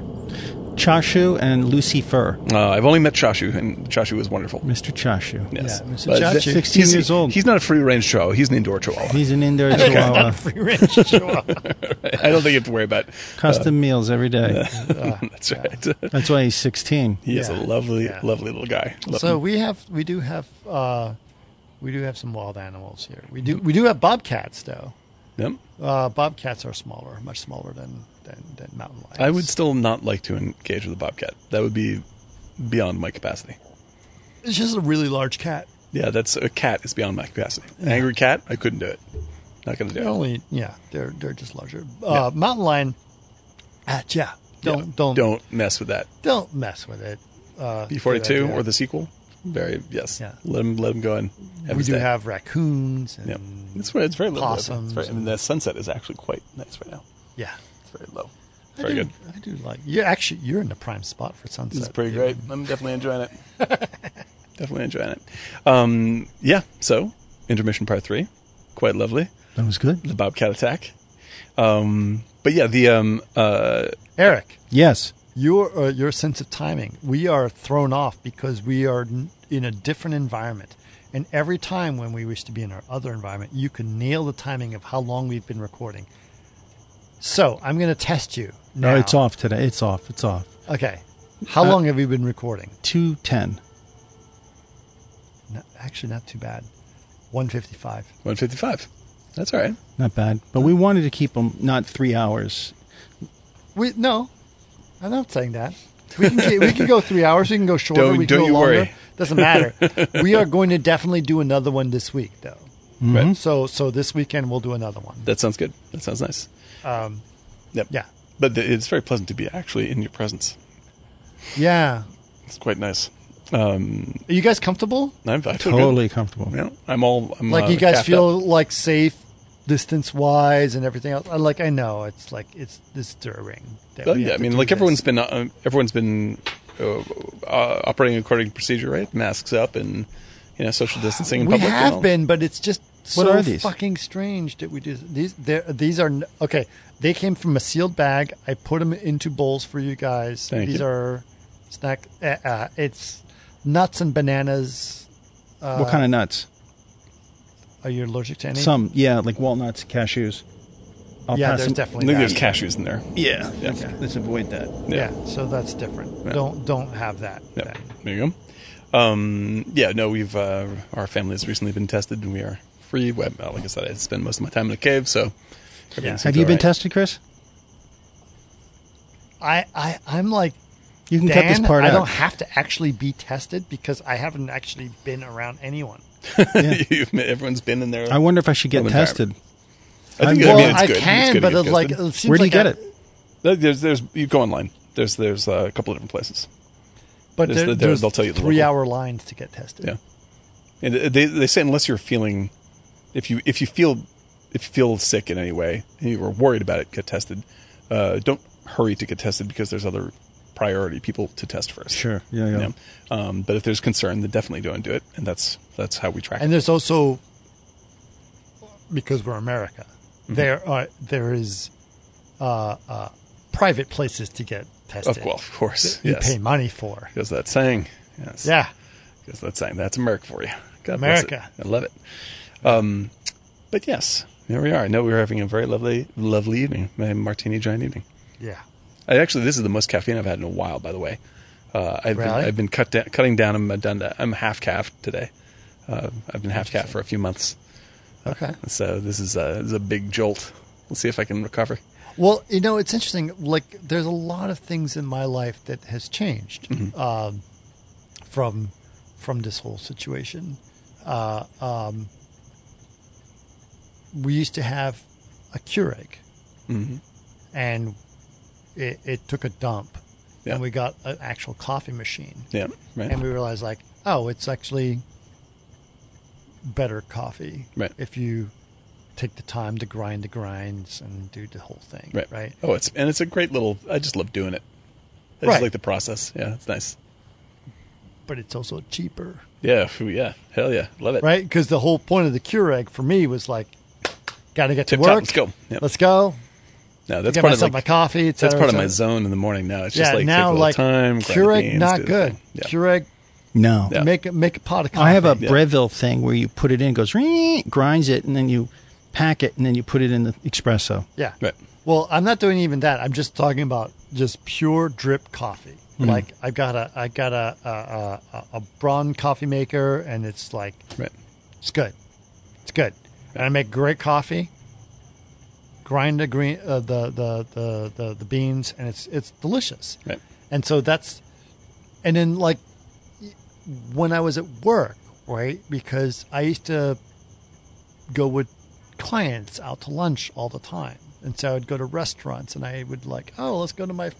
F: Chashu and Lucy Fur.
E: Uh, I've only met Chashu, and Chashu was wonderful.
F: Mr. Chashu.
E: Yes,
A: Yeah, Mr.
E: But
A: Chashu.
E: th-
F: 16
E: he's-
F: years old.
E: He's not a free range Chihuahua. He's an indoor Chihuahua.
F: He's an indoor chihuahua.
A: Free range chihuahua.
E: I don't think you have to worry about.
F: Custom meals every day.
E: That's right.
F: That's why he's 16.
E: he is a
A: Yeah.
E: lovely,
A: Yeah.
E: lovely little guy. Love
A: So
E: him.
A: we have we do have uh, we do have some wild animals here. We do
E: Mm-hmm.
A: we do have bobcats though.
E: Yep.
A: Uh, bobcats are smaller, much smaller than than, than mountain lions.
E: I would still not like to engage with a bobcat. That would be beyond my capacity.
A: It's just a really large cat.
E: Yeah, that's a cat is beyond my capacity. An angry cat, I couldn't do it. Not gonna do
A: They're
E: it.
A: only yeah. They're they're just larger. Uh, Mountain lion. Ah, yeah. Don't
E: Yeah,
A: don't
E: don't mess with that.
A: don't mess with it. Uh,
E: B forty two
A: good idea.
E: or the sequel. Very yes.
A: Yeah.
E: Let him let him go and have
A: we
E: his
A: do
E: day.
A: have raccoons and
E: yeah. It's very it's very low.
A: possums
E: It's very, I mean, the sunset is actually quite nice right now.
A: yeah.
E: It's very low.
A: I
E: Very
A: do-
E: good.
A: I do like you. Actually, you're in the prime spot for sunset.
E: It's pretty
A: dude.
E: great. I'm definitely enjoying it. definitely enjoying it. Um, yeah. So intermission part three, quite lovely.
F: That was good.
E: The bobcat attack. Um, but yeah, the um, uh,
A: Eric,
F: Yes.
A: your uh, your sense of timing. We are thrown off because we are n- in a different environment, and every time when we wish to be in our other environment, you can nail the timing of how long we've been recording. So I'm going to test you. Now.
F: No, Oh, it's Uh, off today. It's off. It's off.
A: Okay, how long have you been recording?
F: Two ten.
A: No, actually, not too bad. One fifty-five.
E: 155. That's all right.
F: Not bad. But we wanted to keep them not three hours.
A: We no, I'm not saying that. We can get, we can go three hours. We can go shorter.
E: Don't-
A: we can
E: don't
A: go
E: you
A: longer.
E: worry.
A: Doesn't matter. we are going to definitely do another one this week, though.
E: Right.
A: So so this weekend we'll do another one.
E: That sounds good. That sounds nice.
A: Um,
E: Yep.
A: yeah,
E: But th- it's very pleasant to be actually in your presence.
A: yeah.
E: It's quite nice. Um,
A: Are you guys comfortable?
E: I'm I feel
F: Totally comfortable.
E: Good. Yeah, I'm all. I'm,
A: Like
E: uh,
A: you guys
E: capped
A: feel
E: up.
A: like safe, distance wise, and everything else. I- Like I know it's like it's disturbing. That
E: Oh,
A: we
E: yeah,
A: have
E: I
A: to
E: mean,
A: do
E: like
A: this.
E: everyone's been uh, everyone's been uh, uh, operating according to procedure, right? Masks up and you know social distancing. In
A: We
E: public and
A: have
E: all.
A: been, but it's just so
F: are these?
A: fucking strange that we do these. they're- These are n- okay. They came from a sealed bag. I put them into bowls for you guys.
E: Thank
A: these
E: you.
A: are snack. Uh, uh, it's nuts and bananas. Uh,
F: what kind of nuts?
A: Are you allergic to any?
F: Some. Yeah, like walnuts, cashews. I'll
A: Yeah,
F: pass
A: there's
F: them-
E: I
A: definitely.
E: think there's
A: that.
E: cashews in there.
F: Yeah.
E: Yeah.
F: Let's, let's avoid that.
A: Yeah. so that's different. Don't don't have that.
E: Yeah,
A: then.
E: there you go. Um, yeah, no, we've uh, our family has recently been tested, and we are free. Well, like I said, I spend most of my time in a cave, so everything's
F: Have you been
E: alright.
F: tested, Chris?
A: I I I'm like.
F: You can cut
A: Dan,
F: this part
A: I
F: out.
A: don't have to actually be tested because I haven't actually been around anyone.
E: You've- Everyone's been in there.
F: I wonder if I should get
E: Home
F: tested.
E: environment. I think
F: I'm-
E: I mean
A: well,
E: it's
A: I
E: good.
A: can,
E: it's good to
A: but
E: get
A: it, like,
E: tested.
A: it seems
F: Where do you
A: like
F: get
A: I-
F: it?
E: No, there's there's you go online. There's there's uh, a couple of different places.
A: But
E: There's
A: there,
E: the- there-
A: there's
E: they'll tell you the
A: three
E: local.
A: hour lines to get tested.
E: Yeah, and they they say unless you're feeling, if you if you feel if you feel sick in any way and you were worried about it, get tested. Uh, don't hurry to get tested because there's other priority people to test first.
F: Sure. Yeah, yeah.
E: You know? Um, but if there's concern, then definitely don't do it, and that's that's how we track.
A: And
E: it.
A: there's also because we're America,
E: Mm-hmm.
A: there are there is uh, uh, private places to get tested.
E: Of, well, of course,
A: you
E: yes.
A: pay money for.
E: Goes that saying. Yes.
A: Yeah,
E: Goes that saying. That's America for you. God bless it.
A: America.
E: I love it. Um, but yes, here we are. I know we were having a very lovely, lovely evening, a martini giant evening.
A: yeah.
E: I actually, this is the most caffeine I've had in a while. By the way, uh, I've been,
A: Really?
E: I've been cut down, cutting down. I'm uh, done. To, I'm half calf today. Uh, I've been half calf for a few months,
A: Okay.
E: so this is a, this is a big jolt. We'll see if I can recover.
A: Well, you know, it's interesting. Like, there's a lot of things in my life that has changed um, from from this whole situation. Uh, um, we used to have a Keurig, and it, it took a dump,
E: Yeah.
A: and we got an actual coffee machine,
E: Yeah, right.
A: and we realized like, oh, it's actually better coffee
E: Right.
A: if you take the time to grind the grinds and do the whole thing,
E: right,
A: right?
E: Oh, it's and it's a great little. I just love doing it. I
A: Right.
E: just like the process. Yeah, it's nice.
A: but it's also cheaper,
E: Yeah, phew, yeah, hell yeah, love it.
A: right? Because the whole point of the Keurig for me was like, got to get to
E: Tip
A: work.
E: top, let's go. Yep.
A: Let's go.
E: No, that's
A: get
E: part of
A: myself
E: like,
A: my coffee. et
E: that's
A: cetera,
E: part of
A: et
E: my
A: cetera.
E: zone in the morning. Now it's
A: Yeah,
E: just like take a
A: now
E: little
A: like
E: time. grind the
A: Keurig
E: beans, do
A: not
E: the
A: good.
E: thing. Yeah.
A: Keurig
F: No.
E: Yeah.
A: make make a pot of coffee.
F: I have a
E: Yeah.
F: Breville thing where you put it in, it goes, "Ring," grinds it, and then you pack it, and then you put it in the espresso.
A: yeah.
E: Right.
A: Well, I'm not doing even that. I'm just talking about just pure drip coffee. Like I've got a I got a a, a a brawn coffee maker, and it's like
E: Right.
A: It's good. It's good. And I make great coffee. Grind the green uh, the, the, the the the beans, and it's it's delicious.
E: Right.
A: And so that's, and then like, when I was at work, right? Because I used to go with clients out to lunch all the time, and so I'd go to restaurants, and I would like, oh, let's go to my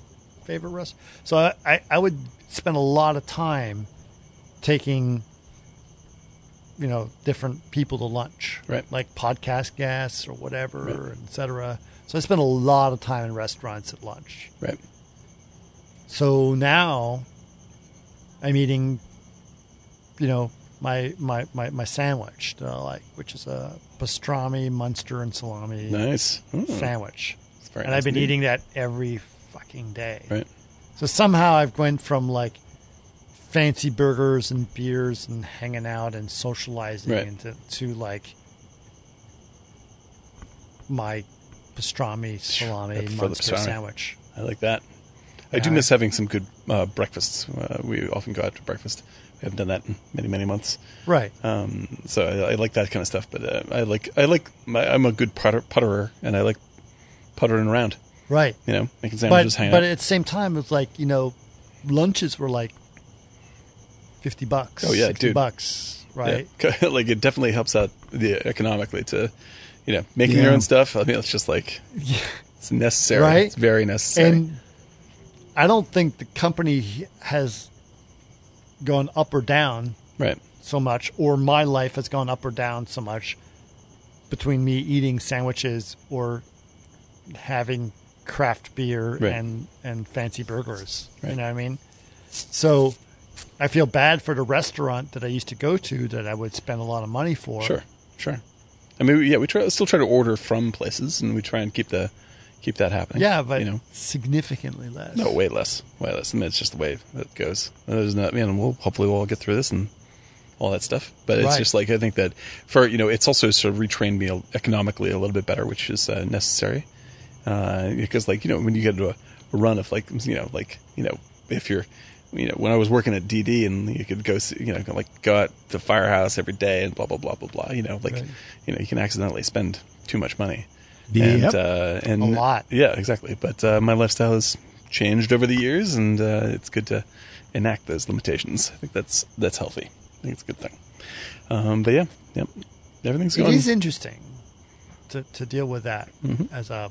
A: favorite restaurant. So I, I, I would spend a lot of time taking you know different people to lunch
E: Right.
A: like podcast guests or whatever et cetera. so i spent a lot of time in restaurants at lunch
E: Right.
A: so now i'm eating you know my my my, my sandwich that I like which is a pastrami munster and salami
E: Nice. Mm.
A: sandwich
E: It's very
A: and
E: nice
A: i've been
E: indeed.
A: eating that every fucking day
E: Right.
A: So somehow I've went from like fancy burgers and beers and hanging out and socializing
E: Right.
A: into to like my pastrami salami
E: for the
A: monster
E: pastrami.
A: sandwich.
E: I like that. I do
A: Yeah.
E: miss having some good uh, breakfasts. Uh, we often go out to breakfast. We haven't done that in many, many months.
A: Right.
E: Um, so I, I like that kind of stuff. But uh, I like I like my, I'm a good putter, putterer, and I like puttering around.
A: right.
E: You know, making
A: But
E: sandwiches, hanging
A: but
E: out.
A: at the same time it's like, you know, lunches were like fifty bucks.
E: Oh, yeah,
A: 60
E: dude.
A: bucks. Right.
E: Yeah. like it definitely helps out the economically to, you know, making your
F: Yeah.
E: own stuff. I mean, it's just like it's necessary.
A: Right?
E: It's very necessary.
A: And I don't think the company has gone up or down
E: right.
A: so much, or my life has gone up or down so much between me eating sandwiches or having craft beer
E: Right.
A: and, and fancy burgers. You
E: Right.
A: know what I mean? So I feel bad for the restaurant that I used to go to that I would spend a lot of money for.
E: Sure. Sure. I mean, yeah, we try still try to order from places, and we try and keep the keep that happening.
A: Yeah, but
E: you know,
A: significantly less.
E: No, way less, way less. I mean, it's just the way it goes. And There's not, man. We'll hopefully we'll all get through this and all that stuff. But it's
A: Right.
E: just like I think that for you know, it's also sort of retrained me a- economically a little bit better, which is uh, necessary uh, because like you know when you get into a run of like you know like you know if you're you know when I was working at DD and you could go see, you know like go out to Firehouse every day and blah blah blah blah blah. You know like you know you can accidentally spend too much money.
F: Yep.
E: And, uh, and
A: A lot.
E: yeah, exactly. But uh, my lifestyle has changed over the years, and uh, it's good to enact those limitations. I think that's that's healthy. I think it's a good thing. Um, but yeah, yep, everything's
A: It
E: going.
A: is interesting to, to deal with that
E: Mm-hmm.
A: as a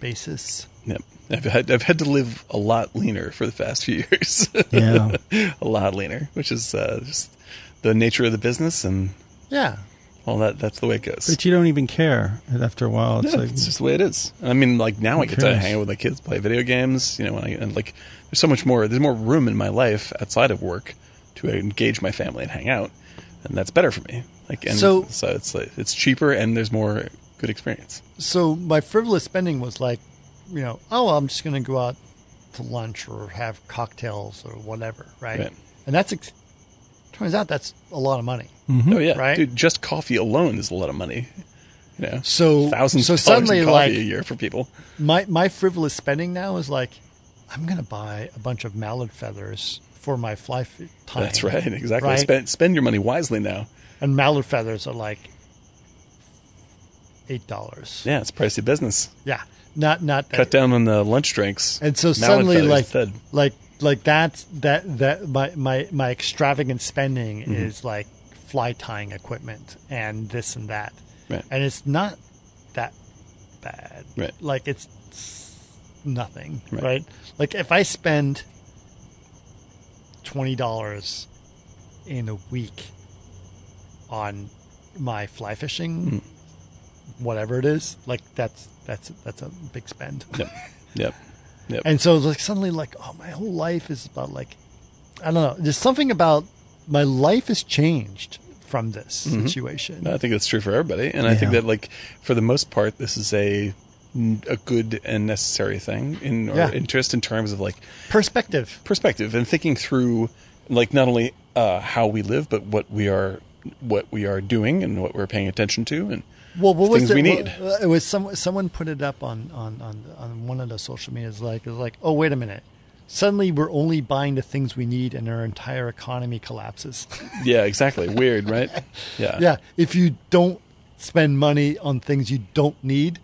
A: basis.
E: Yep, I've had, I've had to live a lot leaner for the past few years.
F: Yeah.
E: a lot leaner, which is uh, just the nature of the business and
A: Yeah.
E: all that. That's the way it goes.
F: But you don't even care after a while. It's
E: Yeah,
F: like
E: it's just the way it is. And I mean, like now I get to
F: curious.
E: hang out with my kids, play video games. You know, and, I, and like there's so much more. There's more room in my life outside of work to engage my family and hang out, and that's better for me. Like, and
A: So-
E: so, it's like it's cheaper and there's more good experience.
A: so my frivolous spending was like, you know, oh, I'm just going to go out to lunch or have cocktails or whatever, right?
E: Right.
A: And that's ex- turns out that's a lot of money.
E: Oh yeah,
A: Right?
E: dude, just coffee alone is a lot of money. You know,
A: So-
E: thousands
A: so
E: of dollars
A: suddenly,
E: in coffee
A: like-
E: a year for people.
A: My my frivolous spending now is like, I'm going to buy a bunch of mallet feathers for my fly f- time.
E: That's right, exactly.
A: Right?
E: Spend spend your money wisely now.
A: and mallet feathers are like eight dollars.
E: Yeah, it's pricey business.
A: yeah, not not that
E: Cut down on the lunch drinks.
A: And so
E: Mallet
A: suddenly,
E: feathers
A: like,
E: instead.
A: like, like that's that that my my my extravagant spending
E: Mm-hmm.
A: is like fly tying equipment and this and that,
E: Right.
A: and it's not that bad.
E: Right.
A: Like it's nothing. Right.
E: Right.
A: Like if I spend twenty dollars in a week on my fly fishing,
E: Hmm.
A: whatever it is, like that's that's that's a big spend.
E: Yep. Yep. Yep.
A: And so like suddenly like oh my whole life is about like I don't know. There's something about my life has changed from this
E: Mm-hmm.
A: situation.
E: I think that's true for everybody, and I think
F: Yeah.
E: that like for the most part, this is a a good and necessary thing in or
A: Yeah.
E: interest in terms of like
A: Perspective.
E: perspective and thinking through like not only uh, how we live but what we are what we are doing and what we're paying attention to and
A: Well, what was
E: things
A: it?
E: we
A: Well,
E: need.
A: uh, It was some someone put it up on on on, on one of the social medias. Like it was like oh wait a minute. Suddenly, we're only buying the things we need, and our entire economy collapses.
E: yeah, exactly. Weird, right? Yeah,
A: yeah, if you don't spend money on things you don't need,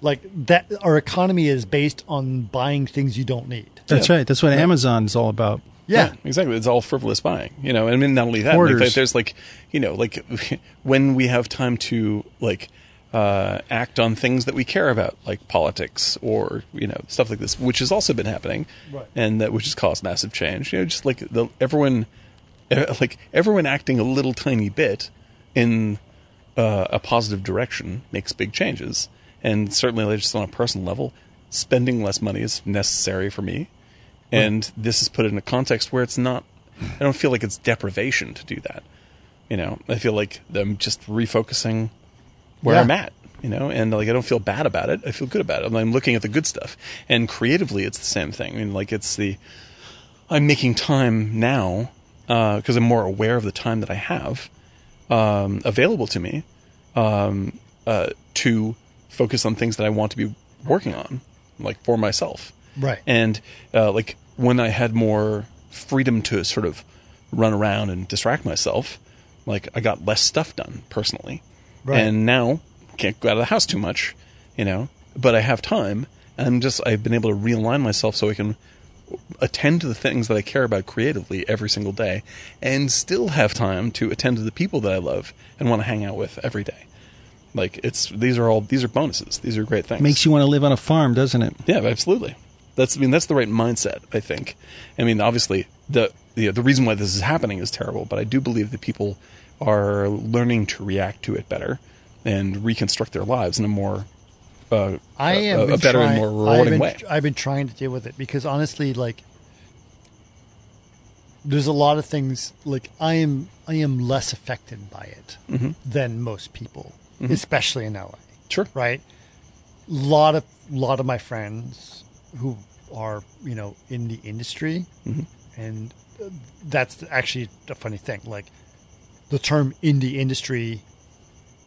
A: like that, our economy is based on buying things you don't need.
F: that's right. That's what Amazon's all about.
A: Yeah,
E: exactly. It's all frivolous buying, you know. And I mean, not only that, like,
F: Hoarders.
E: there- there's like, you know, like when we have time to like uh, act on things that we care about, like politics or you know stuff like this, which has also been happening,
A: Right.
E: and that which has caused massive change. You know, just like the everyone, eh, like everyone acting a little tiny bit in uh, a positive direction makes big changes. And certainly, like, just on a personal level, spending less money is necessary for me. And this is put in a context where it's not, I don't feel like it's deprivation to do that. You know, I feel like I'm just refocusing where
A: Yeah.
E: I'm at. you know and like i don't feel bad about it i feel good about it I'm, I'm looking at the good stuff and creatively it's the same thing i mean like it's the i'm making time now because i'm more aware of the time that i have um, available to me um, uh, to focus on things that i want to be working on like for myself
A: Right.
E: and uh, like when i had more freedom to sort of run around and distract myself like i got less stuff done personally
A: Right.
E: and now can't go out of the house too much, you know. But I have time, and I'm just I've been able to realign myself so I can attend to the things that I care about creatively every single day, and still have time to attend to the people that I love and want to hang out with every day. Like it's these are all these are bonuses. These are great things.
F: Makes you want to live on a farm, doesn't it?
E: Yeah, absolutely. That's I mean that's the right mindset. I think. I mean, obviously the the the reason why this is happening is terrible, but I do believe that people are learning to react to it better and reconstruct their lives in a more uh,
A: I
E: a-
A: am
E: a, better and more rewarding
A: I've been,
E: way.
A: I've been trying to deal with it because honestly, like, there's a lot of things like I am I am less affected by it
E: Mm-hmm.
A: than most people, especially in LA.
E: Sure.
A: Right, lot of lot of my friends who are you know in the industry,
E: Mm-hmm.
A: and uh, that's actually a funny thing. Like, the term indie industry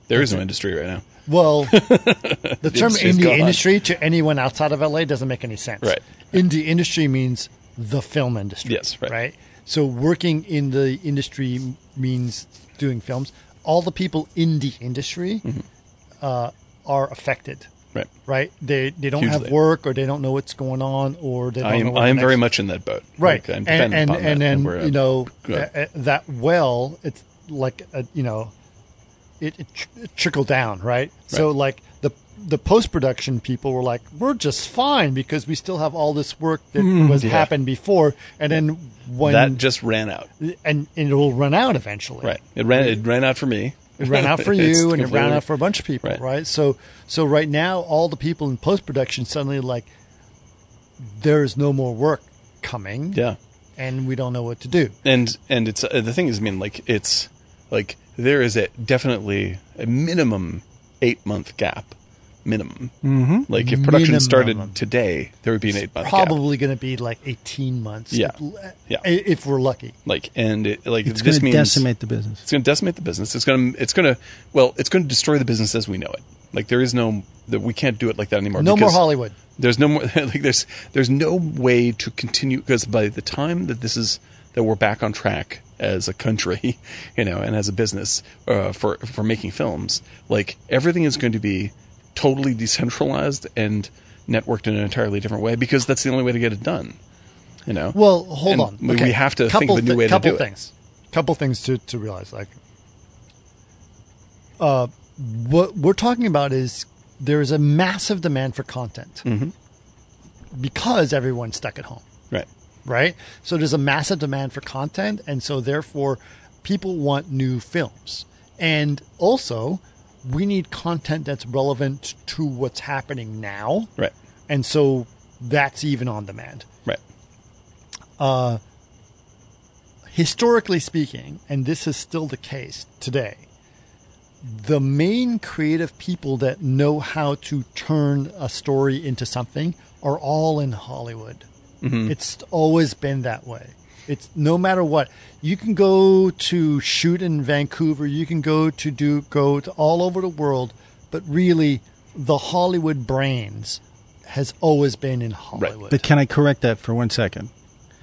E: There is no industry right now.
A: well, the term
E: industry's
A: indie
E: gone.
A: industry to anyone outside of LA doesn't make any sense.
E: Right.
A: Indie industry means the film industry.
E: Yes, right.
A: So working in the industry m- means doing films. All the people in the industry
E: Mm-hmm.
A: uh, are affected,
E: Right.
A: right? They they don't have
E: Hugely.
A: work, or they don't know what's going on, or they don't
E: I
A: know.
E: am
A: what
E: I
A: the
E: am very
A: next-
E: much in that boat.
A: right
E: Like, I'm
A: and
E: dependent
A: and,
E: upon that,
A: and then
E: we're a-
A: you know uh,
E: good.
A: uh, that well it's like a, you know it, it, tr- it trickled down right? so
E: Right.
A: like the the post-production people were like we're just fine because we still have all this work that was happened before and then when
E: Hmm. that just ran out.
A: and, and it will run out eventually
E: Right. It ran it ran out for me.
A: it ran out for
E: It's
A: you and it ran
E: completely-
A: out for a bunch of people, right?
E: Right.
A: So so right now all the people in post production suddenly like there is no more work coming.
E: Yeah.
A: And we don't know what to do.
E: and and it's uh, the thing is, I mean, like it's like there is a definitely a minimum eight month gap, minimum. Mm-hmm. Like if production
A: Minimum.
E: started today, there would be an eight month gap.
A: Probably going to be like 18 months.
E: Yeah.
A: If,
E: Yeah.
A: if we're lucky.
E: Like and it, like
F: It's going
E: this
F: to
E: means
F: decimate the business.
E: it's going to decimate the business. It's going to it's going to well, it's going to destroy the business as we know it. Like there is no that we can't do it like that anymore.
A: No more
E: because-
A: Hollywood.
E: there's no more like there's there's no way to continue because by the time that this is that we're back on track as a country you know and as a business uh, for for making films like everything is going to be totally decentralized and networked in an entirely different way because that's the only way to get it done you know
A: Well, hold
E: And
A: on.
E: we, we have to think
A: Couple
E: of a new
A: thi-
E: way to
A: couple
E: do it
A: things. Couple things to, to realize. Like, uh, what we're talking about is there is a massive demand for content
E: Mm-hmm.
A: because everyone's stuck at home.
E: right
A: right? So there's a massive demand for content, and so therefore, people want new films. And also, we need content that's relevant to what's happening now,
E: right
A: and so that's even on demand.
E: right
A: Historically speaking, and this is still the case today, the main creative people that know how to turn a story into something are all in Hollywood. It's always been that way. It's no matter what. You can go to shoot in Vancouver, you can go to do go to all over the world, but really the Hollywood brains has always been in Hollywood.
F: But can I correct that for one second?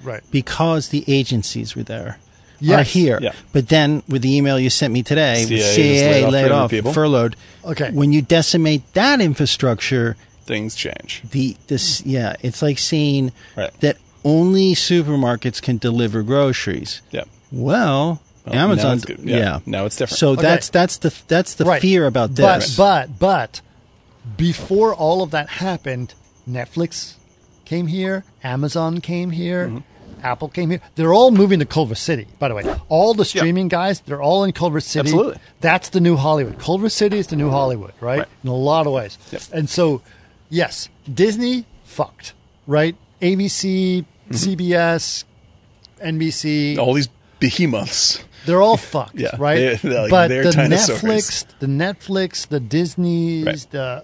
A: right.
F: Because the agencies were there. Are
A: Yes.
F: here,
E: Yeah.
F: but then with the email you sent me today,
E: CIA
F: with
E: just
F: CIA
E: laid off
F: laid
E: 300
F: off,
E: people.
F: furloughed.
A: Okay.
F: when you decimate that infrastructure,
E: things change
F: the this yeah, it's like saying
E: Right.
F: that only supermarkets can deliver groceries.
E: yeah
F: Well,
E: Well, now
F: Amazon,
E: it's good.
F: yeah.
E: Yeah. Now it's different.
F: So
E: Okay.
F: that's that's the that's the
A: Right.
F: fear about
A: But
F: this.
A: but but before all of that happened, Netflix came here, Amazon came here, Apple came here. They're all moving to Culver City, by the way. All the streaming guys, they're all in Culver City.
E: Absolutely.
A: That's the new Hollywood. Culver City is the new Hollywood, right? In a lot of ways. And so, yes, Disney fucked, right? ABC, CBS, NBC,
E: all these behemoths
A: They're all fucked,
E: Yeah,
A: right?
E: they're- they're like-
A: but
E: they're
A: the
E: dinosaurs.
A: Netflix, the Netflix, the Disney's,
E: Right.
A: the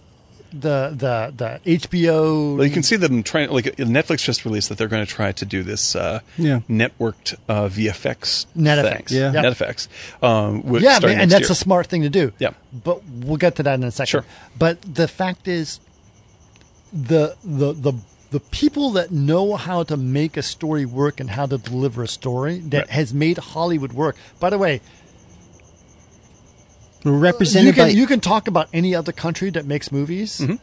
A: the the the HBO.
E: Well, you can see them trying. Like Netflix just released that they're going to try to do this uh,
F: Yeah.
E: networked uh, VFX.
A: NetFX,
E: thing.
F: yeah.
A: Yep.
E: NetFX. Um, wi-
A: yeah,
E: starting
A: man, and
E: next
A: that's
E: year.
A: a smart thing to do.
E: Yeah.
A: But we'll get to that in a second.
E: Sure.
A: But the fact is the the the the people that know how to make a story work and how to deliver a story that
E: Right.
A: has made Hollywood work. By the way,
F: We're represented
A: you can
F: by
A: you can talk about any other country that makes movies.
E: Mm-hmm.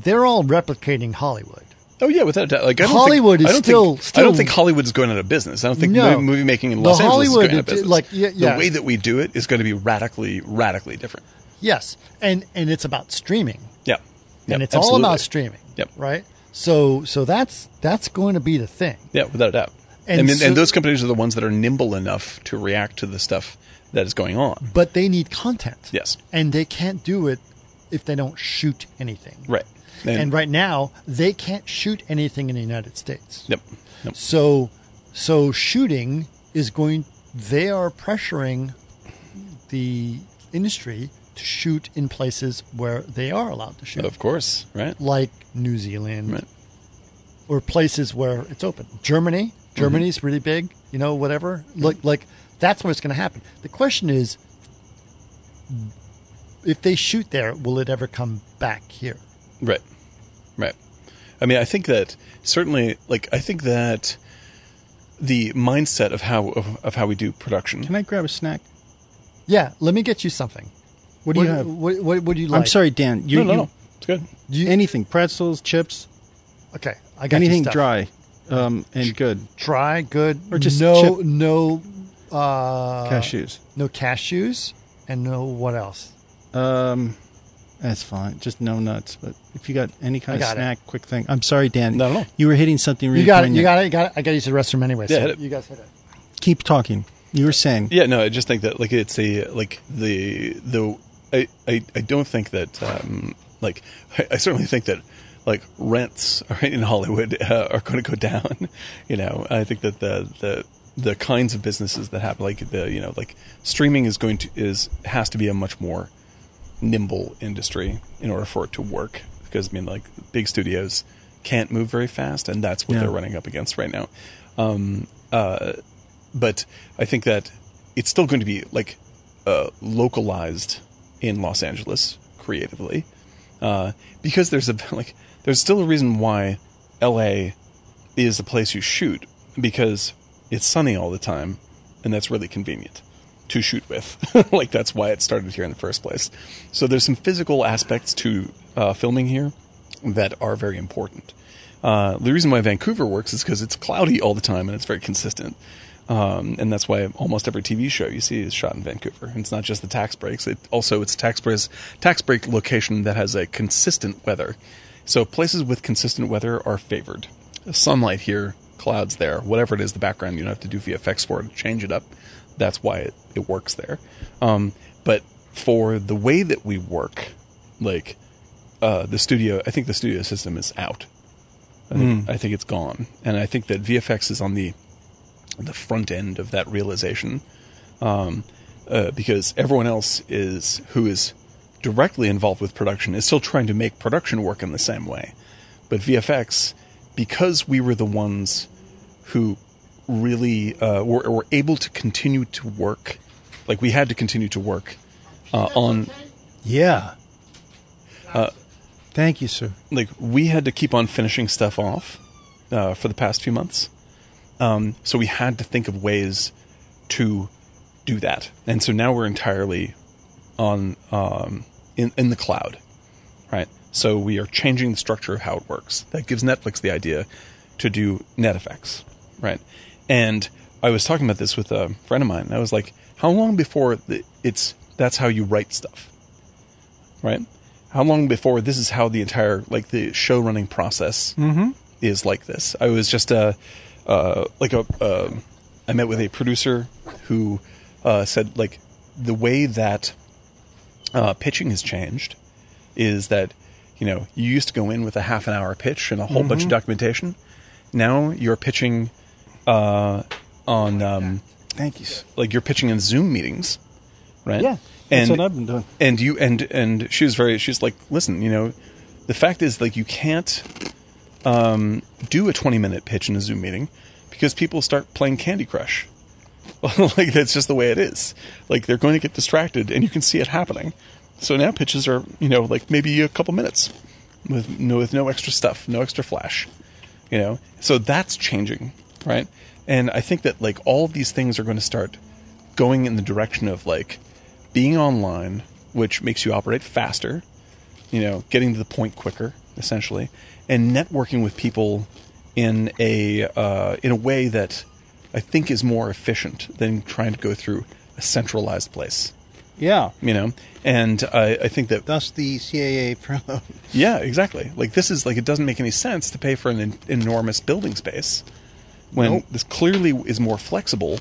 A: They're all replicating Hollywood.
E: Oh yeah, without a doubt. Like I don't
A: Hollywood is
E: think, I don't
A: still-
E: Think, I
A: still-
E: don't think Hollywood's going out of business. I don't think
A: No.
E: movie, movie making in
A: The
E: Los Angeles
A: Hollywood
E: is going out of
A: is-
E: business.
A: like, yeah, yeah.
E: The way that we do it is going to be radically, radically different.
A: Yes. And and it's about streaming.
E: Yeah,
A: and
E: Yeah,
A: it's all
E: absolutely.
A: about streaming.
E: Yep.
A: Right? So so that's that's going to be the thing.
E: Yeah, without a doubt.
A: And
E: And, and,
A: so-
E: those companies are the ones that are nimble enough to react to the stuff that is going on.
A: but they need content.
E: Yes.
A: And they can't do it if they don't shoot anything.
E: Right.
A: And, right now, they can't shoot anything in the United States.
E: Yep. Yep.
A: So so shooting is going they are pressuring the industry to shoot in places where they are allowed to shoot.
E: Of course. Right.
A: Like New Zealand
E: Right.
A: or places where it's open. Germany, Germany's really big, you know, whatever. Like like that's what's going to happen. The question is if they shoot there, will it ever come back here?
E: Right. Right. I mean, I think that certainly, like, I think that the mindset of how of, of how we do production.
F: Can I grab a snack?
A: Yeah, let me get you something.
F: What do you have?
A: What, what, what do you like?
F: I'm sorry, Dan. You,
E: no, no,
F: you-
E: no. It's good.
A: You-
F: anything? Pretzels, chips,
A: Okay, I got you
F: anything
A: stuff.
F: dry, um, and good
A: Dry, good.
F: Or just
A: no,
F: chip.
A: no, uh,
F: cashews.
A: no cashews, and no what else?
F: Um, that's fine. Just no nuts. But if you got any kind
A: I
F: of
A: got it.
F: snack, quick thing. I'm sorry, Dan.
E: Not at all.
F: You were hitting something. Really
A: You got it. You
F: poignant.
A: got it. You got it. I got to use the restroom anyway.
E: Yeah,
A: so
E: hit it.
A: you guys hit it.
F: Keep talking. You were saying.
E: Yeah, no, I just think that like it's a like the the I I, I don't think that um like I, I certainly think that like rents right in Hollywood uh, are going to go down. You know, I think that the the the kinds of businesses that happen like the you know like streaming is going to is has to be a much more nimble industry in order for it to work because I mean like big studios can't move very fast and that's what
F: Yeah.
E: they're running up against right now. Um, uh, but I think that it's still going to be like uh, localized in Los Angeles creatively uh, because there's a like there's still a reason why L.A. is the place you shoot because it's sunny all the time and that's really convenient to shoot with. like that's why it started here in the first place. So there's some physical aspects to uh, filming here that are very important. Uh, the reason why Vancouver works is because it's cloudy all the time and it's very consistent. Um, and that's why almost every TV show you see is shot in Vancouver. And it's not just the tax breaks; it also it's a tax breaks tax break location that has a consistent weather. So places with consistent weather are favored. Sunlight here, clouds there, whatever it is, the background you don't have to do VFX for to change it up. That's why it, it works there. Um, but for the way that we work, like uh, the studio, I think the studio system is out. I think, I think it's gone, and I think that VFX is on the the front end of that realization, um, uh, because everyone else is who is directly involved with production is still trying to make production work in the same way, but VFX, because we were the ones who really uh, were, were able to continue to work, like we had to continue to work uh, on
F: Yeah.
A: Uh,
F: Thank you, sir.
E: like we had to keep on finishing stuff off uh, for the past few months. Um, so we had to think of ways to do that, and so now we're entirely on um, in in the cloud, right? So we are changing the structure of how it works. That gives Netflix the idea to do NetFX, right? And I was talking about this with a friend of mine. And I was like, "How long before the, it's that's how you write stuff?" right? How long before this is how the entire like the show running process is like this? I was just uh, uh like a uh, I met with a producer who uh, said like the way that uh, pitching has changed is that you know you used to go in with a half an hour pitch and a whole bunch of documentation. Now you're pitching uh, on um,
F: thank you.
E: like you're pitching in Zoom meetings, right?
F: Yeah,
E: and
F: that's what I've been doing.
E: And you and and she was very she's like, listen, you know, the fact is like you can't um, do a 20 minute pitch in a Zoom meeting because people start playing Candy Crush. like that's just the way it is. Like they're going to get distracted, and you can see it happening. So now pitches are you know like maybe a couple minutes with no with no extra stuff, no extra flash. You know, so that's changing, right? And I think that like all of these things are going to start going in the direction of like being online, which makes you operate faster, you know, getting to the point quicker, essentially, and networking with people in a uh, in a way that I think is more efficient than trying to go through a centralized place,
F: Yeah,
E: you know. And I, I think that
F: thus the CAA promo.
E: yeah, exactly. Like this is like it doesn't make any sense to pay for an en- enormous building space when
F: Nope.
E: this clearly is more flexible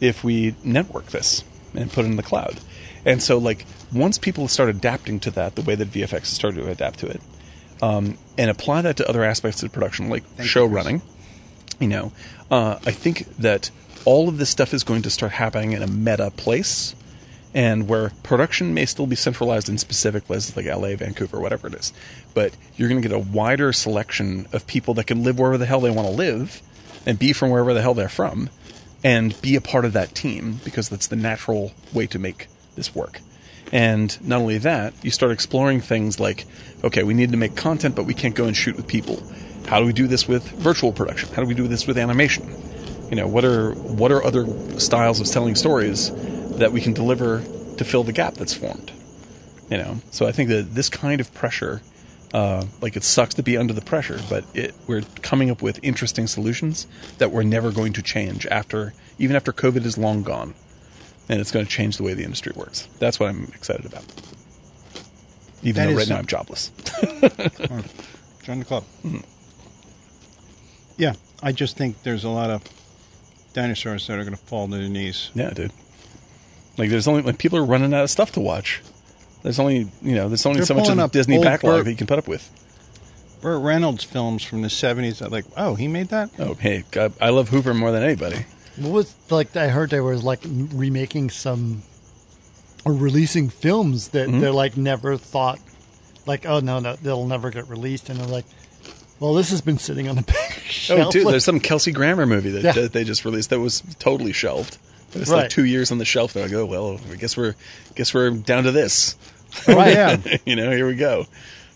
E: if we network this and put it in the cloud. And so like once people start adapting to that the way that VFX has started to adapt to it, um, and apply that to other aspects of production like show running, you know, uh, I think that all of this stuff is going to start happening in a meta place and where production may still be centralized in specific places like LA, Vancouver, whatever it is. But you're going to get a wider selection of people that can live wherever the hell they want to live and be from wherever the hell they're from and be a part of that team because that's the natural way to make this work. And not only that, you start exploring things like, okay, we need to make content, but we can't go and shoot with people. How do we do this with virtual production? How do we do this with animation? You know, what are what are other styles of telling stories that we can deliver to fill the gap that's formed? You know, so I think that this kind of pressure, uh, like it sucks to be under the pressure, but it, we're coming up with interesting solutions that we're never going to change after, even after COVID is long gone, and it's going to change the way the industry works. That's what I'm excited about. Even
F: That
E: though
F: is
E: right now
F: some-
E: I'm jobless.
F: Join the club.
A: Hmm.
F: Yeah, I just think there's a lot of dinosaurs that are going to fall to their knees.
E: Yeah, dude. Like there's only like people are running out of stuff to watch. There's only you know there's only
F: They're
E: so much of
F: pulling
E: the
F: up
E: Disney
F: old
E: backlog
F: Burt-
E: that you can put up with.
F: Burt Reynolds films from the '70s that, like, oh, he made that.
E: Oh hey, God, I love Hooper more than anybody.
A: What was like? I heard they were like remaking some or releasing films that
E: Mm-hmm.
A: they're like never thought, like oh no, no, they'll never get released, and they're like, well, this has been sitting on the back
E: Oh,
A: shelf.
E: dude, there's some Kelsey Grammer movie that,
A: Yeah.
E: that they just released that was totally shelved. It was like
A: Right.
E: two years on the shelf. They're like, oh well, I guess we're guess we're down to this.
A: right?
F: Oh, Yeah,
E: you know, here we go.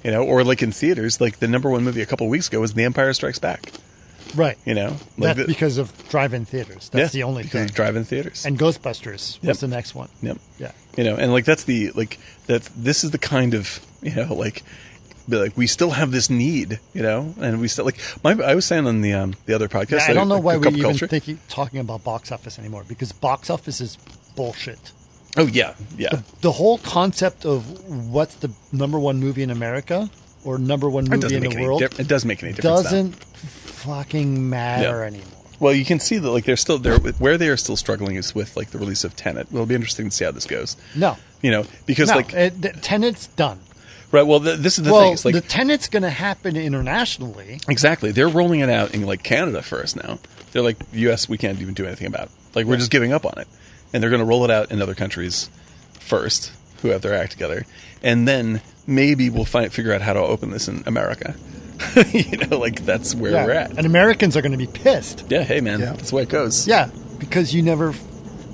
E: You know, or like in theaters, like the number one movie a couple weeks ago was The Empire Strikes Back.
A: right.
E: You know, like
A: That's
E: the-
A: because of drive-in theaters. That's
E: yeah,
A: the only
E: because
A: thing.
E: of drive-in theaters.
A: and Ghostbusters
E: Yep.
A: was the next one.
E: yep.
A: Yeah.
E: you know and like that's the like that this is the kind of you know like be like we still have this need you know and we still like my i was saying on the um the other podcast
A: I don't know
E: like,
A: why
E: Cup
A: we're even
E: Culture.
A: thinking, talking about box office anymore because box office is bullshit.
E: oh yeah yeah
A: The whole concept of what's the number one movie in America or number one
E: it
A: movie
E: doesn't
A: in
E: make
A: the
E: any
A: world
E: difference it doesn't make any difference now.
A: doesn't fucking matter
E: Yeah.
A: anymore.
E: well you can see that like they're still there where they are still struggling is with like the release of tenet it'll be interesting to see how this goes
A: No,
E: you know because
A: no,
E: like
A: it, the Tenet's done.
E: right well th- this is the
A: well,
E: thing it's like
A: the Tenet's going to happen internationally.
E: Exactly. They're rolling it out in like Canada first now. They're like US we can't even do anything about it. Like we're just giving up on it. And they're going to roll it out in other countries first who have their act together. And then maybe we'll find figure out how to open this in America. you know, like that's where we're at.
A: and Americans are going to be pissed.
E: Yeah, hey man,
F: Yeah.
E: that's the way it goes.
A: Yeah, because you never.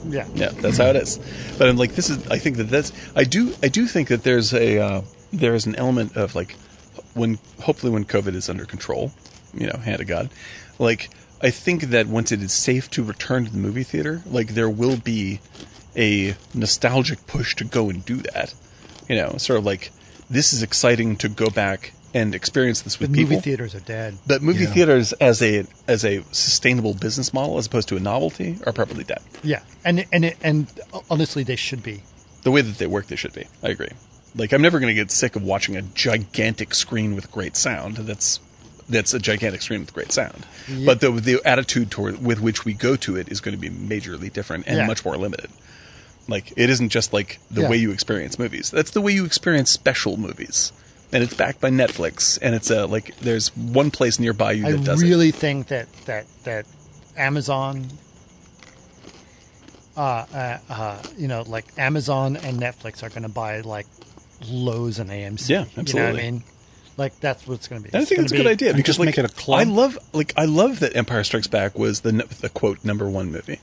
A: Yeah,
E: Yeah, that's how it is. But I'm like, this is. I think that that's. I do. I do think that there's a uh, there is an element of like when hopefully when COVID is under control, you know, hand of God, like I think that once it is safe to return to the movie theater, like there will be a nostalgic push to go and do that. You know, sort of like this is exciting to go back and experience this
A: the
E: with people
A: movie theaters are dead.
E: but movie
F: Yeah.
E: theaters as a as a sustainable business model as opposed to a novelty are probably dead.
A: Yeah, and and and honestly, they should be.
E: the way that they work, they should be. I agree. Like I'm never going to get sick of watching a gigantic screen with great sound. That's that's a gigantic screen with great sound. But the the attitude toward with which we go to it is going to be majorly different and
A: Yeah.
E: much more limited. Like it isn't just like the
A: Yeah.
E: way you experience movies. That's the way you experience special movies. And it's backed by Netflix and it's a like there's one place nearby you
A: I
E: that does it.
A: really think that that that Amazon uh, uh, you know, like Amazon and Netflix are going to buy like Lowe's and AMC.
E: Yeah,
A: You know what
E: absolutely.
A: I mean? Like that's what's going to be.
E: And I think
A: gonna
E: it's a good
A: be-
E: idea
F: and
E: because
F: just
E: like
F: make it a club.
E: I love like I love that Empire Strikes Back was the n- the quote number one movie.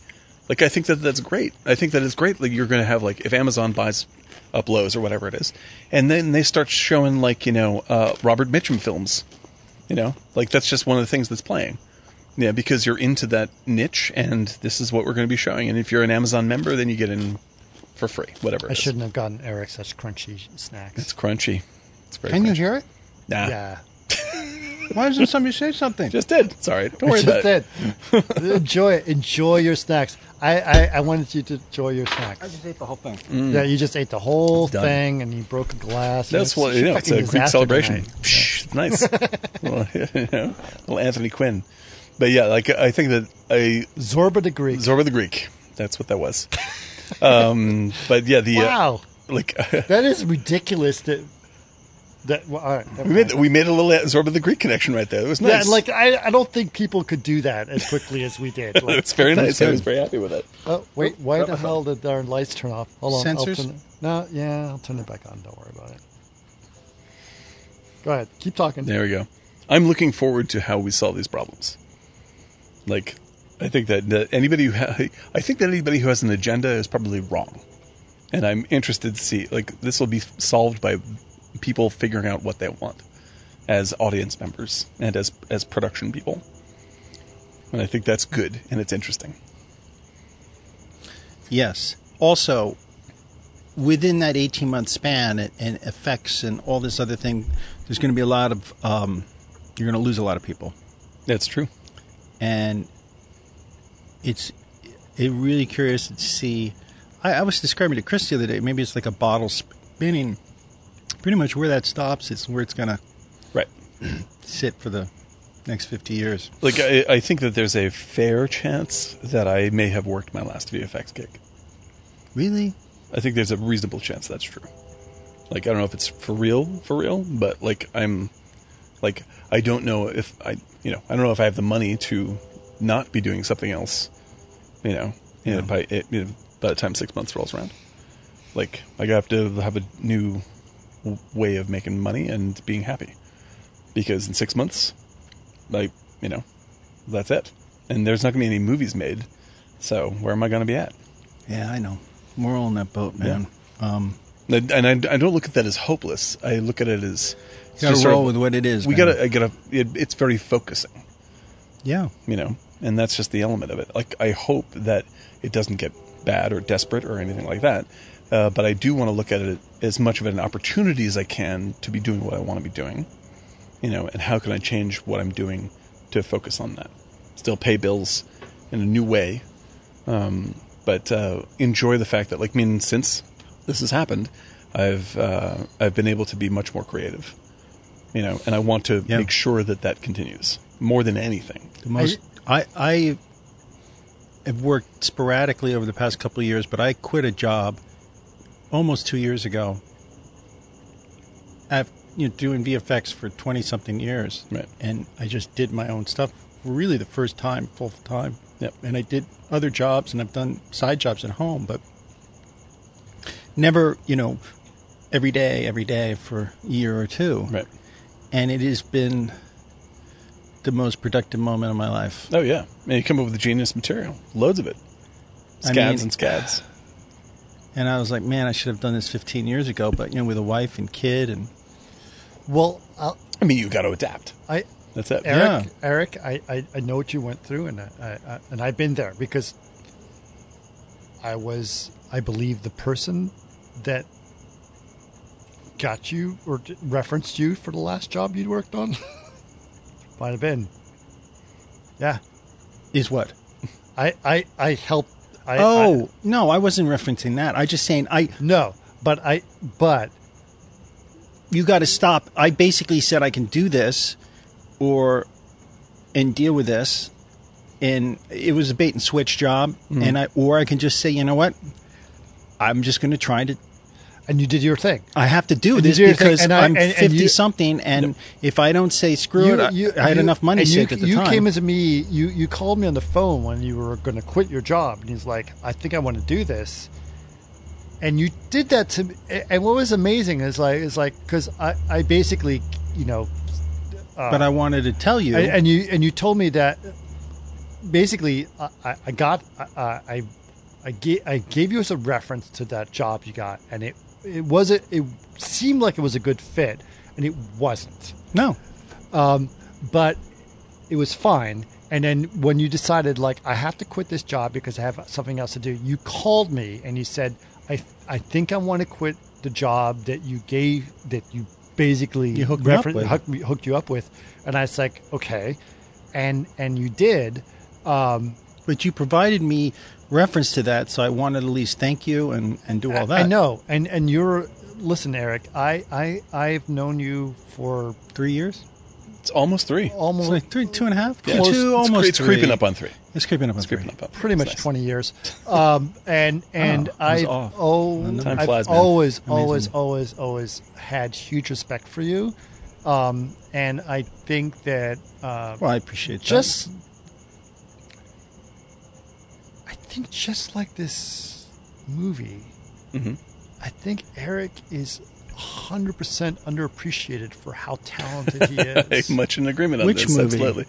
E: Like I think that that's great. I think that it's great. Like you're going to have like if Amazon buys up Lowe's or whatever it is, and then they start showing like you know uh, Robert Mitchum films. You know, like that's just one of the things that's playing. Yeah, because you're into that niche, and this is what we're going to be showing. And if you're an Amazon member, then you get in for free, whatever.
A: I
E: it is.
A: shouldn't have gotten Eric such crunchy snacks.
E: It's crunchy. It's very
F: Can you
E: crunchy.
F: hear it?
E: Nah,
A: Yeah.
F: Why doesn't somebody say something?
E: just did. It's all right. Don't worry
A: Which
E: about
A: is
E: it.
A: it. enjoy it. Enjoy your snacks. I, I, I wanted you to enjoy your snacks.
C: just ate the whole thing.
F: Mm.
A: Yeah, you just ate the whole
E: Mm. It's done.
A: thing and you broke a glass.
E: That's what
A: you
E: you know. It's a Greek celebration. Psh, it's nice. well, you know, little Anthony Quinn. But yeah, like I think that I
A: Zorba the Greek.
E: Zorba the Greek. That's what that was. Um, but yeah, the uh,
A: Wow.
E: like
A: That is ridiculous. That that well, all right. never
E: we
A: mind.
E: made we made a little Zorba the Greek connection right there. It was
A: Yeah,
E: nice.
A: like I, I don't think people could do that as quickly as we did. Like,
E: it's very nice. I was
F: good.
E: very happy with it.
A: oh wait, why the hell did our lights turn off? Hold on, I'll
F: Sensors?
A: turn it- no, yeah, I'll turn it back on. Don't worry about it. Go ahead, keep talking.
E: There we go. I'm looking forward to how we solve these problems. Like, I think that, that anybody who ha- I think that anybody who has an agenda is probably wrong, and I'm interested to see like this will be solved by people figuring out what they want as audience members and as as production people, and I think that's good and it's interesting.
F: Yes. Also, within that 18 month span and, and effects and all this other thing, there's going to be a lot of, um, you're going to lose a lot of people.
E: That's true.
F: And it's it really curious to see. I, I was describing to Chris the other day, maybe it's like a bottle spinning. Pretty much where that stops, it's where it's going to
E: Right.
F: sit for the next 50 years.
E: Like I, I think that there's a fair chance that I may have worked my last VFX gig.
F: Really?
E: I think there's a reasonable chance that's true. Like I don't know if it's for real, for real, but like I'm, like I don't know if I, you know, I don't know if I have the money to not be doing something else, you know, you know, by it, you know, by the time six months rolls around, like like I have to have a new w- way of making money and being happy, because in six months, like you know, that's it, and there's not gonna be any movies made, so where am I gonna be at?
F: Yeah, I know. We're all in that boat, man. Um,
E: And and I, I don't look at that as hopeless. I look at it as just
F: you got to
E: sort
F: roll
E: of-
F: with what it is.
E: We
F: man.
E: gotta, I gotta. It, it's very focusing,
F: Yeah.
E: you know, and that's just the element of it. Like I hope that it doesn't get bad or desperate or anything like that. Uh, but I do want to look at it as much of an opportunity as I can to be doing what I want to be doing, you know, and how can I change what I'm doing to focus on that? Still pay bills in a new way, but uh, enjoy the fact that like I mean since this has happened I've uh, I've been able to be much more creative you know and I want to
F: Yeah.
E: make sure that that continues more than anything
F: The most I I have worked sporadically over the past couple of years, but I quit a job almost two years ago. I've you know, doing VFX for twenty something years,
E: Right.
F: And I just did my own stuff for really the first time, full time.
E: Yep.
F: And I did other jobs, and I've done side jobs at home, but never you know every day, every day for a year or two,
E: right
F: And it has been the most productive moment of my life.
E: oh yeah and you come up with genius material loads of it
F: I
E: scads
F: mean-
E: and scads
F: And I was like, man, I should have done this 15 years ago, but you know, with a wife and kid, and
A: Well, I'll,
E: I mean you got to adapt
A: I
E: that's it
A: Eric, Eric, I, I, I know what you went through, and I, I, I and I've been there because I was, I believe, the person that got you or d- referenced you for the last job you'd worked on. Might have been. Yeah,
F: is what?
A: I, I, I helped. I,
F: oh no, I wasn't referencing that. I just saying I
A: I- no, but I, but
F: you got to stop. I basically said I can do this, or and deal with this, and it was a bait and
A: Mm-hmm.
F: switch job, and I or I can just say, you know what, I'm just going to try to
A: I and you did your thing.
F: I have to do
A: And you
F: this
A: do your thing,
F: because
A: and I-
F: I'm
A: and- and
F: 50
A: you-
F: something, and if I don't say screw it, I- I had
A: you-
F: enough money
A: and you-
F: saved at the
A: you
F: time.
A: came into me. You you called me on the phone when you were going to quit your job, and he's like, "I think I want to do this." And you did that to me. And what was amazing is like is like because I I basically you know
F: but I wanted to tell you.
A: and, and you and you told me that basically I- I, I got I I, I, gave, I gave you as a reference to that job you got, and it it wasn't it seemed like it was a good fit, and it wasn't
F: no,
A: but it was fine. And then when you decided, like, I have to quit this job because I have something else to do, you called me and you said, I, I think I want to quit the job that you gave, that you basically
F: You hooked me up
A: refer-
F: with.
A: hooked, me- hooked you up with. And I was like, okay. And, and you did. Um,
F: but you provided me reference to that, so I wanted to at least thank you and, and do all that.
A: I know. And, and you're, listen, Eric, I, I, I've known you for
F: three years,
E: It's almost three.
F: it's
A: almost
F: like three, two and a half,
E: Yeah, it's-
F: two,
E: it's,
F: almost.
E: cre- it's creeping
F: three.
E: up on three.
F: It's creeping up on
E: It's creeping
F: three.
E: up on three.
A: pretty much
E: It's nice.
A: 20 years um, and
E: Oh,
A: and
F: I was
A: i've,
F: off.
A: oh,
F: Time
A: I've
E: flies, man.
A: always always
F: Amazing.
A: always always had huge respect for you um, and i think that uh,
F: Well, I appreciate
A: just i think just like this movie
E: Mm-hmm.
A: i think eric is 100% underappreciated for how talented he is
E: Hey, much in agreement
F: that.
E: on
F: Which
E: this.
F: movie?
E: Absolutely.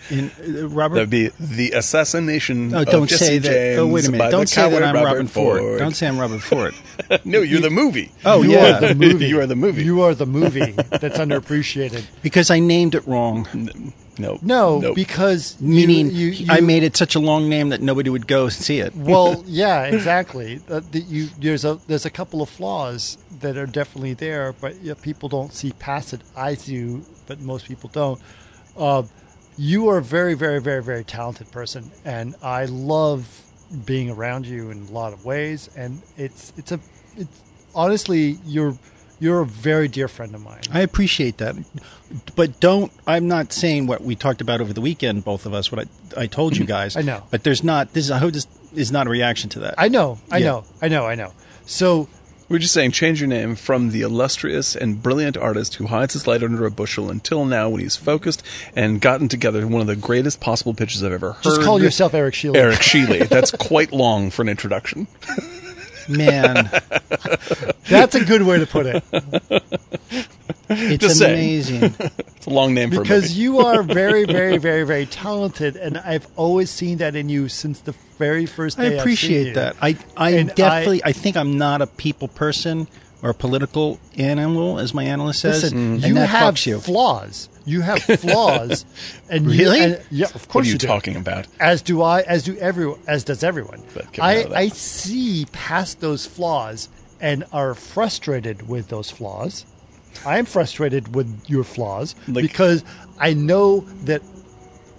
F: In, uh, Robert.
E: That'd be the assassination
F: Oh,
E: of
F: don't
E: Jesse
F: say that.
E: James
F: oh, wait a
E: by
F: minute. Don't
E: the
F: say
E: coward
F: that I'm
E: Robert
F: Robert Ford. Don't say I'm Robert Ford.
E: no, you're the movie.
F: Oh,
E: you
F: yeah.
E: Are the movie. you are the movie.
A: you are the movie that's underappreciated
F: because I named it wrong.
E: no.
A: No,
E: Nope.
A: because you-
F: Meaning,
A: you, you,
F: I made it such a long name that nobody would go see it.
A: well, yeah, exactly. Uh, the, you, there's a there's a couple of flaws that are definitely there, but yeah, people don't see past it. I do, but most people don't. Uh, you are a very, very, very, very talented person, and I love being around you in a lot of ways. And it's it's a it's honestly you're you're a very dear friend of mine.
F: I appreciate that, but don't. I'm not saying what we talked about over the weekend, both of us. What I, I told you guys.
A: I know.
F: but there's not. This is, I hope this is not a reaction to that.
A: I know, I
F: Yeah.
A: know, I know, I know. So
E: We're just saying change your name from the illustrious and brilliant artist who hides his light under a bushel until now when he's focused and gotten together one of the greatest possible pitches I've ever heard.
A: just call yourself Eric Sheila.
E: Eric Sheely. That's quite long for an introduction.
F: Man,
A: That's a good way to put it.
F: it's
E: Just saying.
F: amazing.
E: It's a long name for a
A: because
E: movie.
A: you are very, very, very, very talented, and I've always seen that in you since the very first
F: I
A: day. I've seen
F: appreciate
A: you.
F: that. I I
A: And I-
F: definitely. I, think I'm not a people person or a political animal, as my analyst says.
A: Listen,
E: Mm-hmm.
F: and
A: you
F: that
A: have
F: fucks you.
A: flaws. You have flaws, and
F: Really?
A: You, and- yeah, of course.
E: what are you
A: do.
E: talking about?
A: As do I. As do everyone. As does everyone.
E: But come out
A: I
E: of that.
A: I see past those flaws and are frustrated with those flaws. I'm frustrated with your flaws
E: Like-
A: because I know that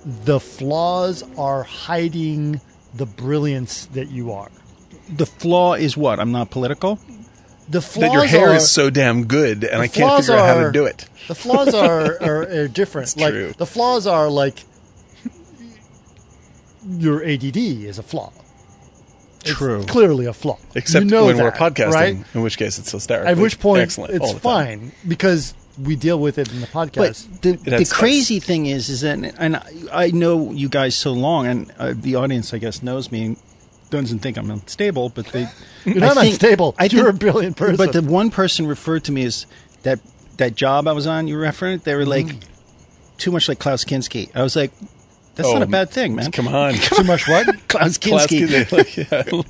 A: the flaws are hiding the brilliance that you are.
F: the flaw is what? I'm not political.
A: The flaws
E: That your hair
A: are,
E: is so damn good
A: the
E: and I can't
A: flaws
E: figure out how
A: are-
E: to do it.
A: The flaws are, are, are different.
E: It's
A: like
E: true.
A: the flaws are like your ADD is a flaw.
F: True.
A: Clearly a flaw.
E: Except
A: You know
E: when we're
A: that,
E: podcasting,
A: right?
E: in which case it's hysterical.
A: At which point
E: excellent, all
A: it's
E: the time.
A: fine because we deal with it in the
F: But
A: podcast.
F: the, the
E: that's-
F: crazy thing is, is that, and I- I know you guys so long, and uh, the audience, I guess, knows me and doesn't think I'm unstable, but they.
A: You're not unstable. You're a brilliant person.
F: But the one person referred to me as that that job I was on. You referenced. They were like
E: Mm.
F: too much like Klaus Kinski. I was like, that's
E: Oh,
F: not a bad thing, man.
E: Come on.
F: Too much what? Klaus
E: Klaus
F: Kinski.
E: Kinski, like,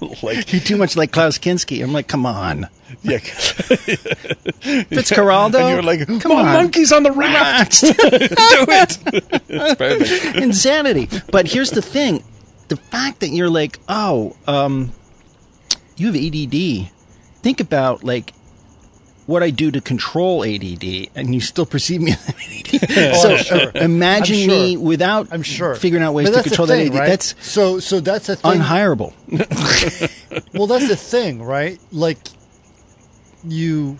E: yeah, like,
F: You're too much like Klaus Kinski. I'm like, come on.
E: yeah.
F: Fitzcarraldo?
E: And you were like,
F: Come
E: come on,
F: on.
E: monkey's on the raft. do it. It's perfect.
F: insanity. But here's the thing: the fact that you're like, oh, um, you have ADD. E, Think about like what I do to control ADD, and you still perceive me as ADD. so
A: I'm Oh, sure.
F: imagine
A: I'm sure.
F: me without
A: I'm sure
F: figuring out ways
A: But
F: to
A: that's the
F: control
A: thing,
F: that ADD.
A: right?
F: That's
A: so. So that's a thing.
F: unhireable.
A: well that's the thing right like you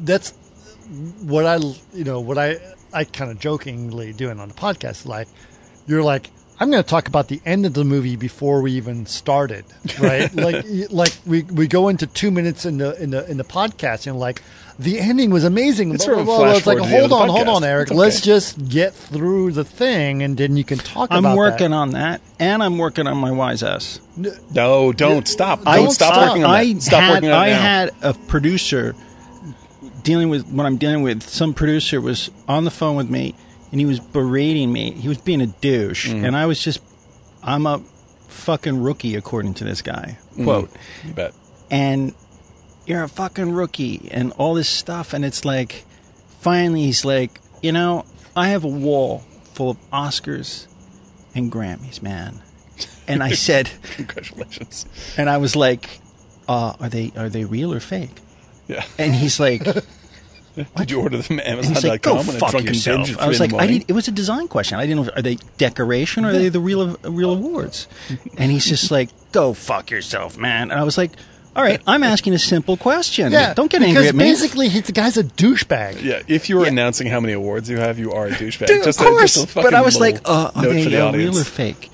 A: that's what i you know what i i kind of jokingly doing on the podcast like you're like I'm going to talk about the end of the movie before we even started, right? like, y- like we, we go into two minutes in the in the in the podcast and like the ending was amazing.
E: It's
A: blah,
E: sort of
A: blah,
E: a
A: blah.
E: flash
A: It's like
E: forward to the end
A: hold
E: of the
A: on, hold on,
E: podcast.
A: Eric.
E: It's okay.
A: Let's just get through the thing, and then you can talk.
F: I'm
A: about
F: working
A: That.
F: on that, and I'm working on my wise ass.
E: No, don't stop. Don't stop,
A: stop.
E: working on
F: I
E: that. Stop
F: had,
E: working on it
F: I
E: now.
F: had a producer dealing with what I'm dealing with. Some producer was on the phone with me, and he was berating me. He was being a douche,
E: Mm.
F: and I was just, I'm a fucking rookie according to this guy.
E: Mm.
F: Quote,
E: Hmm. you bet.
F: and you're a fucking rookie, and all this stuff, and it's like, finally, he's like, you know, I have a wall full of Oscars and Grammys, man. And I said,
E: Congratulations.
F: and I was like, uh, "Are they are they real or fake?"
E: Yeah.
F: And he's like,
E: Did you order them from
F: "He's like,
E: Amazon.com
F: go
E: on a
F: fuck
E: drunken
F: yourself."
E: binge at
F: I was
E: three in
F: like,
E: the
F: "I
E: morning?
F: did." It was a design question. I didn't know. Are they decoration or are they the real real awards? And he's just like, "Go fuck yourself, man." And I was like, "All right, I'm asking a simple question.
A: Yeah,
F: Don't get angry
A: because
F: at me."
A: Basically, he's, the guy's a douchebag.
E: Yeah, if you were announcing how many awards you have, you are a douchebag.
F: Dude,
E: just
F: of
E: a-
F: course,
E: just a
F: but I
E: fucking
F: was like,
E: little
F: uh, "Are
E: note for
F: they
E: the
F: uh, real
E: audience.
F: or fake?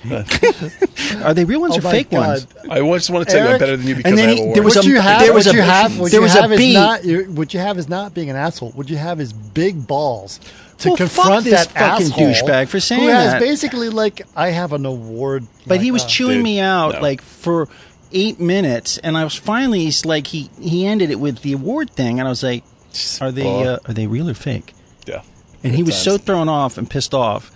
F: are they real ones
A: Oh
F: or
A: my
F: fake
A: God.
F: ones?"
E: I just want to tell you, I'm
A: Eric,
E: better than you because
F: then
E: I have
F: he-
E: awards.
F: there was
A: what
F: a-
A: you have,
F: there was
A: what
F: a-
A: you have, what
F: there
A: you
F: was a
A: have
F: bee.
A: is not you- what you have is not being an asshole. What you have is big balls to
F: Well, fuck
A: confront
F: this
A: that
F: fucking
A: asshole
F: douchebag for saying
A: who has
F: that.
A: Basically, like I have an award,
F: but
A: like uh,
F: he was
A: that.
F: chewing
E: Dude,
F: me out
E: no.
F: like for eight minutes, and I was finally he's like he he ended it with the award thing, and I was like, "Are they uh, are they real or fake?"
E: yeah.
F: And he
E: Good
F: was so
E: times.
F: thrown off and pissed off,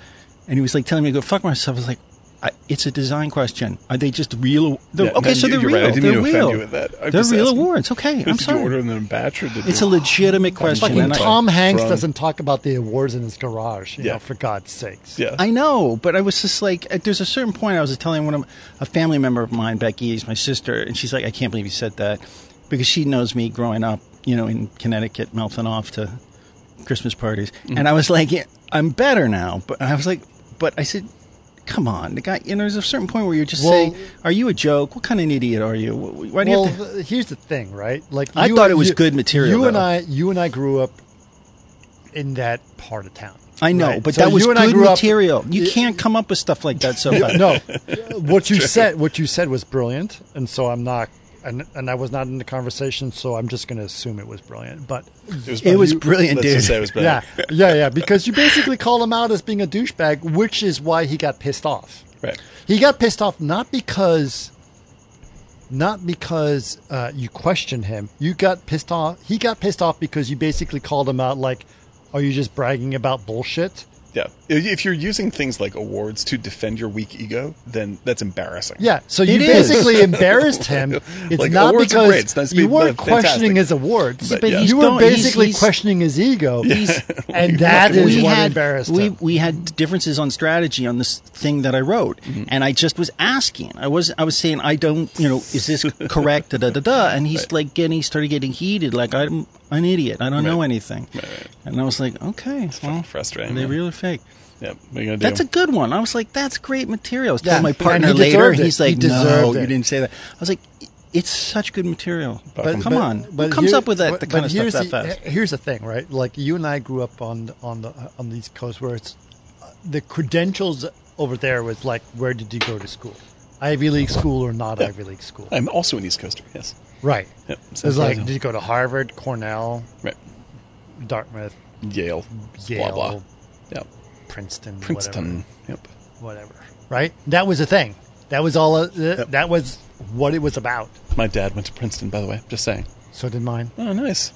F: and he was like telling me to go fuck myself. I was like, I, "It's a design question. Are they just real? They're,
E: Yeah,
F: okay,
E: no,
F: so
E: you-
F: they're
E: you're
F: real.
E: right. I didn't mean
F: they're
E: to offend
F: real.
E: you with that. I'm
F: they're
E: just
F: real
E: asking.
F: awards. Okay, I'm
E: Did you order
F: sorry.
E: them in batch or did
F: It's a
E: you?
F: legitimate question.
A: Fucking
F: and I-
A: Tom Hanks
E: Wrong.
A: doesn't talk about the awards in his garage. You
E: Yeah.
A: know, for God's sakes.
E: yeah.
F: I know, but I was just like, at- there's a certain point I was telling one of a family member of mine, Becky, is my sister, and she's like, I can't believe you said that because she knows me growing up, you know, in Connecticut, melting off to Christmas parties,
A: Mm-hmm.
F: and I was like, yeah, I'm better now, but I was like, but I said. Come on, the guy. You know, there's a certain point where you just
A: Well-
F: say, "Are you a joke? What kind of an idiot are you? Wh- wh- Why do
A: well,
F: you?" Have to-"
A: th- here's the thing, right? Like
F: I
A: you
F: thought
A: and-
F: it was
A: you-
F: good material,
A: You and
F: though.
A: I, you and I grew up in that part of town.
F: I know,
A: right?
F: but
A: So
F: that was
A: you and I
F: good
A: grew up-
F: material. you
A: Y-
F: can't come up with stuff like that so fast.
A: no, what you said, what you said was brilliant, and so I'm not, and, and I was not in the conversation, so I'm just going to assume it was brilliant. But
F: it was
E: you-
F: brilliant,
E: let's
F: dude.
E: Just say it was
A: yeah,
E: brilliant.
A: yeah, yeah, because you basically call him out as being a douchebag, which is why he got pissed off.
E: Right.
A: He got pissed off not because, not because uh, you questioned him. You got pissed off. He got pissed off because you basically called him out like, "Are you just bragging about bullshit?"
E: Yeah. If if you're using things like awards to defend your weak ego, then that's embarrassing.
A: Yeah, so you
F: It is.
A: basically embarrassed him. It's
E: Like,
A: not
E: awards are
A: because
E: great. It's nice to
A: you
E: be-
A: weren't
E: uh,
A: questioning
E: fantastic.
A: his awards.
E: But, But yeah. he's
A: you were
F: don't- he's-
A: basically
F: he's-
A: questioning his ego,
F: He's-
A: and that is
F: we
A: what
F: had
A: embarrassed
F: we
A: him.
F: we had differences on strategy on this thing that I wrote,
A: Mm-hmm.
F: and I just was asking. I was I was saying I don't you know is this correct? da da da da. And he's like getting he started getting heated. Like I'm an idiot. I don't know
E: Right.
F: anything. And I was like, okay, well,
E: fucking frustrating,
F: Are they
E: man.
F: real or fake?
E: Yeah. What are you gonna do?
F: That's a good one. I was like, that's great material. I was telling
A: Yeah,
F: my
A: and he
F: partner
A: deserved
F: later,
A: it.
F: he's
A: He
F: like, no,
A: deserved
F: you
A: it."
F: didn't say that. I was like, it's such good material.
E: But-
F: come on, who comes
A: here-
F: up with that
A: but-
F: the kind
A: but
F: of stuff
A: here's
F: that
A: the- eh
F: fast?
A: Here's the thing, right? Like you and I grew up on on the on the East Coast, where it's uh, the credentials over there was like, where did you go to school? Ivy League school or not Ivy League school?
E: I'm also an East Coaster. Yes.
A: Right.
E: Yep,
A: It's like,
E: surprising.
A: did you go to Harvard, Cornell,
E: Right.
A: Dartmouth,
E: Yale.
A: Yale.
E: Blah blah. Yeah.
A: Princeton,
E: Princeton. Yep.
A: whatever, whatever. Right? That was the thing. That was all. Uh, That was what it was about.
E: My dad went to Princeton, by the way. Just saying.
A: So did mine.
E: Oh, nice.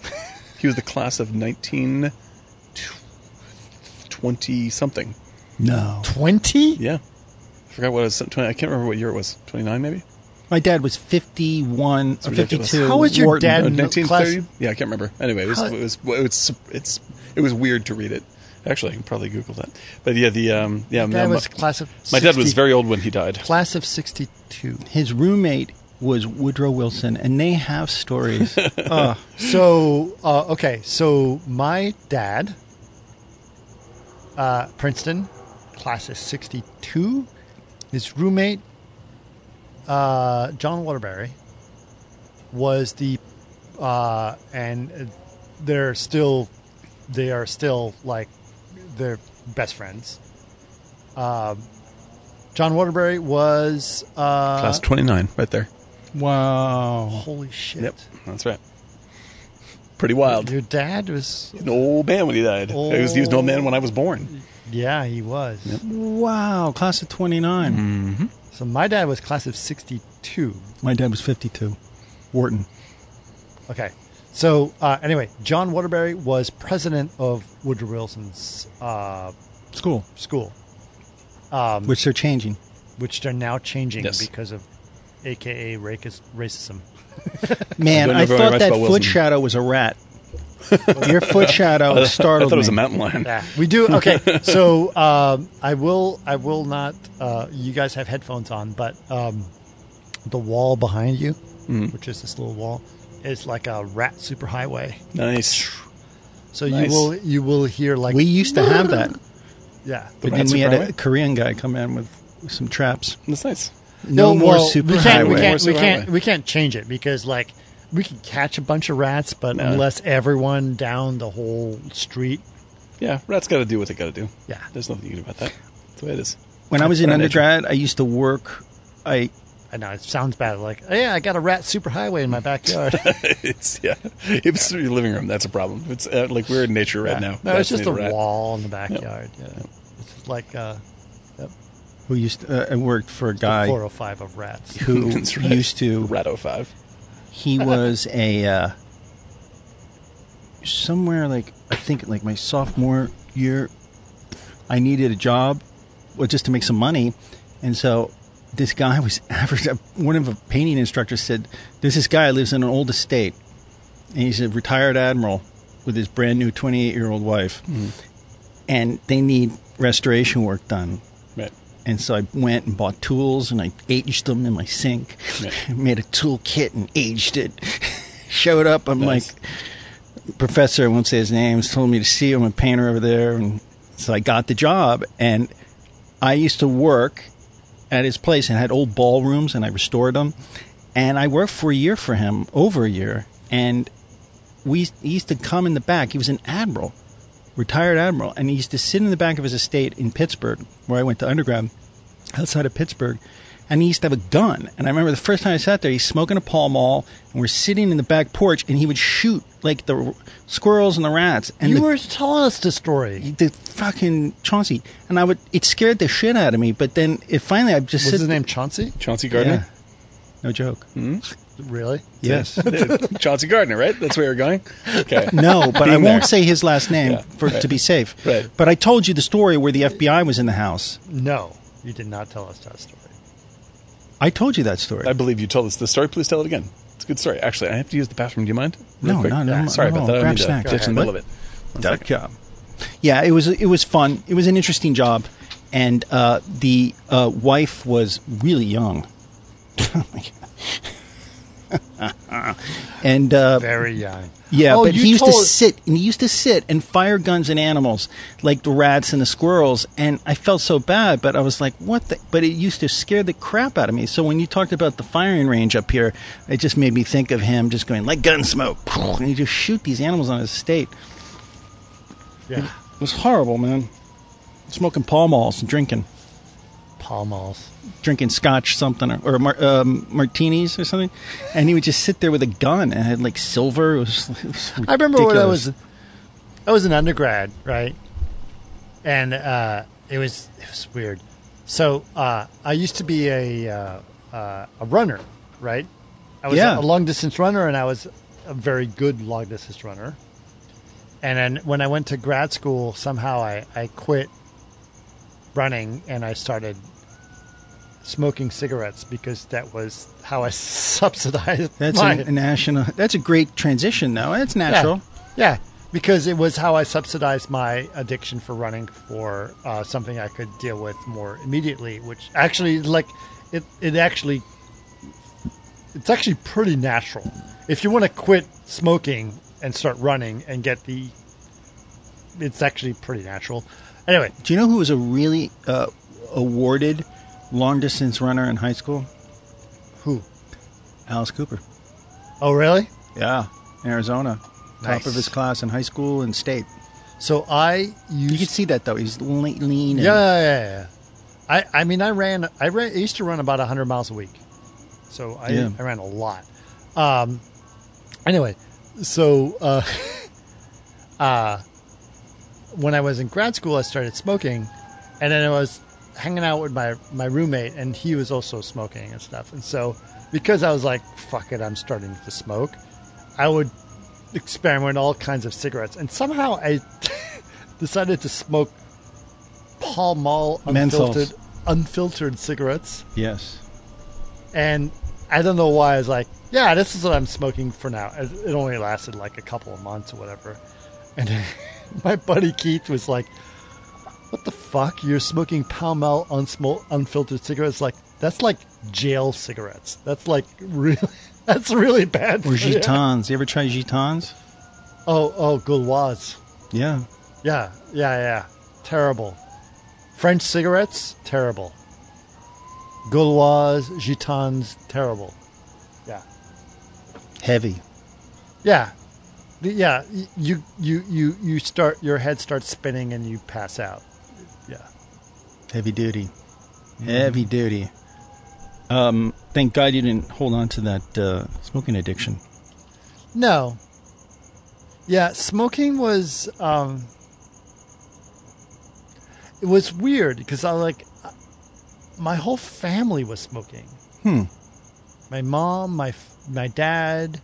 E: he was the class of 1920 something.
F: No,
A: Twenty.
E: Yeah. I forgot what it was. 20, I can't remember what year it was. 29 maybe?
F: my dad was fifty-one or
E: ridiculous.
F: fifty-two.
A: How was your
F: Wharton.
A: dad
E: No,
A: And the
E: 1930?
A: class-
E: Oh, Yeah, I can't remember. Anyway, it was,
A: How-
E: it was well, it's it's it was weird to read it. Actually, I can probably Google that. But yeah, the um yeah,
A: That
E: my,
A: was class of.
E: my dad was
A: 60
E: very old when he died.
A: class of sixty-two.
F: his roommate was Woodrow Wilson, and they have stories. uh,
A: So uh, okay, so my dad, uh, Princeton, class of '62. His roommate, uh, John Waterbury, was the, uh, and they're still, they are still like, they're best friends. Um, John Waterbury was uh,
E: Class 29, right there.
F: Wow.
A: holy shit.
E: Yep, that's right. Pretty wild.
A: Your dad was
E: An old man when he died. He, was, he was an old man when I was born.
A: yeah, he was.
F: Wow. Class of 29.
E: Mm-hmm.
A: So my dad was class of '62.
F: My dad was 52. Wharton.
A: Okay. So uh, anyway, John Waterbury was president of Woodrow Wilson's uh,
F: School,
A: school,
E: Um,
F: which they're changing.
A: which they're now changing
E: Yes.
A: because of AKA racist, racism.
F: Man,
E: don't
F: I
E: know very
F: thought
E: much
F: that
E: about
F: foot
E: Wilson.
F: shadow was a rat. Your foot shadow
E: I
F: startled
E: thought it was a
F: me.
E: mountain lion.
A: Yeah, Ah, we do. Okay, so um, I will. I will not. Uh, you guys have headphones on, but um, the wall behind you,
F: Mm-hmm.
A: which is this little wall, is like a rat superhighway.
E: Nice.
A: So
E: Nice.
A: you will you will hear like
F: We used to have that,
A: yeah.
E: The
F: but then
E: rat
F: we had a
E: superhighway?
F: Korean guy come in with some traps.
E: That's nice.
F: No
A: Well,
F: more
A: well,
F: super
A: we can't, we
F: highway.
A: can't, we
E: More
A: can't,
E: superhighway.
A: we can't change it because like we can catch a bunch of rats, but unless everyone down the whole street,
E: Yeah, rats got to do what they got to do.
A: Yeah.
E: There's nothing you can do about that. That's the way it is.
F: When I was in
E: Right, nature.
F: undergrad, I used to work. I
A: I know it sounds bad. Like, oh, yeah, I got a rat superhighway in my backyard.
E: it's, yeah. If it's through your living room, that's a problem. It's uh, like we're in nature right now.
A: No, it's
E: Rats
A: just
E: need
A: a
E: rat.
A: wall in the backyard. Yeah. It's just like uh,
F: who used to, uh, I worked for a guy
A: four or five of rats.
F: who
E: That's right.
F: used to
E: Rat 05.
F: he was a uh, somewhere like I think like my sophomore year. I needed a job, well, just to make some money, and so this guy was average. One of the painting instructors said, "There's this guy lives in an old estate, and he's a retired admiral with his brand new 28 year old wife,
A: Mm.
F: and they need restoration work done."
E: Right.
F: And so I went and bought tools and I aged them in my sink.
E: Yeah.
F: Made a tool kit and aged it. Showed up. I'm
E: Nice.
F: like, professor, I won't say his name, told me to see him, a painter over there. And so I got the job. And I used to work at his place and had old ballrooms and I restored them. And I worked for a year for him, over a year. And we he used to come in the back. He was an admiral, retired admiral, and he used to sit in the back of his estate in Pittsburgh, where I went to undergrad, outside of Pittsburgh. And he used to have a gun. And I remember the first time I sat there, he's smoking a Pall Mall, and we're sitting in the back porch, and he would shoot like the r- squirrels and the rats. And
A: you
F: the,
A: were telling us the story.
F: the fucking Chauncey. And I would, it scared the shit out of me. But then it finally, I just
A: Was
F: sit
A: his name Chauncey?
E: Chauncey
F: Yeah.
E: Gardner?
F: No joke.
E: Hmm.
A: Really?
F: Yes.
E: Chauncey Gardner, right? That's where you're going? Okay.
F: No, but I
E: Being
F: won't
E: there.
F: say his last name
E: Yeah,
F: for to be safe.
E: Right.
F: But I told you the story where the FBI was in the house.
A: No, you did not tell us that story.
F: I told you that story.
E: I believe you told us the story. Please tell it again. It's a good story. Actually, I have to use the bathroom. Do you mind? Real
F: No,
E: quick.
F: no, no,
E: Sorry
F: no,
E: about that. I
F: grab
E: don't need
F: snack.
E: to ditch in the
F: What?
E: middle of it. One
F: Dot
E: second.
F: com. Yeah, it was it was fun. It was an interesting job, and uh, the uh, wife was really young. Oh my God. and uh,
A: Very young.
F: Yeah,
A: Oh,
F: but
A: you
F: he used to
A: told-
F: sit and he used to sit and fire guns at animals like the rats and the squirrels. And I felt so bad, but I was like, what the? But it used to scare the crap out of me. So when you talked about the firing range up here, it just made me think of him just going like gun smoke. And he just shoot these animals on his estate.
A: Yeah.
F: It was horrible, man. Smoking Pall Malls and drinking,
A: Pall Malls.
F: drinking scotch something or, or mar- um, martinis or something. And he would just sit there with a gun and it had like silver. It was, it was
A: I remember when I
F: ridiculous.
A: was, I was an undergrad, right? And uh, it was it was weird. So uh, I used to be a uh, uh, a runner, right? I was
F: Yeah.
A: a long distance runner, and I was a very good long distance runner. And then when I went to grad school, somehow I, I quit running and I started smoking cigarettes because that was how I subsidized
F: That's
A: my,
F: a, a national. That's a great transition, though. That's natural.
A: Yeah. yeah, because it was how I subsidized my addiction for running for uh, something I could deal with more immediately, which actually, like, it, it actually, it's actually pretty natural. If you want to quit smoking and start running and get the, it's actually pretty natural. Anyway,
F: Do you know who was a really uh, awarded long distance runner in high school?
A: who?
F: Alice Cooper.
A: Oh, really?
F: Yeah, in Arizona,
A: Nice.
F: top of his class in high school and state.
A: So I
F: You
A: used
F: can see that though. He's le- lean. And
A: Yeah, yeah, yeah, yeah. I, I mean, I ran. I ran. I used to run about hundred miles a week, so I,
F: Yeah.
A: I ran a lot. Um, anyway, so uh, uh, when I was in grad school, I started smoking, and then I was hanging out with my my roommate, and he was also smoking and stuff. And so, because I was like, "Fuck it, I'm starting to smoke," I would experiment with all kinds of cigarettes, and somehow I decided to smoke Pall Mall
F: Menthols.
A: unfiltered, unfiltered cigarettes.
F: Yes.
A: And I don't know why I was like, yeah, this is what I'm smoking for now. It it only lasted like a couple of months or whatever. And then my buddy Keith was like, what the fuck? You're smoking Pall Mall unsmo- unfiltered cigarettes? Like, that's like jail cigarettes. That's like really, that's really bad.
F: Or
A: for you."
F: gitans. You ever try gitans?
A: Oh, oh, Gauloise.
F: Yeah.
A: Yeah, yeah, yeah. Terrible. French cigarettes, terrible. Gauloise, Gitans, terrible. Yeah.
F: Heavy.
A: Yeah. The- Yeah, y- you you you you start your head starts spinning and you pass out. Yeah.
F: Heavy duty. Heavy duty. Mm-hmm. Um, thank God you didn't hold on to that uh, smoking addiction.
A: No. Yeah, smoking was um it was weird because I like my whole family was smoking.
F: Hmm.
A: My mom, my f- my dad,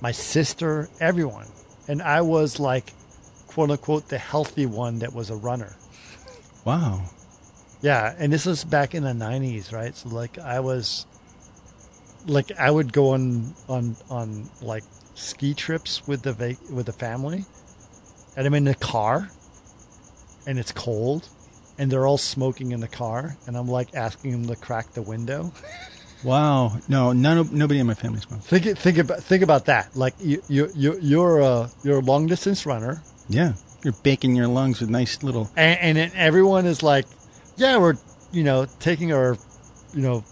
A: my sister, everyone. And I was like quote unquote the healthy one that was a runner.
F: Wow.
A: Yeah, and this was back in the nineties, right? So like I was like I would go on on on like ski trips with the va- with the family, and I'm in the car, and it's cold, and they're all smoking in the car, and I'm like asking them to crack the window.
F: Wow. No, none of, nobody in my family smokes.
A: Think think about think about that. Like you you you you're a you're a long distance runner,
F: Yeah. You're baking your lungs with nice little.
A: and, and then everyone is like, "Yeah, we're you know taking our, you know,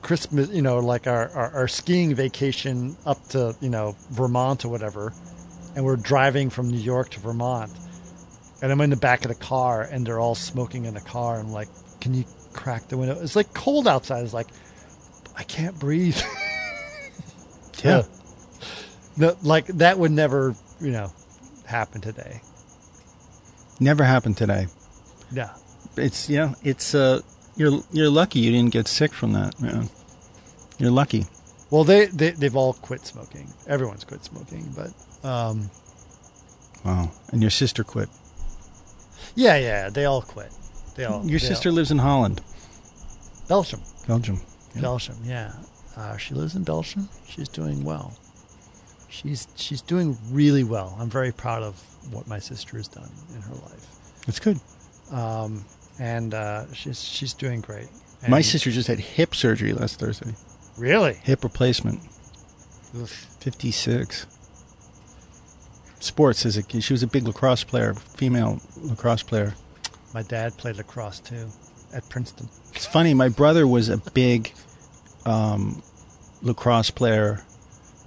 A: Christmas, you know, like our, our, our skiing vacation up to you know Vermont or whatever, and we're driving from New York to Vermont, and I'm in the back of the car, and they're all smoking in the car. I'm like, "Can you crack the window?" It's like cold outside. It's like, I can't breathe.
F: Yeah.
A: no, like that would never you know happen today.
F: Never happened today.
A: Yeah.
F: It's yeah. It's uh. You're you're lucky you didn't get sick from that. Yeah. You're lucky.
A: Well, they, they they've all quit smoking. Everyone's quit smoking, but um,
F: Wow. And your sister quit.
A: yeah, yeah, they all quit. They all
F: Your
A: they
F: sister
A: all-
F: lives in Holland,
A: Belgium,
F: Belgium.
A: Belgium, yeah. Uh, she lives in Belgium. She's doing well. She's she's doing really well. I'm very proud of what my sister has done in her life,
F: That's good.
A: and uh, she's she's doing great. And
F: My sister just had hip surgery last Thursday.
A: really.
F: Hip replacement.
A: Oof.
F: 56. Sports as a kid. She was a big lacrosse player, female lacrosse player.
A: My dad played lacrosse too at Princeton.
F: It's funny, my brother was a big um, lacrosse player,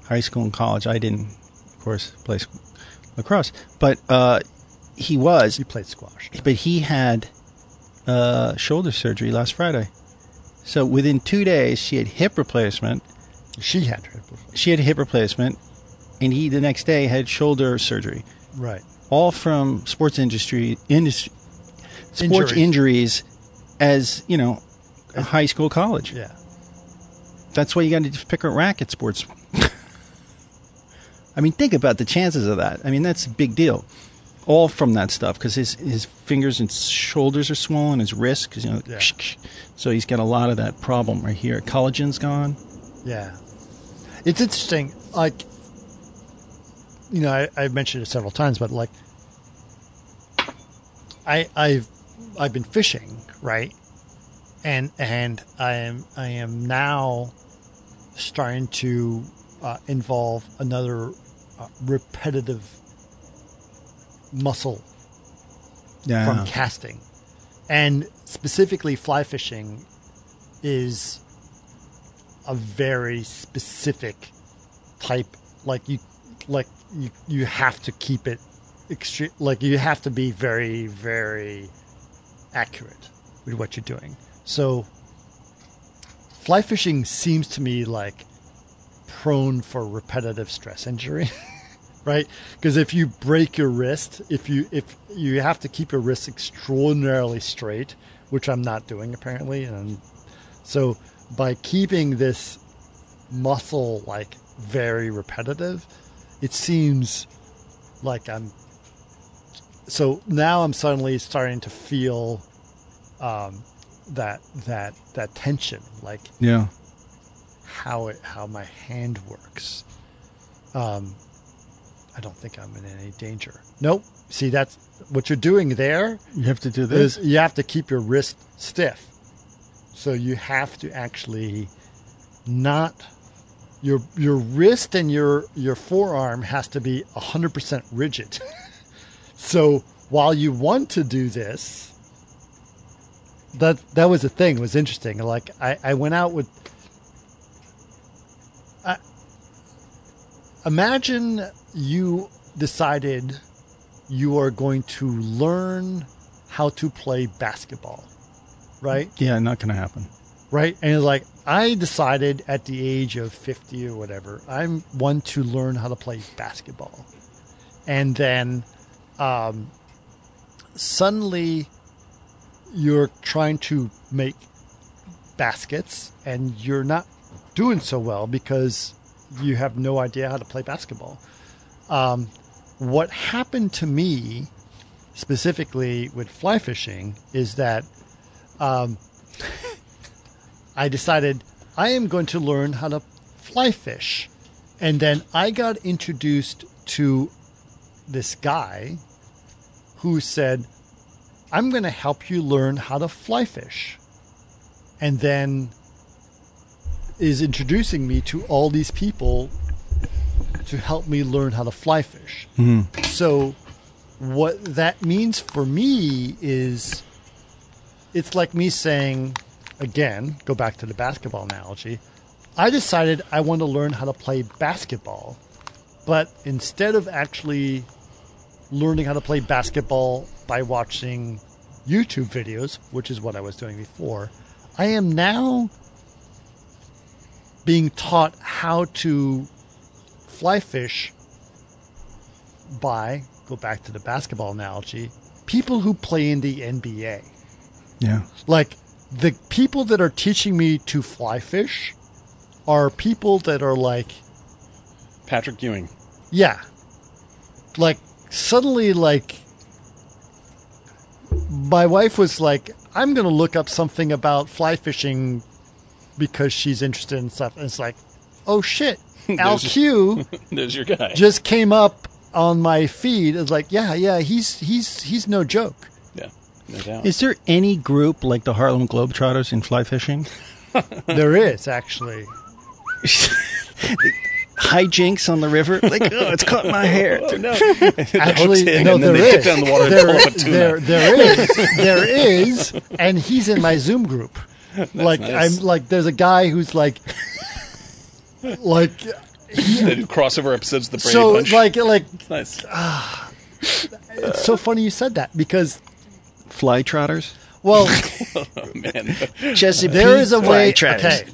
F: high school and college. I didn't, of course, play s- lacrosse, but uh, he was.
A: You played squash.
F: But he had uh, shoulder surgery last Friday. So within two days, she had hip replacement.
A: She had her before.
F: She had hip replacement, and he the next day had shoulder surgery.
A: Right.
F: all from sports industry industry sports
A: Injuries.
F: injuries as you know a high school college
A: Yeah.
F: that's why you got to just pick a rack at sports i mean think about the chances of that i mean that's a big deal all from that stuff because his, his fingers and shoulders are swollen his wrist 'cause, you know
A: Yeah.
F: so he's got a lot of that problem right here collagen's gone
A: Yeah. It's interesting. Like, you know, I, I've mentioned it several times, but like, I, I've, I've been fishing, right? And, and I am, I am now starting to uh, involve another uh, repetitive muscle
F: yeah
A: from casting. And specifically, fly fishing is a very specific type. Like you, like you, you have to keep it extreme. Like you have to be very, very accurate with what you're doing. So, fly fishing seems to me like prone for repetitive stress injury, right? Because if you break your wrist, if you if you have to keep your wrists extraordinarily straight, which I'm not doing apparently, and so by keeping this muscle like very repetitive, it seems like I'm so now I'm suddenly starting to feel um, that that that tension, like
F: Yeah.
A: how it how my hand works. Um, I don't think I'm in any danger. Nope. See, that's what you're doing there
F: You have to do
A: is
F: this.
A: you have to keep your wrist stiff. So you have to actually not your your wrist and your your forearm has to be 100% rigid. so while you want to do this that that was the thing it was interesting like I, I went out with I, imagine you decided you are going to learn how to play basketball, right?
F: Yeah, not going to happen.
A: Right? And it's like, I decided at the age of 50 or whatever, I'm one to learn how to play basketball. And then um, suddenly you're trying to make baskets and you're not doing so well because you have no idea how to play basketball. Um, what happened to me specifically with fly fishing is that um, I decided I am going to learn how to fly fish. And then I got introduced to this guy who said, I'm going to help you learn how to fly fish. And then is introducing me to all these people to help me learn how to fly fish. So, what that means for me is it's like me saying, again, go back to the basketball analogy. I decided I want to learn how to play basketball, but instead of actually learning how to play basketball by watching YouTube videos, which is what I was doing before, I am now being taught how to fly fish by, go back to the basketball analogy, people who play in the NBA
F: Yeah.
A: like the people that are teaching me to fly fish are people that are like
E: Patrick Ewing.
A: yeah like suddenly like my wife was like i'm gonna look up something about fly fishing because she's interested in stuff and it's like oh shit al
E: There's-
A: q
E: There's your guy.
A: just came up on my feed it's like yeah yeah he's he's he's no joke
E: yeah, no doubt.
F: Is there any group like the Harlem Globetrotters in fly fishing?
A: there is actually
F: Hijinks on the river? Like, oh, it's caught my hair.
A: Actually,
E: hook in
A: no,
E: and
A: there
E: then they get
A: is.
E: down in the water and
A: There-
E: pull up a tuna.
A: there- there is. There is, and he's in my Zoom group. like
E: nice.
A: I'm like, there's a guy who's like, like
E: they do crossover episodes of the Brady
A: so
E: Bunch.
A: like uh, like
E: it's nice.
A: it's so funny you said that because
F: Fly trotters?
A: well
E: Oh, man.
F: Jesse
A: there is a way.
F: trotters.
A: Okay,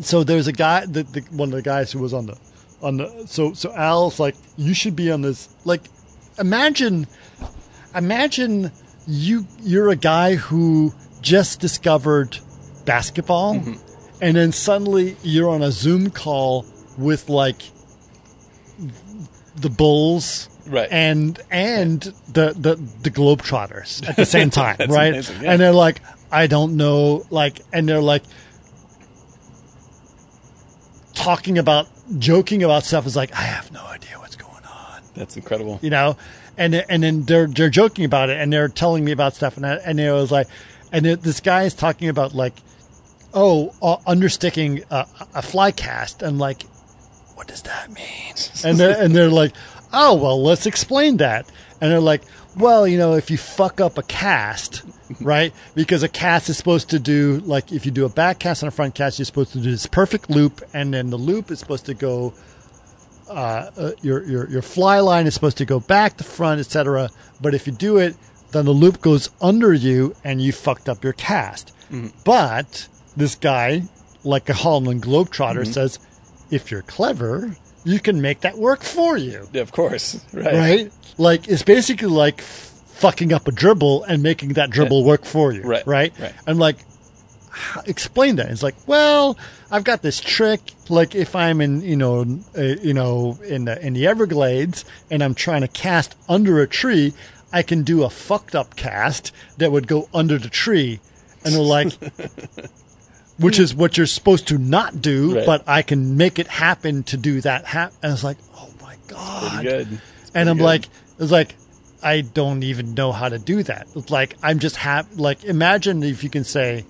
A: so there's a guy the, the one of the guys who was on the on the so so Al's like you should be on this like imagine imagine you you're a guy who just discovered basketball
E: Mm-hmm.
A: and then suddenly you're on a Zoom call with like the Bulls
E: Right.
A: and and the, the the Globetrotters at the same time
E: That's
A: right
E: amazing, yeah.
A: and they're like I don't know like and they're like talking about joking about stuff is like I have no idea what's going on,
E: That's incredible.
A: you know, and and then they're they're joking about it and they're telling me about stuff and I, and it was like, and it, this guy is talking about like, oh, uh, understicking a, a fly cast and like, what does that mean? and they're, and they're like, oh well, let's explain that. And they're like, well, you know, if you fuck up a cast, right? Because a cast is supposed to do like if you do a back cast and a front cast, you're supposed to do this perfect loop, and then the loop is supposed to go. Uh, uh, your your your fly line is supposed to go back to front, etc. But if you do it then the loop goes under you and you fucked up your cast. But this guy, like a Holland Globetrotter, says, if you're clever, you can make that work for you.
E: Yeah, of course. Right.
A: Right? Like, it's basically like f- fucking up a dribble and making that dribble work for you.
E: Right,
A: Right?
E: right.
A: I'm like, h- explain that. It's like, well, I've got this trick. Like if I'm in, you know, uh, you know, in the in the Everglades, and I'm trying to cast under a tree, I can do a fucked up cast that would go under the tree, and they're like, which is what you're supposed to not do,
E: Right.
A: but I can make it happen to do that. Hap- and it's like, oh my god,
E: Pretty good. It's
A: and
E: pretty
A: I'm
E: good.
A: like, it's like, I don't even know how to do that. It's like, I'm just happy. Like, imagine if you can say,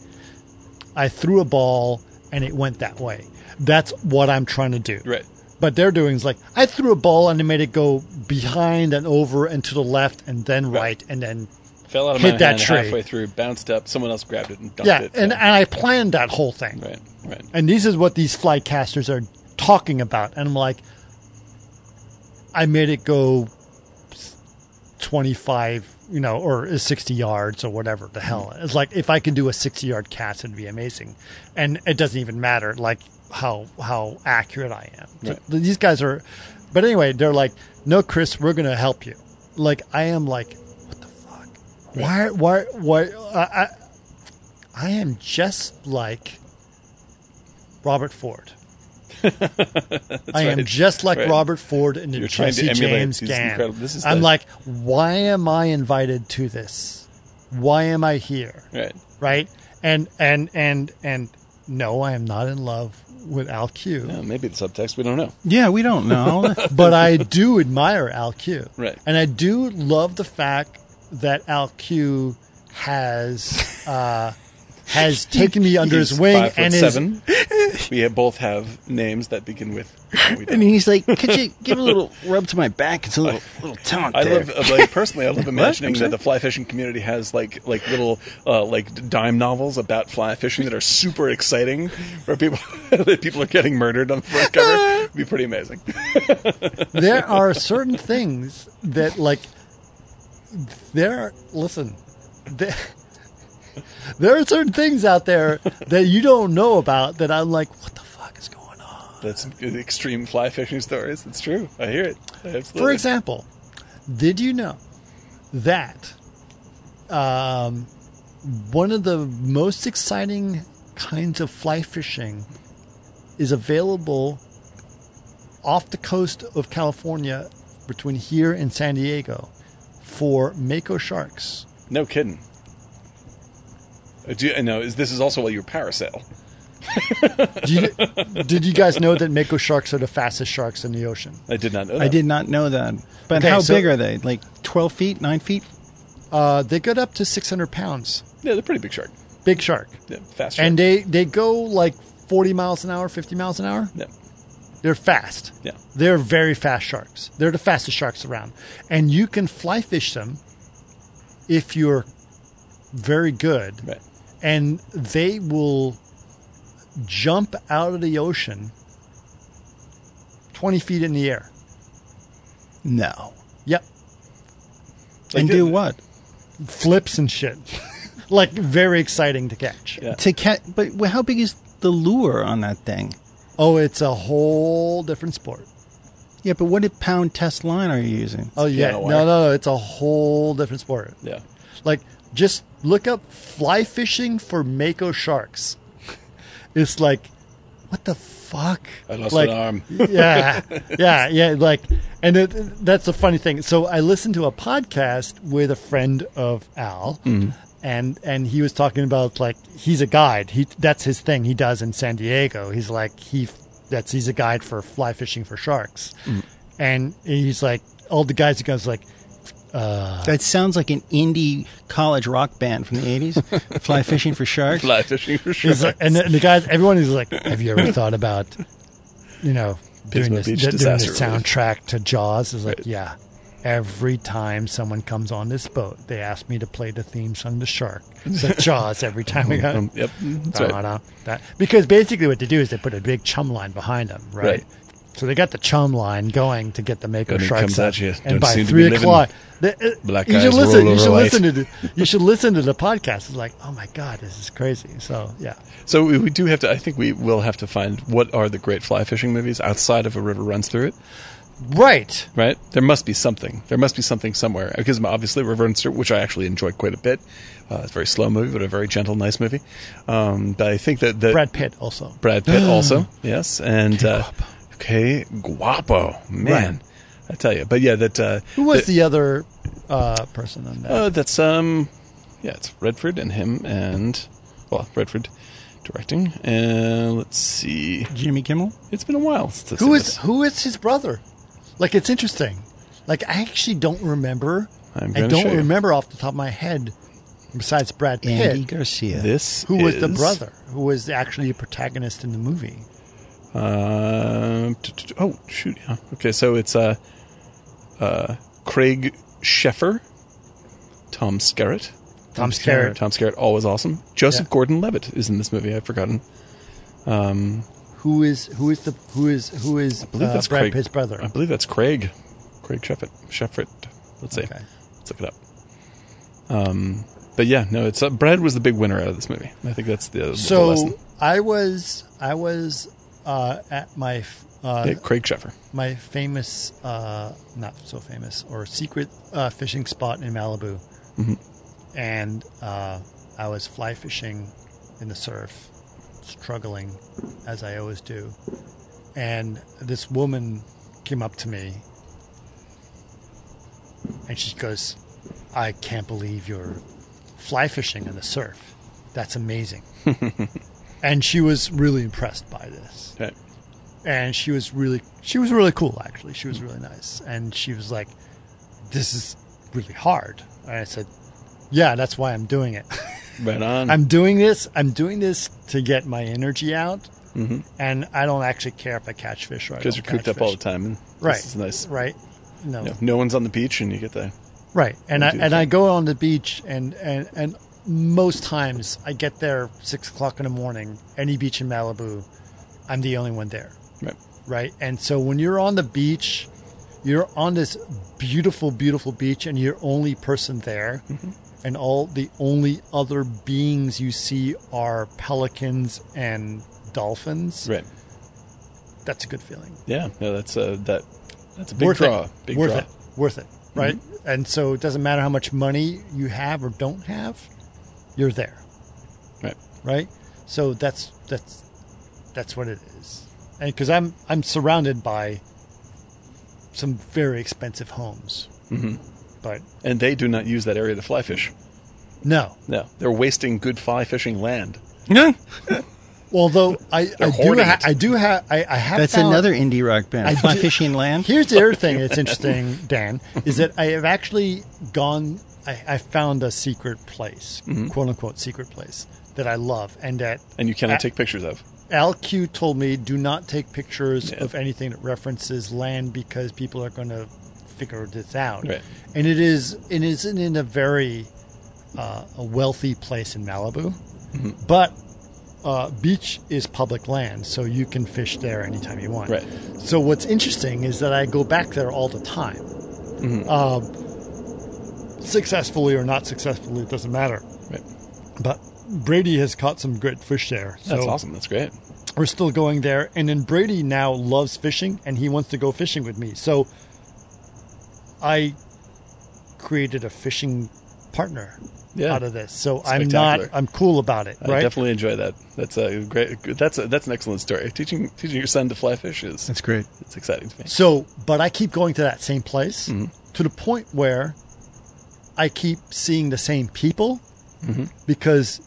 A: I threw a ball and it went that way. That's what I'm trying to do.
E: Right.
A: But they're doing is like, I threw a ball and it made it go behind and over and to the left and then right, and then.
E: Fell out of
A: Hit
E: my
A: that
E: hand
A: tree.
E: halfway through, bounced up, someone else grabbed it and dunked
A: Yeah.
E: it.
A: And, and I planned that whole thing.
E: right, right.
A: And this is what these flycasters are talking about. And I'm like, I made it go 25, you know, or 60 yards or whatever the hell. It's like, if I can do a 60 yard cast, it'd be amazing. And it doesn't even matter, like, how how accurate I am. So
E: Right.
A: th- These guys are, but anyway, they're like, no, Chris, we're going to help you. Like, I am like, what the fuck? Why, why, why? I, I, I am just like Robert Ford. I am
E: right.
A: just like
E: Right.
A: Robert Ford in the
E: You're trying to
A: Jesse
E: emulate
A: James
E: these
A: gang.
E: incredible- this is
A: I'm
E: the-
A: like, why am I invited to this? Why am I here?
E: Right.
A: Right? And and and and no, I am not in love with Al Q,
E: No, Uh, maybe the subtext. We don't know.
F: Yeah, we don't know.
A: but I do admire Al Q.
E: Right.
A: And I do love the fact that Al Q has uh, has taken me under his
E: He's
A: wing
E: five foot
A: and is
E: seven. we both have names that begin with. no, we don't.
F: and he's like, could you give a little rub to my back? It's a little, little talent
E: I
F: there.
E: love uh, like personally. I love imagining
F: I'm
E: that
F: sorry?
E: the fly fishing community has like like little uh, like dime novels about fly fishing that are super exciting, where people that people are getting murdered on the front cover. It'd be pretty amazing.
A: there are certain things that like there are listen there, there are certain things out there that you don't know about that i'm like what the fuck is going on
E: That's good extreme fly fishing stories. It's true. I hear it. I absolutely.
A: for example did you know that um, one of the most exciting kinds of fly fishing is available off the coast of California between here and San Diego for mako sharks.
E: no kidding. Uh, Do you, no, is this is also while you're parasail?
A: Do you, did you guys know that mako sharks are the fastest sharks in the ocean?
E: I did not know. That.
F: I did not know that. But
A: Okay,
F: how
A: so-
F: big are they? Like 12 feet, 9 feet?
A: Uh, they get up to 600 pounds.
E: Yeah, they're pretty big shark.
A: Big shark.
E: Yeah, fast shark.
A: And they, they go like 40 miles an hour, 50 miles an hour.
E: yeah,
A: They're fast.
E: yeah.
A: They're very fast sharks. They're the fastest sharks around. And you can fly fish them if you're very good.
E: Right.
A: And they will jump out of the ocean 20 feet in the air.
F: No.
A: Yep.
F: and
E: Like,
F: do
E: uh,
F: what?
A: Flips and shit. like, very exciting to catch.
E: Yeah.
F: To catch. But wh- how big is the lure on that thing?
A: Oh, it's a whole different sport.
F: Yeah, but what a pound test line are you using?
A: Oh, yeah.
E: no
A: No,
E: way.
A: no, no. It's a whole different sport.
E: Yeah.
A: Like, just look up fly fishing for mako sharks. It's like, what the fuck?
E: I lost
A: like,
E: an arm.
A: yeah, yeah, yeah. Like, and it, that's a funny thing. So I listened to a podcast with a friend of Al,
E: Mm-hmm.
A: and and he was talking about like he's a guide. He that's his thing. He does in San Diego. He's like he that's he's a guide for fly fishing for sharks,
E: Mm.
A: and he's like all the guys. He goes like,
F: That sounds like an indie college rock band from the 80s. Fly fishing for sharks.
E: Fly fishing for sure.
A: he's like, and the, the guys, everyone is like, have you ever thought about, you know, doing
E: Pittsburgh
A: this,
E: Beach
A: doing the
E: disaster relief.
A: soundtrack to Jaws? Is like, yeah. Every time someone comes on this boat, they ask me to play the theme song to Shark. It's like Jaws every time we go.
E: Um, Yep, that's right.
A: Da-da-da. That- because basically what they do is they put a big chum line behind them, right?
E: Right.
A: So they got the chum line going to get the Mako
E: And he
A: Shrike
E: comes
A: set.
E: at you.
A: And
E: Don't
A: by
E: seem to
A: three
E: be living
A: o'clock, the- uh,
E: black
A: you should
E: eyes
A: listen.
E: roll
A: You should
E: over white.
A: listen to the, you should listen to the podcast. It's like, oh my god, this is crazy. So yeah,
E: So we, we do have to. I think we will have to find what are the great fly fishing movies outside of a river runs through it.
A: right.
E: Right? There must be something. There must be something somewhere because obviously river runs through, which I actually enjoy quite a bit. Uh, it's a very slow movie, but a very gentle, nice movie. Um, but I think that the
A: Brad Pitt also.
E: Brad Pitt also, yes, and uh, okay, guapo man, I tell you. But yeah, that uh,
A: Who was the, other uh, person on that?
E: Uh, that's um, yeah, it's Redford and him and well, Redford directing. And let's see,
F: Jimmy Kimmel?
E: it's been a while since I've
A: who
E: seen
A: is
E: this.
A: who is his brother? Like it's interesting. Like I actually don't remember.
E: I'm
A: I
E: gonna show
A: don't
E: you.
A: remember off the top of my head. Besides Brad Pitt,
F: Andy Garcia.
E: this?
A: who was the
E: is,
A: brother? Who was actually a protagonist in the movie?
E: Um, t- t- t- oh shoot, yeah. Okay, so it's uh, uh, Craig Sheffer, Tom Skerritt.
A: Tom Skerritt.
E: Tom Skerritt, always awesome. Joseph
A: Yeah.
E: Gordon-Levitt is in this movie. I've forgotten.
A: Who is who is the who is who is
E: I believe
A: uh,
E: that's
A: Brad
E: Craig,
A: Pitt's brother?
E: I believe that's Craig. Craig Sheffert. Sheffert. Let's see.
A: Okay.
E: Let's look it up. Um, but yeah, no, it's uh, Brad was the big winner out of this movie. I think that's the, the lesson.
A: So I was I was uh, at my f- uh,
E: Yeah, Craig Sheffer.
A: my famous uh, not so famous or secret uh, fishing spot in Malibu, and uh, I was fly fishing in the surf, struggling as I always do, and this woman came up to me, and she goes, "I can't believe you're fly fishing in the surf. That's amazing." and she was really impressed by this
E: Right.
A: and she was really she was really cool actually she was really nice and she was like this is really hard and i said yeah that's why i'm doing it
E: Right on.
A: i'm doing this i'm doing this to get my energy out and i don't actually care if i catch fish or i
E: because
A: don't
E: Mm-hmm. you're cooped
A: catch
E: up all the
A: fish.
E: time. And
A: Oh, right
E: This is nice.
A: right no
E: You know, no one's on the beach, and you get the
A: Right, and I
E: We'll do the
A: and I
E: thing.
A: go on the beach, and and and most times I get there six o'clock in the morning. Any beach in Malibu, I'm the only one there.
E: Right.
A: Right, and so when you're on the beach, you're on this beautiful, beautiful beach, and you're only person there,
E: Mm-hmm.
A: and all the only other beings you see are pelicans and dolphins.
E: right.
A: That's a good feeling.
E: Yeah. No, that's a that that's a big
A: worth
E: draw.
A: It.
E: Big
A: worth
E: draw. Mm-hmm.
A: it. Worth it. Right. And so it doesn't matter how much money you have or don't have, you're there.
E: Right.
A: Right. So that's that's that's what it is. And because I'm I'm surrounded by some very expensive homes, mm-hmm. but
E: And they do not use that area to fly fish.
A: no.
E: No, they're wasting good fly fishing land.
A: Although I, I do
E: hoarding
A: ha-
E: it.
A: I do have I, I have
F: That's
A: found-
F: another indie rock
A: I
F: band. Fly
A: do-
F: Fishing Land.
A: Here's the other thing that's interesting, Dan, is that I have actually gone. I, I found a secret place, quote unquote secret place that I love, and that
E: Mm-hmm. And you cannot
A: Uh,
E: take pictures of.
A: Al Q told me do not take pictures
E: Yeah.
A: of anything that references land because people are going to figure this out.
E: Right.
A: And it is it isn't in a very uh, a wealthy place in Malibu,
E: Mm-hmm.
A: but uh, beach is public land, so you can fish there anytime you want.
E: Right.
A: So what's interesting is that I go back there all the time,
E: Mm-hmm.
A: Um successfully or not successfully, it doesn't matter.
E: Right.
A: But Brady has caught some good fish there.
E: That's
A: so
E: awesome. That's great.
A: we're still going there. And then Brady now loves fishing and he wants to go fishing with me. So I created a fishing partner
E: Yeah.
A: out of this. So I'm not,
E: Spectacular.
A: I'm cool about it,
E: I
A: right?
E: definitely enjoy that. That's a great. That's a, that's an excellent story. Teaching teaching your son to fly fish is
F: That's great.
E: it's exciting to me.
A: So, but I keep going to that same place
E: Mm-hmm.
A: to the point where I keep seeing the same people because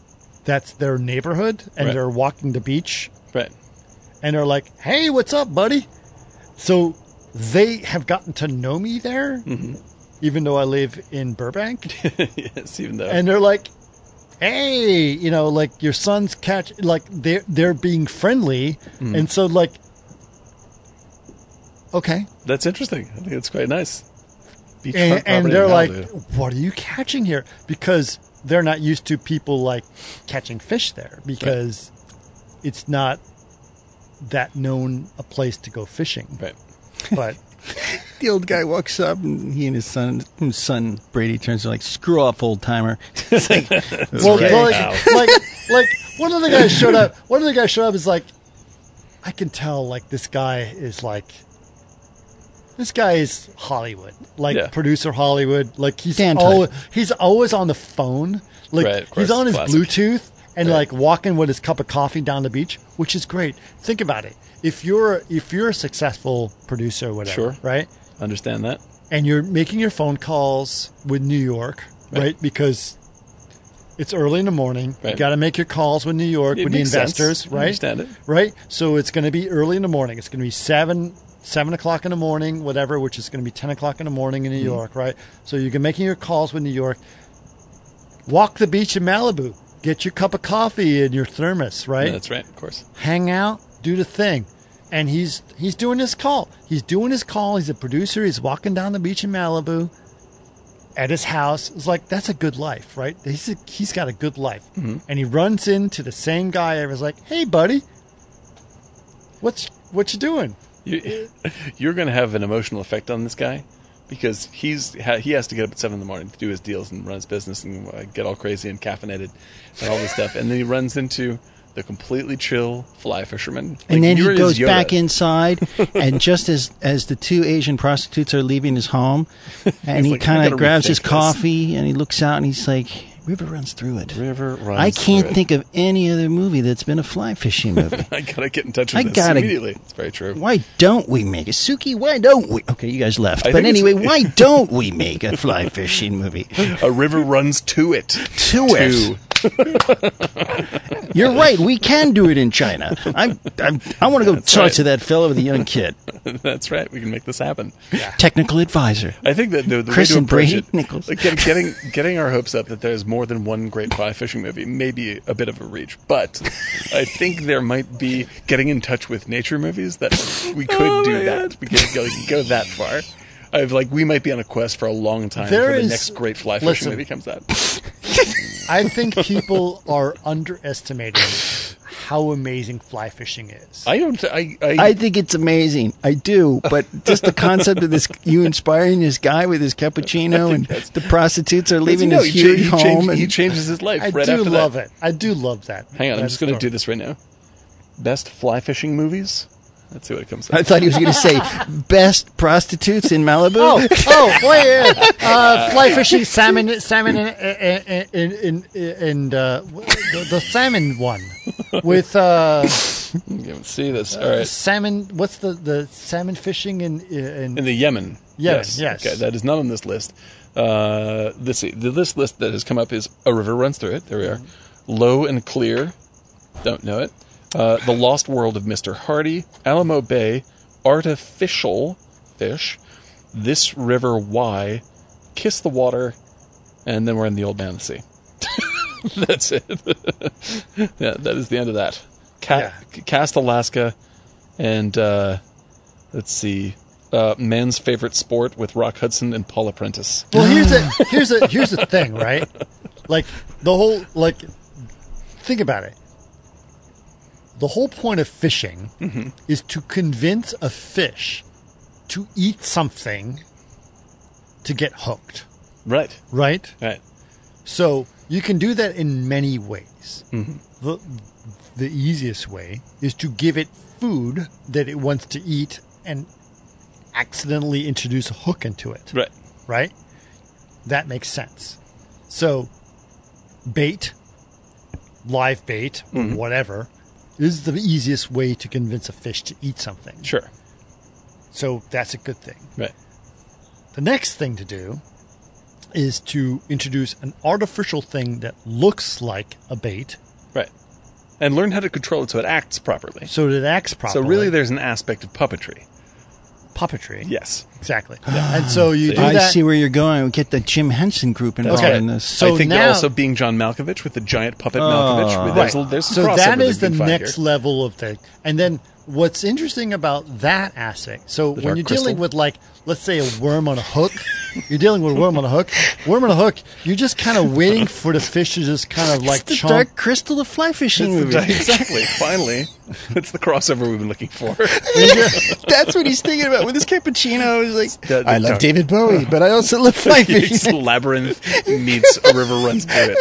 A: that's their neighborhood and
E: Mm-hmm. Right.
A: they're walking the beach
E: Right.
A: and are like, "Hey, what's up, buddy?" So they have gotten to know me there, even though I live in Burbank,
E: yes, even though.
A: and they're like, "Hey, you know, like your son's catch." Like they're they're being friendly, and so like, okay,
E: that's interesting. I think it's quite nice. Beachfront
A: and, and
E: property
A: they're
E: in
A: like,
E: Malibu.
A: "What are you catching here?" Because they're not used to people like catching fish there because it's not that known a place to go fishing.
E: Right.
A: But
F: The old guy walks up, and he and his son, his son Brady, turns to like, "Screw off, old timer." it's like,
A: well,
F: okay.
A: well, like, like, like one of the guys showed up. One of the guys showed up is like, I can tell like this guy is like, this guy is Hollywood, like
E: Yeah.
A: producer Hollywood. Like he's
F: Dan
A: always he's always on the phone. Like
E: Right, of
A: he's
E: course,
A: on his
E: classic.
A: Bluetooth and like walking with his cup of coffee down the beach, which is great. Think about it. If you're if you're a successful producer, or whatever,
E: Sure.
A: right?
E: Understand that?
A: and you're making your phone calls with New York, right?
E: Right.
A: Because it's early in the morning. You
E: Right.
A: got to make your calls with New York
E: It
A: with the
E: makes sense.
A: investors,
E: I
A: right?
E: understand it.
A: Right. So it's going to be early in the morning. It's going to be seven seven o'clock in the morning, whatever, which is going to be ten o'clock in the morning
E: Mm-hmm.
A: in New York, right? So you're making your calls with New York. Walk the beach in Malibu. Get your cup of coffee in your thermos, right?
E: That's right, of course.
A: hang out, do the thing. And he's he's doing his call. He's doing his call. He's a producer. He's walking down the beach in Malibu at his house. It's like that's a good life, right? He's a, he's got a good life.
E: Mm-hmm.
A: And he runs into the same guy. I was like, "Hey, buddy, what's what you doing?"
E: You, you're going to have an emotional effect on this guy because he's ha- he has to get up at seven in the morning to do his deals and run his business and uh, get all crazy and caffeinated and all this stuff, and then he runs into the completely chill fly fisherman,
F: and then he
E: you're his
F: goes
E: Yoda.
F: back inside, and just as as the two Asian prostitutes are leaving his home, and he
E: like, "I
F: kind
E: gotta
F: of grabs his
E: rethink this."
F: coffee, and he looks out, and he's like, "River runs through it."
E: River runs
F: I can't
E: through it.
F: think of any other movie that's been a fly fishing movie.
E: I gotta get in touch
F: I
E: with this
F: gotta-
E: immediately. It's very true.
F: Why don't we make a Suki? Why don't we? Okay, you guys left.
E: I
F: but
E: think it's-
F: anyway, why don't we make a fly fishing movie?
E: A river runs to it.
F: To it. You're right. We can do it in China. I'm, I'm, I want to go talk
E: right.
F: to that fellow with the young kid,
E: To. That's right. We can make this happen.
F: technical advisor.
E: I think that the, the
F: Chris
E: way to
F: and
E: approach
F: Brady
E: it,
F: Nichols.
E: like get- getting getting our hopes up that there's more than one great fly fishing movie, maybe a bit of a reach, but I think there might be getting in touch with nature movies that we could do that. We could go, go that far. I've like we might be on a quest for a long time
A: There
E: before the
A: is-
E: next great fly fishing
A: listen.
E: movie comes out.
A: I think people are underestimating how amazing fly fishing is.
E: I don't. I. I,
F: I think it's amazing. I do. But just the concept of this, you inspiring this guy with his cappuccino and the prostitutes are leaving
E: you know,
F: his
E: he, cha-
F: huge
E: he
F: home.
E: changed-
F: and
E: he changes his life.
A: I
E: right
A: do
E: after that.
A: love it. I do love that.
E: Hang on, I'm
A: that
E: just going to
A: story.
E: do this right now. Best fly fishing movies. Let's see what it comes
F: I
E: up.
F: thought he was going to say best prostitutes in Malibu.
A: Oh, oh, wait, yeah, yeah. Uh, fly fishing salmon, salmon, and in, in, in, in, uh, w- the, the salmon one with uh,
E: You can see this. All right.
A: salmon. What's the, the salmon fishing in in,
E: In the Yemen.
A: Yes, yes.
E: Okay, that is not on this list. Uh, let's see. The list list that has come up is A River Runs Through It. There we are.
A: Mm-hmm.
E: Low and Clear. Don't know it. Uh, the Lost World of Mr. Hardy. Alamo Bay. Artificial Fish. This River Why. Kiss the Water. And then we're in the Old Man of the Sea. That's it. yeah, that is the end of that. Ca- Cast Alaska. And uh, let's see, uh, men's favorite sport with Rock Hudson and Paula Prentice.
A: Well, here's a here's a here's the thing, right? Like the whole like think about it. The whole point of fishing is to convince a fish to eat something to get hooked,
E: Right,
A: right?
E: right.
A: So you can do that in many ways. The, the easiest way is to give it food that it wants to eat and accidentally introduce a hook into it,
E: Right.
A: right? That makes sense. So bait, live bait, or whatever, is the easiest way to convince a fish to eat something.
E: Sure.
A: So that's a good thing.
E: Right.
A: The next thing to do is to introduce an artificial thing that looks like a bait
E: Right. And learn how to control it so it acts properly.
A: so that it acts properly.
E: So really, there's an aspect of puppetry.
A: puppetry.
E: Yes.
A: exactly. And so you do
F: I
A: that.
F: see where you're going. We get the Jim Henson group involved
A: Okay.
F: in this.
A: So
E: I think
A: now-
E: also being John Malkovich with the giant puppet Malkovich. with- There's,
A: Right.
E: there's some
A: so
E: crossover
A: that is the
E: we can find
A: next
E: here.
A: level of thing. And then what's interesting about that aspect? So when
E: dark
A: you're
E: crystal?
A: dealing with like, let's say a worm on a hook, You're dealing with a worm on a hook. Worm on a hook. You're just kind of waiting for the fish to just kind of like
F: the
A: chomp.
F: Dark Crystal, the fly fishing
E: It's the
F: movie.
E: di- exactly. Finally, it's the crossover we've been looking for.
F: That's what he's thinking about with his cappuccino. He's like,
E: That-
F: I love
E: dark-
F: David Bowie, but I also love fly
E: It's
F: fishing.
E: labyrinth meets a river runs through it.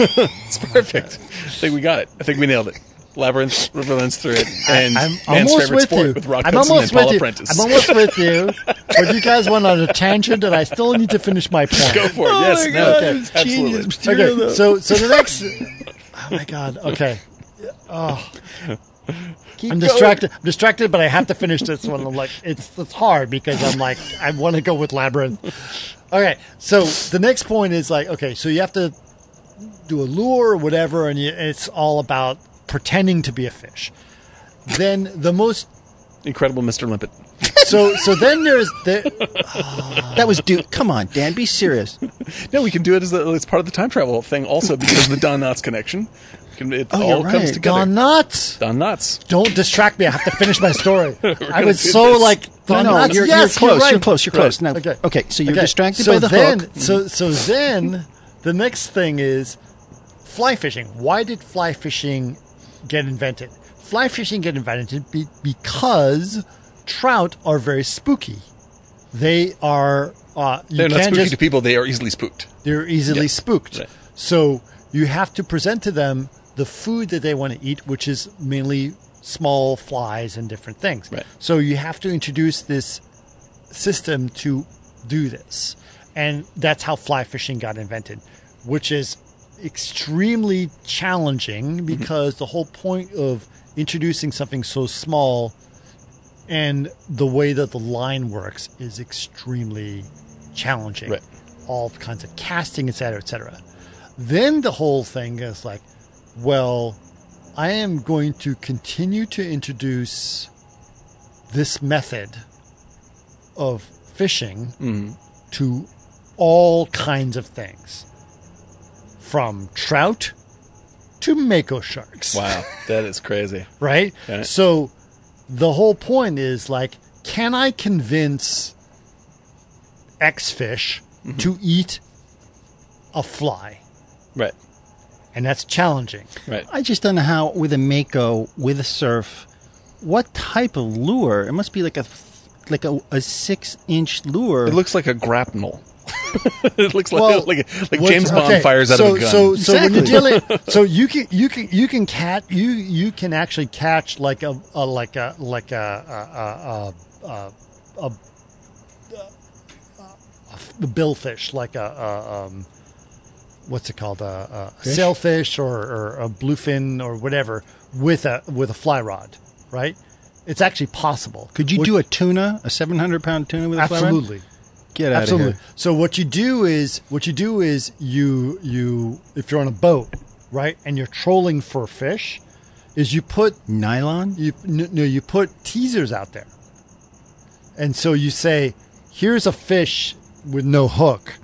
E: it's perfect. I think we got it. I think we nailed it. Labyrinth, river runs through it, and
A: I'm
E: man's
A: almost
E: favorite
A: with
E: sport
A: you.
E: with Rock
A: I'm
E: Hudson
A: almost
E: and Paula
A: with you.
E: Prentice.
A: I'm almost with you. But you guys went on a tangent, and I still need to finish my point.
E: Go for it.
F: Oh
E: yes,
F: my
E: no,
F: God,
E: okay,
F: it's
E: absolutely.
F: genius.
A: Okay, so so the next. Oh my god. Okay. Oh. I'm distracted. I'm distracted, but I have to finish this one. I'm like, it's it's hard because I'm like, I want to go with labyrinth. Okay, so the next point is like, okay, so you have to do a lure or whatever, and you, it's all about pretending to be a fish. Then the most
E: Incredible, Mr. Limpet.
A: so so then there's the
F: that was Duke. Come on, Dan, be serious.
E: No, we can do it as, a, as part of the time travel thing, also because of the Don Knotts connection. We can- It
F: Oh,
E: all
F: you're
E: comes
F: right.
E: together.
A: Don Knotts.
E: Don Knotts.
A: Don't distract me. I have to finish my story. I
E: gonna
A: was
E: do
A: so
E: this.
A: like Don Knotts.
F: you're,
A: yes,
F: you're close.
A: right.
F: You're close. You're close. Now, okay.
A: Okay.
F: so you're
A: Okay.
F: distracted
A: So
F: by the
A: then,
F: hook.
A: So so then the next thing is fly fishing. Why did fly fishing get invented? Fly fishing get invented be, because trout are very spooky. They are uh, you
E: They're
A: can't
E: not spooky
A: just
E: to people. They are easily spooked.
A: they're easily
E: Yeah.
A: spooked.
E: Right.
A: So you have to present to them the food that they want to eat, which is mainly small flies and different things.
E: Right.
A: So you have to introduce this system to do this. And that's how fly fishing got invented, which is extremely challenging
E: Mm-hmm.
A: because the whole point of introducing something so small and the way that the line works is extremely challenging.
E: Right.
A: All kinds of casting, et cetera, et cetera. Then the whole thing is like, well, I am going to continue to introduce this method of fishing
E: Mm-hmm.
A: to all kinds of things, from trout to mako sharks
E: Wow, that is crazy.
A: right?
E: Got it.
A: So the whole point is like, can I convince X fish to eat a fly?
E: Right,
A: And that's challenging.
E: right.
F: I just don't know how with a mako with a surf, what type of lure? It must be like a th- like a, a six inch lure.
E: It looks like a grapnel. it looks like
A: Well,
E: like, like
A: What's-
E: James Bond
A: okay,
E: fires out
A: so,
E: of a gun.
A: So, so when
F: Exactly.
A: you're dealing, so you can you can you can cat you you can actually catch like a, a like a like a a a, a, a, a, a billfish like a, a um, what's it called a, a sailfish or, or a bluefin or whatever with a with a fly rod, right? It's actually possible.
F: Could you
A: Would-
F: do a tuna, a seven hundred pound tuna with a fly rod?
A: absolutely?
F: Get out
A: Absolutely.
F: of here.
A: So what you do is what you do is you you if you're on a boat, right, and you're trolling for fish, is you put
F: Nylon.
A: you n- no you put teasers out there, and so you say, here's a fish with no hook,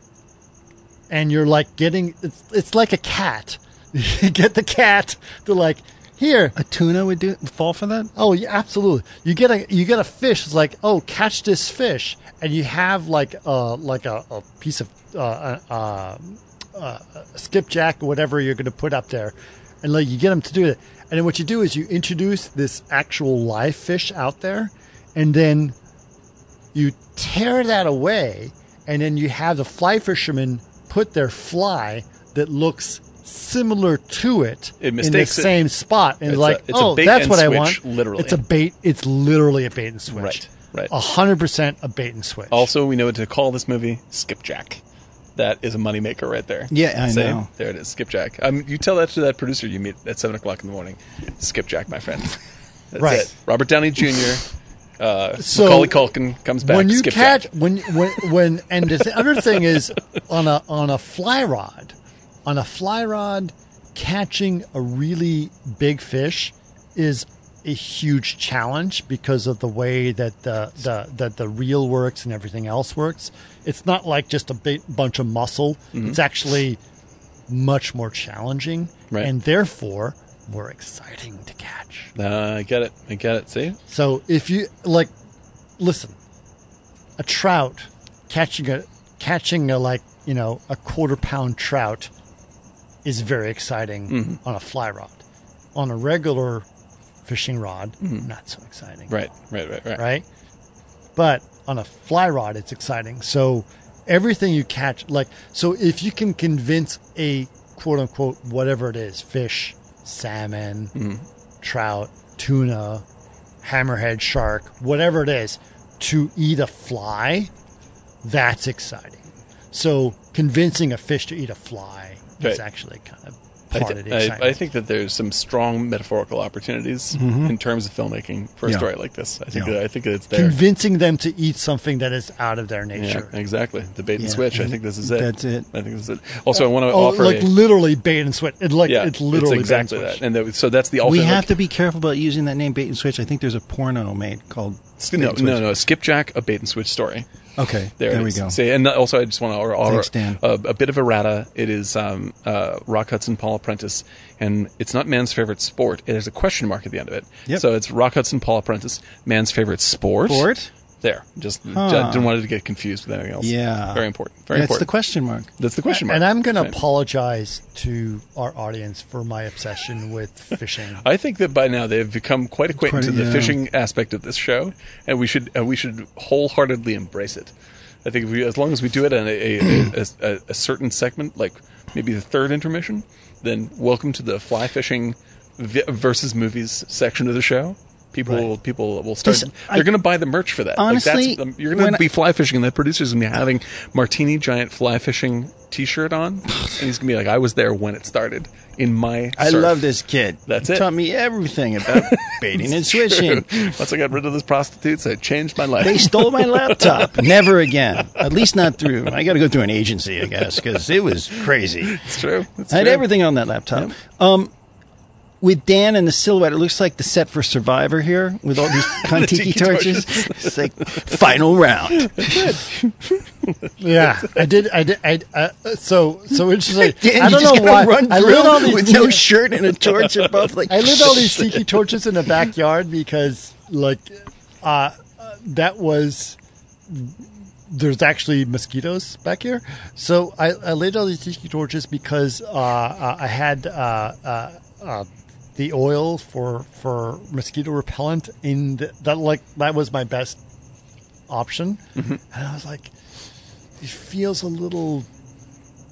A: and you're like getting it's it's like a cat. you get the cat to like here
F: A tuna would do fall for that.
A: Oh, yeah, absolutely. You get a you get a fish. It's like, oh, catch this fish, and you have like a like a, a piece of uh, uh, uh, uh, skipjack or whatever you're going to put up there, and like you get them to do it. And then what you do is you introduce this actual live fish out there, and then you tear that away, and then you have the fly fishermen put their fly that looks similar to it,
E: It
A: in the
E: mistakes it.
A: same spot, and
E: It's
A: like,
E: a- it's a
A: oh,
E: bait
A: that's
E: and
A: what I
E: switch,
A: want.
E: literally.
A: it's a bait. It's literally a bait and switch.
E: Right, right.
A: A hundred percent a bait and switch.
E: Also, we know what to call this movie Skipjack. That is a moneymaker right there.
F: Yeah, I
E: See?
F: know.
E: There it is, Skipjack. Um, you tell that to that producer you meet at 7 o'clock in the morning. Skipjack, my friend. That's
A: Right.
E: it. Robert Downey Jr., uh,
A: So,
E: Macaulay Culkin comes back.
A: when you
E: Skipjack.
A: catch when when when and the other thing is on a on a fly rod, on a fly rod, catching a really big fish is a huge challenge because of the way that the the that the reel works and everything else works. It's not like just a big bunch of muscle.
E: Mm-hmm.
A: It's actually much more challenging
E: Right.
A: and therefore more exciting to catch.
E: Uh, I get it. I get it. See?
A: So if you like, listen, a trout catching a catching a like you know a quarter pound trout is very exciting on a fly rod. On a regular fishing rod, not so exciting
E: Right, right, right, right.
A: right? But on a fly rod, it's exciting. So everything you catch, like, so if you can convince a quote unquote whatever it is fish, salmon,
E: Mm-hmm.
A: trout, tuna, hammerhead shark, whatever it is to eat a fly, that's exciting. So convincing a fish to eat a fly is
E: Right.
A: actually kind of
E: I,
A: part
E: th-
A: of the
E: I,
A: excitement. Mm-hmm.
E: I think that there's some strong metaphorical opportunities in terms of filmmaking for a
F: Yeah.
E: story like this. I think
F: Yeah.
E: that, I think that it's there.
A: convincing them to eat something that is out of their
E: yeah,
A: nature.
E: exactly. The bait and
F: Yeah.
E: switch. I think this is it.
F: That's it.
E: I think this is it. Also, I want to
A: Oh,
E: offer
A: like
E: a,
A: literally bait and switch. It, like
E: yeah,
A: it's literally bait and
E: exactly
A: switch.
E: that. And that, so that's the
F: We
E: alternate.
F: have to be careful about using that name bait and switch. I think there's a porno made called.
E: to no, no, no. Skipjack, a bait and switch story.
F: Okay,
E: There,
F: there
E: it
F: we
E: is.
F: go.
E: See, and also I just want to offer
F: Thanks, Dan.
E: A, a bit of errata. It is um, uh, Rock Hudson, Paul Apprentice, and it's not man's favorite sport. There's a question mark at the end of it.
F: Yep.
E: So it's Rock Hudson, Paul Apprentice, man's favorite sport.
F: Sport?
E: There. Just
F: Huh.
E: I didn't want it to get confused with anything else.
F: Yeah,
E: Very important. Very
F: That's
E: important.
F: the question mark.
E: That's the question mark.
A: And I'm going to
E: Right.
A: apologize to our audience for my obsession with fishing.
E: I think that by now they've become quite acquainted
F: Quite-
E: to the
F: yeah.
E: fishing aspect of this show, and we should uh, we should wholeheartedly embrace it. I think if we, as long as we do it on a, a, a, a, a certain segment, like maybe the third intermission, then welcome to the fly fishing vi- versus movies section of the show. People will people will start.
F: This- I-
E: they're going to buy the merch for that.
F: Honestly,
E: like that's, you're going
F: when I-
E: to be fly fishing, and the producer's going to be having martini giant fly fishing T-shirt on, and he's going to be like, "I was there when it started in my."
F: I
E: surf."
F: love this kid.
E: That's
F: he
E: it.
F: Taught me everything about baiting and switching.
E: Once I got rid of those prostitutes, I changed my life.
F: They stole my laptop. Never again. At least not through. I got to go through an agency, I guess, because it was crazy.
E: it's true. It's
F: I had
E: true.
F: everything on that laptop. Um, with Dan and the silhouette, it looks like the set for Survivor here with all these Kontiki
E: Tiki
F: torches. it's like final round.
A: yeah, I did. I did. I, I, uh, so so interesting.
F: Dan,
A: I don't
F: you just
A: know why.
F: gotta Run
A: I lit
F: through
A: all these.
F: with no shirt and a torch above. Like
A: I lit all these tiki torches in the backyard because like uh, uh, that was there's actually mosquitoes back here. So I, I lit all these tiki torches because uh, uh, I had uh, uh, uh, the oil for for mosquito repellent in the, that like that was my best option,
E: Mm-hmm.
A: and I was like, it feels a little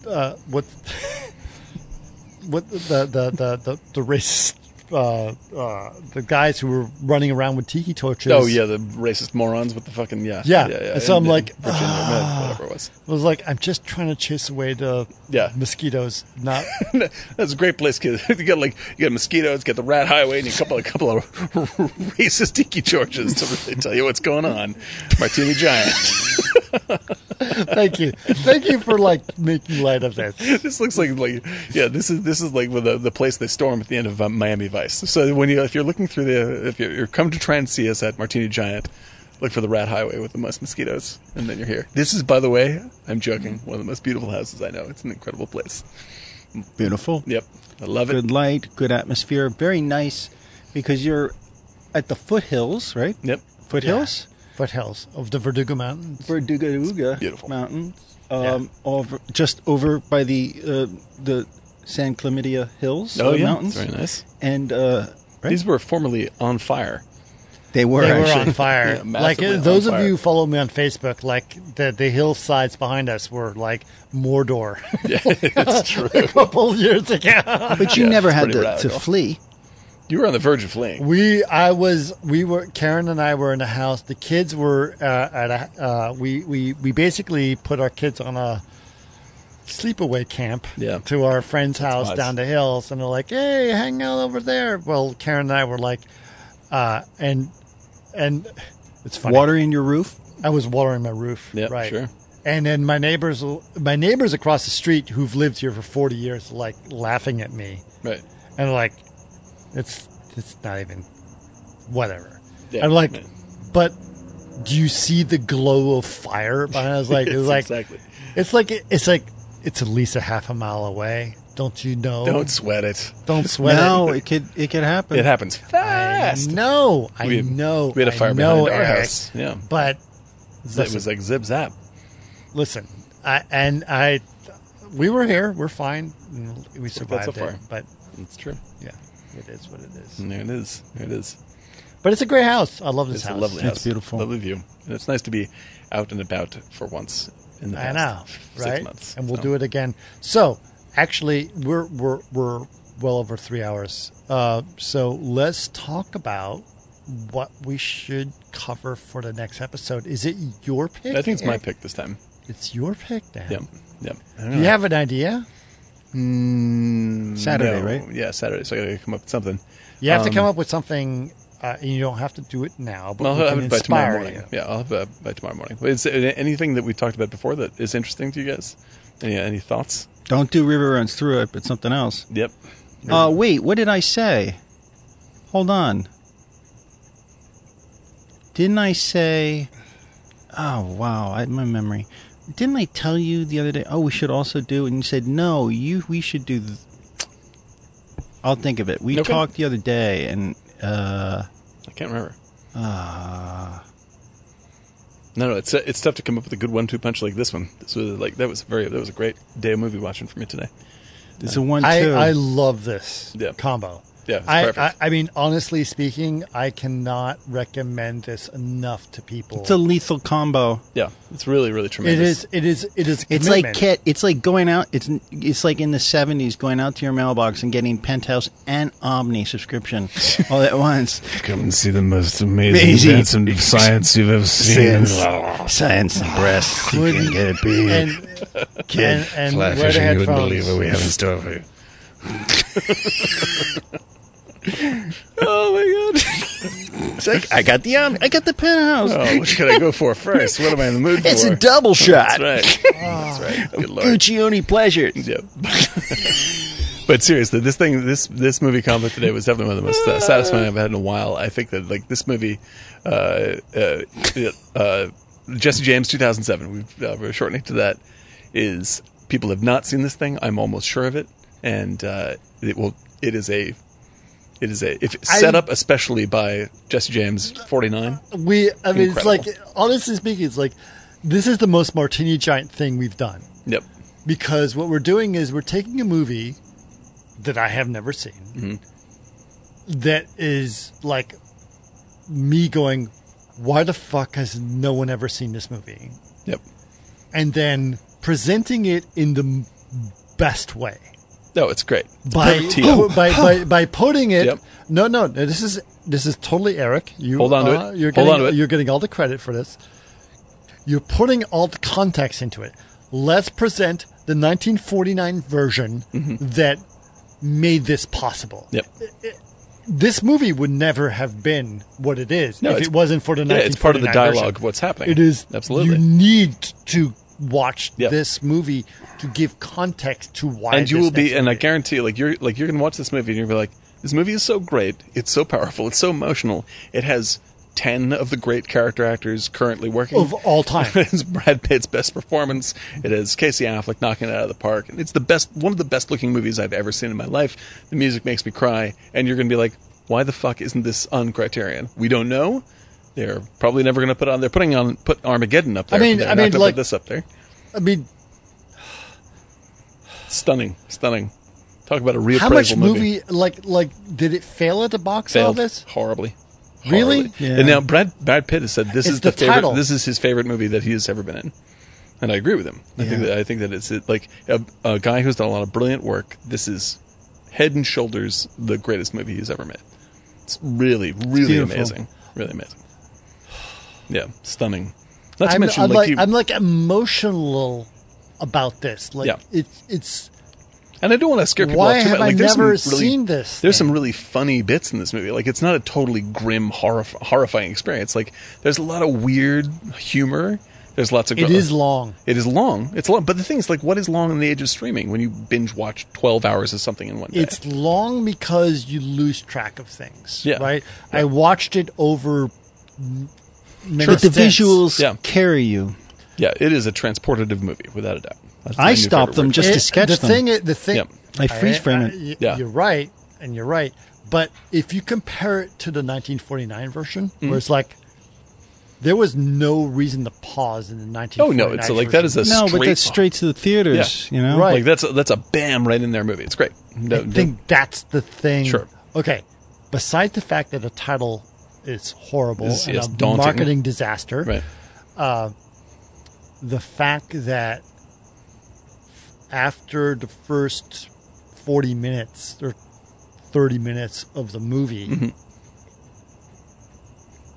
A: uh, what what the the the the, the racist. Uh, uh, the guys who were running around with tiki torches.
E: Oh yeah, the racist morons with the fucking yeah,
A: Yeah. And so I'm like, "Ah."
E: Virginia, man, whatever it was.
A: I was like, I'm just trying to chase away the
E: Yeah.
A: mosquitoes. Not
E: That's a great place because you got like you got mosquitoes, got the rat highway, and a couple a couple of racist tiki torches to really tell you what's going on. Martini Giant.
A: thank you, thank you for like making light of this.
E: this looks like like yeah this is this is like the the place they storm at the end of um, Miami Vice. So when you if you're looking through the if you're, you're come to try and see us at Martini Giant, look for the Rat Highway with the most mosquitoes, and then you're here. This is by the way, I'm joking. One of the most beautiful houses I know. It's an incredible place.
F: beautiful.
E: Yep, I love it.
F: Good light, good atmosphere, very nice because you're at the foothills, right?
E: Yep.
F: Foothills.
A: Foothills of the Verdugo Mountains.
F: Verduga Uga
E: Beautiful.
F: Mountain, um, over just over by the uh, the San Clementia Hills uh, mountains,
E: Oh, very nice.
F: and uh, right?
E: These were formerly on fire.
F: they were
A: They were
F: actually
A: on fire.
E: Yeah,
A: like
E: massively
A: uh, those
E: on
A: of
E: fire.
A: you who follow me on Facebook, like the the hillsides behind us were like Mordor
E: Yeah, it's
A: a
E: true.
A: couple years ago.
F: but you
E: Yeah,
F: never
E: it's
F: had
E: pretty
F: to, to
E: radical.
F: flee.
E: You were on the verge of fleeing.
A: We, I was, we were, Karen and I were in a house. The kids were uh, at a, uh, we, we, we basically put our kids on a sleepaway camp
E: Yeah.
A: to our friend's house
E: wise.
A: down the hills. And they're like, hey, hang out over there. Well, Karen and I were like, uh, and, and it's funny.
F: Water in your roof.
A: I was watering my roof.
E: Yep,
A: right.
E: sure.
A: And then my neighbors, my neighbors across the street who've lived here for 40 years, like laughing at me
E: Right.
A: and like it's it's not even whatever
E: Yeah,
A: i'm like
E: yeah.
A: but do you see the glow of fire behind us like it's
E: Yes,
A: like
E: exactly.
A: it's like it's like it's at least a half a mile away don't you know
E: Don't sweat it.
A: don't sweat
F: no,
A: it
F: it. could it could happen.
E: It happens fast.
A: no i
E: We had-
A: know
E: we had a
A: I
E: fire
A: know,
E: behind our
A: Eric,
E: house. Yeah.
A: but
E: It was like zip zap.
A: listen I, and I, we were here. We're fine. We survived
E: so far.
A: it. But
E: It's true.
A: yeah, it is what it is.
E: And there it is. There it is.
A: But it's a great house. I love this
E: Hmm. It's
A: house.
E: a lovely
F: That's
E: house.
F: beautiful.
E: Lovely view. And it's nice to be out and about for once in the
A: I
E: past
A: know,
E: six
A: right?
E: months.
A: And we'll
E: So,
A: do it again. So actually, we're we're we're well over three hours. Uh, so let's talk about what we should cover for the next episode. Is it your pick?
E: I think it's my
A: Eric?
E: pick this time.
A: It's your pick now.
E: Yep. Yep.
F: Uh,
E: I don't
A: Do you have an idea? Hmm.
E: Mm,
F: Saturday,
E: no.
F: right?
E: Yeah, Saturday. So I got to come up with something.
A: You have to
E: Um,
A: come up with something. Uh, and you don't have to do it now, but
E: I'll
A: we
E: have
A: can
E: it by tomorrow
A: inspire
E: morning.
A: you.
E: Yeah, I'll have it by tomorrow morning. Is there anything that we talked about before that is interesting to you guys? Any, any thoughts?
F: Don't do river runs through it, but something else.
E: Yep.
F: Uh, wait, what did I say? Hold on. Didn't I say? Oh wow, I, my memory. Didn't I tell you the other day? Oh, we should also do. And you said no. You we should do. Th- I'll think of it. We
E: Okay.
F: talked the other day, and uh,
E: I can't remember.
F: uh,
A: Ah.
E: No, no, it's it's tough to come up with a good one-two punch like this one. This was like that was very that was a great day of movie watching for me today.
F: it's a one
A: I,
F: two.
A: I love this
E: Yeah.
A: combo.
E: Yeah, it's
A: I, I,
E: perfect.
A: I mean, honestly speaking, I cannot recommend this enough to people.
F: it's a lethal combo.
E: Yeah, it's really really
A: it
E: tremendous.
A: is, it is, it is.
F: It's like
A: commitment.
F: cat. It's like going out. It's it's like in the seventies, going out to your mailbox and getting Penthouse and Omni subscription all at once.
G: Come and see the most amazing,
F: Amazing.
G: bits of science you've ever seen.
F: Science and breasts. You can get it big.
A: and
F: Kid,
A: and, and
G: Fly
A: wear the
G: fishing, you wouldn't
A: headphones.
G: believe what we have in store for you.
E: Oh my god!
F: It's like, I got the Omni. I got the Penthouse.
E: Oh, what could I go for first? What am I in the mood for?
F: it's a Oh. double shot.
E: That's right. That's right. Good lord.
F: Guccione pleasures.
E: Yeah. but seriously, this thing, this this movie combo today was definitely one of the most uh, satisfying I've had in a while. I think that like this movie, uh, uh, uh, Jesse James, two thousand seven. We've uh, we're shortening to that. Is people have not seen this thing? I'm almost sure of it, and uh, it will. It is a. It is a if set up especially by Jesse James 49.
A: We, I mean, it's
E: Incredible.
A: like honestly speaking, it's like this is the most martini giant thing we've done
E: Yep.
A: because what we're doing is we're taking a movie that I have never seen that is like me going, why the fuck has no one ever seen this movie?
E: Yep.
A: And then presenting it in the m- best way.
E: No, it's great. It's
A: by,
E: perfect tee up.
A: by, by by putting it.
E: Yep.
A: No, no, no, this is this is totally Eric. You
E: Hold on to it.
A: You're
E: Hold
A: getting,
E: on to it.
A: You're getting all the credit for this. You're putting all the context into it. Let's present the 1949 version
E: Mm-hmm.
A: that made this possible.
E: Yep.
A: This movie would never have been what it is
E: No,
A: if
E: it's-
A: it wasn't for the
E: Yeah, it's part of the
A: 1949
E: dialogue
A: version.
E: of what's happening.
A: It is
E: absolutely.
A: You need to watch
E: Yep.
A: this movie to give context to why.
E: and you
A: this
E: will be
A: next
E: and i
A: movie-
E: guarantee like you're like you're gonna watch this movie and you're gonna be like this movie is so great it's so powerful it's so emotional it has 10 of the great character actors currently working
A: of all time.
E: it has brad pitt's best performance it has casey affleck knocking it out of the park and it's the best one of the best looking movies i've ever seen in my life the music makes me cry and you're gonna be like why the fuck isn't this on criterion we don't know they're probably never gonna put on they're putting on put armageddon up there
A: mean-
E: they're
A: I
E: not
A: mean,
E: gonna
A: like-
E: put this up there
A: I mean,
E: stunning stunning talk about a reappraisal
A: how much
E: movie.
A: movie, like like did it fail at the box
E: failed
A: office?
E: horribly.
A: Really?
E: Horribly.
F: Yeah.
E: And now Brad Brad Pitt has said this
A: It's
E: is the,
A: the
E: favorite.
A: title.
E: This is his favorite movie that he has ever been in, and I agree with him. I think that I think that it's it- like a, a guy who's done a lot of brilliant work. This is head and shoulders the greatest movie he's ever made. It's really really
F: beautiful.
E: amazing, really amazing. Yeah, stunning. Not to
A: I'm,
E: mention
A: I'm
E: like,
A: like,
E: you,
A: I'm like emotional about this. Like
E: Yeah.
A: it's it's
E: and I don't want to scare people
A: Why
E: off too
A: have
E: much. Like,
A: I
E: there's some
A: never
E: really,
A: seen this
E: There's some
A: thing?
E: really funny bits in this movie. Like it's not a totally grim, horrif- horrifying experience. Like there's a lot of weird humor. There's lots of.
A: it is long.
E: It is long. It's long. But the thing is, like, what is long in the age of streaming when you binge watch 12 hours of something in one day?
A: It's long because you lose track of things.
E: Yeah.
A: Right. I watched it over. m- many
F: But the
A: stints.
F: visuals
E: Yeah.
F: carry you.
E: yeah, it is a transportative movie without a doubt. That's my
F: I
E: new
F: stopped
E: favorite
F: them
E: word.
F: just
A: It-
F: to sketch
A: the
F: them.
A: Thing, i- the thing.
E: Yep.
F: I freeze frame it.
A: y-
E: Yeah.
A: You're right, and you're
E: Mm-hmm.
A: right. But if you compare it to the 1949 version, where it's like, There was no reason to pause in the 19.
E: Oh no, it's like that is a
F: no,
E: straight
F: but that's straight to the theaters.
E: Yeah.
F: You know,
A: Right.
E: Like that's a, that's a bam right in their movie. It's great. No,
A: I think that's the thing.
E: Sure.
A: Okay. Besides the fact that the title is horrible
E: It's-
A: and
E: it's
A: a
E: daunting.
A: marketing disaster,
E: right.
A: the fact that after the first 40 minutes or 30 minutes of the movie,
E: Mm-hmm.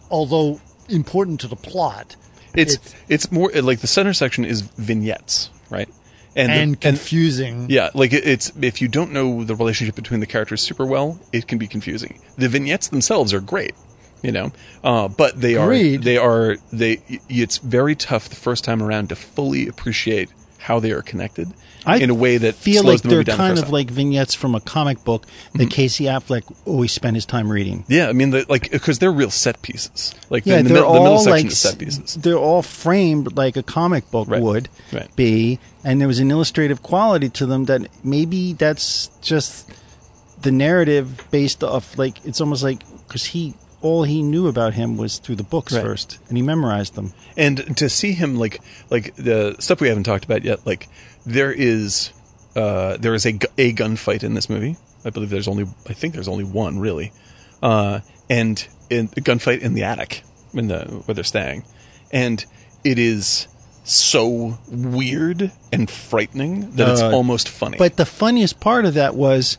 A: although important to the plot,
E: It's,
A: It's-
E: it's more like the center section is vignettes, right? the-
A: and confusing.
E: Yeah, like it, it's if you don't know the relationship between the characters super well, it can be confusing. The vignettes themselves are great, you know, uh, but they
A: Agreed.
E: are they are they. y- It's very tough the first time around to fully appreciate how they are connected
F: I
E: in a way that
F: feel
E: slows
F: like
E: the movie
F: they're
E: down the
F: kind
E: first
F: of
E: time.
F: like vignettes from a comic book
E: Mm-hmm.
F: that Casey Affleck always spent his time reading.
E: yeah, I mean, the, like because they're real set pieces. Like
F: Yeah,
E: the,
F: they're
E: middle the middle
F: all
E: section
F: like
E: is set pieces.
F: they're all framed like a comic book
E: Right.
F: would
E: Right.
F: be, and there was an illustrative quality to them that maybe that's just the narrative based off like it's almost like because he all he knew about him was through the books
E: Right.
F: first, and he memorized them.
E: and to see him like like the stuff we haven't talked about yet like there is uh there is a, gu- a gunfight in this movie i believe there's only i think there's only one really uh and in a gunfight in the attic in the where they're staying and it is so weird and frightening that it's
F: Uh,
E: almost funny
F: But the funniest part of that was,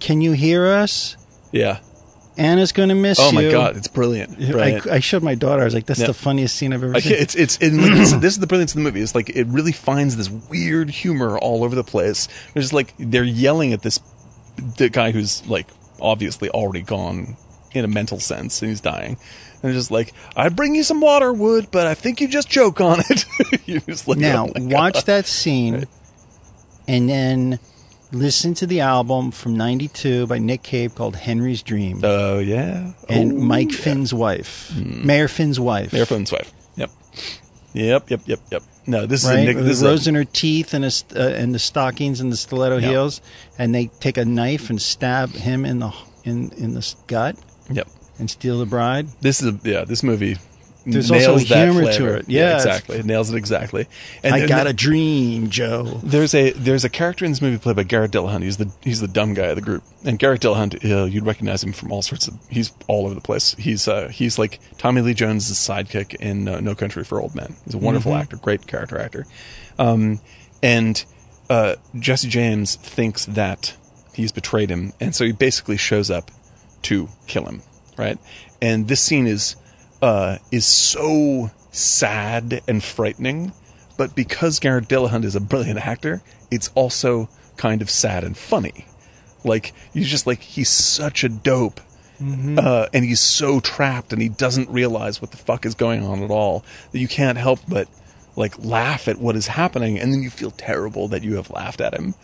F: can you hear us?
E: yeah
F: Anna's going to miss
E: oh
F: you.
E: my god it's brilliant,
F: I,
E: brilliant.
F: I showed my daughter. I was like, "That's
E: Yeah.
F: the funniest scene I've ever
E: I
F: seen."
E: can't, it's it's and like, this, this is the brilliance of the movie. It's like it really finds this weird humor all over the place. There's like they're yelling at this the guy who's like obviously already gone in a mental sense and he's dying. And they're just like, I bring you some water, Wood, but I think you just choke on it. You're just like,
F: Now
E: oh my God.
F: watch that scene, and then listen to the album from '92 by Nick Cave called "Henry's Dream"
E: Oh yeah,
F: and
E: Oh,
F: Mike
E: yeah. Hmm.
F: Finn's wife, Mayor Finn's wife.
E: Mayor Finn's wife. Yep, yep, yep, yep, yep. No, this is a
F: Right,
E: Nick.
F: with
E: This is
F: the rose
E: a,
F: in her teeth and a, st- uh, and the stockings and the stiletto
E: Yeah.
F: heels, and they take a knife and stab him in the in in the s- gut
E: yep.
F: and steal the bride.
E: This is a, yeah. This movie.
F: There's
E: nails
F: also
E: that
F: humor to
E: flavor.
F: it. Yeah, it's-
E: exactly. It nails it exactly. And
F: I
E: then-
F: got a dream, Joe.
E: There's a there's a character in this movie played by Garrett Dillahunt. He's the he's the dumb guy of the group. And Garrett Dillahunt, uh, you'd recognize him from all sorts of. He's all over the place. He's uh, he's like Tommy Lee Jones' sidekick in uh, No Country for Old Men. He's a wonderful actor, great character actor. Um, and uh, Jesse James thinks that he's betrayed him, and so he basically shows up to kill him, right? And this scene is uh, is so sad and frightening, but because Garrett Dillahunt is a brilliant actor, it's also kind of sad and funny. Like he's just like he's such a dope,
F: Mm.
E: uh, and he's so trapped, and he doesn't realize what the fuck is going on at all that you can't help but like laugh at what is happening, and then you feel terrible that you have laughed at him.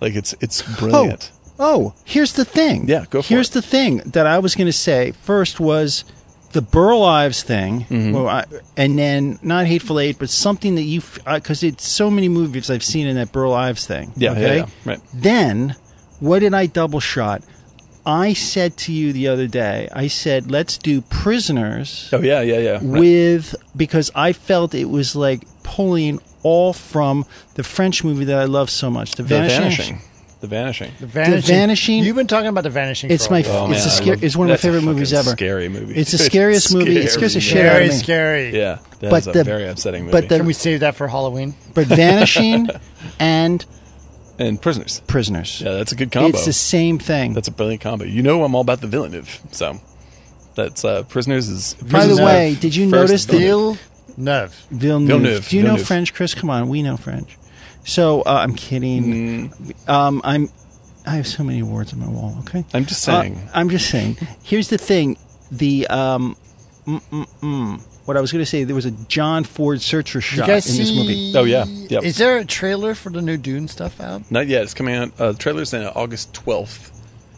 E: Like it's it's brilliant.
F: Oh, here's the thing.
E: Yeah, go for
F: Here's
E: it.
F: the thing that I was going to say first was the Burl Ives thing,
E: Mm-hmm.
F: well, I, and then not Hateful Eight, but something that you because it's so many movies I've seen in that Burl Ives thing.
E: Yeah, yeah,
F: okay?
E: yeah, right.
F: Then what did I double shot? I said to you the other day, I said let's do Prisoners
E: Oh yeah, yeah, yeah. right.
F: with because I felt it was like pulling all from the French movie that I love so much, The
E: The
F: Vanishing.
E: vanishing. The vanishing.
A: The vanishing,
F: Vanishing-
A: You've been talking about the vanishing.
F: It's
A: for a
F: my
A: while.
E: Oh, man,
F: it's, a
E: I
F: scare,
E: love-
F: it's one of my
E: that's a
F: favorite movies
E: fucking
F: ever.
E: scary movie.
F: It's the
E: It's
F: scariest movie. It scares the shit
E: scary,
F: out of
A: very
F: me.
A: scary.
E: Yeah, that is
F: But
E: a
F: the-
E: very upsetting movie.
F: but the-
A: Can we save that for Halloween?
F: But Vanishing and
E: and prisoners.
F: Prisoners.
E: Yeah, that's a good combo.
F: It's the same thing.
E: that's a brilliant combo. You know, I'm all about the Villeneuve, so that's uh, prisoners is.
F: By the
E: Prisoners
F: way,
E: is
F: did you
E: first
F: notice the
E: Villeneuve.
A: Bill Nev.
F: Villeneuve.
E: Villeneuve,
F: Do you know
E: Villeneuve.
F: French, Chris? Come on, we know French. So uh, I'm kidding. Um, I'm. I have so many awards on my wall. Okay.
E: Mm. I'm just
F: Uh,
E: saying.
F: I'm just saying. Here's the thing. The um, mm, mm, mm, what I was going to say. There was a John Ford searcher
A: You
F: shot in
A: guys
F: this
A: see?
F: movie.
E: Oh, yeah. Yep.
A: Is there a trailer for the new Dune stuff out?
E: Not yet. It's coming out. Uh, the trailer's in August 12th.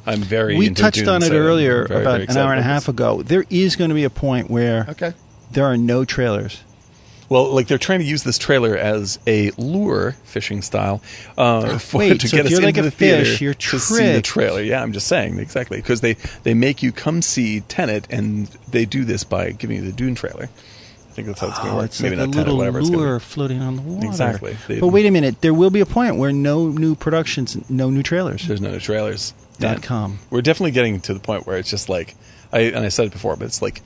E: I'm very.
F: we
E: into
F: touched
E: Dune,
F: on it
E: so I'm
F: earlier
E: very,
F: about
E: very
F: an hour and a
E: excited
F: half ago. There is going to be a point where
A: Okay.
F: there are no trailers.
E: Well, like they're trying to use this trailer as a lure, fishing style, uh, for,
F: Wait,
E: to
F: so
E: get
F: if
E: us into
F: you're like a
E: the theater
F: fish, you're
E: to see the
F: tricked.
E: trailer. Yeah, I'm just saying exactly because they they make you come see Tenet, and they do this by giving you the Dune trailer. I think that's how it's going to
F: Oh,
E: work.
F: it's like
E: Maybe
F: a
E: not Tenet,
F: little
E: whatever it's gonna be.
F: lure floating on the water.
E: Exactly. They-
F: but wait a minute. There will be a point where no new productions, no new trailers.
E: There's no new trailers.
F: Dot
E: Man,
F: com.
E: We're definitely getting to the point where it's just like I and I said it before, but it's like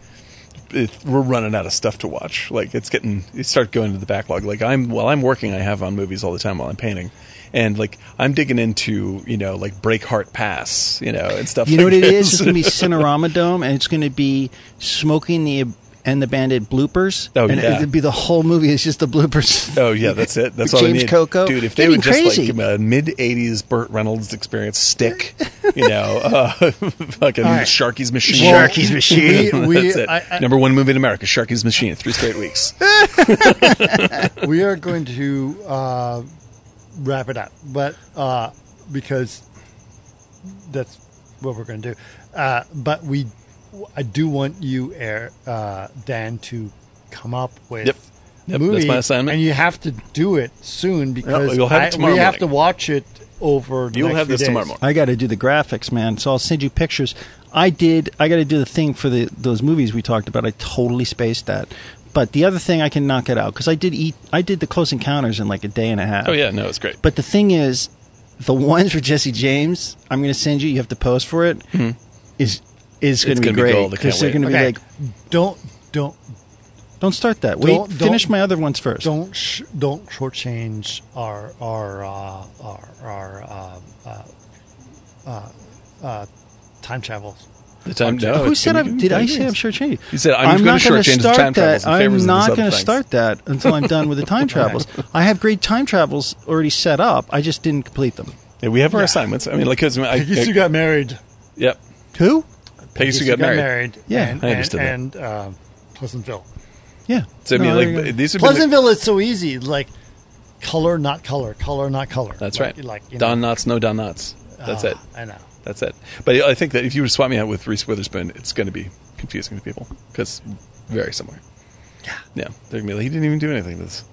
E: it, we're running out of stuff to watch. Like it's getting you start going to the backlog. Like I'm while I'm working, I have on movies all the time while I'm painting, and like I'm digging into you know like Breakheart Pass, you know, and stuff.
F: You know what
E: like
F: it is? It's
E: this.
F: going to be Cinerama Dome, and it's going to be smoking the and the bandit bloopers.
E: Oh,
F: and
E: yeah.
F: It'd be the whole movie. It's just the bloopers.
E: Oh yeah, that's it. That's all I
F: James
E: need.
F: Coco.
E: dude. If they
F: That'd
E: would
F: be
E: just
F: crazy.
E: like give a mid '80s Burt Reynolds experience stick, you know, uh, fucking
A: All right.
E: Sharky's Machine,
A: Sharky's Machine. We- we-
E: That's it.
A: I- I-
E: Number one movie in America, Sharky's Machine, three straight weeks.
A: we are going to uh, wrap it up, but uh, because that's what we're going to do. Uh, but we, I do want you, Air uh, Dan, to come up with.
E: Yep.
A: a
E: Yep, that's
A: movie,
E: my assignment.
A: And you have to do it soon because
E: you'll have it
A: I-
E: tomorrow
A: we have to
E: morning.
A: watch it over. The
E: You'll
A: next
E: have
A: few
E: this
A: days.
E: tomorrow morning.
F: I got to do the graphics, man. So I'll send you pictures. I did. I got to do the thing for the those movies we talked about. I totally spaced that. But the other thing I can knock it out because I did eat. I did the Close Encounters in like a day and a half.
E: Oh yeah, no, it's great.
F: But the thing is, the ones for Jesse James, I'm going to send you. You have to post for it. Is is going to be
E: Mm-hmm. gonna be
F: great
E: gold. I can't
F: they're
E: wait.
F: going to be
A: Okay.
F: like,
A: Don't don't
F: don't start that. Wait,
A: Don't- don't-
F: finish my other ones first.
A: don't sh- don't shortchange our our uh, our our uh, uh, uh, uh, time travel.
E: the time. No,
F: Who
E: it's
F: said
E: gonna
F: I
E: be good.
F: did? I say I'm shortchanged.
E: You said, "I'm gonna
F: not gonna
E: shortchange the
F: start
E: time
F: that.
E: travels in favor of
F: I'm
E: these
F: not
E: other
F: going to
E: things."
F: start that until I'm done with the time travels. I have great time travels already set up. I just didn't complete them.
E: Yeah, we have our assignments. I mean, like, cause I, I,
A: Peggy Sue got married.
E: yep,
F: Who?
E: Peggy Sue got married.
F: Yeah,
A: and,
E: I understood
A: and, and uh, Pleasantville.
F: Yeah.
E: So I
F: No,
E: mean,
F: there you
E: like,
F: go.
E: these have been. the-
A: Pleasantville is so easy. Like color, not color. Color, not color.
E: That's
A: Like-
E: right.
A: Like you know,
E: Don Knotts, no Don Knotts. That's
A: uh,
E: it.
A: I know.
E: That's it. But I think that if you were to swap me out with Reese Witherspoon, it's going to be confusing to people because very similar. Yeah. Yeah. They're going to be like, he didn't even do anything to this.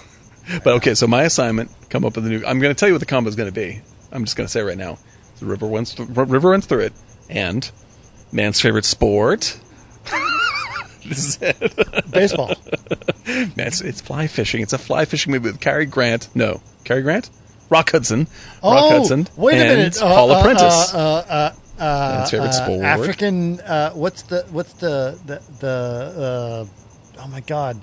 E: but okay, so my assignment, come up with a new. I'm going to tell you what the combo is going to be. I'm just going to say right now. The river runs, th- river runs through it, and man's favorite sport. this is it.
A: Baseball.
E: Man, it's, it's fly fishing. It's a fly fishing movie with Cary Grant. No, Cary Grant, Rock Hudson, Rock Hudson,
A: Oh, wait a
E: and
A: minute. Uh,
E: Paula
A: uh,
E: Prentice.
A: Uh, uh, uh, uh,
E: Man's favorite
A: uh,
E: sport.
A: African. Uh, what's the what's the the, the uh, oh my god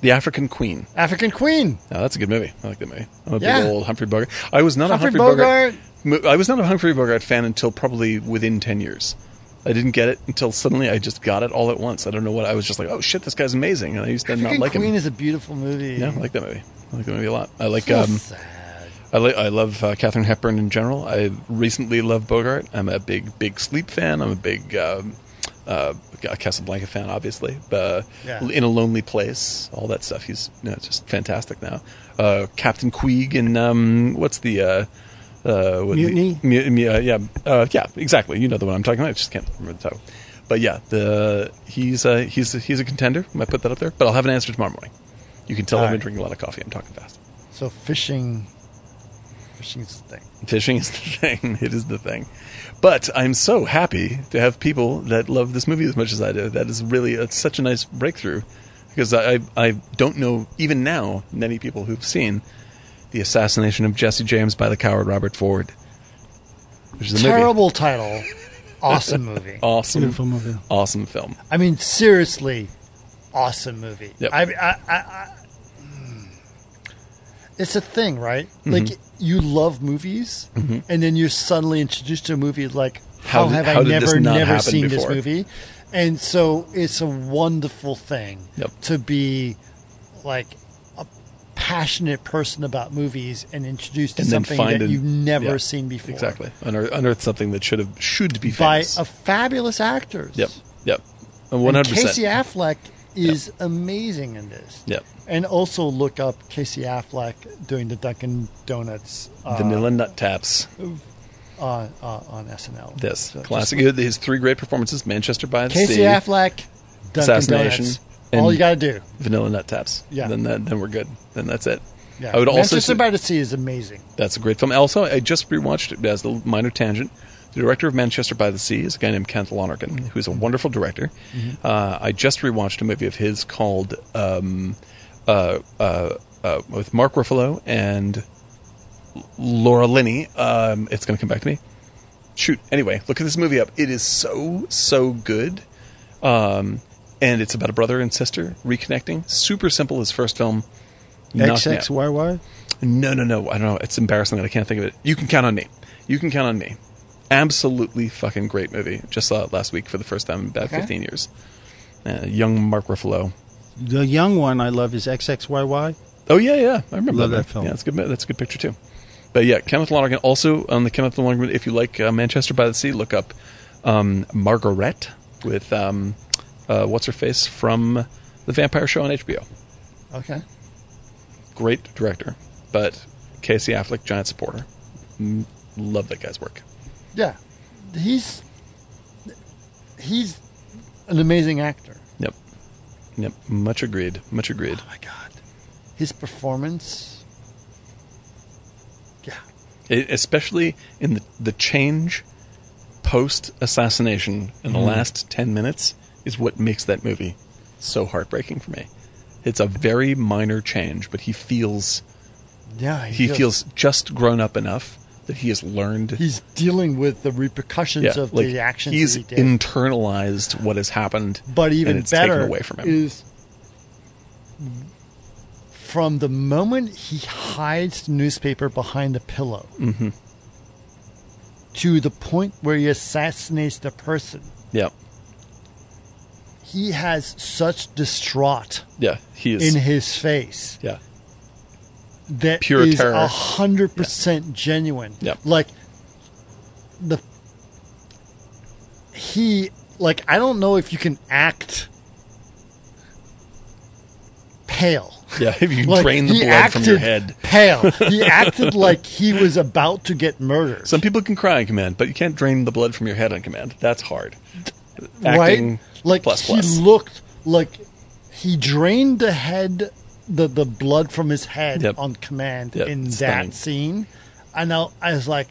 E: the African Queen.
A: African Queen.
E: No, Oh, that's a good movie. I like that movie. I'm a
A: Yeah.
E: big old Humphrey Bogart. I was not
A: Humphrey
E: a Humphrey Bogart. mo- I was not a Humphrey Bogart fan until probably within ten years. I didn't get it until suddenly I just got it all at once. I don't know what I was just like. Oh shit, this guy's amazing, and I used to
A: African
E: not like
A: Queen
E: him.
A: is a beautiful movie.
E: yeah, I like that movie. I like that movie a lot. I like.
A: It's
E: Um,
A: sad.
E: I, li- I love uh, Catherine Hepburn in general. I recently love Bogart. I'm a big, big Sleep fan. I'm a big um, uh, Casablanca fan, obviously. Uh,
A: Yeah.
E: In a Lonely Place, all that stuff. He's you know, just fantastic now. Uh, Captain Queeg and um, what's the. Uh, uh, what-
F: Mutiny?
E: Mu- mu- uh, yeah, uh, yeah, exactly. You know the one I'm talking about. I just can't remember the title. But yeah, the he's uh, he's he's a contender. I might put that up there, but I'll have an answer tomorrow morning. You can tell
A: All
E: I've been
A: right.
E: drinking a lot of coffee. I'm talking fast.
A: So fishing, fishing is the thing.
E: Fishing is the thing. It is the thing. But I'm so happy to have people that love this movie as much as I do. That is really it's such a nice breakthrough because I, I, I don't know, even now, many people who've seen The Assassination of Jesse James by the Coward Robert Ford, which is a movie. Oh,
A: Terrible title. Awesome movie.
E: Awesome,
F: Beautiful movie.
E: awesome film.
A: I mean, seriously, awesome movie.
E: Yep.
A: I, I, I, I, mm. it's a thing, right?
E: Mm-hmm.
A: Like you love movies, and then you're suddenly introduced to a movie like, how,
E: How did-
A: have
E: how
A: I
E: did this
A: never,
E: not
A: never
E: happen
A: seen
E: before?
A: this movie? And so it's a wonderful thing
E: Yep.
A: to be like a passionate person about movies and introduced to
E: And then
A: something
E: find
A: that
E: an-
A: you've never
E: yeah,
A: seen before.
E: Exactly. Unearth, unearth something that should have should be
A: By
E: famous.
A: a fabulous actors.
E: yep, yep. 100%.
A: And Casey Affleck is amazing in this.
E: Yep.
A: And also look up Casey Affleck doing the Dunkin' Donuts uh,
E: Vanilla Nut Taps.
A: on, uh, on SNL.
E: Yes,
A: So just
E: classic. His three great performances: Manchester by the
A: Casey
E: Sea,
A: Affleck, Dunkin'
E: Assassination,
A: Donuts, all
E: And-
A: you got to do.
E: vanilla nut taps.
A: Yeah.
E: Then that, then we're good. Then that's it.
A: Yeah.
E: I would also
A: Manchester
E: say-
A: by the Sea is amazing.
E: That's a great film. Also, I just rewatched it as the minor tangent. The director of Manchester by the Sea is a guy named Kent Lonergan, who's a wonderful director. Uh, I just rewatched a movie of his called um, uh, uh, uh, with Mark Ruffalo and Laura Linney. Um, it's going to come back to me. Shoot. Anyway, look at this movie up. It is so so good. Um, and it's about a brother and sister reconnecting. Super simple. His first film. Knocked me out.
F: XXYY?
E: No, no, no. I don't know. It's embarrassing that I can't think of it. You can count on me. You can count on me. Absolutely fucking great movie. Just saw it last week for the first time in about 15 years. Uh, young Mark Ruffalo.
F: The young one I love is XXYY.
E: Oh yeah, yeah. I remember
F: Love
E: that,
F: that film.
E: Yeah, that's a good. That's a good picture too. But yeah, Kenneth Lonergan. Also on the Kenneth Lonergan. If you like uh, Manchester by the Sea, look up um, Margaret with um, uh, what's her face from the Vampire Show on HBO.
A: Okay.
E: Great director, but Casey Affleck, giant supporter. Mm, Love that guy's work.
A: Yeah. He's he's an amazing actor.
E: Yep. Yep. Much agreed. Much agreed.
A: my god. His performance. Yeah.
E: It, E, especially in the, the change post assassination in
A: Mm.
E: the last 10 minutes is what makes that movie so heartbreaking for me. It's a very minor change, but he feels
A: Yeah.
E: he
A: just-
E: feels just grown up enough that he has learned
A: he's dealing with the repercussions
E: yeah,
A: of
E: like,
A: the actions
E: he's
A: that he did.
E: internalized what has happened
A: but even
E: and it's
A: better
E: taken away from him.
A: is from the moment he hides the newspaper behind the pillow
E: Mm-hmm.
A: to the point where he assassinates the person.
E: yeah.
A: He has such distraught
E: Yeah, he is
A: in his face
E: yeah.
A: that
E: Pure
A: is
E: terror.
A: a hundred percent genuine.
E: Yep.
A: Like the he like I don't know if you can act pale.
E: Yeah, if you
A: Like,
E: drain the
A: he
E: blood
A: acted
E: from your head.
A: Pale. He acted like he was about to get murdered.
E: Some people can cry on command, but you can't drain the blood from your head on command. That's hard.
A: right?
E: Acting
A: Like
E: plus
A: he
E: plus.
A: looked like he drained the head, the the blood from his head
E: Yep.
A: on command
E: Yep,
A: in
E: stunning.
A: that scene. And I, I was like,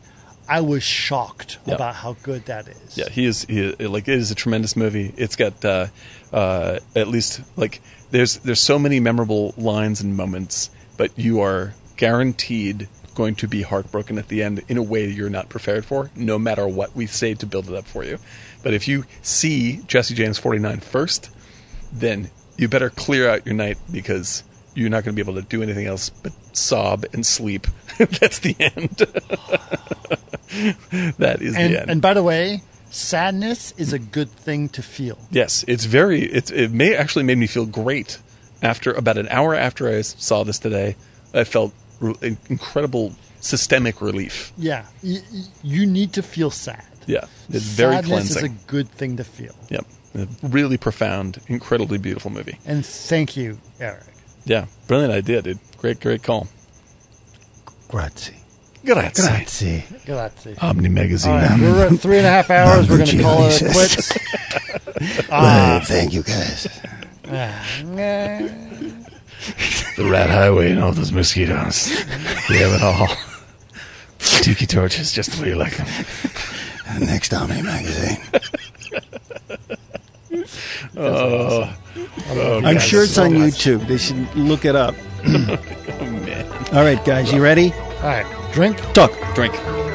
A: I was shocked
E: Yep.
A: about how good that is.
E: yeah, he is. He is- like it is a tremendous movie. It's got uh, uh, at least like there's there's so many memorable lines and moments, but you are guaranteed going to be heartbroken at the end in a way you're not prepared for, no matter what we say to build it up for you. But if you see Jesse James 49 first, then you better clear out your night because you're not going to be able to do anything else but sob and sleep. That's the end. that is
A: And
E: the end.
A: and by the way, sadness is a good thing to feel.
E: Yes, it's very. It, it may actually made me feel great after about an hour after I s- saw this today. I felt re- in- incredible systemic relief.
A: Yeah, y- y- you need to feel sad.
E: Yeah, it's very
A: Sadness
E: cleansing.
A: is a good thing to feel.
E: yep, a really profound, incredibly beautiful movie.
A: And thank you, Eric.
E: Yeah, brilliant idea, dude. Great, great call.
F: Grazie.
E: Grazie.
F: Grazie.
A: Grazie.
G: Omni Magazine.
A: All
E: Um,
A: right, we're at three and a half hours. We're going to call it
F: Jesus.
A: quits.
E: Ah.
F: Uh, thank you guys.
G: The Rat Highway and all those mosquitoes. we have it all. Tiki torches, just the way you like them.
F: Next Omni Magazine.
E: Oh.
F: I'm sure it's on YouTube. They should look
E: Oh,
F: it up. All right, guys, you ready?
A: All right, drink.
F: Talk.
E: Drink.